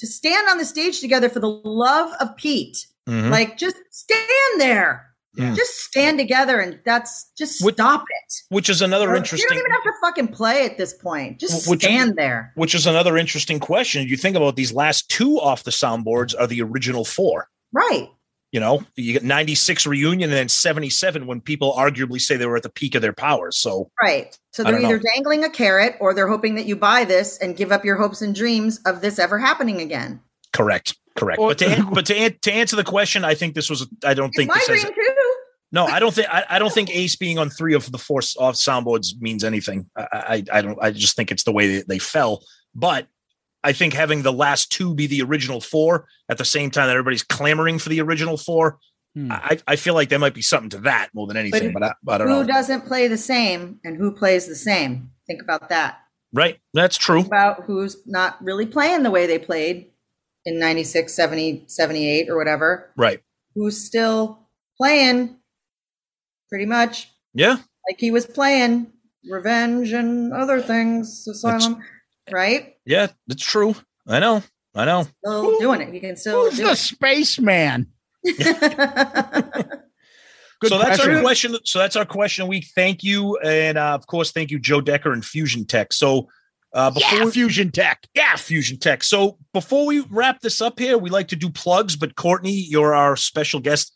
[SPEAKER 6] to stand on the stage together for the love of Pete.
[SPEAKER 3] Mhm.
[SPEAKER 6] Like, just stand there.
[SPEAKER 3] Yeah.
[SPEAKER 6] Just stand together, and that's just stop it.
[SPEAKER 3] Which is another
[SPEAKER 6] Or
[SPEAKER 3] interesting.
[SPEAKER 6] You don't even have to fucking play at this point. Just
[SPEAKER 3] Which-
[SPEAKER 6] stand there.
[SPEAKER 3] Which is another interesting question. You think about these last two off the soundboards are the original four.
[SPEAKER 6] Right.
[SPEAKER 3] You know, you get 96 reunion and then 77 when people arguably say they were at the peak of their powers. So
[SPEAKER 6] Right. So
[SPEAKER 3] I
[SPEAKER 6] they're
[SPEAKER 3] don't
[SPEAKER 6] either
[SPEAKER 3] know.
[SPEAKER 6] dangling a carrot or they're hoping that you buy this and give up your hopes and dreams of this ever happening again.
[SPEAKER 3] correct, correct. but to an- but to, an- to answer the question, I think this was I don't think
[SPEAKER 6] My
[SPEAKER 3] this has,
[SPEAKER 6] dream too.
[SPEAKER 3] no, I don't think I, I don't think Ace being on three of the four s- off soundboards means anything. I, I I don't I just think it's the way that they fell. But I think having the last two be the original four at the same time that everybody's clamoring for the original four, I, I feel like there might be something to that more than anything. But, I, I don't
[SPEAKER 6] who
[SPEAKER 3] know.
[SPEAKER 6] doesn't play the same and who plays the same? Think about that.
[SPEAKER 3] Right, that's true.
[SPEAKER 6] About who's not really playing the way they played in 96, 70, 78 or whatever.
[SPEAKER 3] Right.
[SPEAKER 6] Who's still playing pretty much
[SPEAKER 3] Yeah.
[SPEAKER 6] like he was playing Revenge and other things, Asylum, right?
[SPEAKER 3] Yeah, that's true. I know. I know.
[SPEAKER 6] Still doing it. He can still
[SPEAKER 5] Who's
[SPEAKER 6] do
[SPEAKER 5] the
[SPEAKER 6] it.
[SPEAKER 5] spaceman? Good
[SPEAKER 3] so that's our
[SPEAKER 5] question.
[SPEAKER 3] question. So that's our question of the week. Thank you, and uh, of course, thank you, Joe Decker and Fusion Tech. So uh, before
[SPEAKER 5] Fusion Tech,
[SPEAKER 3] yeah, Fusion Tech. So before we wrap this up here, we like to do plugs. But Courtney, you're our special guest.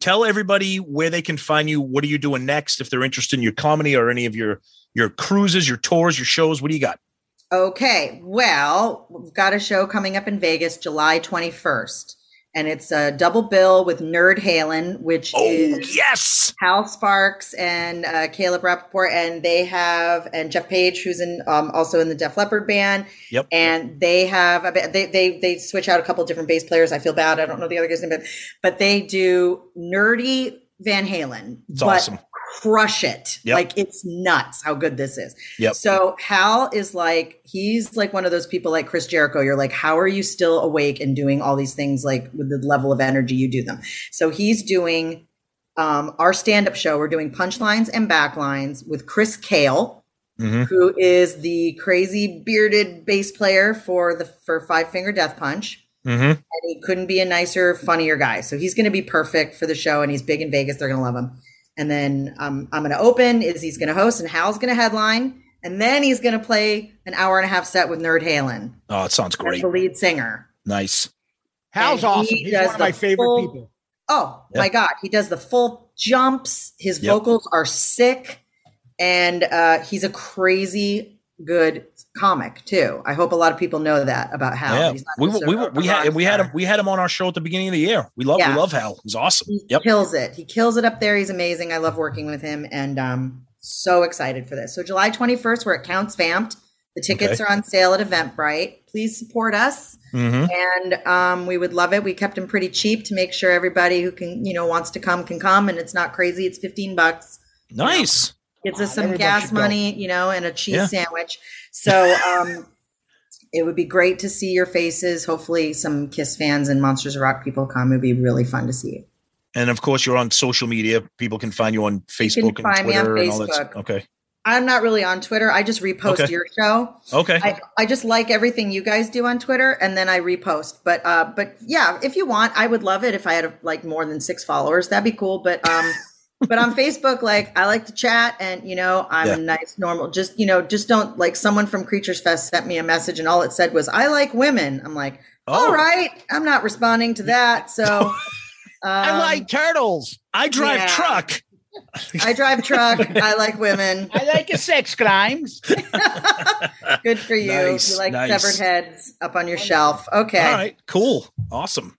[SPEAKER 3] Tell everybody where they can find you. What are you doing next? If they're interested in your comedy or any of your your cruises, your tours, your shows, what do you got?
[SPEAKER 6] Okay. Well, we've got a show coming up in Vegas July 21st. And it's a double bill with Nerd Halen, which
[SPEAKER 3] Oh,
[SPEAKER 6] is
[SPEAKER 3] yes,
[SPEAKER 6] Hal Sparks and uh, Caleb Rappaport, and they have and Jeff Page, who's in um, also in the Def Leppard band.
[SPEAKER 3] Yep.
[SPEAKER 6] And they have a ba- they they they switch out a couple different bass players. I feel bad. I don't know the other guy's name, but but they do nerdy Van Halen.
[SPEAKER 3] It's
[SPEAKER 6] but
[SPEAKER 3] awesome.
[SPEAKER 6] Crush it.
[SPEAKER 3] Yep.
[SPEAKER 6] Like it's nuts how good this is.
[SPEAKER 3] Yep.
[SPEAKER 6] So Hal is like, he's like one of those people like Chris Jericho. You're like, how are you still awake and doing all these things like with the level of energy you do them? So he's doing um, our stand up show. We're doing punchlines and backlines with Chris Kale,
[SPEAKER 3] Mm-hmm.
[SPEAKER 6] who is the crazy bearded bass player for the for Five Finger Death Punch.
[SPEAKER 3] Mm-hmm.
[SPEAKER 6] And he couldn't be a nicer, funnier guy. So he's going to be perfect for the show, and he's big in Vegas. They're going to love him. And then um, I'm going to open. Izzy's going to host, and Hal's going to headline. And then he's going to play an hour and a half set with Nerd Halen,
[SPEAKER 3] Oh, it sounds
[SPEAKER 6] as
[SPEAKER 3] great.
[SPEAKER 6] the lead singer.
[SPEAKER 3] Nice.
[SPEAKER 6] And
[SPEAKER 5] Hal's
[SPEAKER 6] he
[SPEAKER 5] awesome. He's
[SPEAKER 6] does
[SPEAKER 5] one of my
[SPEAKER 6] the
[SPEAKER 5] favorite
[SPEAKER 6] full-
[SPEAKER 5] people.
[SPEAKER 6] Oh
[SPEAKER 3] Yeah.
[SPEAKER 6] my God, he does the full jumps. His
[SPEAKER 3] Yep.
[SPEAKER 6] vocals are sick, and uh, he's a crazy good comic too. I hope a lot of people know that about Hal.
[SPEAKER 3] Yeah,
[SPEAKER 6] He's not
[SPEAKER 3] we
[SPEAKER 6] just a-
[SPEAKER 3] we,
[SPEAKER 6] a
[SPEAKER 3] we had
[SPEAKER 6] rock
[SPEAKER 3] we had him we had him on our show at the beginning of the year. We love
[SPEAKER 6] Yeah.
[SPEAKER 3] we love Hal. He's awesome.
[SPEAKER 6] He
[SPEAKER 3] Yep.
[SPEAKER 6] kills it. He kills it up there. He's amazing. I love working with him and um so excited for this. So July 21st, we're at Counts Vamped. The tickets
[SPEAKER 3] Okay.
[SPEAKER 6] are on sale at Eventbrite. Please support us.
[SPEAKER 3] Mhm.
[SPEAKER 6] And um, we would love it. We kept them pretty cheap to make sure everybody who can, you know, wants to come can come and it's not crazy. It's 15 bucks.
[SPEAKER 3] Nice.
[SPEAKER 6] Gets
[SPEAKER 3] Ah,
[SPEAKER 6] us some
[SPEAKER 3] everybody
[SPEAKER 6] gas
[SPEAKER 3] should go.
[SPEAKER 6] money, you know, and a cheese
[SPEAKER 3] Yeah.
[SPEAKER 6] sandwich. So um it would be great to see your faces. Hopefully some KISS fans and Monsters of Rock people come. It'd be really fun to see you.
[SPEAKER 3] And of course, you're on social media. People can find you on Facebook and
[SPEAKER 6] find me on
[SPEAKER 3] Twitter and all that.
[SPEAKER 6] Facebook.
[SPEAKER 3] stuff. Okay.
[SPEAKER 6] I'm not really on Twitter. I just repost
[SPEAKER 3] Okay.
[SPEAKER 6] your show.
[SPEAKER 3] Okay.
[SPEAKER 6] I, I just like everything you guys do on Twitter and then I repost. But uh but yeah, if you want, I would love it if I had like more than 6 followers. That'd be cool, but um but on Facebook like I like to chat and you know, I'm
[SPEAKER 3] Yeah.
[SPEAKER 6] a nice normal just you know, just don't like someone from Creatures Fest sent me a message and all it said was I like women. I'm like,
[SPEAKER 3] Oh.
[SPEAKER 6] "All right, I'm not responding to that." So
[SPEAKER 5] I
[SPEAKER 6] um,
[SPEAKER 5] like turtles.
[SPEAKER 3] I
[SPEAKER 6] drive yeah.
[SPEAKER 3] truck.
[SPEAKER 6] I drive truck. I like women.
[SPEAKER 5] I like your sex crimes.
[SPEAKER 6] Good for you.
[SPEAKER 3] Nice,
[SPEAKER 6] you like
[SPEAKER 3] nice.
[SPEAKER 6] severed heads up on your
[SPEAKER 5] Oh,
[SPEAKER 6] shelf. Okay.
[SPEAKER 3] All right. Cool. Awesome.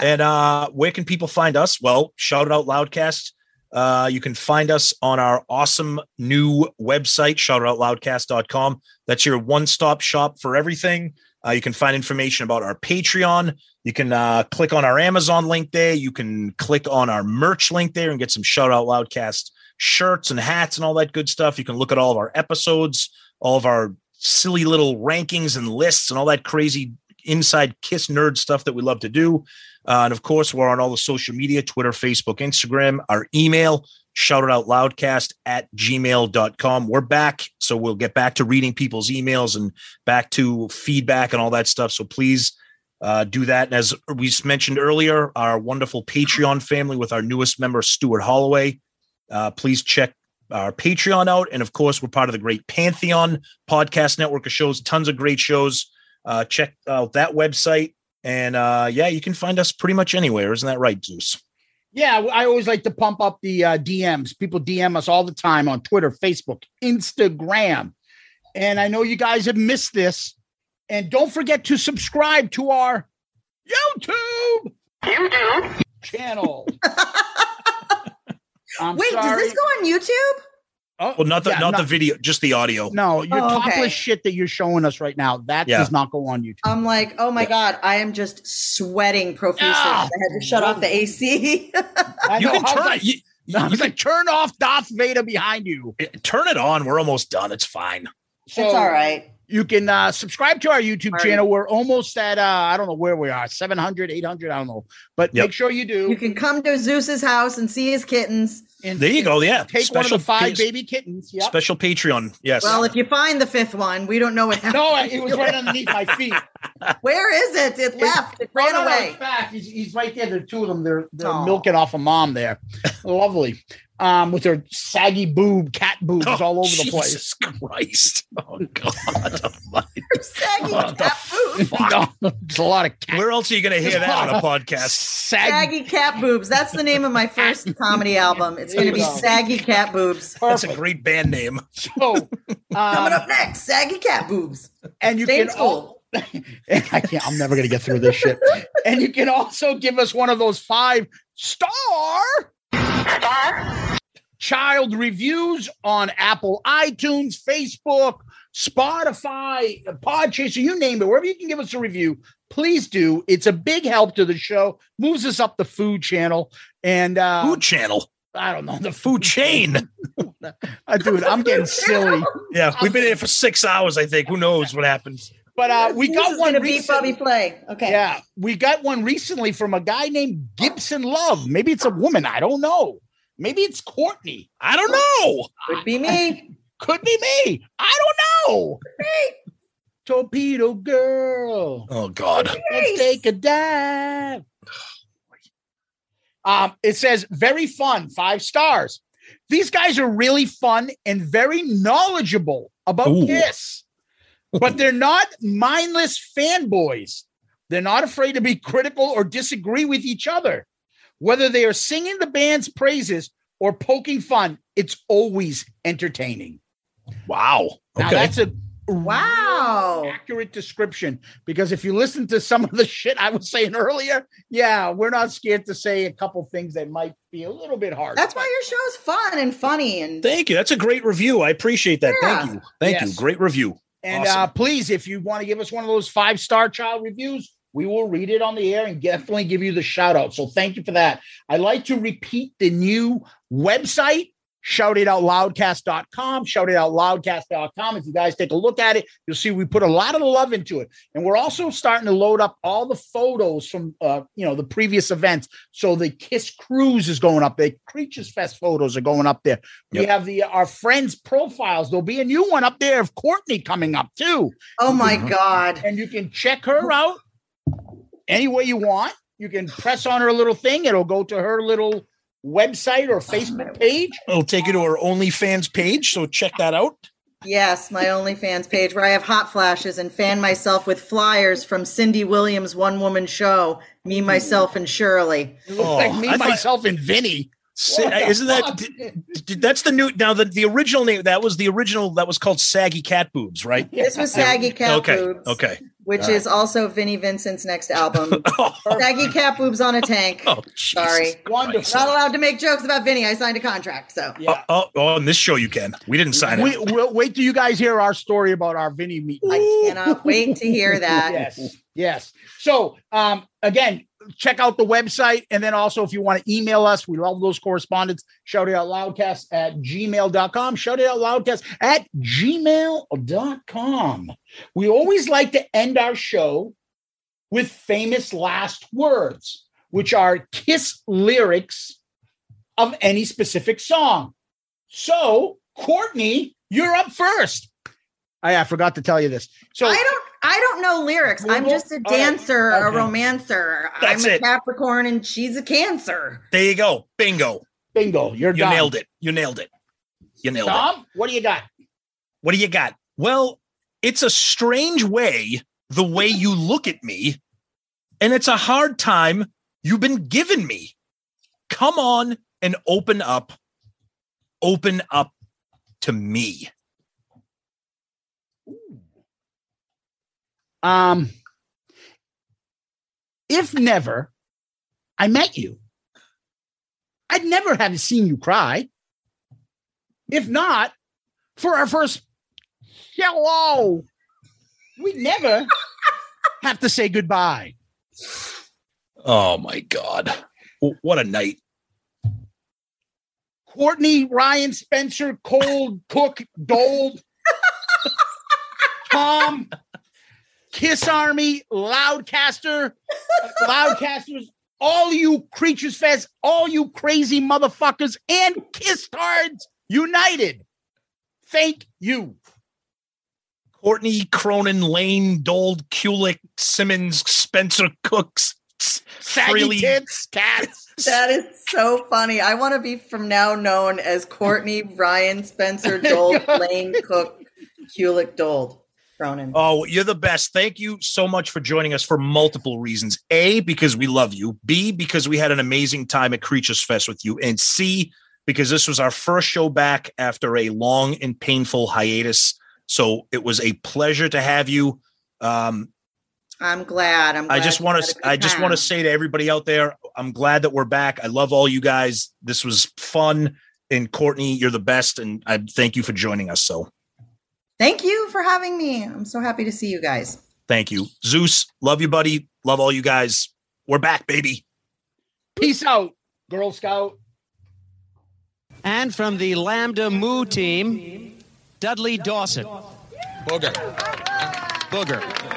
[SPEAKER 3] And uh, where can people find us? Well, shout it out loudcast. Uh, you can find us on our awesome new website, shoutitoutloudcast.com. That's your one stop shop for everything. Uh, you can find information about our Patreon. You can uh, click on our Amazon link there. You can click on our merch link there and get some Shout Out Loudcast shirts and hats and all that good stuff. You can look at all of our episodes, all of our silly little rankings and lists and all that crazy inside Kiss nerd stuff that we love to do. Uh, and of course, we're on all the social media Twitter, Facebook, Instagram, our email, shout it out loudcast at gmail.com. We're back. So we'll get back to reading people's emails and back to feedback and all that stuff. So please uh, do that. And as we s- mentioned earlier, our wonderful Patreon family with our newest member, Stuart Holloway. Uh, please check our Patreon out. And of course, we're part of the great Pantheon podcast network of shows, tons of great shows. Uh, check out that website. And uh, yeah, you can find us pretty much anywhere. Isn't that right, Zeus?
[SPEAKER 5] Yeah, I always like to pump up the uh, DMs. People DM us all the time on Twitter, Facebook, Instagram. And I know you guys have missed this. And don't forget to subscribe to our YouTube YouTube channel. I'm
[SPEAKER 6] Wait, does this
[SPEAKER 5] sorry.
[SPEAKER 6] go on YouTube?
[SPEAKER 5] Oh,
[SPEAKER 3] Well, not the
[SPEAKER 5] yeah,
[SPEAKER 3] not, the video, just the audio.
[SPEAKER 5] No, your
[SPEAKER 6] Oh,
[SPEAKER 5] topless
[SPEAKER 6] okay.
[SPEAKER 5] shit that you're showing us right now, that
[SPEAKER 3] Yeah.
[SPEAKER 5] does not go on YouTube.
[SPEAKER 6] I'm like, oh my god, I am just sweating profusely. I
[SPEAKER 5] Ah!
[SPEAKER 6] had to shut off the AC.
[SPEAKER 3] You can turn it. You,
[SPEAKER 5] I was like, turn off Darth Vader behind you.
[SPEAKER 3] turn it on. We're almost done. It's fine.
[SPEAKER 6] it's all right.
[SPEAKER 5] You can uh, subscribe to our YouTube
[SPEAKER 6] All
[SPEAKER 5] channel.
[SPEAKER 6] right.
[SPEAKER 5] We're almost at, uh, I don't know where we are, 700, 800, I don't know. But
[SPEAKER 3] Yep.
[SPEAKER 5] make sure you do.
[SPEAKER 6] You can come to Zeus's house and see his kittens.
[SPEAKER 5] And
[SPEAKER 3] There you go. Yeah.
[SPEAKER 5] Take one of
[SPEAKER 3] Special
[SPEAKER 5] the five
[SPEAKER 3] piece-
[SPEAKER 5] baby kittens. Yep.
[SPEAKER 3] Special Patreon. Yes.
[SPEAKER 6] Well, if you find the fifth one, we don't know what happened.
[SPEAKER 5] No, it was right underneath my feet.
[SPEAKER 6] Where is it? It left. It ran
[SPEAKER 5] No, no, no,
[SPEAKER 6] away.
[SPEAKER 5] it's back. He's, he's right there. There are two of them. They're, they're
[SPEAKER 6] Aw.
[SPEAKER 5] milking off a mom there. Lovely. Um, with their saggy boob, cat boobs
[SPEAKER 3] Oh,
[SPEAKER 5] all over the place.
[SPEAKER 3] Jesus Christ. Oh God.
[SPEAKER 6] Saggy
[SPEAKER 3] What the
[SPEAKER 6] cat boobs.
[SPEAKER 5] No, it's a lot of cat.
[SPEAKER 3] Where else are you gonna hear that on a podcast?
[SPEAKER 5] Saggy.
[SPEAKER 6] Saggy cat boobs. That's the name of my first comedy album. It's going to be
[SPEAKER 5] There you go.
[SPEAKER 6] Saggy Cat Boobs.
[SPEAKER 3] That's
[SPEAKER 5] Perfect.
[SPEAKER 3] a great band name.
[SPEAKER 5] So,
[SPEAKER 6] Coming
[SPEAKER 5] um,
[SPEAKER 6] up next, Saggy Cat Boobs.
[SPEAKER 5] and you
[SPEAKER 6] Same
[SPEAKER 5] can
[SPEAKER 6] school.
[SPEAKER 5] I can't. I'm never going to get through this shit. And you can also give us one of those five star child reviews on Apple, iTunes, Facebook, Spotify, Podchaser, you name it. Wherever you can give us a review, please do. It's a big help to the show. Moves us up the food channel. And uh,
[SPEAKER 3] Food Channel.
[SPEAKER 5] I don't know the food.
[SPEAKER 3] Food chain.
[SPEAKER 5] Uh, dude, I'm getting silly.
[SPEAKER 3] Yeah, we've been here for six hours. I think. Who knows what happens?
[SPEAKER 5] But uh, we
[SPEAKER 6] Zeus
[SPEAKER 5] got
[SPEAKER 6] is
[SPEAKER 5] one.
[SPEAKER 6] gonna beat
[SPEAKER 5] recent-
[SPEAKER 6] Bobby Flay. Okay.
[SPEAKER 5] Yeah, we got one recently from a guy named Gibson Love. Maybe it's a woman. I don't know. Maybe it's Courtney.
[SPEAKER 3] I don't know.
[SPEAKER 6] Would be me.
[SPEAKER 5] Could be me. I don't know. Torpedo girl.
[SPEAKER 3] Oh God.
[SPEAKER 5] Let's take a dive. Um, it says very fun, five stars. These guys are really fun and very knowledgeable about
[SPEAKER 3] Ooh.
[SPEAKER 5] Kiss, but they're not mindless fanboys. They're not afraid to be critical or disagree with each other. Whether they are singing the band's praises or poking fun, it's always entertaining.
[SPEAKER 3] Wow.
[SPEAKER 5] Now,
[SPEAKER 3] Okay.
[SPEAKER 5] that's a
[SPEAKER 6] Wow.
[SPEAKER 5] accurate description because if you listen to some of the shit I was saying earlier, yeah, we're not scared to say a couple things that might be a little bit hard.
[SPEAKER 6] That's why your show's fun and funny and
[SPEAKER 3] Thank you. That's a great review. I appreciate that. Thank
[SPEAKER 6] Yeah.
[SPEAKER 3] you. Thank you.
[SPEAKER 5] Yes.
[SPEAKER 3] Great review.
[SPEAKER 5] And
[SPEAKER 3] Awesome.
[SPEAKER 5] uh, please, if you want to give us one of those five star child reviews, we will read it on the air and definitely give you the shout out. So thank you for that. I like to repeat the new website. Shout it out loudcast.com. Shout it out loudcast.com. If you guys take a look at it, you'll see we put a lot of love into it. And we're also starting to load up all the photos from uh, you know the previous events. So the Kiss Cruise is going up there, Creatures Fest photos are going up there. We
[SPEAKER 3] Yep.
[SPEAKER 5] have the uh, our friends' profiles. There'll be a new one up there of Courtney coming up too,
[SPEAKER 6] oh my god.
[SPEAKER 5] and you can check her out any way you want. You can press on her little thing; it'll go to her little website or
[SPEAKER 3] Oh,
[SPEAKER 5] Facebook page.
[SPEAKER 3] It'll take you to our OnlyFans page, so check that out.
[SPEAKER 6] Yes, my OnlyFans page where I have hot flashes and fan myself with flyers from Cindy Williams' one woman show,
[SPEAKER 5] Hmm.
[SPEAKER 6] Me, Myself, and Shirley.
[SPEAKER 5] It looks
[SPEAKER 3] Oh,
[SPEAKER 5] like me,
[SPEAKER 3] I thought-
[SPEAKER 5] myself, and Vinny.
[SPEAKER 3] Si-
[SPEAKER 5] What the
[SPEAKER 3] Isn't that
[SPEAKER 5] fuck?
[SPEAKER 3] d- d- that's the new now the, the original name that was the original that was called Saggy Cat Boobs, right?
[SPEAKER 6] This was Saggy Cat
[SPEAKER 3] okay.
[SPEAKER 6] Boobs,
[SPEAKER 3] Okay.
[SPEAKER 6] which is also Vinnie Vincent's next album.
[SPEAKER 3] Oh,
[SPEAKER 6] Saggy Cat Boobs on a Tank.
[SPEAKER 3] oh, Jesus
[SPEAKER 6] Sorry.
[SPEAKER 5] Wonderful.
[SPEAKER 6] Not allowed to make jokes about Vinny. I signed a contract, so.
[SPEAKER 5] Yeah.
[SPEAKER 3] Oh, oh, on this show you can. We didn't sign
[SPEAKER 5] We,
[SPEAKER 3] it.
[SPEAKER 5] we'll wait till you guys hear our story about our Vinny meeting.
[SPEAKER 6] I cannot wait to hear that.
[SPEAKER 5] Yes, yes. So um, again, check out the website. And then also, if you want to email us, we love those correspondents. Shout it out loudcast at gmail.com. Shout it out loudcast at gmail.com. We always like to end our show with famous last words, which are kiss lyrics of any specific song. So, Courtney, you're up first. I, I forgot to tell you this. So
[SPEAKER 6] I don't I don't know lyrics. I'm just a
[SPEAKER 5] All right.
[SPEAKER 6] dancer, a
[SPEAKER 5] Okay.
[SPEAKER 6] romancer.
[SPEAKER 3] That's
[SPEAKER 6] I'm a
[SPEAKER 3] it.
[SPEAKER 6] Capricorn and she's a Cancer.
[SPEAKER 3] There you go. Bingo.
[SPEAKER 5] Bingo. You're
[SPEAKER 3] you
[SPEAKER 5] done.
[SPEAKER 3] nailed it. You nailed it. You nailed it.
[SPEAKER 5] Tom, what do you got?
[SPEAKER 3] What do you got? Well, it's a strange way, the way you look at me, and it's a hard time you've been giving me. Come on and open up. Open up to me.
[SPEAKER 5] Um, if never I met you, I'd never have seen you cry. If not for our first hello, we'd never have to say goodbye.
[SPEAKER 3] Oh my God. W- What a night.
[SPEAKER 5] Courtney, Ryan, Spencer, Cold, Cook, Gold, Tom, Kiss Army, Loudcaster, Loudcasters, all you Creatures Fest, all you crazy motherfuckers, and Kiss Tards United. Thank you.
[SPEAKER 3] Courtney, Cronin, Lane, Dold, Kulik, Simmons, Spencer, Cooks,
[SPEAKER 5] Saggy tits, cats.
[SPEAKER 6] That is so funny. I want to be from now known as Courtney Ryan Spencer Dold Lane Cook Kulik Dold Cronin.
[SPEAKER 3] Oh, you're the best. Thank you so much for joining us for multiple reasons. A, because we love you. B, because we had an amazing time at Creatures Fest with you. And C, because this was our first show back after a long and painful hiatus. So it was a pleasure to have you. Um,
[SPEAKER 6] I'm glad. I'm. Glad
[SPEAKER 3] I just
[SPEAKER 6] you
[SPEAKER 3] want
[SPEAKER 6] had a
[SPEAKER 3] to
[SPEAKER 6] good
[SPEAKER 3] I just want to
[SPEAKER 6] time.
[SPEAKER 3] say to everybody out there, I'm glad that we're back. I love all you guys. This was fun. And Courtney, you're the best. And I thank you for joining us. So
[SPEAKER 6] Thank you for having me. I'm so happy to see you guys.
[SPEAKER 3] thank you. Zeus, love you, buddy. Love all you guys. We're back, baby.
[SPEAKER 5] Peace out, Girl Scout.
[SPEAKER 14] And from the Lambda Mu team, Dudley Dawson.
[SPEAKER 10] Booger. Booger.